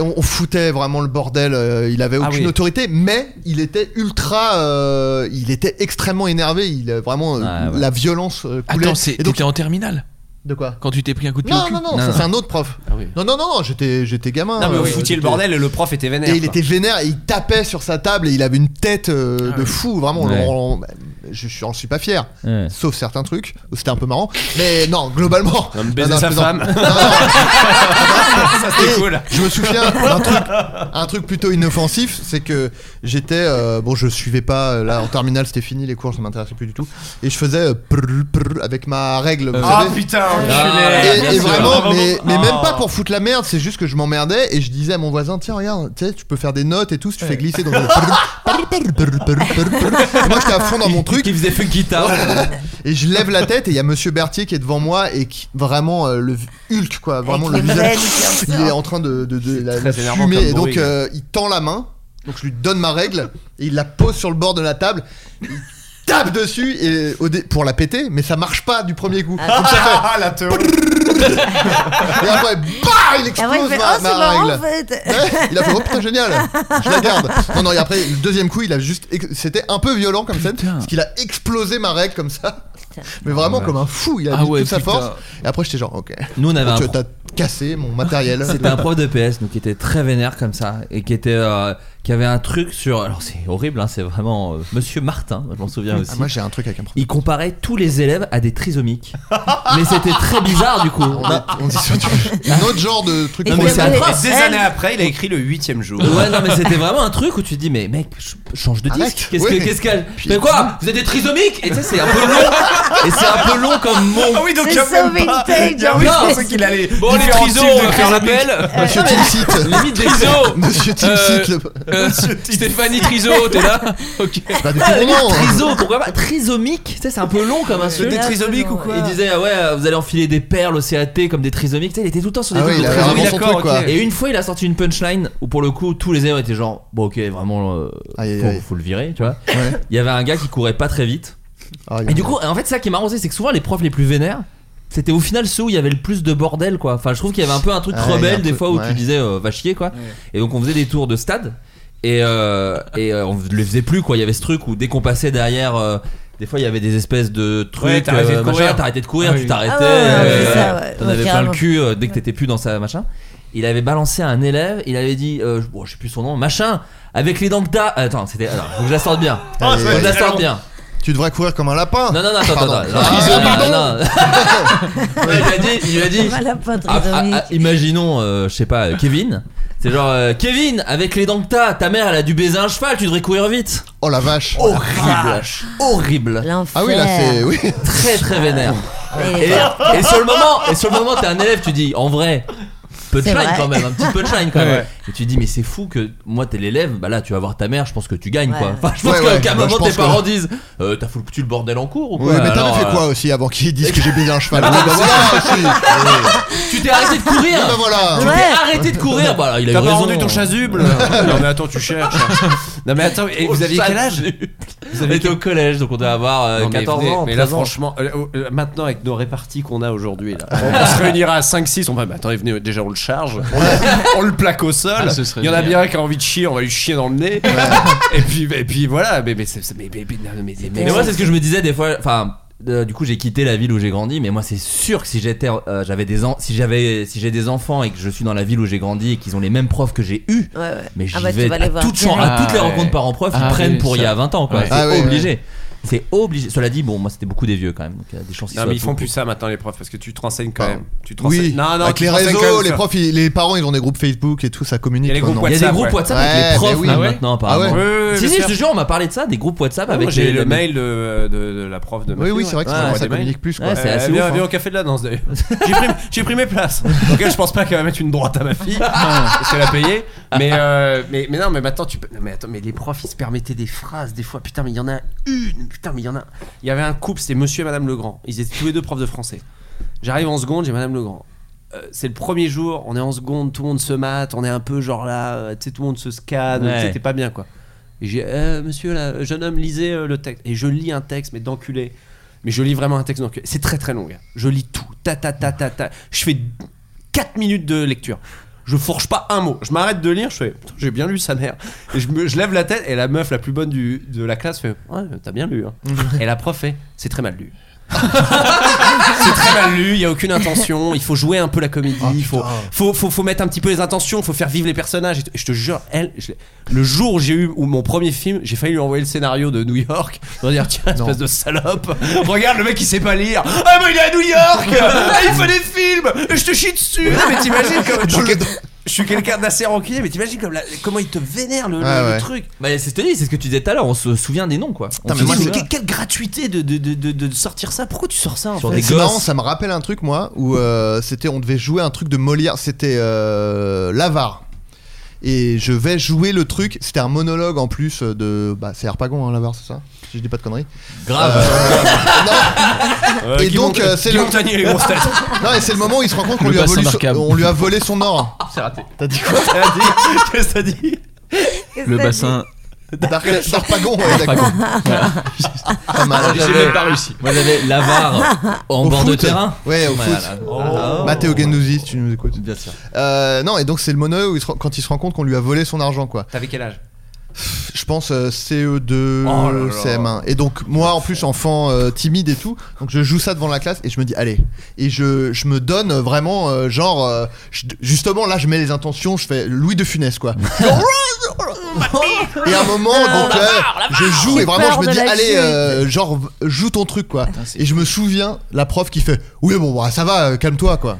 Speaker 8: on, on foutait vraiment le bordel. euh, il avait
Speaker 6: Ah
Speaker 8: aucune
Speaker 6: oui.
Speaker 8: autorité, mais il était ultra, euh, il était extrêmement énervé. Il a vraiment euh,
Speaker 9: Ah ouais.
Speaker 8: la violence euh, coulait.
Speaker 9: Attends, c'est-
Speaker 8: Et donc,
Speaker 9: t'étais en terminale
Speaker 8: de quoi
Speaker 9: Quand tu t'es pris un coup de pied au
Speaker 8: non,
Speaker 9: cul
Speaker 8: non, non, ça, c'est un autre prof.
Speaker 6: Ah oui.
Speaker 8: Non, non, non, non, j'étais, j'étais gamin.
Speaker 6: Non, mais
Speaker 8: euh,
Speaker 6: vous foutiez
Speaker 8: j'étais-
Speaker 6: le bordel et le prof était vénère.
Speaker 8: et il
Speaker 6: quoi.
Speaker 8: était vénère et il tapait sur sa table et il avait une tête euh,
Speaker 6: Ah
Speaker 8: de fou, vraiment. on-
Speaker 7: Ouais.
Speaker 8: on- bah, je je- j'en suis pas fier,
Speaker 7: Ouais.
Speaker 8: sauf certains trucs où c'était un peu marrant. Mais non, globalement.
Speaker 6: Non, mais baiser
Speaker 8: Non, non,
Speaker 6: sa
Speaker 8: je plaisante.
Speaker 6: femme.
Speaker 8: Non, non.
Speaker 6: Ça, c'était
Speaker 8: Et
Speaker 6: cool.
Speaker 8: Je me souviens d'un truc, un truc plutôt inoffensif, c'est que j'étais euh, bon, je suivais pas euh, là en terminale, c'était fini les cours, ça m'intéressait plus du tout, et je faisais euh, prrr, prrr avec ma règle. vous
Speaker 6: Ah
Speaker 8: savez.
Speaker 6: putain,
Speaker 8: Et-
Speaker 6: enculé
Speaker 8: et, vraiment, mais, mais même
Speaker 6: Ah.
Speaker 8: pas pour foutre la merde, c'est juste que je m'emmerdais et je disais à mon voisin, tiens, regarde, tu sais, tu peux faire des notes et tout si tu fais glisser. Donc, je- moi, j'étais à fond dans mon truc.
Speaker 7: Qui faisait funky town.
Speaker 8: Et je lève la tête et il y a Monsieur Berthier qui est devant moi et qui vraiment euh, le Hulk quoi, vraiment
Speaker 3: Avec
Speaker 8: le
Speaker 3: les
Speaker 8: visage,
Speaker 3: veines qui
Speaker 8: il
Speaker 3: en
Speaker 8: est
Speaker 3: sortent.
Speaker 8: en train de, de, de la,
Speaker 6: très
Speaker 8: la
Speaker 6: énervant
Speaker 8: fumer
Speaker 6: comme
Speaker 8: et donc
Speaker 6: bruit.
Speaker 8: euh, il tend la main, donc je lui donne ma règle et il la pose sur le bord de la table. Il tape dessus et au dé- pour la péter, mais ça marche pas du premier coup. Donc ça fait-
Speaker 6: Ah, la théorie
Speaker 8: et après, bah, il
Speaker 3: Ah ouais, il
Speaker 8: explose
Speaker 3: fait,
Speaker 8: ma,
Speaker 3: oh,
Speaker 8: ma
Speaker 3: c'est marrant en
Speaker 8: règle.
Speaker 3: fait.
Speaker 8: Ouais, il a fait oh putain génial, je la garde. Non non et après le deuxième coup il a juste ex- c'était un peu violent comme scène parce qu'il a explosé ma règle comme ça. Mais vraiment comme un fou, il a
Speaker 9: Ah
Speaker 8: mis
Speaker 9: ouais,
Speaker 8: toute sa
Speaker 9: putain.
Speaker 8: force. Et après j'étais genre ok.
Speaker 7: Nous, on avait
Speaker 8: Donc,
Speaker 7: un
Speaker 8: tu-
Speaker 7: pro-
Speaker 8: t'as cassé mon matériel.
Speaker 7: C'était un prof de PS nous qui était très vénère comme ça et qui était euh, qui avait un truc sur alors c'est horrible hein, c'est vraiment euh, Monsieur Martin je m'en souviens aussi.
Speaker 8: Ah, moi j'ai un truc avec un prof.
Speaker 7: il comparait tous les élèves à des trisomiques mais c'était très bizarre du coup.
Speaker 8: On, est- on dit ça, tu- un autre genre de truc.
Speaker 7: Ah. Non, mais c'est
Speaker 3: Et
Speaker 7: atroce.
Speaker 6: Des
Speaker 3: Elle-
Speaker 6: années après, il a écrit le huitième jour.
Speaker 7: Ouais non mais c'était vraiment un truc où tu te dis mais mec ch- change de disque
Speaker 8: Arrête.
Speaker 7: qu'est-ce que
Speaker 8: Ouais.
Speaker 7: qu'est-ce qu'elle
Speaker 8: Puis-
Speaker 7: mais quoi vous êtes des trisomiques et tu sais c'est un peu long et c'est un peu long comme mot.
Speaker 6: Ah oui, donc
Speaker 3: C'est so vintage,
Speaker 6: Ah oui,
Speaker 7: en
Speaker 6: je
Speaker 7: fait.
Speaker 6: pensais qu'il allait.
Speaker 9: Bon, les
Speaker 6: différents
Speaker 9: trisos,
Speaker 6: types
Speaker 7: euh,
Speaker 9: on va faire l'appel.
Speaker 3: Euh,
Speaker 8: Monsieur Timsit.
Speaker 9: Limite des trisos.
Speaker 8: Monsieur
Speaker 9: Euh,
Speaker 8: Timsit. le-
Speaker 9: Euh, Stéphanie Triso, t'es là Ok.
Speaker 8: C'est pas du tout
Speaker 7: Ah,
Speaker 8: mon nom.
Speaker 7: Triso, pourquoi pas Trisomique, tu sais, c'est un peu long comme un
Speaker 6: de-
Speaker 7: truc.
Speaker 6: Des trisomiques ou quoi
Speaker 7: Il disait ah ouais euh, vous allez enfiler des perles au CAT comme des trisomiques. Tu sais, il était tout le temps sur des
Speaker 8: Ah oui, il
Speaker 7: trucs de
Speaker 8: avait
Speaker 7: trisomiques.
Speaker 8: vraiment son truc
Speaker 6: d'accord,
Speaker 8: quoi. Ah,
Speaker 6: ok.
Speaker 7: Et une fois il a sorti une punchline où pour le coup tous les élèves étaient genre bon ok vraiment euh,
Speaker 8: Aïe, aïe,
Speaker 7: faut,
Speaker 8: aïe.
Speaker 7: faut le virer tu vois.
Speaker 8: Ouais.
Speaker 7: Il y avait un gars qui courait pas très vite.
Speaker 8: Ah, il y
Speaker 7: Et du
Speaker 8: en a-
Speaker 7: coup en fait ça qui est marrant aussi, c'est que souvent les profs les plus vénères c'était au final ceux où il y avait le plus de bordel quoi. Enfin je trouve qu'il y avait un peu un truc
Speaker 8: Ouais, il y a un
Speaker 7: rebelle des
Speaker 8: peu-
Speaker 7: fois où
Speaker 8: ouais.
Speaker 7: tu disais euh, va chier quoi. Et donc on faisait des tours de stade et, euh, et euh, on ne les faisait plus quoi. Il y avait ce truc où dès qu'on passait derrière, euh, des fois il y avait des espèces de trucs. euh,
Speaker 6: Ouais, t'arrêtais de
Speaker 7: machin,
Speaker 6: courir.
Speaker 7: t'arrêtais de courir,
Speaker 6: Ah oui.
Speaker 7: tu t'arrêtais. euh,
Speaker 3: Ah ouais, ouais, ouais, c'est ça, ouais.
Speaker 7: T'en
Speaker 3: Ouais,
Speaker 7: avais plein le
Speaker 3: carrément.
Speaker 7: cul euh, dès que t'étais plus dans sa machin. Il avait balancé à un élève, il avait dit, euh, je- bon, je sais plus son nom, machin, avec les dents que t'as. Attends, c'était. Alors, faut que je la sorte bien.
Speaker 8: Ah,
Speaker 7: faut
Speaker 8: c'est
Speaker 7: que je la
Speaker 6: très
Speaker 7: sorte
Speaker 6: long.
Speaker 7: bien.
Speaker 8: Tu devrais courir comme un lapin.
Speaker 7: Non, non, non, attends,
Speaker 8: Pardon.
Speaker 7: attends, attends.
Speaker 8: Ah,
Speaker 7: Prisonnier,
Speaker 8: pardon.
Speaker 7: non, non. Ouais, il lui a dit, il lui a dit.
Speaker 3: Comme un lapin
Speaker 7: Ah, ah,
Speaker 3: trisomique.
Speaker 7: ah, imaginons, euh, je sais pas, euh, Kevin. C'est genre, euh, Kevin, avec les dents que t'as, ta mère elle a dû baiser un cheval, tu devrais courir vite.
Speaker 8: Oh la vache.
Speaker 7: Horrible. Horrible.
Speaker 8: Ah oui, là, c'est. Oui.
Speaker 7: Très très vénère.
Speaker 3: Et-
Speaker 7: Et, et sur le moment, et sur le moment, t'es un élève, tu dis, en vrai.
Speaker 3: C'est
Speaker 7: Punchline
Speaker 3: vrai.
Speaker 7: quand même, un petit punchline quand même.
Speaker 9: Ouais.
Speaker 7: Et tu dis, mais c'est fou que moi t'es l'élève, bah là tu vas voir ta mère, je pense que tu gagnes
Speaker 3: Ouais,
Speaker 7: quoi.
Speaker 3: ouais.
Speaker 7: Enfin, je pense
Speaker 8: Ouais,
Speaker 7: qu'à
Speaker 8: ouais,
Speaker 7: aucun
Speaker 8: bah, je
Speaker 7: moment
Speaker 8: pense
Speaker 7: tes
Speaker 8: que-
Speaker 7: parents disent, euh, t'as foutu le bordel en cours ou
Speaker 8: Oui,
Speaker 7: quoi
Speaker 8: mais
Speaker 7: Alors,
Speaker 8: t'avais fait
Speaker 7: euh,
Speaker 8: quoi aussi avant qu'ils disent que j'ai baisé un cheval Oui, bah voilà, si. Oui,
Speaker 7: Tu t'es arrêté de courir
Speaker 8: bah voilà.
Speaker 7: Tu
Speaker 3: Ouais.
Speaker 7: t'es arrêté de courir Bah il a eu
Speaker 6: T'as pas
Speaker 7: raison.
Speaker 6: rendu ton chasuble Non mais attends, tu cherches. Non mais attends, et vous aviez quel âge
Speaker 7: Vous avez été au collège, donc on devait avoir euh,
Speaker 6: Non, mais
Speaker 7: 14
Speaker 6: venez,
Speaker 7: ans.
Speaker 6: Mais là,
Speaker 7: 13 ans.
Speaker 6: franchement, euh, euh, maintenant, avec nos réparties qu'on a aujourd'hui, là, on, on se réunira à 5-6. On va, mais attendez, venez, déjà, on le charge. On, le- on le plaque au sol.
Speaker 9: Ah, ce serait
Speaker 6: Il y en a
Speaker 9: génial.
Speaker 6: bien un qui a envie de chier, on va lui chier dans le nez. et, puis, et puis voilà. Mais, mais, c'est- c'est- mais, mais, mais- non, mais- mais-
Speaker 7: Mais moi, c'est ce que je me disais des fois. Enfin, euh, du coup, j'ai quitté la ville où j'ai grandi, mais moi, c'est sûr que si j'étais, euh, j'avais des, en- si j'avais, si j'ai des enfants et que je suis dans la ville où j'ai grandi et qu'ils ont les mêmes profs que j'ai eu,
Speaker 3: Ouais, ouais.
Speaker 7: mais
Speaker 3: Ah
Speaker 7: j'y
Speaker 3: bah, tu
Speaker 7: vais
Speaker 3: vas les
Speaker 7: à,
Speaker 3: voir
Speaker 7: toutes gens- à
Speaker 9: direct.
Speaker 7: toutes les
Speaker 9: Ah ouais.
Speaker 7: rencontres parents profs, ils
Speaker 9: Ah
Speaker 7: prennent
Speaker 9: oui,
Speaker 7: pour il y
Speaker 9: ça.
Speaker 7: a 20 ans, quoi.
Speaker 9: Ouais.
Speaker 7: C'est
Speaker 8: Ah oui,
Speaker 7: obligé. C'est obligé. Cela dit, bon, moi, c'était beaucoup des vieux quand même, donc il y a des chances. qu'ils
Speaker 6: Non,
Speaker 7: soient
Speaker 6: mais ils font
Speaker 7: beaucoup-
Speaker 6: plus ça maintenant, les profs, parce que tu te renseignes quand
Speaker 8: Ah.
Speaker 6: même. Tu te renseignes.
Speaker 8: Oui.
Speaker 6: Non, non,
Speaker 8: Avec
Speaker 6: tu
Speaker 8: les
Speaker 6: te renseignes quand
Speaker 8: réseaux,
Speaker 6: même
Speaker 8: les
Speaker 6: sur-
Speaker 8: profs, ils- les parents, ils ont des groupes Facebook et tout, ça
Speaker 6: Il y
Speaker 8: communique.
Speaker 6: a les groupes
Speaker 8: maintenant.
Speaker 7: Il y a des
Speaker 6: WhatsApp,
Speaker 7: groupes
Speaker 6: ouais.
Speaker 7: WhatsApp avec
Speaker 8: Ouais,
Speaker 7: les profs
Speaker 8: mais oui.
Speaker 7: même
Speaker 8: Ah ouais
Speaker 7: maintenant,
Speaker 8: Ah ouais.
Speaker 7: apparemment.
Speaker 6: Oui, oui, oui,
Speaker 7: si,
Speaker 6: bien
Speaker 7: si, je
Speaker 6: sûr.
Speaker 7: te jure, on m'a parlé de ça, des groupes WhatsApp
Speaker 6: Ah,
Speaker 7: avec
Speaker 6: moi, J'ai
Speaker 7: les-
Speaker 6: le
Speaker 7: les-
Speaker 6: mail de, de- de la prof de
Speaker 8: Oui, oui,
Speaker 6: Mathieu,
Speaker 8: c'est vrai que
Speaker 6: ouais.
Speaker 8: ça,
Speaker 6: Ouais,
Speaker 8: ça
Speaker 6: des mails.
Speaker 8: communique plus. quoi.
Speaker 7: Ouais, c'est
Speaker 6: Euh,
Speaker 7: assez
Speaker 6: viens,
Speaker 7: ouf, hein.
Speaker 6: viens au café de la danse d'ailleurs. j'ai, pris, j'ai pris mes places. Donc là, je pense pas qu'elle va mettre une droite à ma fille. parce qu'elle a payé. Mais, euh, mais, mais non, mais maintenant, tu peux. non, mais attends, mais les profs, ils se permettaient des phrases des fois. Putain, mais il y en a une. Putain, mais il y en a. Il y avait un couple, c'était monsieur et madame Legrand. Ils étaient tous les deux profs de français. J'arrive en seconde, j'ai madame Legrand. Euh, C'est le premier jour, on est en seconde, tout le monde se mate, on est un peu genre là, euh, tu sais, tout le monde se scanne,
Speaker 7: Ouais.
Speaker 6: tu sais, t'es pas bien quoi. Et j'ai, Euh, monsieur, là, euh, jeune homme, lisez euh, le texte. Et je lis un texte, mais d'enculé. Mais je lis vraiment un texte d'enculé. C'est très très long. gars. Je lis tout. Ta ta ta ta ta. Je fais 4 minutes de lecture. Je forge pas un mot. Je m'arrête de lire, je fais, Putain, j'ai bien lu sa mère. Et je, me- je lève la tête et la meuf la plus bonne du, de la classe fait, ouais, t'as bien lu. hein. et la prof fait, c'est très mal lu. c'est très mal lu, il y a aucune intention, il faut jouer un peu la comédie,
Speaker 8: Ah,
Speaker 6: il faut, faut, faut, faut mettre un petit peu les intentions, il faut faire vivre les personnages. Et, tout. Et je te jure, elle, je l'ai- le jour où j'ai eu où mon premier film, j'ai failli lui envoyer le scénario de New York, pour dire tiens, espèce de salope, regarde le mec il sait pas lire, ah bah il est à New York, ah, il fait des films, Et je te chie dessus, Non, mais t'imagines comme je, je suis quelqu'un d'assez rancunier, mais t'imagines comme la- comment il te vénère le, le-
Speaker 8: Ah
Speaker 6: le
Speaker 8: ouais.
Speaker 6: truc.
Speaker 7: Bah, c'est ce que je te dis, c'est ce que tu disais tout à l'heure, on se souvient des noms, quoi. On
Speaker 8: Putain,
Speaker 7: se
Speaker 8: mais moi,
Speaker 7: souvient.
Speaker 6: Quelle, quelle gratuité de, de, de, de- de sortir ça, pourquoi tu sors ça en
Speaker 7: Sur
Speaker 6: fait
Speaker 7: des
Speaker 8: C'est marrant,
Speaker 7: gosses.
Speaker 8: ça me rappelle un truc, moi, où euh, c'était, on devait jouer un truc de Molière, c'était euh, l'avare. Et je vais jouer le truc, c'était un monologue en plus de. Bah, c'est Harpagon, hein, l'avare, c'est ça Si je dis pas de conneries.
Speaker 7: Grave.
Speaker 6: Euh,
Speaker 8: Et
Speaker 6: Guy
Speaker 8: donc,
Speaker 6: Mont-
Speaker 8: euh, c'est
Speaker 6: Guy
Speaker 8: le-
Speaker 6: Montagnier, les grosses têtes.
Speaker 8: Non, et c'est le moment où il se rend compte qu'on
Speaker 9: Le
Speaker 8: lui, a
Speaker 9: passe
Speaker 8: volé son-
Speaker 9: immarquable.
Speaker 8: on lui a volé son or.
Speaker 6: C'est raté.
Speaker 8: T'as dit quoi
Speaker 6: T'as dit Qu'est-ce que t'as dit
Speaker 9: Le bassin.
Speaker 8: D'Ar- D'Arpagon, ouais, d'accord. Pas mal.
Speaker 9: J'ai même pas réussi.
Speaker 7: Moi j'avais l'avare en
Speaker 8: Au
Speaker 7: bord de
Speaker 8: foot.
Speaker 7: terrain.
Speaker 8: Ouais, au
Speaker 7: Voilà.
Speaker 8: foot.
Speaker 7: Ah,
Speaker 8: Matteo Gandouzi, si tu nous écoutes.
Speaker 7: Bien sûr.
Speaker 8: Euh, non, et donc c'est le monologue où il se rend- quand il se rend compte qu'on lui a volé son argent, quoi.
Speaker 6: T'avais quel âge
Speaker 8: je pense euh, CE2,
Speaker 6: Oh là là.
Speaker 8: CM1. Et donc moi en plus enfant euh, timide et tout, donc je joue ça devant la classe et je me dis allez. Et je, je me donne euh, vraiment euh, genre euh, je- justement là je mets les intentions, je fais Louis de Funès quoi. et à un moment donc euh, je joue
Speaker 3: J'ai
Speaker 8: et vraiment
Speaker 3: peur
Speaker 8: je me
Speaker 3: de
Speaker 8: dis
Speaker 3: la
Speaker 8: allez
Speaker 3: chute.
Speaker 8: euh, genre v- joue ton truc quoi. Et je me souviens la prof qui fait oui bon bah, ça va euh, calme-toi quoi.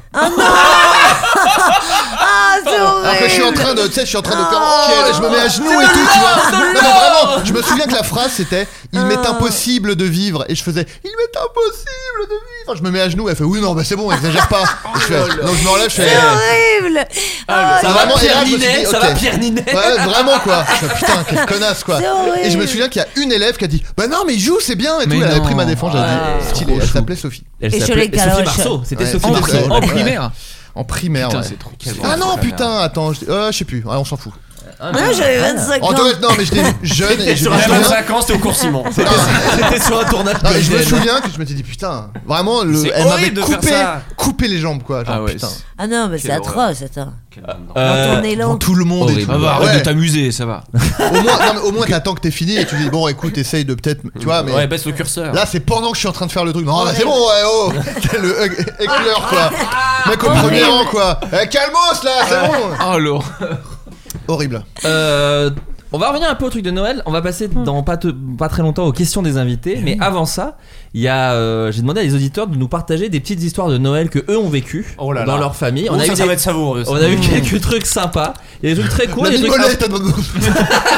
Speaker 3: Ah, c'est
Speaker 8: Alors que je suis en
Speaker 3: horrible.
Speaker 8: train de, tu sais, je suis en train de faire,
Speaker 3: Ah.
Speaker 8: ok, je me mets à genoux et tout, tu vois. Non, mais vraiment, je me souviens que la phrase c'était, il
Speaker 3: Ah.
Speaker 8: m'est impossible de vivre, et je faisais, il m'est impossible de vivre. Je me mets à genoux, elle fait, oui, non, bah c'est bon, exagère pas. Et je fais, non, je me relève, je fais,
Speaker 3: Oh C'est horrible. Ah,
Speaker 7: Ça
Speaker 8: Et
Speaker 7: va
Speaker 8: vraiment, et
Speaker 7: Pierre
Speaker 8: là, je me suis
Speaker 7: Ninet,
Speaker 8: dit,
Speaker 7: ça
Speaker 8: ok.
Speaker 7: va Pierre Ninet.
Speaker 8: Ouais, vraiment quoi. Je fais, putain, quelle connasse quoi.
Speaker 3: C'est horrible.
Speaker 8: Et je me souviens qu'il y a une élève qui a dit, bah non, mais il joue, c'est bien et tout.
Speaker 9: Mais
Speaker 8: Elle avait
Speaker 9: non. Ah,
Speaker 8: pris ma défense, j'avais dit,
Speaker 7: Ouais.
Speaker 8: stylé.
Speaker 7: Trop
Speaker 8: Elle
Speaker 7: chou.
Speaker 8: s'appelait Sophie.
Speaker 7: Elle
Speaker 3: Et sur
Speaker 7: s'appelait
Speaker 3: les
Speaker 7: Sophie
Speaker 3: caloches.
Speaker 7: Marceau, c'était
Speaker 8: Ouais,
Speaker 7: Sophie
Speaker 8: en-
Speaker 7: Marceau.
Speaker 8: en
Speaker 9: En
Speaker 8: primaire.
Speaker 9: primaire.
Speaker 8: En primaire,
Speaker 9: Putain,
Speaker 8: ouais.
Speaker 9: c'est trop.
Speaker 8: Ah non, putain, attends, je, euh, je sais plus. Ouais, on s'en fout.
Speaker 3: Non, j'avais 25 ans.
Speaker 8: Antoinette, non, mais j'étais jeune et je
Speaker 6: Sur
Speaker 8: me
Speaker 6: la
Speaker 8: souviens-
Speaker 6: 25 ans, c'était au cours Simon.
Speaker 7: C'était sur un tournage
Speaker 8: Non, mais je me
Speaker 7: Golden.
Speaker 8: souviens que je m'étais dit putain, vraiment, le,
Speaker 6: C'est
Speaker 8: elle
Speaker 6: horrible
Speaker 8: m'avait
Speaker 6: de faire
Speaker 8: coupé,
Speaker 6: ça.
Speaker 8: coupé les jambes quoi. Genre,
Speaker 9: Ah ouais.
Speaker 8: putain.
Speaker 9: c'est-
Speaker 3: Ah non, mais c'est
Speaker 6: Quelle horreur.
Speaker 3: atroce, attends. Quand on
Speaker 7: Euh,
Speaker 3: est
Speaker 8: Devant
Speaker 3: long.
Speaker 8: tout le monde et
Speaker 7: Horrible.
Speaker 8: tout.
Speaker 9: Ça va,
Speaker 8: Ouais.
Speaker 9: Ah bah, arrête de t'amuser, ça va.
Speaker 8: Au moins, non, mais au moins t'attends que t'es fini et tu dis bon, écoute, essaye de peut-être, tu vois, mais.
Speaker 6: Ouais, baisse le curseur.
Speaker 8: Là, c'est pendant que je suis en train de faire le truc. Non, bah, c'est bon, ouais, oh! le hug- éclair, quoi!
Speaker 6: Ah,
Speaker 8: Mec au premier rang, quoi! Eh, calmos, là, c'est bon!
Speaker 9: Oh, l'or.
Speaker 8: Horrible.
Speaker 7: euh, On va revenir un peu au truc de Noël. On va passer dans pas, te- pas très longtemps aux questions des invités. Mais avant ça, il y a, euh, j'ai demandé à les auditeurs de nous partager des petites histoires de Noël que eux ont vécues
Speaker 6: là.
Speaker 7: dans leur famille.
Speaker 6: Oh, ça, ça
Speaker 7: des-
Speaker 6: va être savoureux, ça.
Speaker 7: On a eu
Speaker 6: Mmh.
Speaker 7: quelques trucs sympas. Il y a des trucs très cool.
Speaker 8: La
Speaker 7: il y a des trucs
Speaker 8: mimolette,
Speaker 7: un-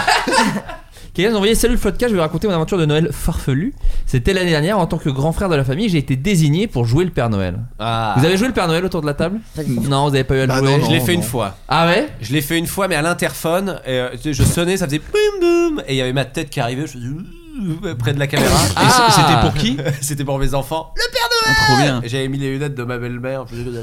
Speaker 7: Quelqu'un nous a envoyé Salut le Floodcast, je vais vous raconter mon aventure de Noël farfelue. C'était l'année dernière, en tant que grand frère de la famille, j'ai été désigné pour jouer le Père Noël. Vous avez joué le Père Noël autour de la table Non, vous n'avez pas eu à le
Speaker 6: Bah
Speaker 7: jouer
Speaker 6: non, Ah. je l'ai fait une fois.
Speaker 7: Ah ouais
Speaker 6: Je l'ai fait une fois, mais à l'interphone, et, euh, je sonnais, ça faisait boum boum, et il y avait ma tête qui arrivait, je faisais près de la caméra. Ah.
Speaker 9: Et c- c'était pour qui
Speaker 6: C'était pour mes enfants. Le père
Speaker 9: Trop
Speaker 6: Noël
Speaker 9: bien.
Speaker 6: Et J'avais mis les lunettes de ma belle-mère. je faisais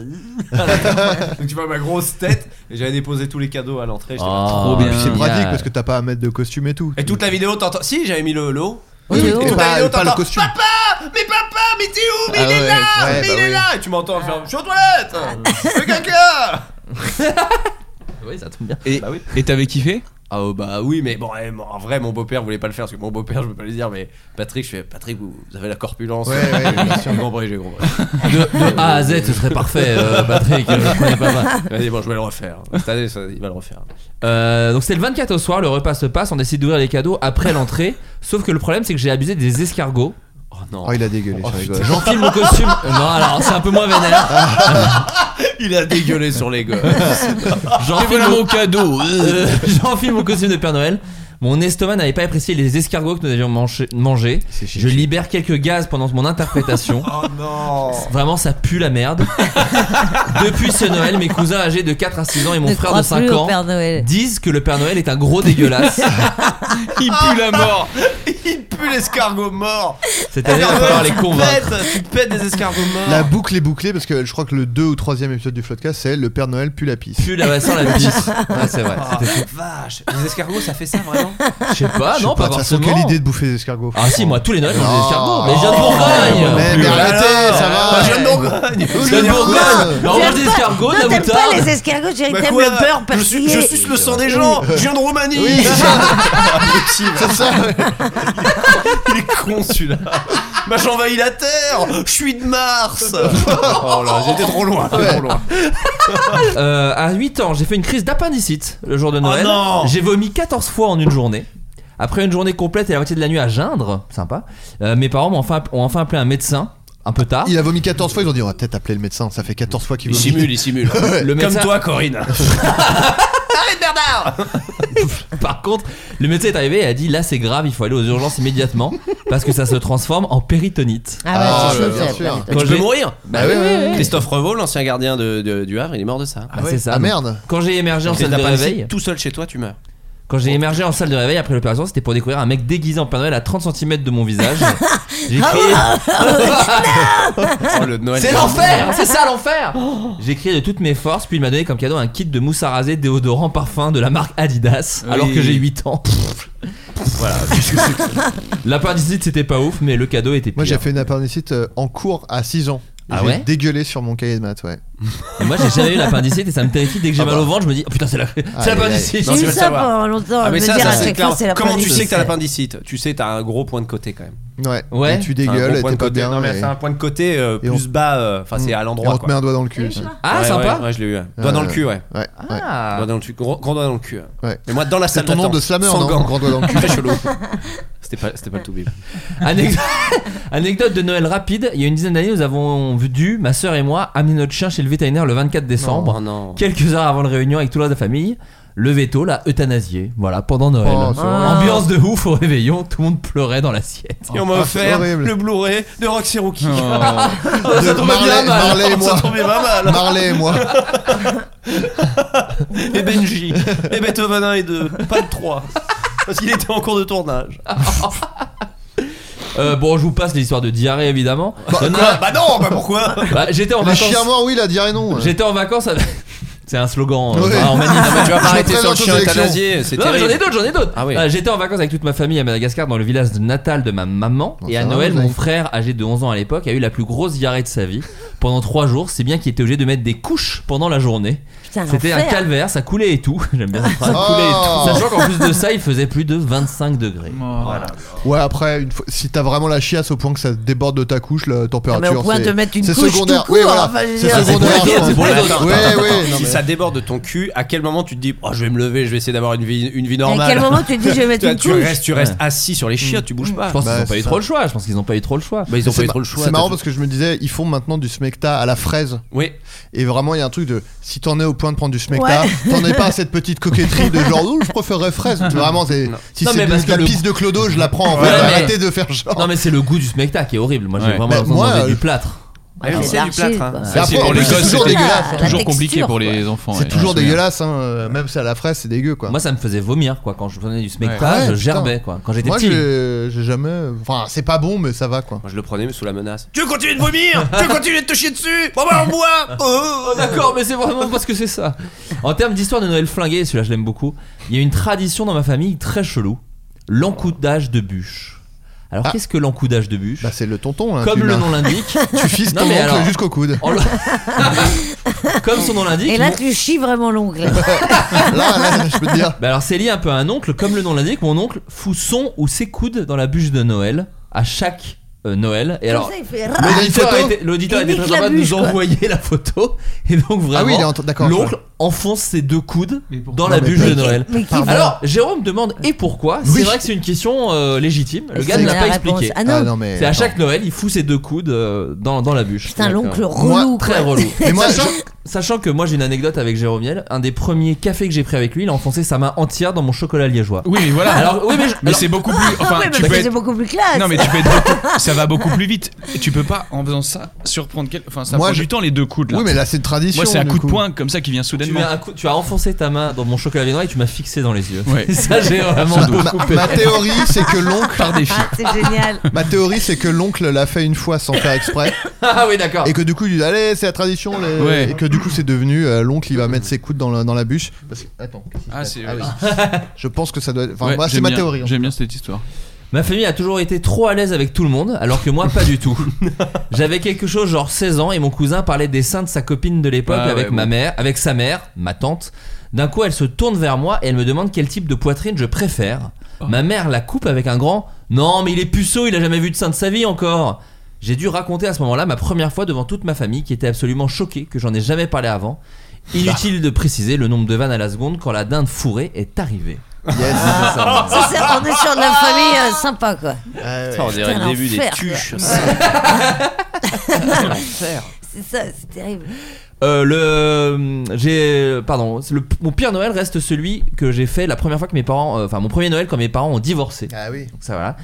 Speaker 6: à l'interphone. Donc tu vois ma grosse tête, et j'avais déposé tous les cadeaux à l'entrée. j'étais là,
Speaker 8: Trop
Speaker 9: Oh,
Speaker 8: bien. C'est pratique parce que t'as pas à mettre de costume et tout.
Speaker 6: Et toute la vidéo, t'entends. Si, j'avais mis le lot.
Speaker 8: Oui,
Speaker 6: et
Speaker 8: mais
Speaker 6: toute
Speaker 8: non.
Speaker 6: la
Speaker 8: Pas-
Speaker 6: vidéo,
Speaker 8: pas le
Speaker 6: t'entends,
Speaker 8: costume.
Speaker 6: Papa Mais papa Mais t'es où Mais
Speaker 8: Ah
Speaker 6: il est
Speaker 8: ouais,
Speaker 6: là
Speaker 8: ouais, bah
Speaker 6: Mais il est
Speaker 8: oui.
Speaker 6: là Et tu m'entends faire. Je suis aux toilettes Le caca
Speaker 7: Oui, ça tombe bien.
Speaker 6: Et
Speaker 9: Et t'avais kiffé
Speaker 6: ah oh, bah oui mais bon eh, mon- en vrai mon beau-père voulait pas le faire parce que mon beau-père je peux pas lui dire mais Patrick je fais Patrick vous, vous avez la corpulence
Speaker 8: Ouais, ouais, bien sûr.
Speaker 6: j'ai compris j'ai compris
Speaker 7: De, de A à Ah, Z, ce serait parfait, euh, Patrick. euh, je connais pas mal.
Speaker 6: Vas-y, bon je vais le refaire cette année ça- il va le refaire
Speaker 7: Euh, donc c'est le 24 au soir, le repas se passe, on décide d'ouvrir les cadeaux après l'entrée. Sauf que le problème, c'est que j'ai abusé des escargots.
Speaker 6: Oh non.
Speaker 8: Oh, il a dégueulé, je rigole.
Speaker 7: J'enfile mon costume. Euh, Non, alors c'est un peu moins vénère.
Speaker 6: il a dégueulé sur les gosses
Speaker 7: J'enfile
Speaker 6: voilà
Speaker 7: mon
Speaker 6: mon
Speaker 7: cadeau. J'enfile mon costume de Père Noël. Mon estomac n'avait pas apprécié les escargots que nous avions manché- mangés. Je libère quelques gaz pendant mon interprétation.
Speaker 6: oh non
Speaker 7: Vraiment, ça pue la merde. Depuis ce Noël, mes cousins âgés de 4 à 6 ans et mon
Speaker 3: Ne
Speaker 7: frère
Speaker 3: crois
Speaker 7: de 5
Speaker 3: plus au
Speaker 7: ans
Speaker 3: Père Noël.
Speaker 7: disent que le Père Noël est un gros dégueulasse.
Speaker 9: Il pue la mort
Speaker 6: il pue l'escargot mort
Speaker 7: Cette année, il va falloir les convaincre.
Speaker 6: pète tu pètes des escargots morts
Speaker 8: La boucle est bouclée parce que je crois que le 2 ou 3 épisode du Floodcast c'est le Père Noël pue la pisse.
Speaker 7: Pue la sans la pisse. Ouais, c'est vrai.
Speaker 6: Ah,
Speaker 7: C'était-
Speaker 6: vache les escargots ça fait ça vraiment
Speaker 7: Je sais pas,
Speaker 8: Je sais
Speaker 7: non, pas,
Speaker 8: de toute façon,
Speaker 7: forcément.
Speaker 8: quelle idée de bouffer des escargots.
Speaker 7: Ah si, moi, tous les Noëls, j'ai des
Speaker 8: Oh.
Speaker 7: escargots. Mais je viens de
Speaker 8: Oh.
Speaker 7: Bourgogne.
Speaker 8: Mais,
Speaker 6: euh,
Speaker 8: mais arrêtez, ça va.
Speaker 6: Ah, je viens de Bourgogne
Speaker 8: Où
Speaker 7: Je viens de
Speaker 8: le
Speaker 7: Bourgogne.
Speaker 8: Bourgogne
Speaker 7: Non, on mange des
Speaker 3: T'aimes pas-
Speaker 7: escargots, de
Speaker 3: non,
Speaker 7: la
Speaker 3: T'aimes pas
Speaker 7: moutarde.
Speaker 3: les escargots, Jerry,
Speaker 6: Bah
Speaker 3: t'aimes
Speaker 6: quoi
Speaker 3: le beurre
Speaker 6: je, suis- je
Speaker 3: persillé.
Speaker 6: suce le sang des gens Je viens de Roumanie
Speaker 8: Oui, c'est C'est ça.
Speaker 6: Il est con celui-là. Bah j'envahis la Terre Je suis de Mars Oh là, j'étais trop loin, j'étais trop loin.
Speaker 7: Euh, à 8 ans, j'ai fait une crise d'appendicite le jour de Noël.
Speaker 6: Oh non
Speaker 7: j'ai vomi 14 fois en une journée. Après une journée complète et la moitié de la nuit à geindre, sympa, euh, mes parents m'ont enfin, ont enfin appelé un médecin, un peu tard.
Speaker 8: Il a vomi 14 fois, ils ont dit on va peut-être appeler le médecin, ça fait 14 fois qu'il
Speaker 6: Il
Speaker 8: vomit.
Speaker 6: simule, il simule.
Speaker 7: Le
Speaker 6: Comme
Speaker 7: médecin-
Speaker 6: toi Corinne Arrête Bernard
Speaker 7: Par contre, le médecin est arrivé et a dit là c'est grave, il faut aller aux urgences immédiatement parce que ça se transforme en péritonite.
Speaker 3: Ah ouais,
Speaker 8: Ah,
Speaker 3: c'est
Speaker 8: bien
Speaker 3: chaud,
Speaker 8: sûr.
Speaker 7: Quand
Speaker 6: Tu
Speaker 7: j'ai-
Speaker 6: peux mourir
Speaker 8: Bah oui, oui, oui.
Speaker 6: Christophe Revaux, l'ancien gardien de, de- du Havre, il est mort de ça.
Speaker 7: Bah, c'est ça.
Speaker 8: Ah
Speaker 7: donc.
Speaker 8: merde.
Speaker 7: Quand j'ai émergé en
Speaker 6: Crise
Speaker 7: salle de
Speaker 6: d'appendicite,
Speaker 7: réveil,
Speaker 6: tout seul chez toi, tu meurs.
Speaker 7: quand j'ai émergé en salle de réveil après l'opération, c'était pour découvrir un mec déguisé en Père Noël à 30 cm de mon visage. J'ai crié
Speaker 6: Oh, le Noël.
Speaker 7: C'est l'enfer, c'est ça l'enfer. J'ai crié de toutes mes forces, puis il m'a donné comme cadeau un kit de mousse à raser déodorant parfum de la marque Adidas,
Speaker 9: Oui.
Speaker 7: alors que j'ai 8 ans. voilà. L'appendicite c'était pas ouf, mais le cadeau était pire.
Speaker 8: Moi j'ai fait une appendicite euh, en cours à 6 ans.
Speaker 7: Ah
Speaker 8: J'ai
Speaker 7: ouais
Speaker 8: dégueulé sur mon cahier de maths, ouais.
Speaker 7: Et moi, j'ai jamais eu l'appendicite et ça me terrifie dès que j'ai mal au ventre, je me dis oh, putain c'est la- c'est
Speaker 8: Aïe,
Speaker 7: l'appendicite.
Speaker 6: Non,
Speaker 3: J'ai
Speaker 6: tu
Speaker 3: eu
Speaker 6: vas le
Speaker 3: ça
Speaker 6: savoir.
Speaker 3: pendant longtemps.
Speaker 6: Ah,
Speaker 3: me
Speaker 6: mais ça,
Speaker 3: dire
Speaker 6: ça
Speaker 3: à
Speaker 6: c'est
Speaker 3: chaque fois,
Speaker 6: clair.
Speaker 3: c'est la
Speaker 6: Comment tu sais que t'as
Speaker 3: police.
Speaker 6: l'appendicite Tu sais, t'as un gros point de côté quand même.
Speaker 8: Ouais.
Speaker 7: Ouais.
Speaker 8: Et tu
Speaker 6: C'est un gros
Speaker 8: dégueules,
Speaker 6: point
Speaker 8: t'es
Speaker 6: de
Speaker 8: pas
Speaker 6: côté.
Speaker 8: bien.
Speaker 6: Non, mais
Speaker 8: et-
Speaker 6: c'est un point de côté euh,
Speaker 8: Et on-
Speaker 6: plus bas, euh, enfin c'est à
Speaker 8: et on
Speaker 6: l'endroit.
Speaker 8: te
Speaker 6: quoi.
Speaker 8: met un doigt dans le cul. aussi.
Speaker 7: Ah
Speaker 6: Ouais,
Speaker 7: sympa.
Speaker 6: ouais, ouais, je l'ai eu.
Speaker 9: Ah,
Speaker 6: Doigt dans le cul, ouais.
Speaker 8: Ouais, ouais.
Speaker 7: Ah.
Speaker 6: Doigt dans le cul, gros, gros doigt dans le cul. hein.
Speaker 8: Ouais.
Speaker 6: Mais moi, dans la
Speaker 8: C'est
Speaker 6: salle
Speaker 8: ton nom
Speaker 6: d'attente,
Speaker 8: de slammer, hein,
Speaker 6: sans
Speaker 8: non
Speaker 6: gants.
Speaker 8: Gros doigt dans le cul.
Speaker 6: Très chelou. C'était pas, c'était pas le tout bip.
Speaker 7: Anecdote, anecdote de Noël rapide, il y a une dizaine d'années, nous avons dû, ma sœur et moi, amener notre chien chez le vétérinaire le 24 décembre.
Speaker 6: Oh non.
Speaker 7: Quelques heures avant la réunion avec tout le reste de la famille, le veto l'a euthanasié. Voilà, pendant Noël.
Speaker 8: Oh, c'est
Speaker 3: Ah. horrible.
Speaker 7: Ambiance de ouf au réveillon, tout le monde pleurait dans l'assiette.
Speaker 9: Oh,
Speaker 6: Et on m'a
Speaker 8: Ah, c'est
Speaker 6: offert
Speaker 8: horrible.
Speaker 6: le Blu-ray de Roxy Rookie.
Speaker 8: De
Speaker 6: ça tombait
Speaker 8: Marley,
Speaker 6: bien mal.
Speaker 8: Marley et
Speaker 6: Ça
Speaker 8: moi.
Speaker 6: tombait pas mal.
Speaker 8: Marley et moi.
Speaker 6: Et Benji. Et Beethoven 1 et 2. Pas de 3. Parce qu'il était en cours de tournage.
Speaker 7: Euh, bon, je vous passe les histoires de diarrhée évidemment. Il y en a-
Speaker 6: Bah non, bah pourquoi
Speaker 7: bah, j'étais en
Speaker 8: Les
Speaker 7: vacances.
Speaker 8: chiens morts, oui, il a diarrhée non. ouais.
Speaker 7: J'étais en vacances. avec- C'est un slogan. euh,
Speaker 8: Ouais.
Speaker 7: en Roumanie. Non, mais tu vas
Speaker 8: Je
Speaker 7: pas arrêter.
Speaker 8: m'entraîne
Speaker 6: sur le
Speaker 8: dans
Speaker 6: chien
Speaker 8: ton élection.
Speaker 6: euthanasié, c'est
Speaker 7: Non, mais j'en ai
Speaker 6: terrible.
Speaker 7: d'autres, j'en ai d'autres.
Speaker 6: Ah oui.
Speaker 7: Euh, J'étais en vacances avec toute ma famille à Madagascar dans le village natal de ma maman.
Speaker 8: Bon,
Speaker 7: et
Speaker 8: ça
Speaker 7: à
Speaker 8: va,
Speaker 7: Noël,
Speaker 8: vous avez-
Speaker 7: mon frère, âgé de 11 ans à l'époque, a eu la plus grosse diarrhée de sa vie. Pendant 3 jours, c'est bien qu'il était obligé de mettre des couches pendant la journée.
Speaker 3: Putain,
Speaker 7: C'était un
Speaker 3: l'enfer.
Speaker 7: calvaire, ça coulait et tout. J'aime bien cette phrase. Oh.
Speaker 8: Ça coulait et tout.
Speaker 7: Sachant qu'en plus de ça, il faisait plus de 25 degrés.
Speaker 8: Ouais, après, une fois- si t'as vraiment la chiasse au point que ça déborde de ta couche, la
Speaker 3: Ah, mais
Speaker 8: température.
Speaker 3: au point
Speaker 8: c'est-
Speaker 3: de mettre une
Speaker 8: c'est
Speaker 3: couche
Speaker 8: secondaire.
Speaker 3: tout court,
Speaker 8: oui, voilà.
Speaker 3: enfin, je veux
Speaker 8: c'est
Speaker 3: dire,
Speaker 8: secondaire.
Speaker 7: c'est pour les
Speaker 8: je
Speaker 7: autres,
Speaker 8: pense.
Speaker 7: c'est pour les autres.
Speaker 8: Ouais, ouais. non,
Speaker 6: Si
Speaker 8: mais-
Speaker 6: ça ça déborde de ton cul, à quel moment tu te dis oh, je vais me lever, je vais essayer d'avoir une vie, une vie normale
Speaker 3: À quel moment tu te dis, je vais mettre
Speaker 6: Toi,
Speaker 3: une
Speaker 6: tu
Speaker 3: couche
Speaker 6: restes, tu restes assis sur les chiottes, tu bouges pas.
Speaker 8: Je pense qu'ils Bah, ont pas eu c'est trop ça. le
Speaker 6: choix. Je pense qu'ils n'ont pas eu trop le choix. Bah, ils ont
Speaker 8: C'est
Speaker 6: pas eu
Speaker 8: ma-
Speaker 6: trop le choix.
Speaker 8: C'est marrant
Speaker 6: t'as-
Speaker 8: parce que je me disais, ils font maintenant du smecta à la fraise.
Speaker 6: Oui.
Speaker 8: Et vraiment, il y a un truc de si t'en es au point de prendre du smecta,
Speaker 6: Ouais.
Speaker 8: t'en es pas à cette petite coquetterie de genre, oh, je préférerais fraise. Tu vois, Vraiment, c'est- si
Speaker 7: Non,
Speaker 8: c'est
Speaker 7: mais
Speaker 8: de-
Speaker 7: parce que
Speaker 8: la
Speaker 7: le-
Speaker 8: pisse de Clodo, je la prends. en fait.
Speaker 7: Ouais, mais-
Speaker 8: Arrêtez de faire genre.
Speaker 7: Non mais c'est le goût du smecta qui est horrible. Moi j'ai
Speaker 9: Ouais.
Speaker 7: vraiment
Speaker 9: Bah,
Speaker 7: besoin
Speaker 9: moi,
Speaker 7: d'enlever
Speaker 9: euh,
Speaker 7: du plâtre.
Speaker 8: Ouais, mais c'est
Speaker 9: l'archi,
Speaker 8: du plâtre, hein.
Speaker 9: quoi.
Speaker 8: Ouais.
Speaker 9: C'est
Speaker 8: Après,
Speaker 9: pour
Speaker 8: en
Speaker 9: les
Speaker 8: plus, c'est
Speaker 9: gosses,
Speaker 8: toujours
Speaker 9: c'était
Speaker 8: dégueulasse, hein.
Speaker 9: toujours
Speaker 8: La
Speaker 9: compliqué
Speaker 8: texture,
Speaker 9: pour les
Speaker 8: quoi.
Speaker 9: enfants.
Speaker 8: C'est
Speaker 9: ouais.
Speaker 8: toujours
Speaker 9: Je me souviens.
Speaker 8: dégueulasse, hein, euh, même ça à la fraise, c'est dégueu quoi.
Speaker 7: Moi ça me faisait vomir quoi quand je prenais du smecta,
Speaker 8: Ouais,
Speaker 7: je
Speaker 8: putain.
Speaker 7: gerbais quoi. Quand j'étais
Speaker 8: Moi,
Speaker 7: petit.
Speaker 8: j'ai- j'ai jamais. Enfin, c'est pas bon, mais ça va quoi.
Speaker 6: Je le prenais mais sous la menace.
Speaker 14: Tu veux continuer de vomir Tu veux continuer de te chier dessus Bon bah on boit
Speaker 7: Oh, D'accord, mais c'est vraiment parce que c'est ça. En termes d'histoire de Noël flingué, celui-là je l'aime beaucoup. Il y a une tradition dans ma famille très chelou l'encoudage de bûche. Alors qu'est-ce que l'encoudage de bûche
Speaker 8: Ah. Bah, c'est le tonton. hein,
Speaker 7: Comme
Speaker 8: tu
Speaker 7: le
Speaker 8: l'as.
Speaker 7: nom l'indique.
Speaker 8: Tu fises
Speaker 7: Non,
Speaker 8: ton
Speaker 7: mais
Speaker 8: oncle
Speaker 7: alors-
Speaker 8: jusqu'au coude.
Speaker 7: En le- Comme son nom l'indique.
Speaker 3: Et là,
Speaker 7: mon-
Speaker 3: tu chies vraiment l'ongle.
Speaker 8: je peux te dire.
Speaker 7: Bah alors c'est lié un peu à un oncle, comme le nom l'indique, mon oncle fout son ou ses coudes dans la bûche de Noël à chaque euh, Noël. Et alors
Speaker 3: ça, il fait rah
Speaker 7: l'auditeur
Speaker 3: Une
Speaker 7: a
Speaker 3: photo,
Speaker 7: été- l'auditeur a
Speaker 3: il
Speaker 7: été
Speaker 3: nique
Speaker 7: très
Speaker 3: la
Speaker 7: sympa de
Speaker 3: bûche,
Speaker 7: nous
Speaker 3: quoi.
Speaker 7: envoyer la photo. Et donc vraiment,
Speaker 8: Ah oui, il est en- d'accord,
Speaker 7: l'oncle enfonce ses deux coudes dans
Speaker 8: Non,
Speaker 7: la
Speaker 8: mais
Speaker 7: bûche de
Speaker 8: mais-
Speaker 7: Noël.
Speaker 8: mais qui-
Speaker 7: alors Jérôme demande et pourquoi C'est
Speaker 8: Oui.
Speaker 7: vrai que c'est une question euh, légitime. Le
Speaker 3: Et
Speaker 7: gars
Speaker 3: c'est
Speaker 7: ne l'a
Speaker 3: la
Speaker 7: pas
Speaker 3: réponse.
Speaker 7: expliqué.
Speaker 3: Ah non. Ah non,
Speaker 8: mais
Speaker 7: c'est à
Speaker 8: attends.
Speaker 7: chaque Noël, il fout ses deux coudes euh, dans, dans la bûche.
Speaker 3: Putain, l'oncle relou.
Speaker 7: Moi, très
Speaker 3: quoi.
Speaker 7: relou.
Speaker 8: Mais moi,
Speaker 7: sachant, sachant que moi j'ai une anecdote avec Jérôme Miel, un des premiers cafés que j'ai pris avec lui, il a enfoncé sa main entière dans mon chocolat liégeois.
Speaker 9: Oui, mais voilà.
Speaker 7: Alors, oui, mais, je- alors-
Speaker 9: c'est beaucoup plus. Enfin,
Speaker 3: Ouais, mais
Speaker 9: tu
Speaker 3: parce
Speaker 9: peux
Speaker 3: que
Speaker 9: être-
Speaker 3: c'est beaucoup plus classe.
Speaker 9: Non mais tu peux être beaucoup- ça va beaucoup plus vite. Et tu peux pas en faisant ça surprendre quel enfin ça
Speaker 8: Moi,
Speaker 9: prend
Speaker 8: je-
Speaker 9: du temps les deux coudes là.
Speaker 8: Oui, mais là, c'est une tradition.
Speaker 9: Moi c'est un
Speaker 8: du
Speaker 9: coup de
Speaker 8: coup.
Speaker 9: poing comme ça qui vient soudainement.
Speaker 7: tu, as un coup- tu as enfoncé ta main dans mon chocolat viennois et tu m'as fixé dans les yeux.
Speaker 9: Ouais.
Speaker 7: Ça, j'ai vraiment
Speaker 8: Ma-
Speaker 7: beaucoup
Speaker 8: ma-
Speaker 7: aimé.
Speaker 8: ma théorie, c'est que l'oncle.
Speaker 9: Par défi.
Speaker 3: Ah, c'est génial.
Speaker 8: Ma théorie, c'est que l'oncle l'a fait une fois sans faire exprès.
Speaker 7: Ah oui, d'accord.
Speaker 8: Et que du coup, il dit Allez, c'est la tradition. les-
Speaker 9: Ouais.
Speaker 8: Et que du coup, c'est devenu euh, l'oncle, il va mettre ses coudes dans la, dans la bûche. Parce que- Attends, qu'est-ce qu'il
Speaker 9: Ah,
Speaker 8: fait
Speaker 9: c'est-
Speaker 8: oui. Je pense que ça doit être. Enfin,
Speaker 9: Ouais,
Speaker 8: moi, c'est
Speaker 9: j'aime
Speaker 8: ma
Speaker 9: bien-
Speaker 8: théorie. en
Speaker 9: J'aime bien cette histoire.
Speaker 7: Ma famille a toujours été trop à l'aise avec tout le monde, alors que moi pas du tout. J'avais quelque chose genre 16 ans et mon cousin parlait des seins de sa copine de l'époque
Speaker 9: Ah ouais,
Speaker 7: avec
Speaker 9: bon.
Speaker 7: ma mère, avec sa mère, ma tante. D'un coup, elle se tourne vers moi et elle me demande quel type de poitrine je préfère.
Speaker 9: Oh.
Speaker 7: Ma mère la coupe avec un grand "Non, mais il est puceau, il a jamais vu de sein de sa vie encore." J'ai dû raconter à ce moment-là ma première fois devant toute ma famille qui était absolument choquée que j'en ai jamais parlé avant.
Speaker 9: Bah.
Speaker 7: Inutile de préciser le nombre de vannes à la seconde quand la dinde fourrée est arrivée.
Speaker 8: fait. Yes.
Speaker 3: Ça, c'est- on est sur de la famille euh, sympa, quoi.
Speaker 8: Ah, ouais.
Speaker 6: Ça, on dirait
Speaker 3: Putain,
Speaker 6: le début des
Speaker 3: l'enfer,
Speaker 6: tuches.
Speaker 3: C'est ça, c'est terrible.
Speaker 7: Euh, le j'ai pardon c'est le- mon pire Noël reste celui que j'ai fait la première fois que mes parents euh, enfin mon premier Noël quand mes parents ont divorcé
Speaker 8: Ah oui.
Speaker 7: donc ça voilà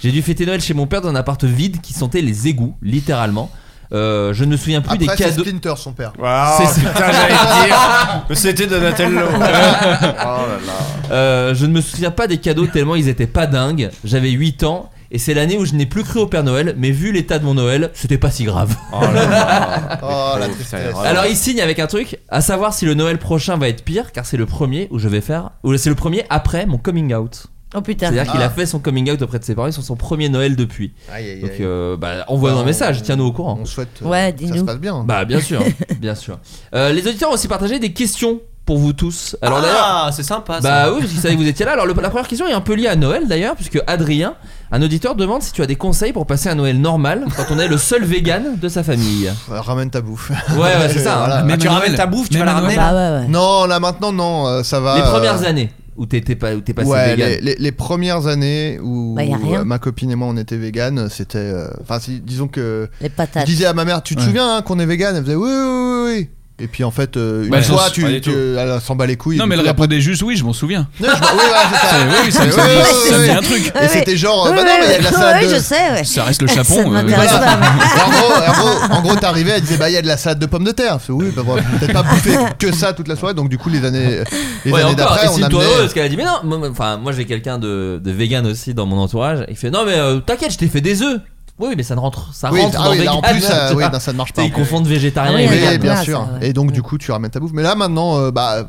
Speaker 7: j'ai dû fêter Noël chez mon père dans un appart vide qui sentait les égouts littéralement Euh, je ne me souviens plus
Speaker 8: Après,
Speaker 7: des
Speaker 8: c'est
Speaker 7: cadeaux
Speaker 8: Splinter, son père.
Speaker 7: C'est ça.
Speaker 6: Putain, j'allais dire. C'était Donatello. Oh là là.
Speaker 7: Euh, je ne me souviens pas des cadeaux tellement ils étaient pas dingues j'avais 8 ans et c'est l'année où je n'ai plus cru au Père Noël mais vu l'état de mon Noël c'était pas si grave
Speaker 6: Oh là là.
Speaker 9: Ah,
Speaker 8: Oh, la
Speaker 6: Oh,
Speaker 8: tristesse.
Speaker 6: ça
Speaker 7: Alors il signe avec un truc, à savoir si le Noël prochain va être pire, car c'est le premier où je vais faire, ou c'est le premier après mon coming out.
Speaker 3: Oh putain.
Speaker 7: C'est-à-dire qu'il
Speaker 8: Ah.
Speaker 7: a fait son coming out auprès de ses parents sur son premier Noël depuis.
Speaker 8: Aïe, aïe,
Speaker 7: Donc
Speaker 8: aïe.
Speaker 7: euh, bah, envoie-nous un
Speaker 8: Bah,
Speaker 7: message,
Speaker 8: on-
Speaker 7: tiens-nous au courant.
Speaker 8: On souhaite euh,
Speaker 3: Ouais,
Speaker 8: que ça se
Speaker 3: dis-nous.
Speaker 8: passe bien.
Speaker 7: Bah bien sûr, bien sûr. Euh, les auditeurs ont aussi partagé des questions pour vous tous. Alors d'ailleurs,
Speaker 6: Ah, c'est sympa.
Speaker 7: bah oui, parce qu'ils savaient que vous étiez là. Alors le- la première question est un peu liée à Noël d'ailleurs, puisque Adrien, un auditeur, demande si tu as des conseils pour passer un Noël normal quand on est le seul vegan de sa famille.
Speaker 8: Euh, ramène ta bouffe.
Speaker 7: Ouais, ouais, c'est ça. hein.
Speaker 8: Voilà.
Speaker 9: Même
Speaker 6: Ah, tu
Speaker 9: à
Speaker 6: ramènes
Speaker 9: Noël.
Speaker 6: ta bouffe, tu
Speaker 9: Même
Speaker 6: vas la
Speaker 9: à Noël.
Speaker 6: ramener.
Speaker 3: Bah ouais, ouais.
Speaker 8: Non, là maintenant, non, euh, ça va.
Speaker 7: Les
Speaker 8: euh,
Speaker 7: premières années où t'étais pas, où t'es passé
Speaker 8: ouais,
Speaker 7: vegan.
Speaker 8: les, les- les premières années où euh,
Speaker 3: Bah, y a rien.
Speaker 8: ma copine et moi on était vegan, c'était. euh, Enfin, si- disons que.
Speaker 3: Les
Speaker 8: Je
Speaker 3: patates.
Speaker 8: disais à ma mère, tu te
Speaker 9: Ouais.
Speaker 8: souviens hein, qu'on est vegan Elle faisait oui, oui, oui, oui. Et puis en fait, euh, une
Speaker 9: Bah,
Speaker 8: fois,
Speaker 9: je-
Speaker 8: tu,
Speaker 9: pas du
Speaker 8: tu-
Speaker 9: tout.
Speaker 8: elle s'en bat les couilles.
Speaker 9: Non
Speaker 8: et
Speaker 9: mais
Speaker 8: du
Speaker 9: elle
Speaker 8: coup,
Speaker 9: répondait juste oui, je m'en souviens.
Speaker 8: la- Non, je- Oui, voilà, c'est ça.
Speaker 9: oui, ça me-
Speaker 8: Oui,
Speaker 9: ça me dit-
Speaker 8: oui,
Speaker 9: ça me
Speaker 8: oui.
Speaker 9: dit un truc.
Speaker 8: Et c'était genre, euh, bah
Speaker 3: Ouais,
Speaker 8: non, mais il y a de la
Speaker 3: ouais,
Speaker 8: salade.
Speaker 3: ouais,
Speaker 8: de-
Speaker 3: je sais, ouais.
Speaker 9: Ça reste le chapon,
Speaker 3: Ah, Ça ne
Speaker 9: euh,
Speaker 3: m'intéresse
Speaker 8: voilà.
Speaker 3: pas, mais-
Speaker 8: en, gros, en gros- en gros, t'arrivais, elle disait bah il y a de la salade de pommes de terre. Je fais, oui, bah bon, peut-être pas bouffer que ça toute la soirée. Donc du coup, les années, les
Speaker 7: Ouais,
Speaker 8: années
Speaker 7: encore,
Speaker 8: d'après,
Speaker 7: et
Speaker 8: on
Speaker 7: si toi euh,
Speaker 8: amenait.
Speaker 7: heureuse, qu'elle a dit, mais non, moi, moi, enfin, moi j'ai quelqu'un de, de vegan aussi dans mon entourage. Il fait, non, mais euh, t'inquiète, je t'ai fait des œufs. Oui, mais ça ne rentre, ça
Speaker 8: oui,
Speaker 7: rentre
Speaker 8: ah
Speaker 7: dans
Speaker 8: oui,
Speaker 7: vegan.
Speaker 8: là, en plus,
Speaker 7: tu
Speaker 8: ça,
Speaker 7: vois.
Speaker 8: oui, non, ça ne marche
Speaker 7: Tu
Speaker 8: pas.
Speaker 7: sais, ils confondent végétarien
Speaker 3: Ah
Speaker 7: et
Speaker 3: oui,
Speaker 8: Oui,
Speaker 7: vegan.
Speaker 8: bien
Speaker 3: ça,
Speaker 8: sûr.
Speaker 3: ouais.
Speaker 8: Et donc, du coup, tu ramènes ta bouffe. Mais là, maintenant, euh, bah, euh,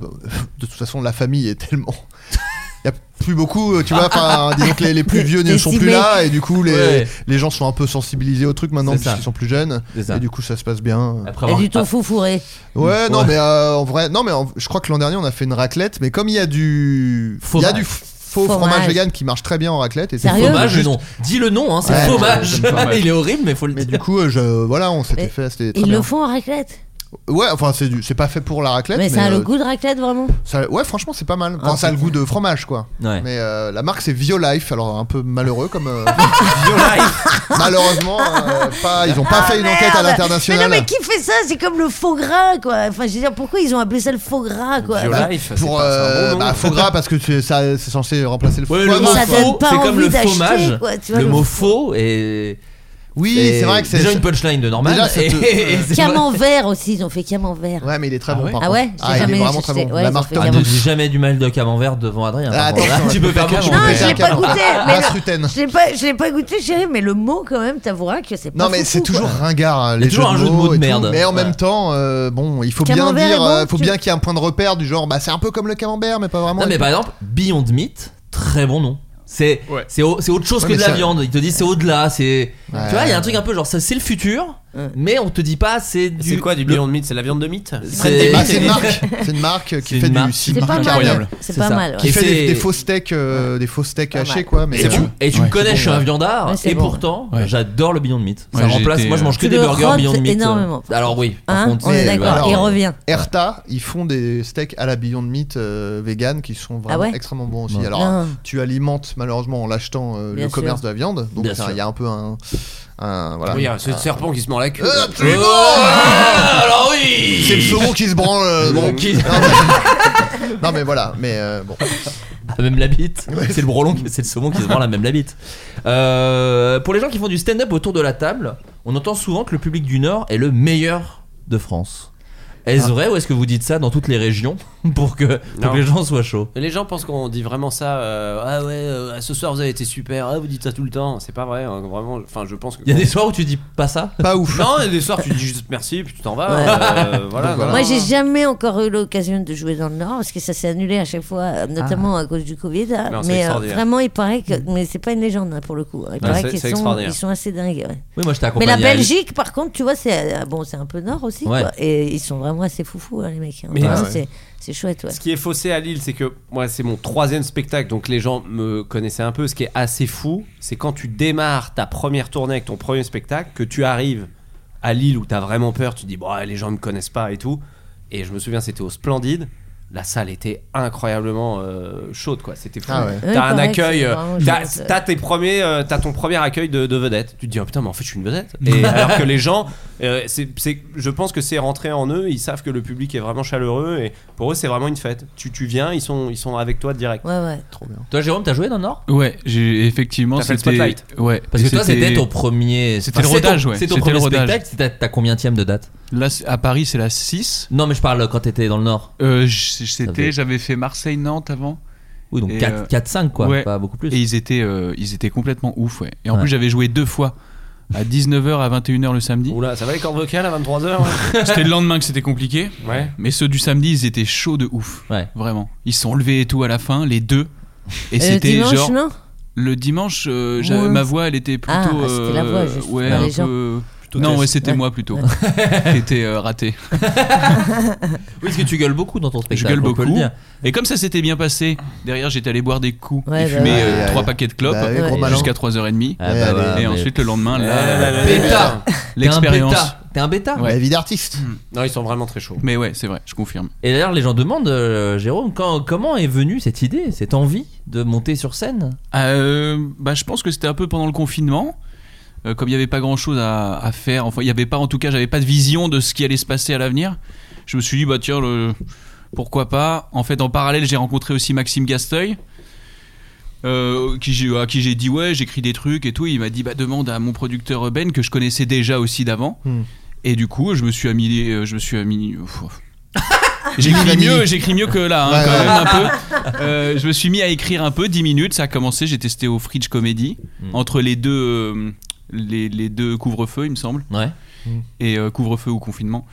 Speaker 8: de toute façon, la famille est tellement. Il n'y a plus beaucoup, euh, tu vois. Enfin, disons que les, les plus vieux ne sont plus
Speaker 3: Décimés.
Speaker 8: là. Et du coup, les,
Speaker 7: Ouais.
Speaker 8: les gens sont un peu sensibilisés au truc maintenant,
Speaker 7: C'est ça.
Speaker 8: puisqu'ils sont plus jeunes.
Speaker 7: C'est ça.
Speaker 8: Et du coup, ça se passe bien.
Speaker 7: Après
Speaker 3: Et
Speaker 7: avoir-
Speaker 3: du tofu fourré.
Speaker 8: Ouais, non,
Speaker 7: Ouais.
Speaker 8: mais euh, en vrai, non, mais en- je crois que l'an dernier, on a fait une raclette. Mais comme il y a du. Il y a
Speaker 7: Fromage.
Speaker 8: du f- faux
Speaker 3: Fromage.
Speaker 8: fromage. vegan qui marche très bien en raclette. Et c'est
Speaker 3: Sérieux
Speaker 8: fromage
Speaker 7: Fromage,
Speaker 8: juste-
Speaker 7: non. Dis le nom, hein, c'est
Speaker 8: Ouais,
Speaker 7: fromage.
Speaker 9: j'aime pas, ouais.
Speaker 7: Il est horrible, mais faut le
Speaker 8: Mais
Speaker 7: dire.
Speaker 8: du coup, euh, je, voilà, on s'était
Speaker 3: Mais
Speaker 8: fait. C'était très
Speaker 3: Ils
Speaker 8: bien.
Speaker 3: le font en raclette.
Speaker 8: Ouais, enfin, c'est du... c'est pas fait pour la raclette.
Speaker 3: Mais ça a
Speaker 8: euh,
Speaker 3: le goût de raclette vraiment.
Speaker 8: ça- ouais, franchement, c'est pas mal. Enfin,
Speaker 3: Ah,
Speaker 8: ça a le
Speaker 3: c'est
Speaker 8: goût de fromage, quoi.
Speaker 7: Ouais.
Speaker 8: Mais euh, la marque, c'est Violife. Alors, un peu malheureux comme. euh, Malheureusement, euh, pas- ils ont pas
Speaker 3: Ah,
Speaker 8: fait une enquête à
Speaker 3: merde.
Speaker 8: l'international.
Speaker 3: Mais non, mais qui fait ça C'est comme le faux gras, quoi. Enfin, je veux dire, pourquoi ils ont appelé ça le faux gras, quoi
Speaker 14: Bah
Speaker 8: pour euh, bah, faux gras parce que tu- ça c'est censé remplacer le faux
Speaker 3: le mot Ça faux, donne pas
Speaker 7: c'est comme
Speaker 3: envie
Speaker 7: le
Speaker 3: d'acheter,
Speaker 7: fromage.
Speaker 3: quoi, tu vois,
Speaker 7: le,
Speaker 3: le
Speaker 7: mot
Speaker 3: faux.
Speaker 7: faux et.
Speaker 8: Oui, c'est vrai que c'est-
Speaker 7: déjà une punchline de normal.
Speaker 8: Déjà, ça
Speaker 7: et-
Speaker 8: te-
Speaker 7: et c'est pas-
Speaker 3: Camembert aussi, ils ont fait camembert.
Speaker 8: Ouais, mais il est très bon.
Speaker 3: par Ah ouais,
Speaker 8: Ah, il est vraiment très bon. La marque
Speaker 7: Ah, ne dis jamais du mal de camembert devant Adrien.
Speaker 8: Ah,
Speaker 7: par contre.
Speaker 8: attention,
Speaker 7: Là, tu peux faire
Speaker 8: attention,
Speaker 7: bon.
Speaker 8: Non, je l'ai
Speaker 3: pas goûté. Mais
Speaker 8: Basse
Speaker 3: le-
Speaker 8: Rutten.
Speaker 3: je l'ai pas, je l'ai pas goûté, chérie, mais le mot quand même, t'avoueras que c'est pas.
Speaker 8: Non mais
Speaker 3: foufou,
Speaker 8: c'est
Speaker 3: quoi.
Speaker 8: toujours ringard hein,
Speaker 7: Il y a
Speaker 8: les
Speaker 7: toujours un jeu de mots de
Speaker 8: et tout,
Speaker 7: merde.
Speaker 8: Mais en
Speaker 7: Ouais.
Speaker 8: même temps, euh, bon, il faut bien
Speaker 3: Camembert
Speaker 8: dire,
Speaker 3: est bon,
Speaker 8: euh, faut
Speaker 3: tu-
Speaker 8: bien qu'il y ait un point de repère du genre, bah c'est un peu comme le camembert, mais pas vraiment.
Speaker 7: Non, mais bah, par exemple, Beyond Meat, très bon nom. C'est c'est au- c'est autre chose
Speaker 8: Ouais,
Speaker 7: que
Speaker 8: mais
Speaker 7: de la
Speaker 8: ça-
Speaker 7: viande. Ils te disent c'est au-delà. C'est
Speaker 8: Ouais.
Speaker 7: tu vois, il y a un truc un peu genre ça, c'est le futur, mais on te dit pas c'est du.
Speaker 6: C'est quoi du beyond meat C'est la viande de mythe
Speaker 7: C'est-
Speaker 8: Bah, c'est une marque, c'est une marque qui fait du
Speaker 7: C'est
Speaker 8: cible
Speaker 3: pas mal.
Speaker 8: incroyable.
Speaker 3: C'est
Speaker 7: C'est
Speaker 3: pas
Speaker 7: ça.
Speaker 3: mal. ouais.
Speaker 8: Qui
Speaker 7: Et
Speaker 8: fait des,
Speaker 7: c'est-
Speaker 8: des faux steaks, euh, des faux steaks
Speaker 3: mal.
Speaker 8: hachés quoi. Mais
Speaker 7: Et
Speaker 8: euh,
Speaker 7: tu, et tu me
Speaker 8: ouais,
Speaker 7: connais,
Speaker 8: c'est
Speaker 7: je suis
Speaker 8: bon,
Speaker 7: un
Speaker 8: ouais.
Speaker 7: viandard,
Speaker 3: Ouais, c'est
Speaker 7: et
Speaker 3: bon.
Speaker 7: pourtant,
Speaker 9: Ouais.
Speaker 7: j'adore le Beyond Meat. Ça
Speaker 9: Ouais, j'ai
Speaker 7: remplace,
Speaker 9: été,
Speaker 7: moi je mange que
Speaker 3: Tu
Speaker 7: des
Speaker 3: le
Speaker 7: burgers
Speaker 3: rentres
Speaker 7: Beyond Meat.
Speaker 3: énormément.
Speaker 7: Alors oui, par
Speaker 3: Hein
Speaker 7: contre,
Speaker 3: On est
Speaker 7: c'est-
Speaker 3: d'accord.
Speaker 7: voilà.
Speaker 3: Il
Speaker 8: Alors,
Speaker 3: revient.
Speaker 8: Erta, ils font des steaks à la Beyond Meat euh, vegan qui sont vraiment
Speaker 3: Ah ouais
Speaker 8: extrêmement bons aussi.
Speaker 7: Ouais.
Speaker 8: Alors,
Speaker 3: Non.
Speaker 8: tu alimentes malheureusement en l'achetant euh,
Speaker 3: Bien
Speaker 8: le
Speaker 3: sûr.
Speaker 8: commerce de la viande, donc
Speaker 7: Bien
Speaker 8: ça,
Speaker 7: sûr.
Speaker 8: il y a un peu un, un- voilà.
Speaker 6: Oui, hein, il y a ce
Speaker 8: Un-
Speaker 6: serpent qui se mord la queue.
Speaker 8: Euh, absolument
Speaker 7: Ah, alors oui
Speaker 8: C'est le saumon qui se branle. euh, bon.
Speaker 7: qui-
Speaker 8: non, mais... non, mais voilà, mais euh, bon.
Speaker 7: Ah, même la bite. C'est le brolon, qui- c'est le saumon qui se prend la même la bite. Euh, pour les gens qui font du stand-up autour de la table, on entend souvent que le public du Nord est le meilleur de France.
Speaker 8: Ah.
Speaker 7: Est-ce vrai ou est-ce que vous dites ça dans toutes les régions pour que, pour
Speaker 6: Non.
Speaker 7: que les gens soient chauds
Speaker 6: Les gens pensent qu'on dit vraiment ça. euh, ah ouais, euh, ce soir vous avez été super. Ah, vous dites ça tout le temps. C'est pas vrai. hein, vraiment. Enfin, je pense que.
Speaker 7: Il y a des soirs où tu dis pas ça
Speaker 8: Pas ouf.
Speaker 6: Non, il y a des soirs tu dis juste merci puis tu t'en vas.
Speaker 3: Ouais.
Speaker 6: euh, voilà.
Speaker 8: Donc, voilà.
Speaker 3: Moi, j'ai jamais encore eu l'occasion de jouer dans le Nord parce que ça s'est annulé à chaque fois, euh, notamment à cause du Covid. hein.
Speaker 6: Ah. Non, c'est
Speaker 3: mais euh,
Speaker 6: extraordinaire. Mm.
Speaker 3: vraiment, il paraît que. Mais c'est pas une légende hein, pour le coup. Il paraît
Speaker 6: c'est-
Speaker 3: qu'ils
Speaker 6: c'est
Speaker 3: sont,
Speaker 6: extraordinaire. bah,
Speaker 3: ils sont assez dingues. ouais.
Speaker 7: Oui, moi je t'ai
Speaker 3: Mais
Speaker 7: accompagné.
Speaker 3: la
Speaker 7: à-
Speaker 3: Belgique, par contre, tu vois, c'est euh, bon, c'est un peu Nord aussi.
Speaker 7: Ouais.
Speaker 3: quoi. Et ils sont vraiment assez foufous, hein, les mecs. hein.
Speaker 6: Mais-
Speaker 3: Vraiment,
Speaker 8: Ah ouais.
Speaker 3: c'est- C'est chouette, ouais.
Speaker 6: Ce qui est faussé à Lille, c'est que moi, c'est mon troisième spectacle, donc les gens me connaissaient un peu. Ce qui est assez fou, c'est quand tu démarres ta première tournée avec ton premier spectacle, que tu arrives à Lille où t'as vraiment peur, tu te dis, bon, ouais, les gens me connaissent pas et tout. Et je me souviens, c'était au Splendide. La salle était incroyablement euh, chaude, quoi. C'était fou.
Speaker 8: Ah ouais.
Speaker 3: Oui,
Speaker 6: T'as un
Speaker 3: pareil,
Speaker 6: accueil,
Speaker 3: c'est
Speaker 6: euh,
Speaker 3: vraiment
Speaker 6: t'as
Speaker 3: chouette.
Speaker 6: t'as tes premiers, euh, t'as ton premier accueil de, de vedette. Tu te dis, oh putain, mais en fait, je suis une vedette. Et alors que les gens, euh, c'est- c'est- je pense que c'est rentré en eux. Ils savent que le public est vraiment chaleureux et pour eux, c'est vraiment une fête. Tu, tu viens, ils sont, ils sont avec toi direct.
Speaker 3: Ouais, ouais.
Speaker 7: Toi, Jérôme, t'as joué dans le Nord
Speaker 9: Ouais, j'ai effectivement.
Speaker 6: T'as fait le
Speaker 9: c'était-
Speaker 6: spotlight.
Speaker 9: Ouais.
Speaker 7: Parce que
Speaker 9: et
Speaker 7: toi, c'était ton premier.
Speaker 9: c'était le
Speaker 7: c'est ton-
Speaker 9: rodage, ouais.
Speaker 7: C'est ton
Speaker 9: C'était
Speaker 7: premier
Speaker 9: le rodage.
Speaker 7: spectacle. C'était- T'as combien de date
Speaker 9: Là, c'est- à Paris, c'est la 6.
Speaker 7: Non, mais je parle quand t'étais dans le Nord.
Speaker 9: Euh, j-
Speaker 7: fait-
Speaker 9: c'était, j'avais fait Marseille-Nantes avant.
Speaker 7: Oui, donc
Speaker 9: Et,
Speaker 7: 4,
Speaker 9: euh,
Speaker 7: 5 quoi.
Speaker 9: ouais.
Speaker 7: Pas beaucoup plus.
Speaker 9: Et ils étaient, euh, ils étaient complètement ouf, ouais. Et en
Speaker 7: Ouais.
Speaker 9: plus, j'avais joué deux fois. À 19h, à 21h le samedi.
Speaker 6: Oula, ça va les cordes vocales à 23h
Speaker 9: C'était le lendemain que c'était compliqué.
Speaker 6: Ouais.
Speaker 9: Mais ceux du samedi, ils étaient chauds de ouf.
Speaker 7: Ouais.
Speaker 9: Vraiment. Ils se sont levés et tout à la fin, les deux. Et,
Speaker 3: Et le
Speaker 9: c'était
Speaker 3: Euh, dimanche,
Speaker 9: genre.
Speaker 3: non
Speaker 9: Le dimanche, euh, j'avais-
Speaker 3: Ouais.
Speaker 9: ma voix, elle était plutôt. euh,
Speaker 3: Ah, c'était la voix, juste.
Speaker 6: euh,
Speaker 9: Ouais,
Speaker 3: Pas
Speaker 9: un
Speaker 3: les gens.
Speaker 9: peu. non,
Speaker 3: casse.
Speaker 9: ouais, c'était
Speaker 3: Ouais.
Speaker 9: moi plutôt. qui était euh, raté.
Speaker 7: Oui, parce que tu gueules beaucoup dans ton spectacle.
Speaker 9: Je gueule
Speaker 7: on peut le
Speaker 9: beaucoup.
Speaker 7: dire.
Speaker 9: Et comme ça s'était bien passé, derrière, j'étais allé boire des coups
Speaker 3: Ouais,
Speaker 9: et
Speaker 3: bah
Speaker 9: fumer
Speaker 3: ouais.
Speaker 9: euh,
Speaker 8: Aïe,
Speaker 9: trois
Speaker 8: aïe.
Speaker 9: paquets de clopes
Speaker 8: Bah oui, gros
Speaker 3: Ouais.
Speaker 8: malin.
Speaker 9: jusqu'à 3h30.
Speaker 7: Ah,
Speaker 8: Eh,
Speaker 7: bah,
Speaker 8: allez.
Speaker 7: voilà,
Speaker 9: et
Speaker 7: mais-
Speaker 9: ensuite, le lendemain,
Speaker 6: là, là,
Speaker 9: là,
Speaker 6: là.
Speaker 7: Bêta T'es un
Speaker 9: l'expérience.
Speaker 7: bêta. T'es un bêta
Speaker 9: Ouais. Mm.
Speaker 8: La Bah, vie d'artiste.
Speaker 6: Non, ils sont vraiment très chauds.
Speaker 9: Mais ouais, c'est vrai, je confirme.
Speaker 7: Et d'ailleurs, les gens demandent, euh, Jérôme, quand- comment est venue cette idée, cette envie de monter sur scène
Speaker 9: Euh, bah, je pense que c'était un peu pendant le confinement. Euh, comme il n'y avait pas grand chose à, à faire, enfin, il n'y avait pas, en tout cas, j'avais pas de vision de ce qui allait se passer à l'avenir. Je me suis dit, bah tiens, le- pourquoi pas. En fait, en parallèle, j'ai rencontré aussi Maxime Gasteuil, euh, qui j'ai- à qui j'ai dit, ouais, j'écris des trucs et tout. Il m'a dit, bah demande à mon producteur Ben, que je connaissais déjà aussi d'avant.
Speaker 8: Hmm.
Speaker 9: Et du coup, je me suis ami. euh, Je me suis ami. Ouf.
Speaker 8: Ami.
Speaker 9: J'écris mieux, j'écris mieux que là, hein,
Speaker 8: Ouais,
Speaker 9: quand
Speaker 8: ouais.
Speaker 9: même un peu. Euh, je me suis mis à écrire un peu, 10 minutes, ça a commencé, j'ai testé au Fridge Comedy,
Speaker 7: Mm.
Speaker 8: Hmm.
Speaker 9: entre les deux, euh, les, les deux couvre-feux, il me semble,
Speaker 7: Ouais.
Speaker 9: et euh, couvre-feu ou confinement.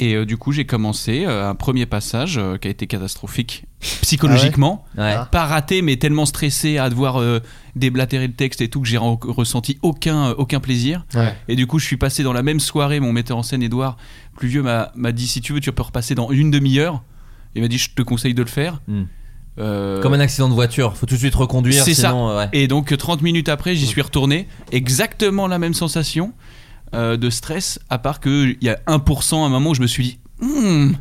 Speaker 9: Et euh, du coup, j'ai commencé euh, un premier passage euh, qui a été catastrophique psychologiquement.
Speaker 7: Ouais.
Speaker 8: Ah.
Speaker 9: Pas raté, mais tellement stressé à devoir euh, déblatérer le texte et tout que j'ai re- ressenti aucun, euh, aucun plaisir.
Speaker 8: Ouais.
Speaker 9: Et du coup, je suis passé dans la même soirée. Mon metteur en scène, Edouard Pluvieux, m'a m'a dit si tu veux, tu peux repasser dans une demi-heure. Il m'a dit je te conseille de le faire.
Speaker 7: Mm.
Speaker 9: Euh,
Speaker 7: Comme un accident de voiture, faut tout de suite reconduire.
Speaker 9: C'est
Speaker 7: sinon, euh, ouais.
Speaker 9: et donc 30 minutes après, j'y suis retourné, exactement la même sensation. euh, de stress, à part qu'il y a 1% à un moment où je me suis dit, Hmm.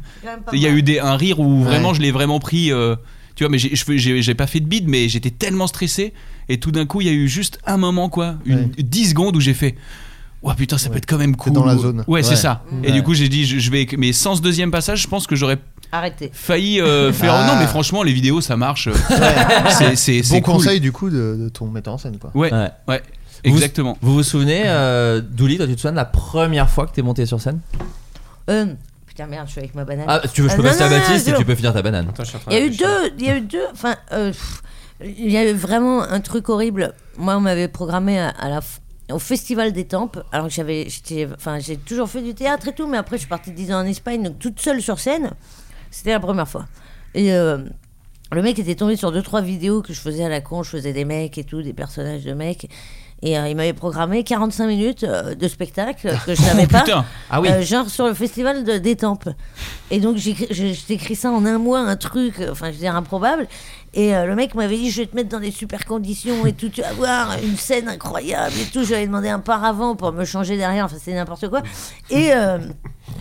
Speaker 9: il y a eu des, un rire où vraiment je l'ai vraiment pris. euh, tu vois, mais j'ai- je fais- j'ai j'ai pas fait de bide, mais j'étais tellement stressé. Et tout d'un coup, il y a eu juste un moment, quoi, une, 10 secondes où j'ai fait. Ouais putain ça peut être quand même cool
Speaker 8: dans la zone.
Speaker 9: ouais, c'est
Speaker 8: Ouais.
Speaker 9: ça
Speaker 8: Mm.
Speaker 9: et
Speaker 8: Ouais.
Speaker 9: du coup j'ai dit je, je vais mais sans ce deuxième passage je pense que j'aurais
Speaker 3: bah, Arrêtez.
Speaker 9: failli euh, faire
Speaker 8: Ah.
Speaker 9: non mais franchement les vidéos ça marche c'est c'est
Speaker 8: Bon
Speaker 9: c'est cool.
Speaker 8: conseil du coup de, de ton metteur en scène quoi.
Speaker 9: ouais ouais,
Speaker 7: Vous-
Speaker 9: exactement
Speaker 7: Vous vous souvenez, euh, Douli, toi tu te souviens de la première fois que t'es monté sur scène
Speaker 3: Euh, putain, merde, je suis avec ma banane.
Speaker 7: Ah, si tu veux, je peux
Speaker 3: non,
Speaker 7: passer
Speaker 3: non,
Speaker 7: à
Speaker 3: non,
Speaker 7: Baptiste
Speaker 3: non,
Speaker 7: et
Speaker 3: non.
Speaker 7: tu peux finir ta banane.
Speaker 3: Il y a eu deux, il y a eu deux, enfin, euh, pff, il y a eu vraiment un truc horrible. Moi, on m'avait programmé à, à la f- au Festival des Tempes, alors que j'avais, j'étais- enfin, j'ai toujours fait du théâtre et tout, mais après, je suis partie 10 ans en Espagne, donc toute seule sur scène. C'était la première fois. Et euh, le mec était tombé sur deux, trois vidéos que je faisais à la con, je faisais des mecs et tout, des personnages de mecs. Et euh, il m'avait programmé 45 minutes euh, de spectacle que je
Speaker 9: Oh,
Speaker 3: savais pas.
Speaker 9: putain. Ah oui.
Speaker 3: Euh, genre sur le festival de- des temples. Et donc j'ai j'ai- j'ai écrit ça en un mois, un truc, euh, enfin je veux dire improbable. Et euh, le mec m'avait dit je vais te mettre dans des super conditions et tout, tu vas voir une scène incroyable et tout. J'avais demandé un paravent pour me changer derrière, enfin c'est n'importe quoi. Et euh,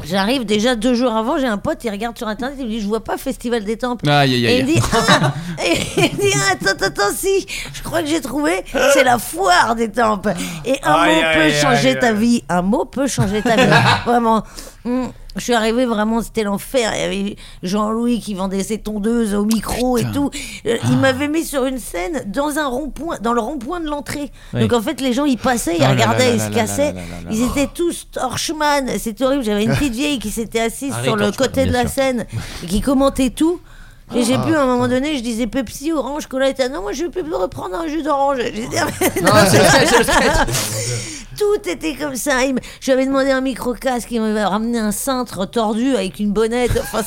Speaker 3: j'arrive déjà deux jours avant, j'ai un pote, il regarde sur internet, il me dit je vois pas festival des temples.
Speaker 9: Aïe, aïe,
Speaker 3: Et
Speaker 9: aïe.
Speaker 3: il dit ah Et il dit ah, attends attends si, je crois que j'ai trouvé, c'est la foire des temples. Et un
Speaker 17: Aïe,
Speaker 3: mot peut
Speaker 17: aïe,
Speaker 3: changer
Speaker 17: aïe,
Speaker 3: ta
Speaker 17: aïe.
Speaker 3: vie. Un mot peut changer ta vie. vraiment. Mm. Je suis arrivée vraiment, c'était l'enfer. Il y avait Jean-Louis qui vendait ses tondeuses au micro et tout. Euh,
Speaker 17: Ah.
Speaker 3: Il m'avait mis sur une scène dans un rond-point, dans le rond-point de l'entrée.
Speaker 17: Oui.
Speaker 3: Donc en fait, les gens ils passaient, ils
Speaker 17: Oh là là
Speaker 3: regardaient, ils
Speaker 17: là
Speaker 3: se
Speaker 17: là
Speaker 3: cassaient.
Speaker 17: là là là là.
Speaker 3: Ils étaient tous Torchman. C'est horrible. J'avais une petite vieille qui s'était assise
Speaker 17: Harry
Speaker 3: sur le
Speaker 17: Torchman,
Speaker 3: côté de
Speaker 17: bien
Speaker 3: la
Speaker 17: sûr.
Speaker 3: scène et qui commentait tout. Et j'ai
Speaker 17: Ah,
Speaker 3: pu à un moment donné, je disais Pepsi, orange, cola, et tout. non, moi je peux reprendre un jus d'orange. J'ai dit, Ah, mais non,
Speaker 17: c'est le sketch, c'est le
Speaker 3: tout était comme ça. Il me- Je lui avais demandé un micro-casque, il m'avait ramené un cintre tordu avec une bonnette. Enfin,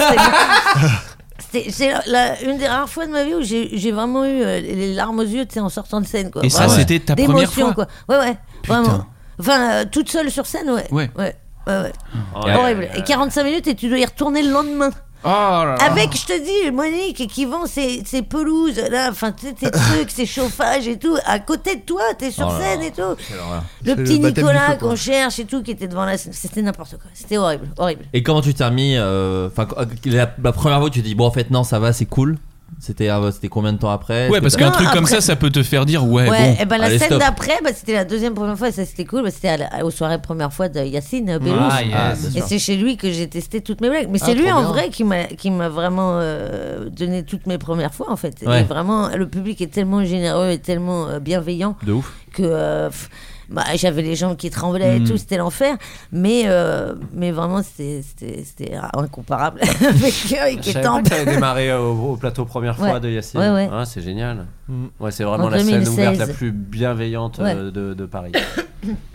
Speaker 3: c'était- c'était- C'est la- la- une des rares fois de ma vie où j'ai j'ai vraiment eu euh, les larmes aux yeux tu sais, en sortant de scène.
Speaker 6: Ah
Speaker 3: Quoi.
Speaker 9: Et ça,
Speaker 3: Vraiment.
Speaker 9: c'était ta première
Speaker 3: D'émotion,
Speaker 9: fois
Speaker 3: quoi. Ouais, ouais. Vraiment. Enfin, euh, toute seule sur scène, ouais.
Speaker 9: Ouais.
Speaker 3: ouais. ouais, ouais.
Speaker 17: Oh
Speaker 9: Ouais.
Speaker 3: Horrible. Et 45 minutes et tu dois y retourner le lendemain.
Speaker 9: Oh
Speaker 3: Avec, je te dis, Monique qui vend ses, ses pelouses, là, enfin, tu sais, tes trucs, ses chauffages et tout, à côté de toi, t'es sur
Speaker 17: Oh là
Speaker 3: scène
Speaker 17: là.
Speaker 3: et tout.
Speaker 17: C'est
Speaker 3: Le petit
Speaker 17: le baptême du
Speaker 3: Nicolas
Speaker 17: feu, quoi.
Speaker 3: qu'on cherche et tout, qui était devant la scène, c'était n'importe quoi. C'était horrible, horrible.
Speaker 7: Et comment tu t'es remis euh, Enfin, quand- la, la première fois, où tu t'es dit bon, en fait, non, ça va, c'est cool. C'était euh, c'était combien de temps après Est-ce
Speaker 9: ouais
Speaker 7: que
Speaker 9: parce
Speaker 7: t'as-
Speaker 9: qu'un
Speaker 3: Non,
Speaker 9: truc comme
Speaker 3: après-
Speaker 9: ça ça peut te faire dire ouais,
Speaker 3: ouais,
Speaker 9: bon,
Speaker 3: et ben la
Speaker 9: allez,
Speaker 3: scène
Speaker 9: stop.
Speaker 3: d'après, bah, c'était la deuxième première fois, et ça c'était cool, bah, c'était à la- aux soirées première fois de Yacine euh, Bellous.
Speaker 9: Ah, yes.
Speaker 7: bah,
Speaker 9: Ah, bien
Speaker 3: et
Speaker 9: sûr.
Speaker 3: c'est chez lui que j'ai testé toutes mes blagues. Mais
Speaker 17: Ah,
Speaker 3: c'est lui
Speaker 17: trop
Speaker 3: en
Speaker 17: bien.
Speaker 3: vrai qui m'a qui m'a vraiment euh, donné toutes mes premières fois en fait.
Speaker 17: Ouais.
Speaker 3: Et vraiment, le public est tellement généreux et tellement euh, bienveillant
Speaker 17: De ouf.
Speaker 3: que euh, pff, bah, j'avais les gens qui tremblaient et
Speaker 17: Mm.
Speaker 3: tout, c'était l'enfer. Mais, euh, mais vraiment, c'était- c'était c'était incomparable avec, avec
Speaker 6: Je
Speaker 3: les
Speaker 6: savais pas
Speaker 3: tempes.
Speaker 6: que t'avais démarré au, euh, au plateau première fois
Speaker 3: Ouais.
Speaker 6: de Yacine.
Speaker 3: Ouais, ouais.
Speaker 6: Ah, c'est génial.
Speaker 7: Mm.
Speaker 6: Ouais, c'est vraiment
Speaker 7: En
Speaker 6: la scène
Speaker 7: 2016.
Speaker 6: ouverte la plus bienveillante euh,
Speaker 7: Ouais.
Speaker 6: de, de Paris.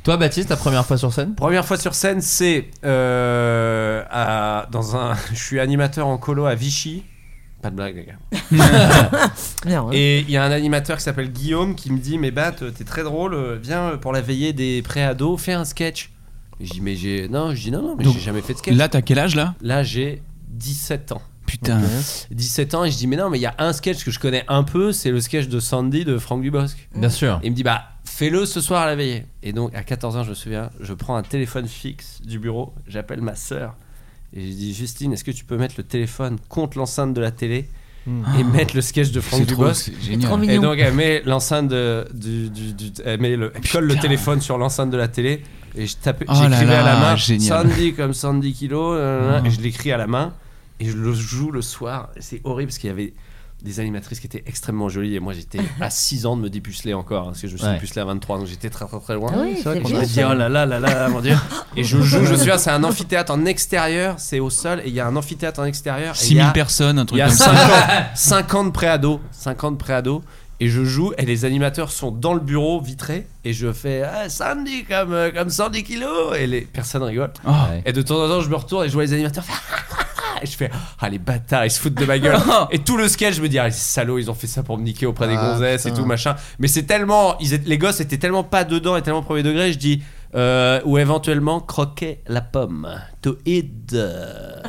Speaker 7: Toi, Baptiste, ta première fois sur scène
Speaker 6: Première fois sur scène, c'est euh, à- dans un. Je suis animateur en colo à Vichy. Pas de blague, les gars.
Speaker 3: Non, hein.
Speaker 6: Et il y a un animateur qui s'appelle Guillaume qui me dit Mais Bat, t'es très drôle, euh, viens euh, pour la veillée des pré-ados, fais un sketch. Et Je dis Mais j'ai. Non, je dis Non, non, mais
Speaker 9: Donc,
Speaker 6: j'ai jamais fait de sketch.
Speaker 9: là, t'as quel âge, là
Speaker 6: Là, j'ai 17 ans.
Speaker 9: Putain. Ok.
Speaker 6: 17 ans, et je dis Mais non, mais il y a un sketch que je connais un peu, c'est le sketch de Sandy de Franck Dubosc.
Speaker 7: Bien sûr.
Speaker 6: Il me dit Bah, fais-le ce soir à la veillée. Et donc, à 14 ans, je me souviens, je prends un téléphone fixe du bureau, j'appelle ma sœur. Et je dis Justine, est-ce que tu peux mettre le téléphone contre l'enceinte de la télé
Speaker 9: Mm.
Speaker 6: et mettre le sketch de Franck
Speaker 9: C'est trop-
Speaker 6: Dubosc
Speaker 9: c'est génial. C'est trop
Speaker 6: Et
Speaker 9: mignon.
Speaker 6: donc elle met l'enceinte de- du, du- du- elle met le, elle colle le téléphone sur l'enceinte de la télé et je tapais,
Speaker 9: Oh
Speaker 6: j'écrivais
Speaker 9: là
Speaker 6: à la
Speaker 9: là,
Speaker 6: main
Speaker 9: génial.
Speaker 6: Sandy comme Sandy Kilo euh,
Speaker 9: Ah.
Speaker 6: et je l'écris à la main et je le joue le soir. Et C'est horrible parce qu'il y avait des animatrices qui étaient extrêmement jolies et moi j'étais à 6 ans de me dépuceler encore hein, parce que je me suis
Speaker 7: Ouais.
Speaker 6: dépucelé à 23 donc j'étais très très très loin.
Speaker 7: Ah oui, C'est vrai c'est
Speaker 6: je
Speaker 7: bien,
Speaker 6: me
Speaker 7: ça.
Speaker 6: dis oh là là là là mon dieu et je joue je me souviens c'est un amphithéâtre en extérieur c'est au sol et il y a un amphithéâtre en extérieur et il y
Speaker 9: 6000
Speaker 6: a-
Speaker 9: personnes, un truc
Speaker 6: il y a
Speaker 9: comme ça.
Speaker 6: 50, 50 pré-ados, 50 pré-ados, et je joue, et les animateurs sont dans le bureau vitré, et je fais ah, Sandy comme, euh, comme Sandy Kilo, et les personnes rigolent.
Speaker 7: Ah.
Speaker 6: Et de temps en temps, je me retourne et je vois les animateurs faire et je fais ah les bâtards ils se foutent de ma gueule et tout le sketch je me dis ah les salauds ils ont fait ça pour me niquer auprès des
Speaker 7: Ah,
Speaker 6: gonzesses et
Speaker 7: putain.
Speaker 6: tout machin mais c'est tellement ils étaient- les gosses étaient tellement pas dedans et tellement premier degré je dis euh, ou éventuellement croquer la pomme to eat euh.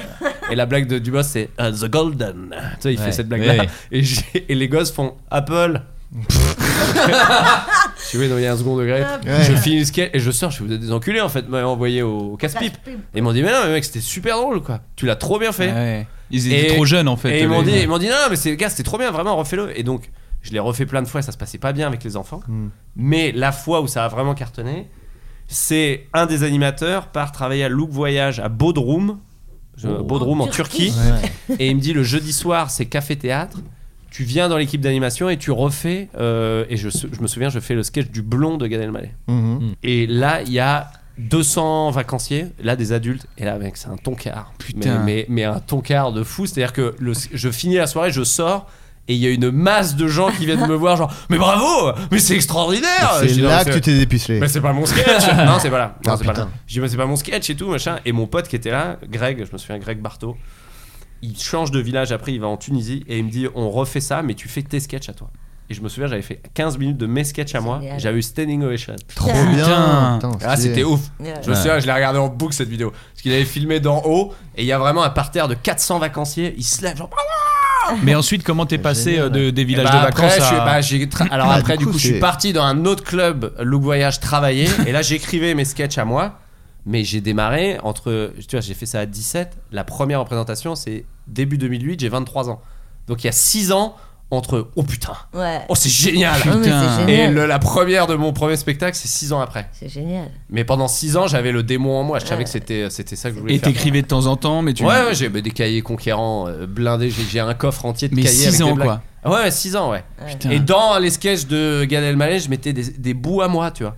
Speaker 6: et la blague de Dumas c'est euh, the golden tu sais il
Speaker 7: Ouais.
Speaker 6: fait cette blague là
Speaker 7: Ouais, ouais.
Speaker 6: et, j'ai- et les gosses font apple je Je dis, oui, non, il y a un second degré.
Speaker 3: Ah, putain.
Speaker 6: Je finis le sketch et je sors. Je fais, vous êtes des enculés en fait. Vous m'avez envoyé au, au casse-pipe.
Speaker 3: Casse-pipe.
Speaker 6: Et ils m'ont dit, mais non, mais mec, c'était super drôle quoi. Tu l'as trop bien fait.
Speaker 9: Ils étaient
Speaker 6: Et-
Speaker 9: trop jeunes, en fait, euh,
Speaker 6: Et ils m'ont
Speaker 9: les-
Speaker 6: dit, ils m'ont dit, non, non, mais c'est, gars, c'était trop bien, vraiment, refais-le. Et donc, je l'ai refait plein de fois. Ça se passait pas bien avec les enfants.
Speaker 9: Hmm.
Speaker 6: Mais la fois où ça a vraiment cartonné, c'est un des animateurs part travailler à Look Voyage à Bodrum, je-
Speaker 7: Oh.
Speaker 6: Bodrum en
Speaker 7: En
Speaker 6: Turquie,
Speaker 7: Turquie.
Speaker 6: et il me dit le jeudi soir c'est café théâtre. Tu viens dans l'équipe d'animation et tu refais. euh, et je, sou- je me souviens, je fais le sketch du blond de Gad Elmaleh.
Speaker 7: Mhm.
Speaker 6: Et là, il y a 200 vacanciers, là des adultes, et là, mec, c'est un toncard.
Speaker 9: Putain.
Speaker 6: Mais, mais, mais un toncard de fou, c'est-à-dire que le- je finis la soirée, je sors. Et il y a une masse de gens qui viennent me voir, genre, mais bravo, mais c'est
Speaker 9: Ah,
Speaker 6: extraordinaire!
Speaker 8: C'est
Speaker 6: Je dis, Non,
Speaker 8: là
Speaker 6: mais
Speaker 8: que tu t'es dépucelé.
Speaker 6: Mais c'est pas mon sketch! non, c'est pas là. Non,
Speaker 8: Ah,
Speaker 6: c'est pas là.
Speaker 8: putain.
Speaker 6: Je dis, mais c'est pas mon sketch et tout, machin. Et mon pote qui était là, Greg, je me souviens, Greg Barthaud, il change de village après, il va en Tunisie et il me dit, on refait ça, mais tu fais tes sketchs à toi. Et je me souviens, j'avais fait 15 minutes de mes sketchs à moi,
Speaker 7: Génial.
Speaker 6: j'avais eu Standing Ovation.
Speaker 7: Trop Putain. bien. Putain,
Speaker 6: Ah,
Speaker 7: stylé.
Speaker 6: c'était ouf!
Speaker 7: Ouais.
Speaker 6: Je me souviens, je l'ai regardé en boucle cette vidéo. Parce qu'il avait filmé d'en haut et il y a vraiment un parterre de 400 vacanciers, ils se lèvent, genre,
Speaker 9: Mais ensuite, comment t'es passé euh, de, des
Speaker 6: eh
Speaker 9: villages
Speaker 6: bah,
Speaker 9: de
Speaker 6: après,
Speaker 9: vacances
Speaker 6: je suis-
Speaker 9: à...
Speaker 6: bah, j'ai tra- Alors
Speaker 9: Ah,
Speaker 6: après, du coup, je suis
Speaker 9: c'est-
Speaker 6: parti dans un autre club, Look Voyage, travailler. et là, j'écrivais mes sketchs à moi. Mais j'ai démarré entre. Tu vois, j'ai fait ça à 17. La première représentation, c'est début 2008, j'ai 23 ans. Donc il y a 6 ans entre. Oh putain!
Speaker 3: Ouais.
Speaker 6: Oh, c'est génial!
Speaker 3: Ah, mais c'est
Speaker 6: Et
Speaker 3: génial.
Speaker 6: le- la première de mon premier spectacle, c'est 6 ans après.
Speaker 3: C'est génial.
Speaker 6: Mais pendant 6 ans, j'avais le démon en moi. Je savais que c'était c'était ça que je voulais
Speaker 9: Et
Speaker 6: faire.
Speaker 9: t'écrivais de temps en temps, mais tu.
Speaker 6: Ouais, ouais, j'ai bah, des cahiers conquérants euh, blindés, j'ai j'ai un coffre entier de
Speaker 9: Mais
Speaker 6: cahiers
Speaker 9: six
Speaker 6: avec
Speaker 9: ans,
Speaker 6: des blagues.
Speaker 9: quoi.
Speaker 6: Ah Ouais, 6 ans, ouais.
Speaker 9: Putain.
Speaker 6: Et dans les sketchs de Gad Elmaleh, je mettais des, des bouts à moi, tu vois.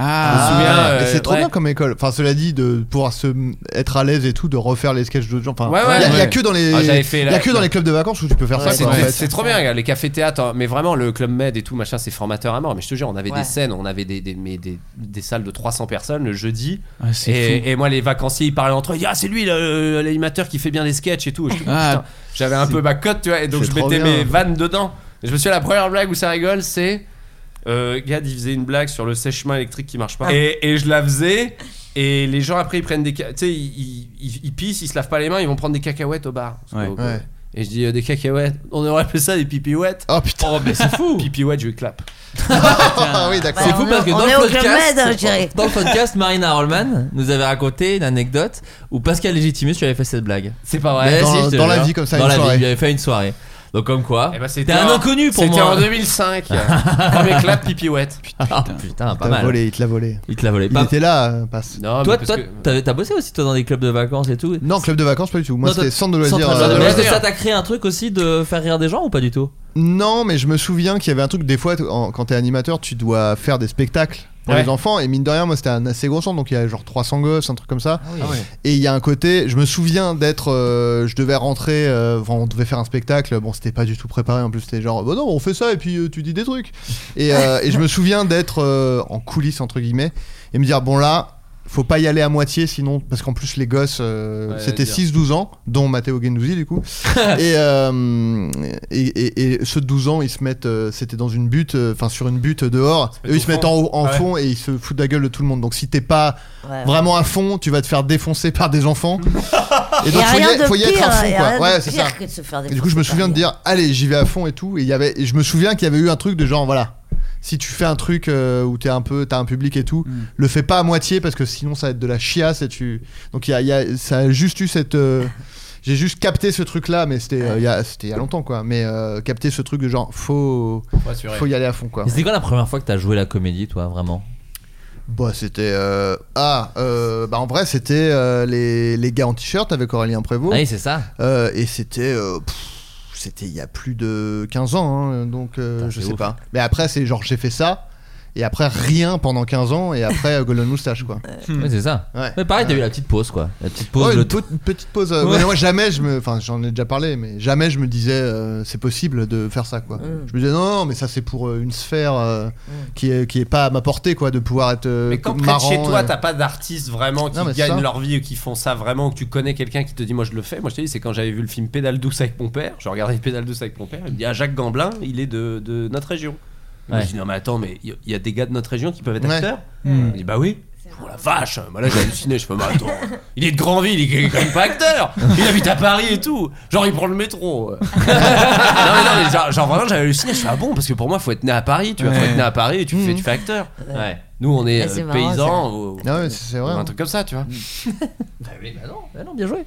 Speaker 9: Ah,
Speaker 6: je me souviens, euh,
Speaker 8: Et c'est trop
Speaker 6: ouais.
Speaker 8: bien comme école. Enfin, cela dit, de pouvoir se être à l'aise et tout, de refaire les sketchs d'autres gens. Enfin,
Speaker 6: Ouais, ouais,
Speaker 8: il y a- il y a
Speaker 6: ouais.
Speaker 8: que dans les,
Speaker 6: Ah,
Speaker 8: il
Speaker 6: j'avais fait
Speaker 8: y
Speaker 6: la-
Speaker 8: a que dans les clubs de vacances où tu peux faire ça.
Speaker 6: C'est
Speaker 8: quoi, en fait.
Speaker 6: c'est trop bien, regarde, les cafés théâtres, hein. mais vraiment le Club Med et tout, machin, c'est formateur à mort. Mais je te jure, on avait
Speaker 7: Ouais.
Speaker 6: des scènes, on avait des, des, mais des, des salles de 300 personnes le jeudi.
Speaker 9: Ouais, Ah, c'est fou.
Speaker 6: et, et moi, les vacanciers, ils parlaient entre eux, ils disaient, ah, c'est lui le- l'animateur qui fait bien des sketchs et tout. Et je- putain,
Speaker 9: Ah,
Speaker 6: J'avais un peu ma cote, tu vois, et donc
Speaker 9: c'est
Speaker 6: je
Speaker 9: trop
Speaker 6: mettais
Speaker 9: bien.
Speaker 6: mes vannes dedans. Et je me souviens, la première blague où ça rigole, c'est. Euh, Gad, il faisait une blague sur le sèche-main électrique qui marche
Speaker 9: Ah.
Speaker 6: pas. Et, et je la faisais. Et les gens après ils prennent des. ca- Tu sais, ils, ils, ils- ils pissent, ils se lavent pas les mains, ils vont prendre des cacahuètes au bar. Parce que-
Speaker 8: Ouais.
Speaker 6: Et je dis euh, des cacahuètes. On aurait appelé ça des pipiouettes. Oh putain, mais c'est fou. pipiouettes, je clap.
Speaker 8: Ah oui, d'accord.
Speaker 7: C'est fou parce que dans le,
Speaker 3: Club Med, je dirais.
Speaker 7: podcast, dans le podcast, Marina Rollman nous avait raconté une anecdote où Pascal Légitimus lui avait fait cette blague.
Speaker 6: C'est pas vrai.
Speaker 7: Mais
Speaker 6: Dans-
Speaker 7: si, je te
Speaker 6: dans la
Speaker 7: jure.
Speaker 6: vie, comme ça,
Speaker 7: Dans
Speaker 6: une
Speaker 7: la vie,
Speaker 6: soirée.
Speaker 7: il lui avait fait une soirée. Donc comme quoi,
Speaker 6: Eh ben,
Speaker 7: t'es
Speaker 6: c'était
Speaker 7: un
Speaker 6: en-
Speaker 7: inconnu pour
Speaker 6: C'était
Speaker 7: moi.
Speaker 6: en 2005. Premier clap pipiouette.
Speaker 7: Ah, putain,
Speaker 8: Il
Speaker 7: pas
Speaker 8: t'a
Speaker 7: mal.
Speaker 8: volé, il te l'a volé.
Speaker 7: Il te l'a volé.
Speaker 8: Il
Speaker 7: Pas-
Speaker 8: était là, euh, passe.
Speaker 9: Ah,
Speaker 6: Non,
Speaker 7: toi, toi, t'avais- t'as bossé aussi toi dans des clubs de vacances et tout.
Speaker 8: Non, club de vacances, pas du tout. Moi,
Speaker 7: Non, toi,
Speaker 8: c'était centre de loisirs.
Speaker 7: centre de
Speaker 8: euh,
Speaker 7: loisirs. Est-ce que ça t'a créé un truc aussi de faire rire des gens ou pas du tout
Speaker 8: Non, mais je me souviens qu'il y avait un truc, des fois, t- en- quand t'es animateur, tu dois faire des spectacles pour
Speaker 7: Ouais.
Speaker 8: les enfants. Et mine de rien, moi, c'était un assez gros centre, donc il y avait genre 300 gosses, un truc comme ça.
Speaker 7: Ah ouais.
Speaker 8: Et il y a un côté, je me souviens d'être, euh, je devais rentrer, euh, enfin, on devait faire un spectacle, bon, c'était pas du tout préparé, en plus, c'était genre, bah non, on fait ça, et puis euh, tu dis des trucs. Et, euh, et je me souviens d'être euh, en coulisses, entre guillemets, et me dire, bon là... Faut pas y aller à moitié, sinon, parce qu'en plus, les gosses, euh,
Speaker 7: Ouais, hein.
Speaker 8: c'était
Speaker 7: dire.
Speaker 8: 6-12 ans, dont Matteo Gendouzi, du coup. et, euh, et, et- et ceux de 12 ans, ils se mettent, euh, c'était dans une butte, euh, enfin sur une butte dehors,
Speaker 7: mettent
Speaker 8: eux
Speaker 7: au
Speaker 8: ils se mettent en,
Speaker 7: fond.
Speaker 8: haut- en
Speaker 7: Ouais.
Speaker 8: fond et ils se foutent de la gueule de tout le monde. Donc si t'es pas
Speaker 3: Euh,
Speaker 7: Ouais.
Speaker 8: vraiment à fond, tu vas te faire défoncer par des enfants. et
Speaker 3: Y
Speaker 8: donc
Speaker 3: a
Speaker 8: faut y,
Speaker 3: rien de
Speaker 8: faut y être
Speaker 3: pire,
Speaker 8: à fond,
Speaker 3: y a
Speaker 8: quoi.
Speaker 3: rien de
Speaker 8: Ouais, c'est
Speaker 3: pire
Speaker 8: ça.
Speaker 3: que de se faire
Speaker 8: Et du coup, je me
Speaker 3: défoncer
Speaker 8: souviens de
Speaker 3: par
Speaker 8: dire, allez, j'y vais à fond et tout. Et il y avait, et je me souviens qu'il y avait eu un truc de genre, voilà. Si tu fais un truc euh, où t'es un peu, t'as un public et tout, le fais pas à moitié parce que sinon ça va être de la chiasse et tu. Donc il y a, il y a- ça a juste eu cette. euh, J'ai juste capté ce truc-là, mais c'était euh, il y a, c'était il y a longtemps quoi. Mais euh, capter ce truc de genre, faut,
Speaker 6: Faut assurer.
Speaker 8: faut y aller à fond quoi.
Speaker 7: Et C'était quand la première fois que t'as joué la comédie, toi, vraiment
Speaker 8: Bah c'était euh, ah euh, bah en vrai c'était euh, les, les gars en t-shirt avec Aurélien Prévost.
Speaker 7: Ah oui, c'est ça.
Speaker 8: Euh, et c'était euh, pff, c'était il y a plus de 15 ans hein, donc euh, je
Speaker 7: c'est
Speaker 8: sais
Speaker 7: ouf.
Speaker 8: pas. Mais après c'est genre j'ai fait ça et après rien pendant 15 ans et après euh, Golden Moustache quoi.
Speaker 7: Ouais, c'est ça.
Speaker 8: Ouais.
Speaker 7: Mais pareil, t'as eu la petite pause, quoi. La petite pause.
Speaker 8: Ouais,
Speaker 7: le
Speaker 8: une, pe- une petite pause. euh,
Speaker 7: Ouais.
Speaker 8: mais moi jamais je me, enfin j'en ai déjà parlé, mais jamais je me disais euh, c'est possible de faire ça quoi.
Speaker 7: Mm.
Speaker 8: Je me disais non, non mais ça c'est pour euh, une sphère euh, qui est qui est pas à ma portée quoi de pouvoir être euh,
Speaker 6: Mais quand près de
Speaker 8: marrant.
Speaker 6: chez toi,
Speaker 8: euh.
Speaker 6: t'as pas d'artistes vraiment qui
Speaker 8: Non, mais c'est
Speaker 6: gagnent
Speaker 8: ça.
Speaker 6: leur vie ou qui font ça vraiment, que tu connais quelqu'un qui te dit moi je le fais. Moi je te dis, c'est quand j'avais vu le film Pédale douce avec mon père, je regardais Pédale douce avec mon père, il me dit ah Jacques Gamblin, il est de, de notre région. Et moi,
Speaker 7: Ouais.
Speaker 6: Je dis non mais attends, mais il y, il y a des gars de notre région qui peuvent être
Speaker 7: Ouais.
Speaker 6: acteurs.
Speaker 7: Mm.
Speaker 6: Il dit bah oui. Oh la vache, bah là j'ai halluciné, je fais, mais attends, il est de Grandville, il est quand même pas acteur, il habite à Paris et tout, genre il prend le métro. non mais non, mais genre, genre vraiment j'avais halluciné, je fais, ah bon, parce que pour moi faut être né à Paris, tu vois, faut
Speaker 7: Ouais.
Speaker 6: être né à Paris et tu, fais, tu fais acteur. Ouais. Nous on est,
Speaker 7: Ouais, c'est
Speaker 6: euh,
Speaker 7: marrant,
Speaker 6: paysans
Speaker 7: ça.
Speaker 6: ou,
Speaker 8: Non, mais Ah c'est vrai. hein.
Speaker 6: ou un truc comme ça, tu vois.
Speaker 7: Bah oui, bah non, bah non, bien joué.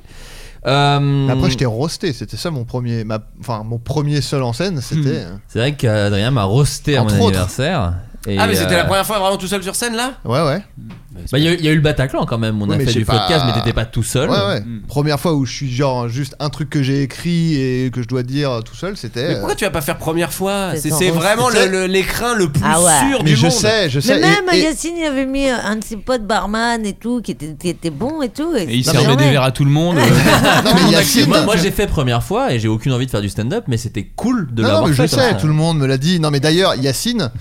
Speaker 7: Euh,
Speaker 8: Après,
Speaker 6: Hmm.
Speaker 8: j'étais rosté, c'était ça mon premier, ma- enfin mon premier seul en scène, c'était.
Speaker 6: Hmm.
Speaker 7: C'est vrai qu'Adrien m'a roasté à mon
Speaker 8: Entre autres.
Speaker 7: anniversaire. et,
Speaker 6: ah mais c'était
Speaker 7: euh,
Speaker 6: la première fois vraiment tout seul sur scène là
Speaker 8: hein. Ouais, ouais.
Speaker 7: Bah, il y, a eu- il y a eu le Bataclan quand même, on
Speaker 8: Oui,
Speaker 7: a
Speaker 8: mais
Speaker 7: fait
Speaker 8: j'ai
Speaker 7: du
Speaker 8: pas-
Speaker 7: podcast, mais t'étais pas tout
Speaker 6: Bah
Speaker 7: seul.
Speaker 8: Ouais, ouais. Première fois où je suis genre juste un truc que j'ai écrit et que je dois dire tout seul, c'était. euh,
Speaker 6: Mais pourquoi tu vas pas faire première fois
Speaker 8: C'est
Speaker 6: C'est
Speaker 8: en
Speaker 6: c'est
Speaker 8: rose.
Speaker 6: vraiment le-
Speaker 8: C'est-
Speaker 6: le- l'écrin le, plus
Speaker 8: Ah ouais.
Speaker 6: sûr
Speaker 8: Mais
Speaker 6: du
Speaker 8: je
Speaker 6: monde.
Speaker 8: sais, je
Speaker 3: Mais même Yacine il avait mis euh, un de ses potes barman et tout qui était, qui était bon et tout.
Speaker 9: Et il
Speaker 3: c'est
Speaker 9: servait
Speaker 3: jamais-
Speaker 9: des verres à tout le monde.
Speaker 8: non, mais Yacine-
Speaker 7: moi, moi, j'ai fait première fois et j'ai aucune envie de faire du stand-up, mais c'était cool de
Speaker 8: non, non,
Speaker 7: l'avoir
Speaker 8: mais je
Speaker 7: fait. comme
Speaker 6: hein.
Speaker 8: sais,
Speaker 7: ça.
Speaker 8: tout le monde me l'a dit. Non, mais d'ailleurs, Yacine,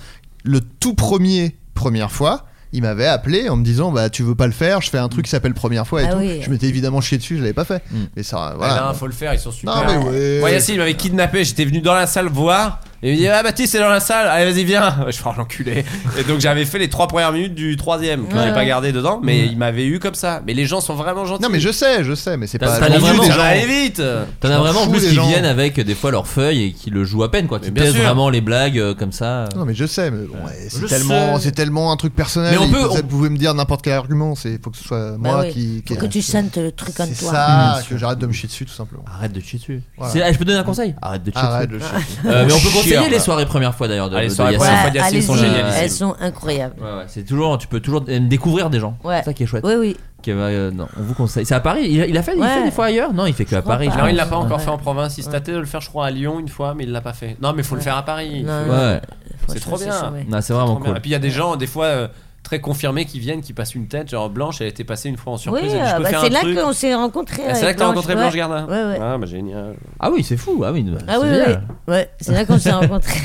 Speaker 8: le tout premier, première fois, il m'avait appelé en me disant Bah, tu veux pas le faire, je fais un truc qui s'appelle première fois et
Speaker 6: Ah
Speaker 8: tout.
Speaker 6: oui.
Speaker 8: Je m'étais évidemment chié dessus, je l'avais pas fait. Mais ça, voilà.
Speaker 6: Ah non, faut le faire, ils sont super.
Speaker 8: Non, mais ouais.
Speaker 6: Moi, Yacine, il m'avait kidnappé, j'étais venu dans la salle voir. Et il me dit, ah Baptiste, c'est dans la salle, allez, vas-y, viens. Je prends l'enculé. Et donc, j'avais fait les trois premières minutes du troisième, que
Speaker 8: Ouais.
Speaker 6: j'ai pas gardé dedans, mais
Speaker 8: Ouais.
Speaker 6: il m'avait eu comme ça. Mais les gens sont vraiment gentils.
Speaker 8: Non, mais je sais, je sais, mais c'est pas.
Speaker 6: t'as
Speaker 8: je m'en fous
Speaker 6: vraiment-
Speaker 8: des
Speaker 6: ça va
Speaker 8: gens.
Speaker 6: aller vite. euh,
Speaker 7: T'en
Speaker 8: Je
Speaker 7: as
Speaker 8: m'en
Speaker 7: vraiment en
Speaker 8: fous
Speaker 7: plus
Speaker 8: des
Speaker 7: qui
Speaker 8: gens.
Speaker 7: viennent avec des fois leurs feuilles et qui le jouent à peine, quoi. Qui
Speaker 6: bien
Speaker 7: testent
Speaker 6: sûr.
Speaker 7: vraiment les blagues euh, comme ça.
Speaker 8: Non, mais je sais, mais bon, ouais, c'est
Speaker 7: Je
Speaker 8: tellement,
Speaker 7: sais.
Speaker 8: c'est tellement un truc personnel.
Speaker 7: Mais on
Speaker 8: il-
Speaker 7: peut-
Speaker 8: vous,
Speaker 7: on-
Speaker 8: pouvez me dire n'importe quel argument, c'est faut que ce soit
Speaker 3: Bah
Speaker 8: moi
Speaker 3: oui.
Speaker 8: qui. qui-
Speaker 3: Faut que tu sentes le truc en
Speaker 8: C'est
Speaker 3: toi.
Speaker 8: ça,
Speaker 7: Mmh.
Speaker 8: que j'arrête de me chier dessus, tout simplement.
Speaker 7: Arrête de chier dessus.
Speaker 8: Voilà.
Speaker 7: C'est- ah, je peux te donner un conseil Arrête de chier
Speaker 8: Arrête
Speaker 7: dessus.
Speaker 8: de chier.
Speaker 7: Euh, mais on peut
Speaker 8: Chier.
Speaker 7: conseiller les soirées première fois d'ailleurs de,
Speaker 6: Ah, les
Speaker 7: de
Speaker 6: soirées
Speaker 7: Yacine.
Speaker 6: première fois de Yacine
Speaker 3: Allez-y,
Speaker 6: sont géniales.
Speaker 3: elles sont incroyables.
Speaker 7: Ouais, ouais, c'est toujours, tu peux toujours euh, découvrir des gens.
Speaker 3: Ouais.
Speaker 7: C'est ça qui est chouette.
Speaker 3: Oui, oui.
Speaker 7: Que, euh, non, on vous conseille. C'est à Paris. Il, a- il a fait, il
Speaker 3: Ouais.
Speaker 7: fait des fois ailleurs. Non, il fait que à Paris. je
Speaker 6: Non, il
Speaker 7: pense.
Speaker 6: l'a pas encore
Speaker 7: Ah Ouais.
Speaker 6: fait en province. Il se tâtait de le faire, je crois, à Lyon une fois, mais il l'a pas fait. Non, mais faut le faire à Paris.
Speaker 7: Ouais.
Speaker 6: Faut-
Speaker 7: Ouais.
Speaker 6: C'est
Speaker 7: Franchement,
Speaker 6: trop
Speaker 7: c'est
Speaker 6: bien.
Speaker 7: chaud, ouais. Non, c'est vraiment
Speaker 6: trop bien.
Speaker 7: cool.
Speaker 6: Et puis il y a des gens, des fois. euh, Très confirmés qui viennent, qui passent une tête, genre Blanche, elle était passée une fois en surprise.
Speaker 3: Oui,
Speaker 6: elle dit, Je
Speaker 3: euh,
Speaker 6: peux
Speaker 3: bah,
Speaker 6: faire
Speaker 3: c'est
Speaker 6: un
Speaker 3: là
Speaker 6: truc.
Speaker 3: qu'on s'est rencontrés.
Speaker 6: Ah, c'est
Speaker 3: avec
Speaker 6: là que t'as
Speaker 3: Blanche,
Speaker 6: rencontré
Speaker 3: ouais.
Speaker 6: Blanche Gardin.
Speaker 3: Ouais, ouais.
Speaker 6: Ah, bah génial.
Speaker 7: Ah oui, c'est fou. Ah oui,
Speaker 3: Ah
Speaker 7: c'est
Speaker 3: oui, oui.
Speaker 7: génial.
Speaker 3: Ouais, c'est là qu'on s'est rencontrés.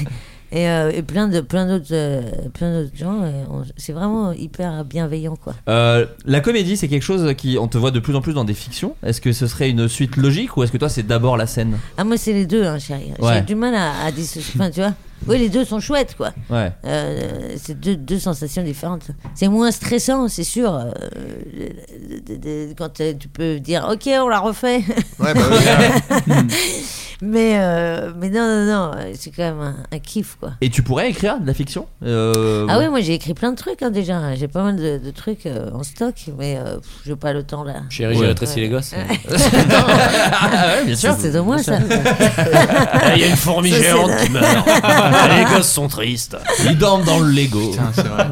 Speaker 3: Et, euh, et plein de plein d'autres euh, plein d'autres gens. et on- C'est vraiment hyper bienveillant quoi.
Speaker 7: Euh, la comédie, c'est quelque chose qui on te voit de plus en plus dans des fictions. Est-ce que ce serait une suite logique ou est-ce que toi c'est d'abord la scène
Speaker 3: Ah moi c'est les deux hein, chérie.
Speaker 7: Ouais.
Speaker 3: J'ai du mal à, à dissocier. Enfin tu vois. Oui les deux sont chouettes quoi.
Speaker 7: Ouais.
Speaker 3: Euh, c'est deux, deux sensations différentes. C'est moins stressant c'est sûr. euh, de- de- de- quand euh, tu peux dire ok on la refait.
Speaker 8: Ouais, bah oui.
Speaker 3: mais euh, mais non non non euh, c'est quand même un, un kiff quoi.
Speaker 7: Et tu pourrais écrire de la fiction Euh,
Speaker 3: Ah oui, moi j'ai écrit plein de trucs hein, déjà. hein. J'ai pas mal de, de trucs euh, en stock, mais euh, pff, j'ai pas le temps là.
Speaker 6: Chérie, euh, j'ai rétréci les gosses.
Speaker 7: ah ouais, bien
Speaker 3: Ça,
Speaker 7: sûr.
Speaker 3: c'est de moi ça.
Speaker 6: Ah, Il y a une fourmi
Speaker 3: Ça, c'est
Speaker 6: géante
Speaker 3: la-
Speaker 6: qui meurt. Ah, les gosses sont tristes.
Speaker 7: Ils dorment dans le Lego.
Speaker 9: c'est vrai.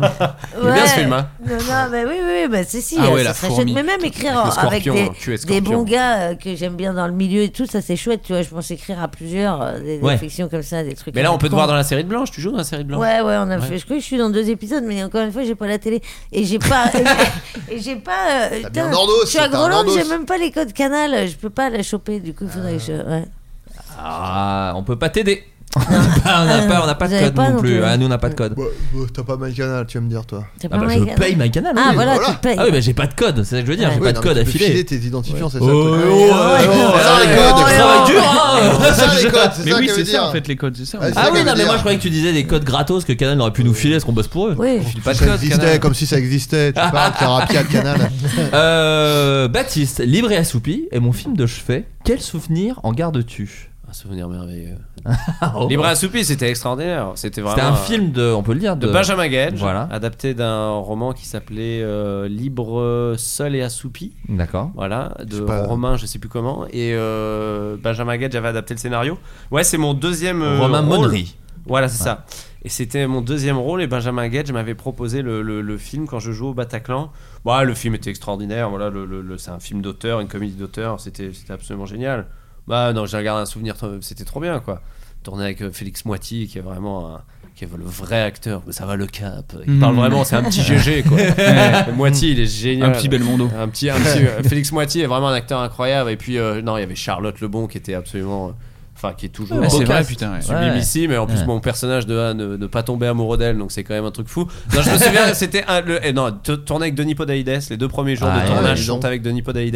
Speaker 6: Il est bien ce
Speaker 3: Ouais.
Speaker 6: film, hein.
Speaker 3: Non, non, bah oui, oui, oui, bah c'est si.
Speaker 6: Ah
Speaker 3: euh,
Speaker 6: ouais,
Speaker 3: ça
Speaker 6: la
Speaker 3: serait
Speaker 6: fourmi.
Speaker 3: chouette. Mais même écrire
Speaker 6: Avec le
Speaker 3: en- avec
Speaker 6: scorpion,
Speaker 3: des,
Speaker 6: hein, cul et
Speaker 3: des
Speaker 6: scorpion.
Speaker 3: bons gars euh, que j'aime bien dans le milieu et tout, ça c'est chouette, tu vois. Je pense écrire à plusieurs, euh, des, des
Speaker 6: Ouais.
Speaker 3: fictions comme ça, des trucs.
Speaker 6: Mais là, on peut te
Speaker 3: cons.
Speaker 6: voir dans la série de Blanche. Tu joues dans la série de Blanche
Speaker 3: Ouais, ouais, on a fait. Je crois que je suis dans deux épisodes, mais encore une fois, j'ai pas la télé. Et j'ai pas. et j'ai pas. euh,
Speaker 8: mis un
Speaker 3: putain,
Speaker 8: ordos,
Speaker 3: je suis à
Speaker 8: t'as un
Speaker 3: Groenland,
Speaker 8: ordos.
Speaker 3: j'ai même pas les codes canal, je peux pas la choper, du coup, il faudrait que je. ouais.
Speaker 7: Ah, on peut pas t'aider. on n'a pas, on n'a pas, on n'a pas
Speaker 3: Vous
Speaker 7: de
Speaker 3: avez
Speaker 7: code
Speaker 3: pas
Speaker 7: non
Speaker 3: non
Speaker 7: plus.
Speaker 3: plus.
Speaker 7: Ah, nous, on n'a pas de code.
Speaker 8: Bah, bah, T'as pas MyCanal, tu vas me dire, toi.
Speaker 3: T'as
Speaker 7: Ah bah, je paye my canal.
Speaker 3: Ah, voilà, tu payes.
Speaker 7: Ah oui, bah j'ai pas de code, c'est ça que je veux dire, j'ai
Speaker 8: Ouais,
Speaker 7: pas de
Speaker 8: non, mais
Speaker 7: code à
Speaker 8: tu peux filer
Speaker 7: filer.
Speaker 8: tes identifiants, c'est
Speaker 7: Ouais.
Speaker 8: ça le truc.
Speaker 7: Oh, oh, oh,
Speaker 8: Ouais,
Speaker 7: oh,
Speaker 8: ouais,
Speaker 7: ça, les
Speaker 8: ouais,
Speaker 7: codes,
Speaker 8: ouais,
Speaker 7: ça va
Speaker 8: ouais.
Speaker 7: dur, hein.
Speaker 8: C'est ça, les codes, c'est
Speaker 9: Mais
Speaker 8: ça
Speaker 9: oui,
Speaker 8: que
Speaker 9: c'est
Speaker 8: veut dire.
Speaker 9: ça en fait les codes, c'est ça.
Speaker 8: Ouais, c'est
Speaker 7: Ah
Speaker 8: ça
Speaker 7: oui,
Speaker 8: que veut
Speaker 7: non, mais moi
Speaker 8: dire. Euh,
Speaker 7: je croyais que tu disais des codes gratos que Canal aurait pu nous filer, parce qu'on bosse pour eux.
Speaker 3: Oui.
Speaker 7: On file pas
Speaker 8: Ça
Speaker 7: de code,
Speaker 8: existait,
Speaker 7: Canal.
Speaker 8: comme si ça existait, tu parles, thérapie à Canal.
Speaker 7: Euh, Baptiste, Libre et Assoupi est mon film de chevet. Quel souvenir en gardes-tu
Speaker 6: Un souvenir merveilleux.
Speaker 7: Oh.
Speaker 6: Libre à Assoupi, c'était extraordinaire. C'était vraiment.
Speaker 7: C'était un
Speaker 9: Ah.
Speaker 6: euh,
Speaker 7: film de, on peut le dire,
Speaker 6: de Benjamin Gage,
Speaker 7: Voilà.
Speaker 6: adapté d'un roman qui s'appelait euh, Libre, Seul et Assoupi.
Speaker 7: D'accord.
Speaker 6: Voilà, de
Speaker 7: pas-
Speaker 6: Romain, je sais plus comment. Et euh, Benjamin Gage avait adapté le scénario. Ouais, c'est mon deuxième euh,
Speaker 7: Romain
Speaker 6: rôle.
Speaker 7: Monnery.
Speaker 6: Voilà, c'est ça. Et c'était mon deuxième rôle et Benjamin Gage m'avait proposé le, le- le film quand je jouais au Bataclan. Bah, le film était extraordinaire. Voilà, le, le- le- c'est un film d'auteur, une comédie d'auteur. C'était, c'était absolument génial. Bah non, j'ai regardé un souvenir. C'était trop bien, quoi. Tourné avec euh, Félix Moiti, qui est vraiment un- qui est le vrai acteur. Mais ça va le cap. Il
Speaker 9: Mmh.
Speaker 6: parle vraiment. C'est un petit GG, quoi.
Speaker 9: Ouais.
Speaker 6: Moiti, il est génial.
Speaker 9: Un petit Belmondo.
Speaker 6: Un petit, un petit- euh, Félix Moiti est vraiment un acteur incroyable. Et puis, euh, non, il y avait Charlotte Lebon qui était absolument. euh, Enfin, qui est toujours
Speaker 9: Ouais, c'est
Speaker 6: euh,
Speaker 9: vrai, putain, ouais.
Speaker 6: sublimissime. Et en plus,
Speaker 7: Ouais.
Speaker 6: mon personnage de Anne, euh, ne pas tomber amoureux d'elle, donc c'est quand même un truc fou. Non, je me souviens, c'était un- le, eh, non, t- tourné avec Denis Podalides. Les deux premiers jours
Speaker 7: Ah,
Speaker 6: de
Speaker 7: ouais,
Speaker 6: tournage
Speaker 7: dis donc.
Speaker 6: sont avec Denis Podalides.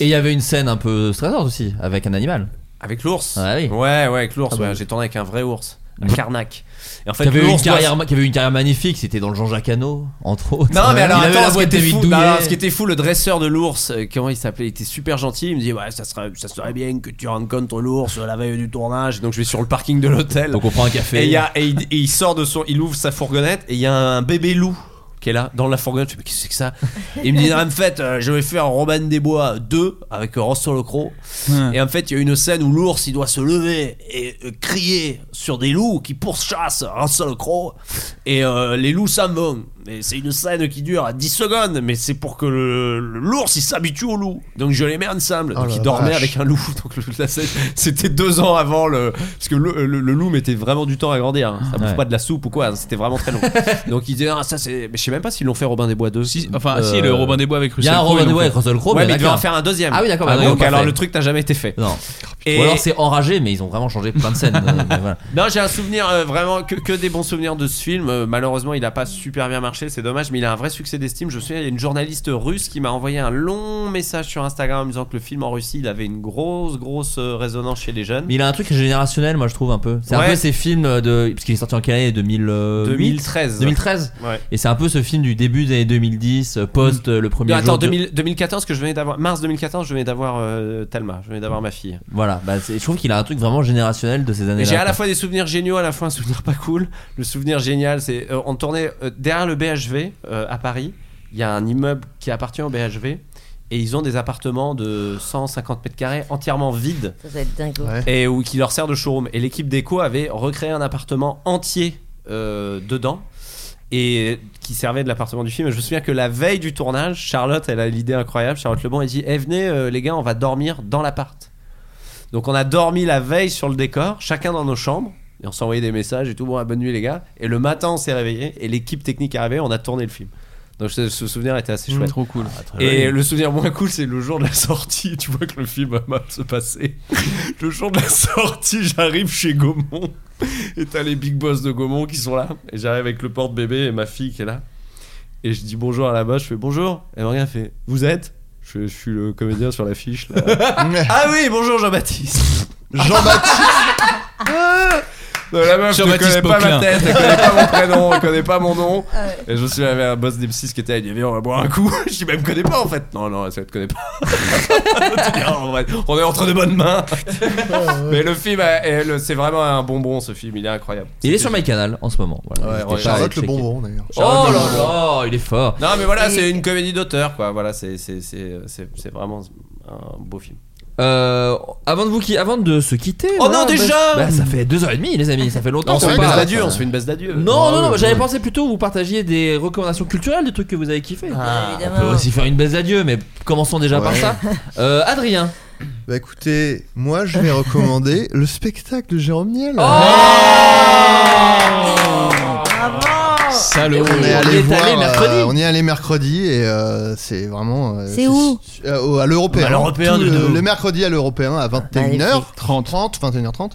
Speaker 7: Et il y avait une scène un peu stressante aussi, avec un animal.
Speaker 6: Avec l'ours.
Speaker 7: Ah oui.
Speaker 6: Ouais, ouais, avec l'ours.
Speaker 7: Ah bah
Speaker 6: ouais,
Speaker 7: oui.
Speaker 6: J'ai tourné avec un vrai ours. à Carnac. Et en fait,
Speaker 7: qui, avait eu
Speaker 6: nous, on
Speaker 7: une
Speaker 6: se doit-
Speaker 7: carrière, qui avait eu une carrière magnifique, c'était dans le Jean-Jacques Hano, entre autres.
Speaker 6: Non, mais alors,
Speaker 7: il avait
Speaker 6: attends,
Speaker 7: la
Speaker 6: ce, qui
Speaker 7: voix de
Speaker 6: était
Speaker 7: David
Speaker 6: fou,
Speaker 7: Douillet.
Speaker 6: non, non, ce qui était fou, le dresseur de l'ours, euh, comment il s'appelait Il était super gentil. Il me dit Ouais, ça serait, ça serait bien que tu rencontres l'ours la veille du tournage. Donc, je vais sur le parking de l'hôtel.
Speaker 7: Donc, on prend un café.
Speaker 6: Et, il y a- et il, et il sort de son. Il ouvre sa fourgonnette et il y a un bébé loup qui est là, dans la fourgonnette. Je fais Mais qu'est-ce que c'est que ça Il me dit En fait, euh, je vais faire Robin des Bois 2 avec euh, Ross Locro. Et en fait, il y a une scène où l'ours il doit se lever et euh, crier sur des loups qui pourchassent un seul croc. Et euh, les loups s'en vont. Et c'est une scène qui dure 10 secondes, mais c'est pour que le- le- l'ours il s'habitue au loup. Donc je les mets ensemble.
Speaker 8: Oh
Speaker 6: Donc
Speaker 8: la
Speaker 6: il dormait
Speaker 8: vache.
Speaker 6: avec un loup. Donc le- la scène, c'était deux ans avant le. Parce que le, le- le loup mettait vraiment du temps à grandir. hein. Ça bouffe
Speaker 7: Ouais.
Speaker 6: pas de la soupe ou quoi. hein. C'était vraiment très long. Donc il disait Ah, ça c'est. Mais je sais même pas s'ils l'ont fait Robin des Bois 2.
Speaker 9: enfin,
Speaker 6: euh,
Speaker 9: si, le Robin des Bois avec
Speaker 6: Il y
Speaker 9: Russell
Speaker 6: a un
Speaker 9: Crowe,
Speaker 6: Robin
Speaker 9: ils
Speaker 6: des
Speaker 9: l'ont
Speaker 6: Bois
Speaker 9: fait.
Speaker 6: avec Russell Crowe. Ouais, mais il devait en faire un deuxième.
Speaker 7: Ah oui, d'accord.
Speaker 6: Ah,
Speaker 7: bah,
Speaker 6: donc,
Speaker 7: ils l'ont
Speaker 6: alors,
Speaker 7: pas
Speaker 6: le
Speaker 7: fait.
Speaker 6: truc n'a jamais été fait.
Speaker 7: Non.
Speaker 6: Et-
Speaker 7: Ou alors c'est enragé, mais ils ont vraiment changé plein de scènes. euh, mais voilà.
Speaker 6: Non, j'ai un souvenir euh, vraiment que, que des bons souvenirs de ce film. Euh, malheureusement, il a pas super bien marché, c'est dommage, mais il a un vrai succès d'estime. Je me souviens, il y a une journaliste russe qui m'a envoyé un long message sur Instagram en me disant que le film en Russie, il avait une grosse, grosse euh, résonance chez les jeunes.
Speaker 7: Mais il a un truc générationnel, moi je trouve un peu. C'est
Speaker 6: Ouais.
Speaker 7: un peu ces films de. Parce qu'il est sorti en quelle année euh, 2008
Speaker 6: 2013.
Speaker 7: 2013
Speaker 6: Ouais. Mm.
Speaker 7: Et c'est un peu ce film du début des années 2010, euh, post euh, le premier
Speaker 6: Non,
Speaker 7: jour
Speaker 6: attends,
Speaker 7: de-
Speaker 6: 2000 2014 que je venais d'avoir, mars 2014, je venais d'avoir euh, Talma, je venais d'avoir ma fille.
Speaker 7: Voilà, bah, c'est- je trouve qu'il a un truc vraiment générationnel de ces
Speaker 6: Et
Speaker 7: années-là.
Speaker 6: J'ai à la
Speaker 7: quoi.
Speaker 6: fois des souvenirs géniaux, à la fois un souvenir pas cool. Le souvenir génial, c'est euh, on tournait euh, derrière le BHV euh, à Paris. Il y a un immeuble qui appartient au BHV et ils ont des appartements de 150 mètres carrés entièrement vides
Speaker 3: Ça va être dingue.
Speaker 6: et où qui leur sert de showroom. Et l'équipe déco avait recréé un appartement entier euh, dedans et qui servait de l'appartement du film. Et je me souviens que la veille du tournage, Charlotte, elle a l'idée incroyable. Charlotte Lebon, elle dit Eh, venez euh, les gars, on va dormir dans l'appart. Donc on a dormi la veille sur le décor, chacun dans nos chambres. Et on s'envoyait des messages et tout, bon, ah, bonne nuit les gars. Et le matin, on s'est réveillé et l'équipe technique est arrivée, on a tourné le film. Donc ce, ce souvenir était assez chouette.
Speaker 9: Mmh, trop cool. Ah,
Speaker 6: Et le souvenir moins cool, c'est le jour de la sortie. Tu vois que le film va mal se passer. Le jour de la sortie, j'arrive chez Gaumont. Et t'as les big boss de Gaumont qui sont là. Et j'arrive avec le porte-bébé et ma fille qui est là. Et je dis bonjour à la boss. Je fais bonjour. Et Morgane fait Vous êtes je, fais, je suis le comédien sur l'affiche. là. ah oui, bonjour Jean-Baptiste. Jean-Baptiste Ah Non, La meuf ne connaît
Speaker 9: Jean-Baptiste
Speaker 6: pas ma
Speaker 9: Poquelin.
Speaker 6: tête, elle connaît pas mon prénom, elle connaît pas mon nom. Et je me souviens, il y avait un boss d'M6 qui était là, il dit Viens, on va boire un coup. Je dis, mais elle me connaît pas en fait. Non, non, ça te connaît pas. Je dis, Ah, en vrai, on est entre de bonnes mains. mais le film, euh, est- le- c'est vraiment un bonbon ce film, il est incroyable.
Speaker 7: Il est sur MyCanal en ce moment. Voilà,
Speaker 6: Ouais,
Speaker 7: N'hésitez
Speaker 6: ouais,
Speaker 7: pas à
Speaker 6: Charlotte
Speaker 7: aller
Speaker 8: le
Speaker 7: checker.
Speaker 8: bonbon d'ailleurs.
Speaker 7: Oh
Speaker 6: Charlotte
Speaker 7: là
Speaker 6: le
Speaker 7: là, il est fort.
Speaker 6: Non, mais voilà,
Speaker 3: Et-
Speaker 6: c'est une comédie d'auteur quoi. Voilà, c'est c'est- c'est- c'est- c'est vraiment un beau film.
Speaker 7: Euh, avant, de vous qui... avant de se quitter.
Speaker 6: Oh non, déjà
Speaker 7: bah, Ça fait deux heures et demie, les amis, ça fait longtemps
Speaker 6: on se
Speaker 7: qu'on
Speaker 6: fait une baisse
Speaker 7: parle.
Speaker 6: d'adieu, on se fait une baisse d'adieu. Ah,
Speaker 7: Non, non, non,
Speaker 6: Ouais,
Speaker 7: j'avais
Speaker 6: ouais.
Speaker 7: pensé plutôt vous partagiez des recommandations culturelles, des trucs que vous avez kiffé.
Speaker 3: Ah,
Speaker 7: on
Speaker 3: évidemment.
Speaker 7: peut aussi faire une baisse d'adieu, mais commençons déjà par
Speaker 8: Ouais.
Speaker 7: ça. Euh, Adrien.
Speaker 8: Bah écoutez, moi je vais recommander le spectacle de Jérôme Niel.
Speaker 7: Oh
Speaker 9: Salaud.
Speaker 8: on est allé
Speaker 7: est
Speaker 8: voir,
Speaker 7: allé mercredi.
Speaker 8: euh, on y est allé mercredi et euh, c'est vraiment. euh,
Speaker 3: C'est où
Speaker 8: su- euh, au- À l'européen.
Speaker 6: À l'Européen,
Speaker 8: Tout le,
Speaker 6: de- de-
Speaker 8: le mercredi à l'européen à 21h30,
Speaker 9: 30.
Speaker 8: 21h30.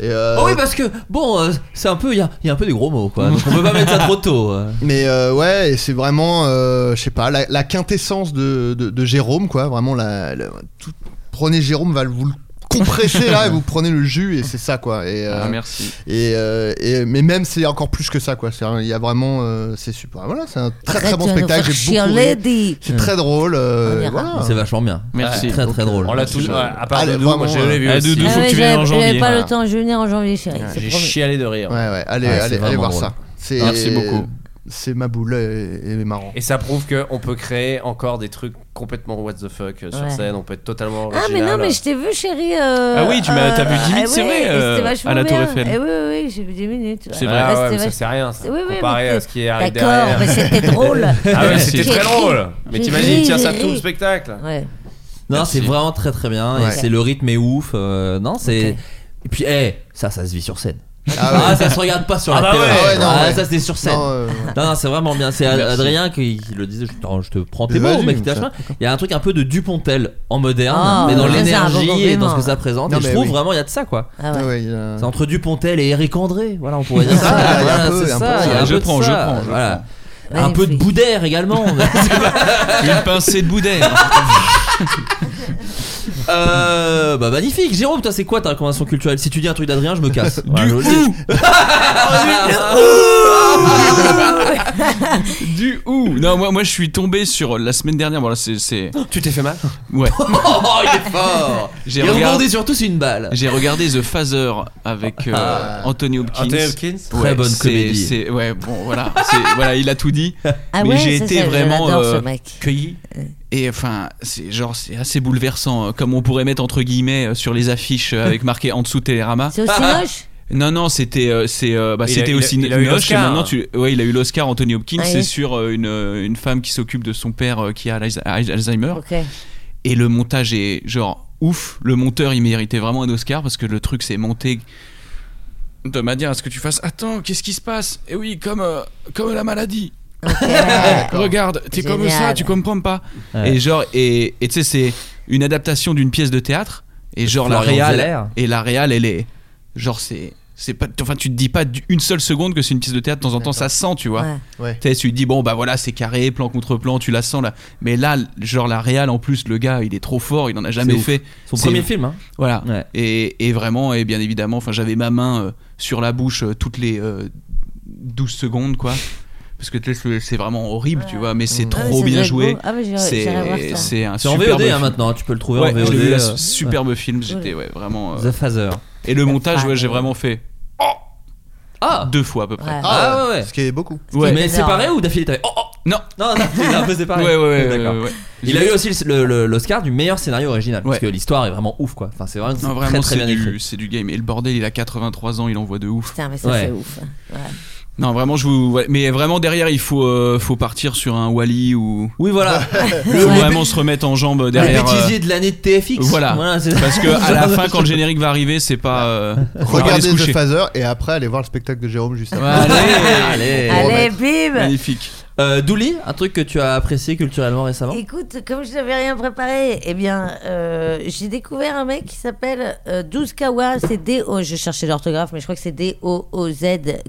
Speaker 8: Et euh,
Speaker 7: Oh oui, parce que bon, euh, c'est un peu, il y a, il y a un peu des gros mots quoi. Donc on peut pas mettre ça trop tôt. euh.
Speaker 8: Mais euh, ouais, et c'est vraiment, euh, je sais pas, la, la quintessence de, de- de Jérôme, quoi. Vraiment, la, la- tout- prenez Jérôme, va vous le compresser là, et vous prenez le jus, et c'est ça, quoi. Et, euh,
Speaker 9: Ah, merci.
Speaker 8: et, euh, et- mais même, c'est encore plus que ça, quoi. C'est un- Il y a vraiment, euh, c'est super. Voilà, c'est un très très bon spectacle. J'ai beaucoup aimé.
Speaker 3: Lady.
Speaker 8: C'est très drôle. euh,
Speaker 3: On ira.
Speaker 8: voilà.
Speaker 7: Hmm. C'est vachement bien.
Speaker 9: Merci.
Speaker 7: C'est Très très drôle.
Speaker 6: On l'a tous,
Speaker 8: Je-
Speaker 6: ouais, à part euh,
Speaker 8: Allez,
Speaker 6: Doudou,
Speaker 8: vraiment,
Speaker 6: moi je
Speaker 8: ouais.
Speaker 6: l'ai vu.
Speaker 9: Ah,
Speaker 6: aussi.
Speaker 9: Doudou, faut que tu viennes en
Speaker 3: J'avais
Speaker 9: janvier.
Speaker 3: pas
Speaker 9: Voilà.
Speaker 3: le temps, je vais venir en janvier, chérie. c'est
Speaker 6: J'ai
Speaker 3: promis.
Speaker 6: chialé de rire.
Speaker 8: Ouais, ouais. Allez,
Speaker 7: Ouais,
Speaker 8: allez,
Speaker 7: c'est
Speaker 8: allez
Speaker 7: vraiment
Speaker 8: voir
Speaker 7: drôle.
Speaker 8: ça. C'est-
Speaker 9: Merci beaucoup.
Speaker 8: C'est ma boule et, et marrant.
Speaker 6: Et ça prouve qu'on peut créer encore des trucs complètement what the fuck euh, sur
Speaker 3: Ouais.
Speaker 6: scène, on peut être totalement
Speaker 3: Ah
Speaker 6: original.
Speaker 3: mais non mais je t'ai vu chérie. euh,
Speaker 9: Ah oui, tu m'as-
Speaker 3: euh,
Speaker 9: t'as vu dix
Speaker 3: ah
Speaker 9: minutes, c'est
Speaker 3: ouais,
Speaker 9: vrai,
Speaker 3: et
Speaker 9: euh,
Speaker 3: c'était vachement
Speaker 9: à la Tour
Speaker 3: bien.
Speaker 9: Eiffel.
Speaker 3: Eh oui oui, oui, j'ai vu 10 minutes.
Speaker 9: C'est
Speaker 6: Ah
Speaker 9: vrai.
Speaker 6: ouais,
Speaker 3: Ouais,
Speaker 6: mais
Speaker 3: c'était
Speaker 6: ça
Speaker 3: vach-
Speaker 6: c'est rien ça,
Speaker 3: Oui, oui,
Speaker 6: comparé
Speaker 3: mais
Speaker 6: à ce qui est arrivé
Speaker 3: D'accord,
Speaker 6: derrière.
Speaker 3: mais c'était drôle.
Speaker 6: Ah ouais, c'était
Speaker 3: J'ai
Speaker 6: très
Speaker 3: ri.
Speaker 6: drôle. Mais
Speaker 3: J'ai
Speaker 6: t'imagines,
Speaker 3: ri,
Speaker 6: tiens
Speaker 3: j'ai
Speaker 6: ça tout
Speaker 3: ri.
Speaker 6: le spectacle.
Speaker 3: Ouais.
Speaker 7: Non, c'est vraiment très très bien. Et
Speaker 8: Ouais.
Speaker 7: c'est le rythme est ouf. euh, non, c'est.
Speaker 3: Ok.
Speaker 7: Et puis, eh, ça, ça se vit sur scène.
Speaker 8: Ah
Speaker 7: Ah,
Speaker 8: ouais.
Speaker 7: ça se regarde pas sur
Speaker 6: Ah
Speaker 7: la
Speaker 6: bah
Speaker 7: télé.
Speaker 6: ouais.
Speaker 8: Ah ouais, non,
Speaker 7: Ah,
Speaker 8: ouais.
Speaker 7: ça c'est sur scène.
Speaker 8: Non, euh,
Speaker 7: Non, non, c'est vraiment bien. C'est Ad-
Speaker 9: Merci.
Speaker 7: Adrien qui, qui le disait. Je, attends, je te prends tes
Speaker 8: Vas-y,
Speaker 7: mots, mec.
Speaker 8: ça-
Speaker 7: machin. Il y a un truc un peu de Dupontel en moderne,
Speaker 3: Ah,
Speaker 7: mais dans
Speaker 3: ça, c'est un bon
Speaker 7: l'énergie et
Speaker 3: compliment.
Speaker 7: dans ce que ça présente.
Speaker 8: Non,
Speaker 7: et je
Speaker 8: mais
Speaker 7: trouve
Speaker 8: oui.
Speaker 7: vraiment il y a de ça, quoi.
Speaker 3: Ah ouais.
Speaker 8: ouais, ouais, il y a-
Speaker 7: C'est entre Dupontel et Eric André. Voilà, on pourrait dire ça.
Speaker 8: Ah, il y a un peu,
Speaker 7: Voilà, c'est
Speaker 8: il y a un peu
Speaker 7: ça.
Speaker 8: de
Speaker 7: il y a
Speaker 9: ça.
Speaker 7: un
Speaker 9: Je
Speaker 7: peu de
Speaker 9: prends, je
Speaker 7: ça.
Speaker 9: prends, je
Speaker 7: Voilà. Un
Speaker 3: Magnifique.
Speaker 7: peu de Boudère également.
Speaker 9: Une pincée de boudin.
Speaker 7: Euh, bah magnifique. Jérôme, toi, c'est quoi ta recommandation culturelle Si tu dis un truc d'Adrien, je me casse. Voilà, je le dis.
Speaker 9: du ou Non, moi, moi je suis tombé sur la semaine dernière. Bon, là, c'est- c'est.
Speaker 6: Tu t'es fait mal
Speaker 9: Ouais.
Speaker 7: Oh, il est fort.
Speaker 9: J'ai
Speaker 7: il
Speaker 9: regardé-
Speaker 7: rebondit surtout sur une balle.
Speaker 9: J'ai regardé The Phaser avec euh,
Speaker 7: Ah.
Speaker 9: Anthony Hopkins.
Speaker 7: Anthony Hopkins
Speaker 9: Ouais,
Speaker 7: Très bonne
Speaker 9: c'est-
Speaker 7: comédie.
Speaker 9: c'est- ouais, bon, voilà, c'est- voilà, il a tout dit.
Speaker 3: Ah
Speaker 9: mais
Speaker 3: ouais,
Speaker 9: j'ai
Speaker 3: c'est
Speaker 9: été
Speaker 3: ça, je
Speaker 9: vraiment euh,
Speaker 3: l'adore, ce mec.
Speaker 9: cueilli. Et enfin, c'est genre c'est assez bouleversant, euh, comme on pourrait mettre entre guillemets euh, sur les affiches euh, avec marqué en dessous Télérama.
Speaker 3: C'est aussi moche
Speaker 9: Non non c'était euh, c'est euh, bah,
Speaker 6: Il a-
Speaker 9: c'était
Speaker 6: il a-
Speaker 9: aussi
Speaker 6: il a eu
Speaker 9: noche et
Speaker 6: l'Oscar.
Speaker 9: maintenant tu ouais il a eu l'Oscar Anthony Hopkins
Speaker 3: Ah oui.
Speaker 9: c'est sur euh, une, euh, une femme qui s'occupe de son père euh, qui a l'Alz- Alzheimer
Speaker 3: Ok.
Speaker 9: et le montage est genre ouf le monteur il méritait vraiment un Oscar parce que le truc c'est monté de manière à ce que tu fasses attends qu'est-ce qui se passe et oui comme euh, comme la maladie
Speaker 8: Ah,
Speaker 9: regarde t'es comme
Speaker 6: Génial.
Speaker 9: ça tu comprends pas
Speaker 6: Ouais.
Speaker 9: et genre et et tu sais c'est une adaptation d'une pièce de théâtre et genre la
Speaker 6: Florian
Speaker 9: réal
Speaker 6: Zeller.
Speaker 9: et la réal elle est genre c'est c'est pas enfin tu te dis pas du- une seule seconde que c'est une pièce de théâtre de temps en temps ça sent tu vois
Speaker 6: Ouais. Ouais.
Speaker 9: Tu sais, tu te dis bon bah voilà c'est carré plan contre plan tu la sens là mais là genre la réal en plus le gars il est trop fort il en a jamais
Speaker 7: C'est ouf.
Speaker 9: fait
Speaker 7: Son
Speaker 9: C'est-
Speaker 7: premier film, hein.
Speaker 9: voilà et, et vraiment et bien évidemment enfin j'avais ma main euh, sur la bouche euh, toutes les euh, 12 secondes quoi parce que tu sais, c'est- c'est vraiment horrible tu vois mais c'est
Speaker 7: Ah, mais
Speaker 9: trop
Speaker 7: ça doit
Speaker 9: bien
Speaker 7: être
Speaker 9: joué
Speaker 7: beau. Ah, mais j'irai-
Speaker 9: c'est
Speaker 7: j'irai voir ça.
Speaker 9: c'est un
Speaker 7: C'est en
Speaker 9: superbe
Speaker 7: VOD, hein,
Speaker 9: film.
Speaker 7: maintenant, tu peux le trouver en
Speaker 9: Ouais, je l'ai
Speaker 7: VOD,
Speaker 9: vu, là,
Speaker 7: euh,
Speaker 9: superbe
Speaker 7: ouais.
Speaker 9: film j'étais ouais vraiment euh.
Speaker 7: The Phaser.
Speaker 9: et le montage ouais j'ai vraiment fait ah deux fois à peu près
Speaker 7: Ouais. Ah ouais, ouais.
Speaker 9: ce qui est beaucoup
Speaker 7: Ouais. Mais c'est pareil ou d'affilée t'avais. Oh, oh
Speaker 9: Non
Speaker 7: Non, non, c'est un peu séparé.
Speaker 9: Ouais, ouais, ouais,
Speaker 7: D'accord.
Speaker 9: ouais, ouais.
Speaker 7: Il a eu aussi l'Oscar le, le- l'Oscar du meilleur scénario original. Parce que l'histoire est vraiment ouf, quoi. Enfin, c'est vraiment,
Speaker 9: Non,
Speaker 7: très,
Speaker 9: vraiment
Speaker 7: très
Speaker 9: c'est
Speaker 7: bien écrit.
Speaker 9: du, c'est du game et le bordel il a 83 ans il envoie de ouf
Speaker 3: Putain, mais ça, c'est ouf. Ouais.
Speaker 9: Non, vraiment, je vous. ouais, Mais vraiment, derrière, il faut, euh, faut partir sur un Wally ou.
Speaker 7: Oui, voilà.
Speaker 9: Le vraiment se remettre en jambe derrière.
Speaker 7: Le
Speaker 9: euh,
Speaker 7: bêtisier de l'année de TFX.
Speaker 9: Voilà.
Speaker 7: c'est-
Speaker 9: Parce que à la fin, quand le générique va arriver, c'est pas. euh, on va aller se
Speaker 8: Regardez The
Speaker 9: coucher.
Speaker 8: Phaser et après allez voir le spectacle de Jérôme juste après.
Speaker 7: Allez,
Speaker 8: Pour
Speaker 3: Allez,
Speaker 8: remettre.
Speaker 3: bim
Speaker 9: Oh, Magnifique.
Speaker 7: Euh, Douli, un truc que tu as apprécié culturellement récemment
Speaker 3: Écoute, comme je n'avais rien préparé, eh bien, euh, j'ai découvert un mec qui s'appelle euh, 12 Kawa. C'est D O. Je cherchais l'orthographe, mais je crois que c'est D O O Z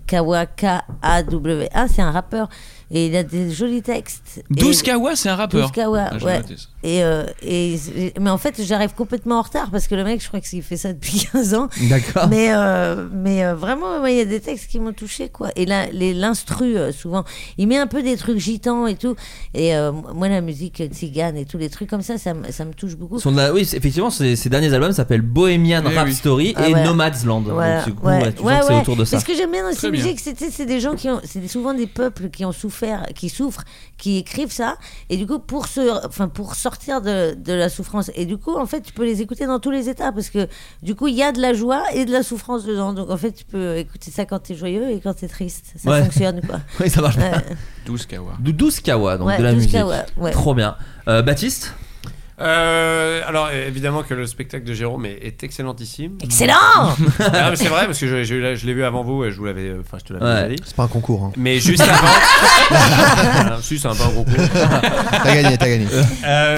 Speaker 3: Kawa K A W A. C'est un rappeur et il a des jolis textes. Et-
Speaker 9: 12 Kawa, c'est un rappeur.
Speaker 3: 12 Kawa,
Speaker 9: Ah, je vais
Speaker 3: ouais.
Speaker 9: noter ça.
Speaker 3: Et, euh, et- mais en fait, j'arrive complètement en retard parce que le mec, je crois qu'il fait ça depuis 15 ans.
Speaker 7: D'accord.
Speaker 3: Mais, euh, mais euh, vraiment, ouais, il y a des textes qui m'ont touché, quoi. Et là, les- l'instru, euh, souvent, il met un peu des trucs gitans et tout. Et euh, moi, la musique tzigane et tous les trucs comme ça, ça, me- ça me touche beaucoup.
Speaker 7: Son- oui, c'est- effectivement, ses, ses derniers albums s'appellent Bohemian
Speaker 3: Oui,
Speaker 7: Rap
Speaker 3: oui.
Speaker 7: Story
Speaker 3: Ah
Speaker 7: et
Speaker 3: ouais.
Speaker 7: Nomadsland.
Speaker 3: Voilà,
Speaker 7: Donc, du coup,
Speaker 3: ouais,
Speaker 7: ouais, tu sens
Speaker 3: ouais,
Speaker 7: que c'est
Speaker 3: ouais.
Speaker 7: autour de ça.
Speaker 3: Mais ce que j'aime bien dans ces
Speaker 7: Très bien.
Speaker 3: musiques, c'est tu sais, c'est des gens qui ont, c'est souvent des peuples qui ont souffert, qui souffrent, qui écrivent ça, et du coup pour se, enfin pour sortir de, de la souffrance, et du coup en fait tu peux les écouter dans tous les états parce que du coup il y a de la joie et de la souffrance dedans, donc en fait tu peux écouter ça quand t'es joyeux et quand t'es triste, ça
Speaker 7: Ouais.
Speaker 3: fonctionne quoi.
Speaker 7: oui, ça marche. bien.
Speaker 3: Ouais.
Speaker 9: 12 Kawa.
Speaker 7: Dou- 12 Kawa, donc
Speaker 3: Ouais,
Speaker 7: de la
Speaker 3: 12
Speaker 7: musique.
Speaker 3: Kawa, ouais.
Speaker 7: Trop bien. Euh, Baptiste
Speaker 6: Euh, alors évidemment que le spectacle de Jérôme est, est excellentissime.
Speaker 3: Excellent
Speaker 6: Non, mais c'est vrai parce que je, je l'ai- je l'ai vu avant vous et je vous l'avais, euh, enfin je te l'avais
Speaker 8: Ouais.
Speaker 6: déjà dit.
Speaker 8: C'est pas un concours, hein.
Speaker 6: Mais juste avant. Voilà, si c'est un peu un concours.
Speaker 8: T'as gagné, t'as gagné.
Speaker 6: Euh,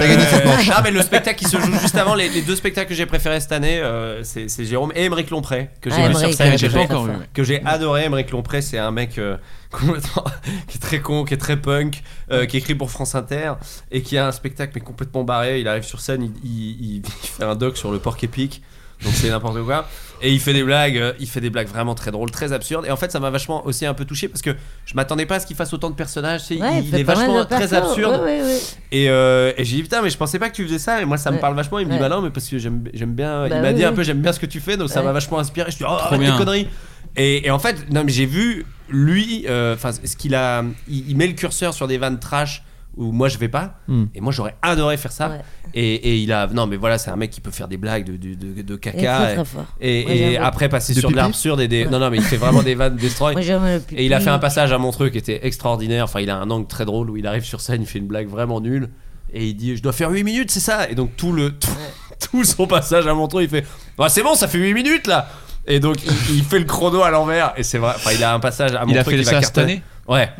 Speaker 8: T'as gagné cette manche.
Speaker 6: Non mais le spectacle qui se joue juste avant les, les deux spectacles que j'ai préférés cette année, euh, c'est c'est Jérôme et Émeric Lompré que j'ai
Speaker 9: Ah,
Speaker 6: vu sur
Speaker 9: Émeric,
Speaker 6: scène,
Speaker 9: ouais,
Speaker 6: que
Speaker 9: j'ai
Speaker 6: j'ai-
Speaker 9: pas encore vu.
Speaker 6: que j'ai adoré. Émeric Lompré, c'est un mec euh, complètement- qui est très con, qui est très punk, euh, qui écrit pour France Inter et qui a un spectacle mais complètement barré. Il arrive sur scène, il, il- il- il fait un doc sur le porc épic. Donc c'est n'importe quoi. Et il fait des blagues, euh, il fait des blagues vraiment très drôles, très absurdes. Et en fait, ça m'a vachement aussi un peu touché parce que je m'attendais pas à ce qu'il fasse autant de personnages. tu sais,
Speaker 3: Ouais, il
Speaker 6: il,
Speaker 3: fait
Speaker 6: est
Speaker 3: pas mal
Speaker 6: vachement
Speaker 3: de
Speaker 6: très
Speaker 3: persos,
Speaker 6: absurde.
Speaker 3: ouais, ouais, ouais.
Speaker 6: Et, euh, et j'ai dit putain mais je pensais pas que tu faisais ça et moi ça me
Speaker 3: Ouais.
Speaker 6: parle vachement il me dit bah
Speaker 3: Ouais.
Speaker 6: non mais parce que j'aime j'aime bien
Speaker 3: Bah
Speaker 6: il m'a
Speaker 3: oui,
Speaker 6: dit un
Speaker 3: oui.
Speaker 6: peu j'aime bien ce que tu fais donc ça
Speaker 3: Ouais.
Speaker 6: m'a vachement inspiré je suis oh
Speaker 9: Trop
Speaker 6: arrête tes
Speaker 9: bien.
Speaker 6: conneries et, et en fait non mais j'ai vu lui euh, enfin ce qu'il a il, il met le curseur sur des vannes trash où moi je vais pas
Speaker 7: Hmm.
Speaker 6: et moi j'aurais adoré faire ça et, et il a non mais voilà c'est un mec qui peut faire des blagues de, de, de, de
Speaker 3: Il est très,
Speaker 6: caca
Speaker 3: très fort.
Speaker 6: et,
Speaker 3: Moi,
Speaker 6: et
Speaker 3: j'aime beaucoup.
Speaker 6: après passer
Speaker 3: De
Speaker 6: sur de
Speaker 3: pipi
Speaker 6: l'absurde et des
Speaker 3: Ouais.
Speaker 6: non non mais il fait vraiment des vannes destroy
Speaker 3: Moi, j'aime le pipi.
Speaker 6: et il a fait un passage à Montreux qui était extraordinaire. Enfin, il a un angle très drôle où il arrive sur scène, il fait une blague vraiment nulle. Et il dit Je dois faire 8 minutes, c'est ça Et donc, tout, le, tout, tout son passage à Montreux, il fait Bah, C'est bon, ça fait 8 minutes là Et donc, il, il fait le chrono à l'envers. Et c'est vrai. Enfin, il a un passage à
Speaker 9: Il
Speaker 6: Montreux.
Speaker 9: a fait
Speaker 6: qui va
Speaker 9: ça cette
Speaker 6: cartonner.
Speaker 9: année Ah.
Speaker 6: Ouais.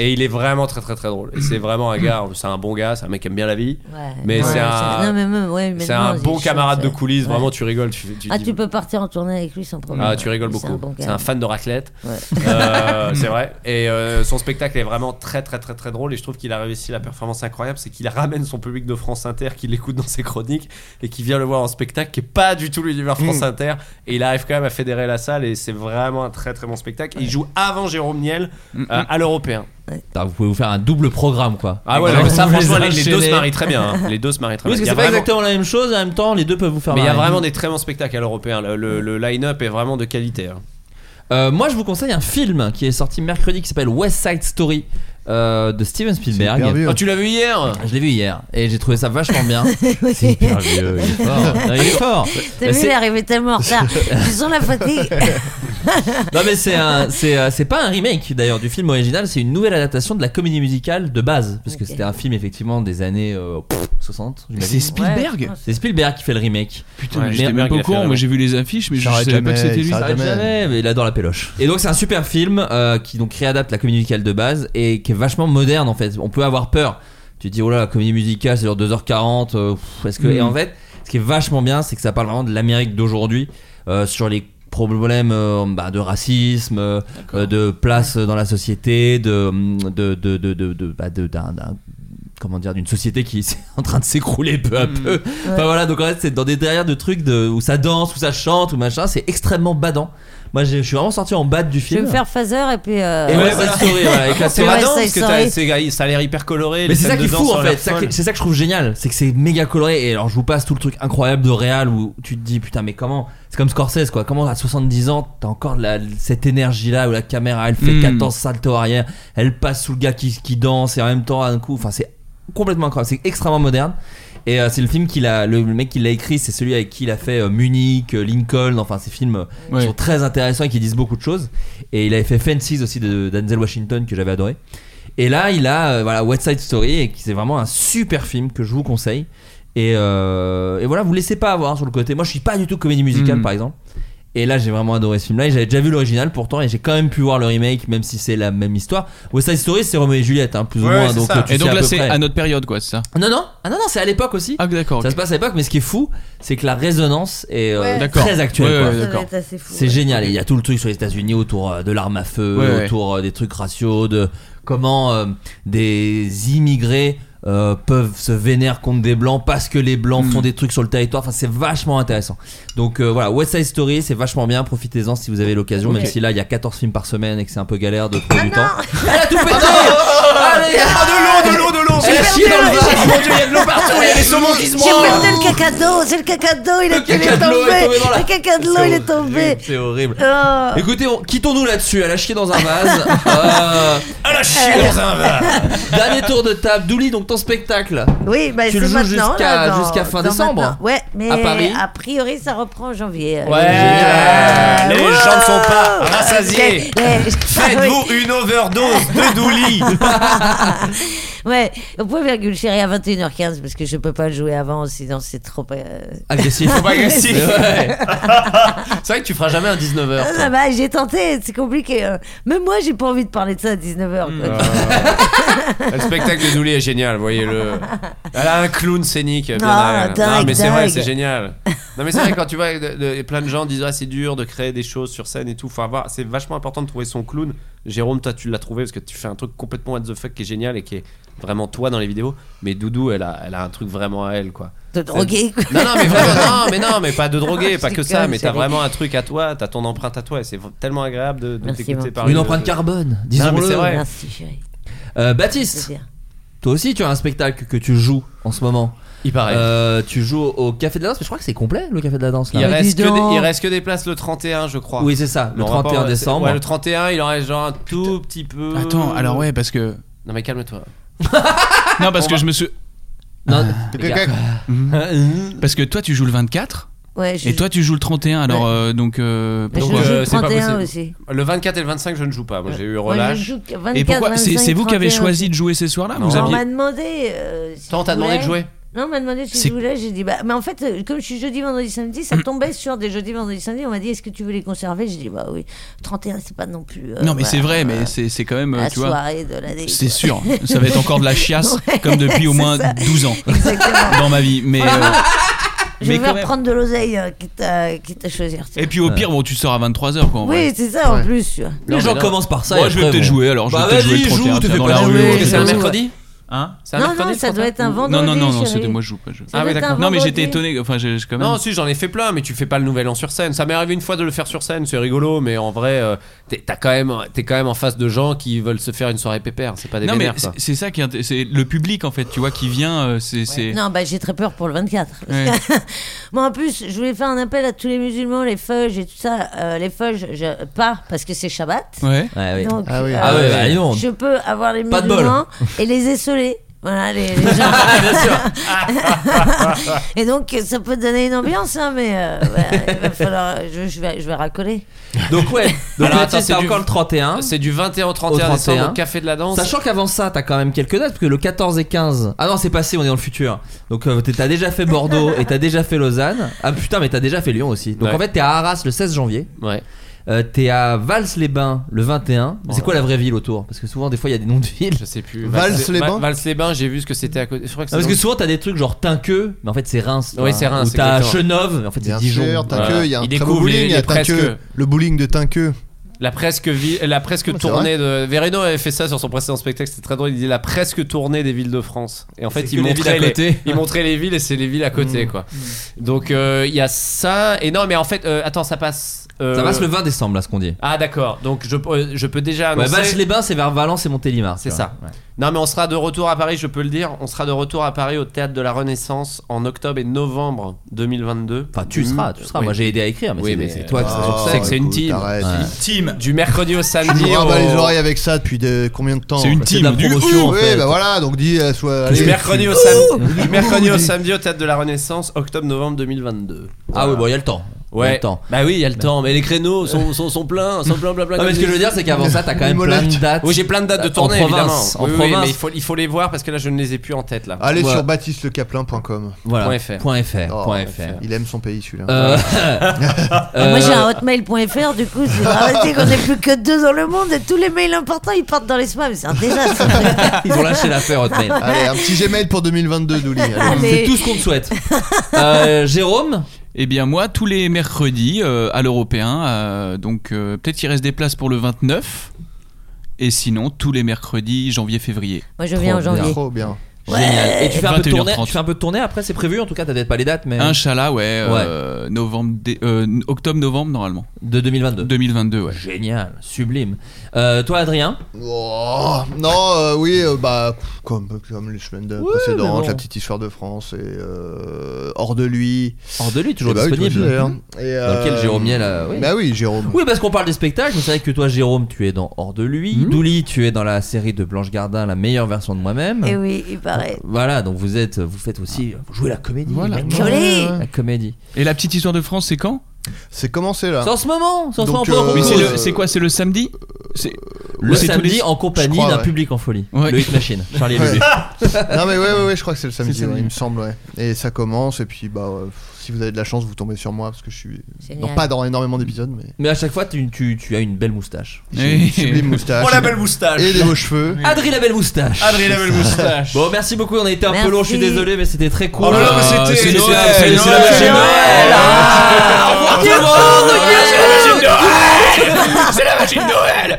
Speaker 6: Et il est vraiment très très très drôle. Et c'est vraiment un gars, c'est un bon gars, c'est un mec qui aime bien la vie.
Speaker 3: Ouais.
Speaker 6: Mais
Speaker 3: Ouais,
Speaker 6: c'est un,
Speaker 3: non, mais même, ouais,
Speaker 6: c'est
Speaker 3: maintenant,
Speaker 6: un
Speaker 3: il est
Speaker 6: bon
Speaker 3: chaud,
Speaker 6: camarade de
Speaker 3: ça.
Speaker 6: coulisses.
Speaker 3: Ouais.
Speaker 6: Vraiment, tu rigoles. Tu, tu
Speaker 3: Ah,
Speaker 6: dis-
Speaker 3: tu peux partir en tournée avec lui sans problème.
Speaker 6: Ah, tu rigoles
Speaker 3: C'est un
Speaker 6: beaucoup.
Speaker 3: bon gars.
Speaker 6: C'est un fan de raclette. Euh, c'est vrai. Et euh, son spectacle est vraiment très très très très drôle. Et je trouve qu'il a réussi la performance incroyable, c'est qu'il ramène son public de France Inter qui l'écoute dans ses chroniques et qui vient le voir en spectacle qui est pas du tout l'univers France
Speaker 7: Mm.
Speaker 6: Inter. Et il arrive quand même à fédérer la salle et c'est vraiment un très très bon spectacle. Il joue avant Jérôme Niel euh, à l'Européen.
Speaker 7: Putain, vous pouvez vous faire un double programme quoi.
Speaker 6: Ah ouais,
Speaker 7: Genre,
Speaker 6: non, ça,
Speaker 7: vous
Speaker 6: franchement, les- les
Speaker 7: enchaînez.
Speaker 6: deux se marient très bien, hein. Les deux se marient très
Speaker 7: Oui,
Speaker 6: bien.
Speaker 7: parce
Speaker 6: Il
Speaker 7: que
Speaker 6: y a
Speaker 7: c'est pas
Speaker 6: vraiment-
Speaker 7: exactement la même chose, en même temps, les deux peuvent vous faire
Speaker 6: Mais il y a
Speaker 7: marrer.
Speaker 6: vraiment des très bons spectacles à l'Européen. Le, le- le line-up est vraiment de qualité. hein.
Speaker 7: Euh, moi, je vous conseille un film qui est sorti mercredi qui s'appelle West Side Story euh, de Steven Spielberg.
Speaker 6: hyper vieux. Oh, tu l'as vu hier
Speaker 7: Je l'ai vu hier et j'ai trouvé ça vachement bien. c'est hyper vieux, il est fort. Non, il est fort.
Speaker 3: T'as
Speaker 7: Euh,
Speaker 3: vu, il
Speaker 7: c'est-
Speaker 3: est arrivé tellement en retard. tu sens la fatigue.
Speaker 7: non mais c'est un- c'est euh, c'est pas un remake d'ailleurs du film original, c'est une nouvelle adaptation de la comédie musicale de base parce que c'était un film effectivement des années euh, pff, 60. j'imagine.
Speaker 9: C'est Spielberg Ouais, je pense.
Speaker 7: C'est Spielberg qui fait le remake.
Speaker 9: Putain, mais j'étais même pas au courant. Moi, j'ai vu les affiches, mais je savais pas que c'était lui.
Speaker 7: Ça arrête jamais, mais il adore la péloche. Et donc c'est un super film euh, qui donc réadapte la comédie musicale de base et qui est vachement moderne en fait. On peut avoir peur. Tu te dis oh là la comédie musicale c'est genre 2h40 euh, pff, est-ce que
Speaker 9: Mm.
Speaker 7: et en fait ce qui est vachement bien c'est que ça parle vraiment de l'Amérique d'aujourd'hui euh, sur les problèmes euh, bah, de racisme, euh, euh, de place dans la société, de de de de, de- de- bah, de- d'un- d'un- comment dire d'une société qui est en train de s'écrouler peu à
Speaker 3: Hmm.
Speaker 7: peu. Enfin voilà, donc en fait, c'est dans des derrière de trucs de, où ça danse, où ça chante, ou machin, c'est extrêmement badant. Moi, j'ai- je suis vraiment sorti en bas du
Speaker 3: Je vais
Speaker 7: film.
Speaker 3: me faire phaser et puis. euh,
Speaker 7: Et ouais, voilà. Story, voilà, avec la
Speaker 6: C'est
Speaker 7: soirée.
Speaker 6: badant,
Speaker 3: Ouais,
Speaker 6: parce que
Speaker 3: ça,
Speaker 6: t'as-
Speaker 3: ça,
Speaker 6: c'est- ça a l'air hyper coloré.
Speaker 7: Mais
Speaker 6: les
Speaker 7: c'est ça
Speaker 6: scènes
Speaker 7: qui est
Speaker 6: de
Speaker 7: fou
Speaker 6: danse ont
Speaker 7: en
Speaker 6: l'air
Speaker 7: fait, Ça
Speaker 6: folles.
Speaker 7: qui- c'est ça que je trouve génial, c'est que c'est méga coloré et alors je vous passe tout le truc incroyable de Real où tu te dis putain mais comment, c'est comme Scorsese quoi, comment à 70 ans t'as encore de la, cette énergie là où la caméra elle fait
Speaker 6: Hmm.
Speaker 9: Mm.
Speaker 7: 14 saltos arrière, elle passe sous le gars qui, qui danse et en même temps un coup, enfin c'est complètement incroyable, c'est extrêmement moderne. Et euh, c'est le film qu'il a, le, le mec qui l'a écrit, c'est celui avec qui il a fait euh, Munich, euh, Lincoln, enfin ces films euh,
Speaker 9: Ouais.
Speaker 7: qui sont très intéressants et qui disent beaucoup de choses. Et il avait fait Fences aussi de Denzel Washington que j'avais adoré. Et là, il a euh, voilà West Side Story et qui c'est vraiment un super film que je vous conseille. Et, euh, et voilà, vous laissez pas avoir sur le côté. Moi, je suis pas du tout comédie musicale
Speaker 9: Mhm.
Speaker 7: par exemple. Et là, j'ai vraiment adoré ce film-là. Et j'avais déjà vu l'original pourtant, et j'ai quand même pu voir le remake, même si c'est la même histoire. West Side Story, c'est Roméo et Juliette, hein, plus ou moins. Donc, euh, tu
Speaker 9: Et donc
Speaker 7: sais à
Speaker 9: là,
Speaker 7: peu
Speaker 9: c'est
Speaker 7: près.
Speaker 9: à notre période, quoi, c'est ça
Speaker 7: Non, non, ah non, non c'est à l'époque aussi.
Speaker 9: Ah, d'accord.
Speaker 7: Ça se passe à l'époque, mais ce qui est fou, c'est que la résonance est euh,
Speaker 9: Ouais. D'accord.
Speaker 7: très actuelle.
Speaker 9: Ouais,
Speaker 7: quoi.
Speaker 9: ouais, Ça
Speaker 3: d'accord. va être assez fou,
Speaker 7: C'est
Speaker 3: ouais.
Speaker 7: génial. Et il y a tout le truc sur les États-Unis autour euh, de l'arme à feu,
Speaker 9: Ouais, ouais.
Speaker 7: autour euh, des trucs raciaux, de comment euh, des immigrés euh, peuvent se vénérer contre des blancs parce que les blancs font des trucs sur le territoire. Enfin, c'est vachement intéressant. Donc euh, voilà, West Side Story, c'est vachement bien. Profitez-en si vous avez l'occasion,
Speaker 9: Ok.
Speaker 7: même si là, il y a 14 films par semaine et que c'est un peu galère de
Speaker 3: Ah
Speaker 7: trouver du temps.
Speaker 3: Elle
Speaker 7: a tout pété ah,
Speaker 6: Allez, ah, de l'eau, de l'eau, de l'eau
Speaker 7: Elle a
Speaker 3: perdu
Speaker 7: chié dans le
Speaker 3: le-
Speaker 7: vase.
Speaker 3: j'ai-
Speaker 7: Mon Dieu, il y a de l'eau partout, il y a des saumons qui se
Speaker 3: J'ai
Speaker 7: mordent.
Speaker 3: perdu le caca d'eau, c'est le caca d'eau, il est il
Speaker 7: caca
Speaker 3: est
Speaker 7: de l'eau est tombé dans la-
Speaker 3: tombé. Le caca de l'eau, il est tombé.
Speaker 7: C'est horrible.
Speaker 3: Oh.
Speaker 7: Écoutez, on- quittons-nous là-dessus. Elle a chié dans un vase. Euh,
Speaker 6: Elle a chié dans un vase.
Speaker 7: Dernier tour de table. Douli, donc ton spectacle.
Speaker 3: Oui, bah,
Speaker 7: Tu
Speaker 3: c'est
Speaker 7: le joues
Speaker 3: maintenant.
Speaker 7: jusqu'à
Speaker 3: là, dans-
Speaker 7: jusqu'à fin
Speaker 3: dans
Speaker 7: décembre.
Speaker 3: maintenant. Ouais, mais
Speaker 7: À Paris.
Speaker 3: a priori, ça reprend en janvier.
Speaker 6: Ouais, les gens ne sont pas rassasiés.
Speaker 3: Ah
Speaker 6: Faites-vous une overdose de Douli.
Speaker 3: Ouais, vous pouvez bien le chéri à 21h15 parce que je peux pas le jouer avant, sinon c'est trop. euh,
Speaker 7: Agressif.
Speaker 6: Faut pas agressif. Ah
Speaker 7: Ouais.
Speaker 6: C'est vrai que tu feras jamais un 19h.
Speaker 3: Ah, ça va, j'ai tenté, c'est compliqué. hein. Même moi, j'ai pas envie de parler de ça à 19h.
Speaker 9: Hmm.
Speaker 6: Le spectacle de Douli est génial, voyez-le. Elle a un clown scénique. bien
Speaker 3: Non,
Speaker 6: derrière.
Speaker 3: Ah, dingue,
Speaker 6: non mais c'est vrai,
Speaker 3: dingue.
Speaker 6: c'est génial. Non, mais c'est vrai, quand tu vois, de- de- plein de gens disent ah, c'est dur de créer des choses sur scène et tout. Faut avoir, c'est vachement important de trouver son clown. Jérôme, toi, tu l'as trouvé parce que tu fais un truc complètement what the fuck qui est génial et qui est vraiment toi dans les vidéos. Mais Doudou, elle a, elle a un truc vraiment à elle, quoi.
Speaker 3: De droguer, quoi.
Speaker 6: Non, non, mais vraiment, non, mais non, mais pas de droguer, pas
Speaker 3: Ah, Je
Speaker 6: que
Speaker 3: déconne,
Speaker 6: ça. Mais t'as
Speaker 3: chérie.
Speaker 6: vraiment un truc à toi, t'as ton empreinte à toi et c'est tellement agréable de, de
Speaker 3: Merci,
Speaker 6: t'écouter
Speaker 3: mon
Speaker 6: parler.
Speaker 7: Une
Speaker 6: de-
Speaker 7: empreinte
Speaker 6: de-
Speaker 7: carbone,
Speaker 6: Non, mais
Speaker 7: disons-le.
Speaker 6: c'est vrai.
Speaker 3: Merci, chérie.
Speaker 7: Euh, Baptiste,
Speaker 3: Plaisir.
Speaker 7: toi aussi, tu as un spectacle que tu joues en ce moment.
Speaker 6: Il paraît.
Speaker 7: Euh, tu joues au Café de la Danse, mais je crois que c'est complet le Café de la Danse. Là.
Speaker 6: Il reste, que des, il reste que des places le 31, je crois.
Speaker 7: Oui, c'est ça, le
Speaker 6: On aura pas-
Speaker 7: 31
Speaker 6: c'est-
Speaker 7: décembre.
Speaker 6: Ouais, le 31, il en reste genre un tout petit peu.
Speaker 9: Attends, alors ouais, parce que.
Speaker 6: Non, mais calme-toi.
Speaker 9: Non, parce
Speaker 6: On
Speaker 9: que
Speaker 6: va-
Speaker 9: je me suis.
Speaker 7: Non,
Speaker 9: les gars. Parce que toi, tu joues le 24.
Speaker 3: Ouais, je
Speaker 9: Et toi, tu joues le 31, alors euh, donc. euh,
Speaker 3: Mais je
Speaker 9: pourquoi
Speaker 3: joue le
Speaker 6: Euh, c'est pas
Speaker 3: 31
Speaker 6: possible.
Speaker 3: aussi.
Speaker 6: Le 24 et le 25, je ne joue pas. Moi, j'ai eu
Speaker 3: Moi, je
Speaker 6: relâche.
Speaker 3: joue que 24,
Speaker 9: Et pourquoi C'est
Speaker 3: 25,
Speaker 9: c'est vous qui avez
Speaker 3: 31
Speaker 9: choisi de jouer ces soirs-là
Speaker 6: Non.
Speaker 9: Vous
Speaker 3: On
Speaker 9: aviez.
Speaker 3: m'a demandé. euh, si
Speaker 6: Toi, on
Speaker 3: je
Speaker 6: t'a demandé
Speaker 3: voulais.
Speaker 6: de jouer
Speaker 3: Non, on m'a demandé ce que je voulais, j'ai dit bah, mais en fait, euh, comme je suis jeudi, vendredi, samedi, ça tombait sur des jeudis, vendredi, samedi. On m'a dit est-ce que tu veux les conserver J'ai dit bah oui, 31, c'est pas non plus. euh,
Speaker 9: non, mais
Speaker 3: voilà,
Speaker 9: c'est vrai,
Speaker 3: euh,
Speaker 9: mais c'est c'est quand même. euh,
Speaker 3: la
Speaker 9: tu vois,
Speaker 3: soirée de l'année,
Speaker 9: C'est
Speaker 3: quoi.
Speaker 9: sûr. Ça va être encore de la chiasse,
Speaker 3: Ouais,
Speaker 9: comme depuis au
Speaker 3: c'est
Speaker 9: moins
Speaker 3: ça. Ah,
Speaker 9: 12 ans dans ma vie. Mais. euh,
Speaker 3: Je
Speaker 9: mais
Speaker 3: vais
Speaker 9: quand même.
Speaker 3: reprendre de l'oseille euh, quitte, à, quitte à choisir. tu
Speaker 9: Et puis au pire, bon, tu sors à 23h quoi. en vrai.
Speaker 3: Oui, c'est ça en plus. tu vois.
Speaker 9: Non, mais là- Moi, je vais
Speaker 14: après,
Speaker 9: peut-être
Speaker 14: bon.
Speaker 9: jouer alors. Je
Speaker 14: Bah,
Speaker 9: vais peut-être
Speaker 14: vas-y,
Speaker 9: jouer le
Speaker 14: joue,
Speaker 9: 31,
Speaker 14: te
Speaker 9: tiens,
Speaker 14: fais
Speaker 9: dans
Speaker 14: pas
Speaker 9: la
Speaker 14: jouer,
Speaker 9: rue.
Speaker 14: c'est
Speaker 9: ouais,
Speaker 14: un
Speaker 9: ouais.
Speaker 14: mercredi
Speaker 9: Hein
Speaker 14: C'est un mercredi,
Speaker 3: ça
Speaker 14: le
Speaker 3: doit
Speaker 14: 31?
Speaker 3: être un vendredi.
Speaker 9: Non, non, non, non,
Speaker 3: chérie.
Speaker 9: c'était moi, je joue pas. je-
Speaker 3: Ça doit être un
Speaker 9: Non, mais
Speaker 3: vendredi.
Speaker 9: j'étais étonné. Enfin, j'ai j'ai quand même.
Speaker 6: Non, si j'en ai fait plein, mais tu fais pas le nouvel an sur scène. Ça m'est arrivé une fois de le faire sur scène, c'est rigolo, mais en vrai, euh, t'es t'as quand même, t'es quand même en face de gens qui veulent se faire une soirée pépère. C'est pas des
Speaker 9: Non, mais
Speaker 6: vénères, ça.
Speaker 9: c'est- c'est ça qui est inté- c'est le public en fait, tu vois, qui vient. euh, C'est. c'est-
Speaker 3: Non, bah j'ai très peur pour le 24.
Speaker 9: Ouais.
Speaker 3: Moi, en plus, je voulais faire un appel à tous les musulmans, les feuges et tout ça. Euh, les feuges, je... pas parce que c'est Shabbat.
Speaker 9: Ouais.
Speaker 7: oui.
Speaker 3: Donc,
Speaker 7: ah oui.
Speaker 3: euh,
Speaker 7: Ah ouais, bah, dis donc.
Speaker 3: je peux avoir les
Speaker 7: Pas de
Speaker 3: musulmans et les essolés. Voilà, les, les gens. et donc, ça peut donner une ambiance, hein, mais euh, voilà, il va falloir. Je, je vais, je vais racoler.
Speaker 7: Donc ouais. Donc
Speaker 6: Alors,
Speaker 7: là,
Speaker 6: attends,
Speaker 7: tu
Speaker 6: c'est
Speaker 7: c'est
Speaker 6: du-
Speaker 7: encore le 31.
Speaker 6: C'est du 21 au 31, décembre au Café de la Danse.
Speaker 7: Sachant qu'avant ça, t'as quand même quelques dates, parce que le 14 et 15. Ah non, c'est passé, on est dans le futur. Donc euh, t'es- t'as déjà fait Bordeaux et t'as déjà fait Lausanne. Ah putain, mais t'as déjà fait Lyon aussi. Donc
Speaker 6: Ouais.
Speaker 7: en fait, t'es à Arras le 16 janvier.
Speaker 6: Ouais.
Speaker 7: Euh, t'es à Vals-les-Bains le 21. C'est quoi la vraie ville autour Parce que souvent, des fois, il y a des noms de villes.
Speaker 6: Je sais plus.
Speaker 7: Vals-les-Bains
Speaker 6: Vals-les-Bains, j'ai vu ce que c'était à côté. Je crois que
Speaker 7: Ah, parce
Speaker 6: c'est-
Speaker 7: que souvent t'as des trucs genre Tinqueux, mais en fait c'est Reims. tu
Speaker 6: Oui,
Speaker 7: vois.
Speaker 6: c'est Reims,
Speaker 7: Ou t'as
Speaker 6: exactement.
Speaker 7: Chenove, mais en fait c'est
Speaker 6: Bien
Speaker 7: Dijon.
Speaker 6: sûr,
Speaker 8: Tinqueux,
Speaker 7: Voilà.
Speaker 8: il y a un
Speaker 6: Il
Speaker 8: très beau
Speaker 6: découvre les-
Speaker 8: bowling, il y a
Speaker 6: les presque-
Speaker 8: Tinqueux. Le bowling de Tinqueux.
Speaker 6: La presque, vi- la presque
Speaker 8: c'est
Speaker 6: tournée de. Véréno avait fait ça sur son précédent spectacle, c'était très drôle. Il disait la presque tournée des villes de France. Et en fait,
Speaker 7: C'est
Speaker 6: il
Speaker 7: que les villes
Speaker 6: montrait,
Speaker 7: à
Speaker 6: les...
Speaker 7: côté. Mmh.
Speaker 6: il montrait les villes et c'est les villes à côté, quoi. Donc, euh, il y a ça. Et non, mais en fait, euh, attends, ça passe. euh,
Speaker 7: Ça passe le 20 décembre là, ce qu'on dit.
Speaker 6: Ah, d'accord. Donc, je, euh, je peux déjà
Speaker 7: Ouais,
Speaker 6: annoncer.
Speaker 7: les bains c'est vers Valence et Montélimar.
Speaker 6: C'est ça. Non, mais on sera de retour à Paris, je peux le dire. On sera de retour à Paris au théâtre de la Renaissance en octobre et novembre 2022.
Speaker 7: Enfin, tu seras, tu seras. Moi, j'ai aidé à écrire, mais c'est- Ah, c'est toi qui seras
Speaker 8: Ah,
Speaker 7: sur
Speaker 6: Ah. C'est
Speaker 7: scène.
Speaker 6: que c'est une
Speaker 7: Écoute,
Speaker 6: team.
Speaker 7: arrête. Ouais. Une
Speaker 9: team.
Speaker 6: Du mercredi au
Speaker 8: Je
Speaker 6: samedi.
Speaker 8: me rabats les
Speaker 6: au-
Speaker 8: oreilles avec ça depuis de- combien de temps
Speaker 9: C'est une team, du
Speaker 6: ouh,
Speaker 8: Oui,
Speaker 6: en fait.
Speaker 8: bah voilà, donc dis, euh, soit.
Speaker 6: Du
Speaker 8: allez,
Speaker 6: mercredi,
Speaker 8: tu-
Speaker 6: au
Speaker 14: Oh,
Speaker 8: Ouh.
Speaker 6: samedi, Oh, du
Speaker 8: Ouh,
Speaker 6: mercredi au
Speaker 8: dis.
Speaker 6: samedi au théâtre de la Renaissance, octobre-novembre 2022.
Speaker 7: Ah oui, bon, il y a le temps. Il y a
Speaker 6: Ouais.
Speaker 7: le temps.
Speaker 6: Bah oui, il y a le temps, mais les créneaux sont, sont, sont pleins, sont pleins, pleins, pleins.
Speaker 7: Non, mais
Speaker 6: comme
Speaker 7: ce que je veux dire, c'est qu'avant ça, t'as quand même plein de dates.
Speaker 6: Oui, j'ai plein de dates de
Speaker 7: En
Speaker 6: tournée, évidemment.
Speaker 7: province, en
Speaker 6: Oui, oui,
Speaker 7: province.
Speaker 6: mais il faut, il faut les voir parce que là, je ne les ai plus en tête là.
Speaker 8: Allez
Speaker 7: Ouais.
Speaker 8: sur baptistelecaplin.com.
Speaker 7: Voilà.
Speaker 6: Point fr.
Speaker 7: Point .fr.
Speaker 8: Oh,
Speaker 7: Point .fr.
Speaker 8: Il aime son pays celui-là.
Speaker 7: Euh,
Speaker 3: Ah, Moi
Speaker 7: euh,
Speaker 3: j'ai un hotmail.fr du coup c'est arrêté qu'on n'est plus que deux dans le monde et tous les mails importants ils partent dans les spams c'est un désastre.
Speaker 7: Ils ont lâché l'affaire, Hotmail.
Speaker 8: Allez, un petit Gmail pour 2022, Douli. allez.
Speaker 7: C'est tout ce qu'on te souhaite. Euh, Jérôme
Speaker 9: Eh bien moi tous les mercredis euh, à l'européen euh, donc euh, peut-être qu'il reste des places pour le 29 et sinon tous les mercredis janvier février.
Speaker 3: Moi je viens en
Speaker 7: Trop bien.
Speaker 3: janvier.
Speaker 8: Trop bien.
Speaker 7: Génial. Et tu fais, un peu de tournée,
Speaker 9: 21h30.
Speaker 7: tu fais un peu de tournée après, c'est prévu en tout cas, t'as peut-être pas les dates, mais.
Speaker 9: Inch'Allah ouais, euh, novembre dé- euh, octobre novembre normalement
Speaker 7: De 2022.
Speaker 9: 2022 ouais.
Speaker 7: Génial, sublime. Euh, toi, Adrien
Speaker 8: Oh, non, euh, oui, euh, bah comme, comme les semaines de-
Speaker 7: Ouais, mais
Speaker 8: précédentes,
Speaker 7: bon.
Speaker 8: la petite histoire de France et euh, hors de lui.
Speaker 7: Hors de lui, toujours
Speaker 8: Eh bah oui,
Speaker 7: disponible. Mhm.
Speaker 8: toujours d'ailleurs.
Speaker 7: Dans
Speaker 8: Et, euh,
Speaker 7: lequel Jérôme Niel a- oui.
Speaker 8: Bah oui, Jérôme.
Speaker 7: Oui, parce qu'on parle des spectacles, mais c'est vrai que toi, Jérôme, tu es dans Hors de lui. Douli, tu es dans la série de Blanche Gardin, la meilleure version de moi-même.
Speaker 3: Et Eh oui il paraît.
Speaker 7: Voilà, donc vous êtes, vous faites aussi, vous jouez la comédie.
Speaker 9: Voilà.
Speaker 7: évidemment.
Speaker 3: Joli.
Speaker 7: La comédie.
Speaker 9: Et la petite histoire de France c'est quand
Speaker 8: C'est commencé là.
Speaker 7: C'est en ce moment, c'est en ce
Speaker 8: Donc,
Speaker 7: moment. on peut en
Speaker 8: euh,
Speaker 9: Mais c'est
Speaker 7: propose.
Speaker 9: le- c'est quoi c'est le samedi C'est
Speaker 7: Oh, euh, Le
Speaker 9: ou c'est tous
Speaker 7: samedi
Speaker 9: les-
Speaker 7: en compagnie
Speaker 8: Je crois,
Speaker 7: d'un
Speaker 8: ouais.
Speaker 7: public en folie.
Speaker 9: Ouais.
Speaker 7: Le Hit Machine, Charlie et
Speaker 8: Ouais.
Speaker 7: Lulu.
Speaker 8: non mais ouais, ouais, ouais, je crois que c'est le samedi,
Speaker 9: C'est le
Speaker 8: ouais, il
Speaker 9: samedi.
Speaker 8: me semble, ouais. Et ça commence et puis bah euh, si vous avez de la chance, vous tombez sur moi parce que je suis
Speaker 3: Génial.
Speaker 8: dans- pas dans énormément d'épisodes, mais
Speaker 7: Mais à chaque fois, tu, tu- tu as une belle moustache.
Speaker 8: j'ai une sublime moustache.
Speaker 6: Oh la belle moustache
Speaker 8: et des beaux cheveux.
Speaker 7: Adrien la belle moustache.
Speaker 9: Ah.
Speaker 6: Adrien la belle moustache
Speaker 7: Bon, merci beaucoup, on a été un
Speaker 3: Merci.
Speaker 7: peu long, je suis désolé, mais c'était très cool. Euh,
Speaker 6: Oh là là, mais c'était
Speaker 7: c'est
Speaker 6: Noël,
Speaker 7: Noël, c'est
Speaker 6: Noël,
Speaker 7: Noël,
Speaker 6: c'est
Speaker 7: c'est
Speaker 6: Noël.
Speaker 7: Noël. Ah, Au revoir tout le monde.
Speaker 6: C'est la machine Noël C'est la machine Noël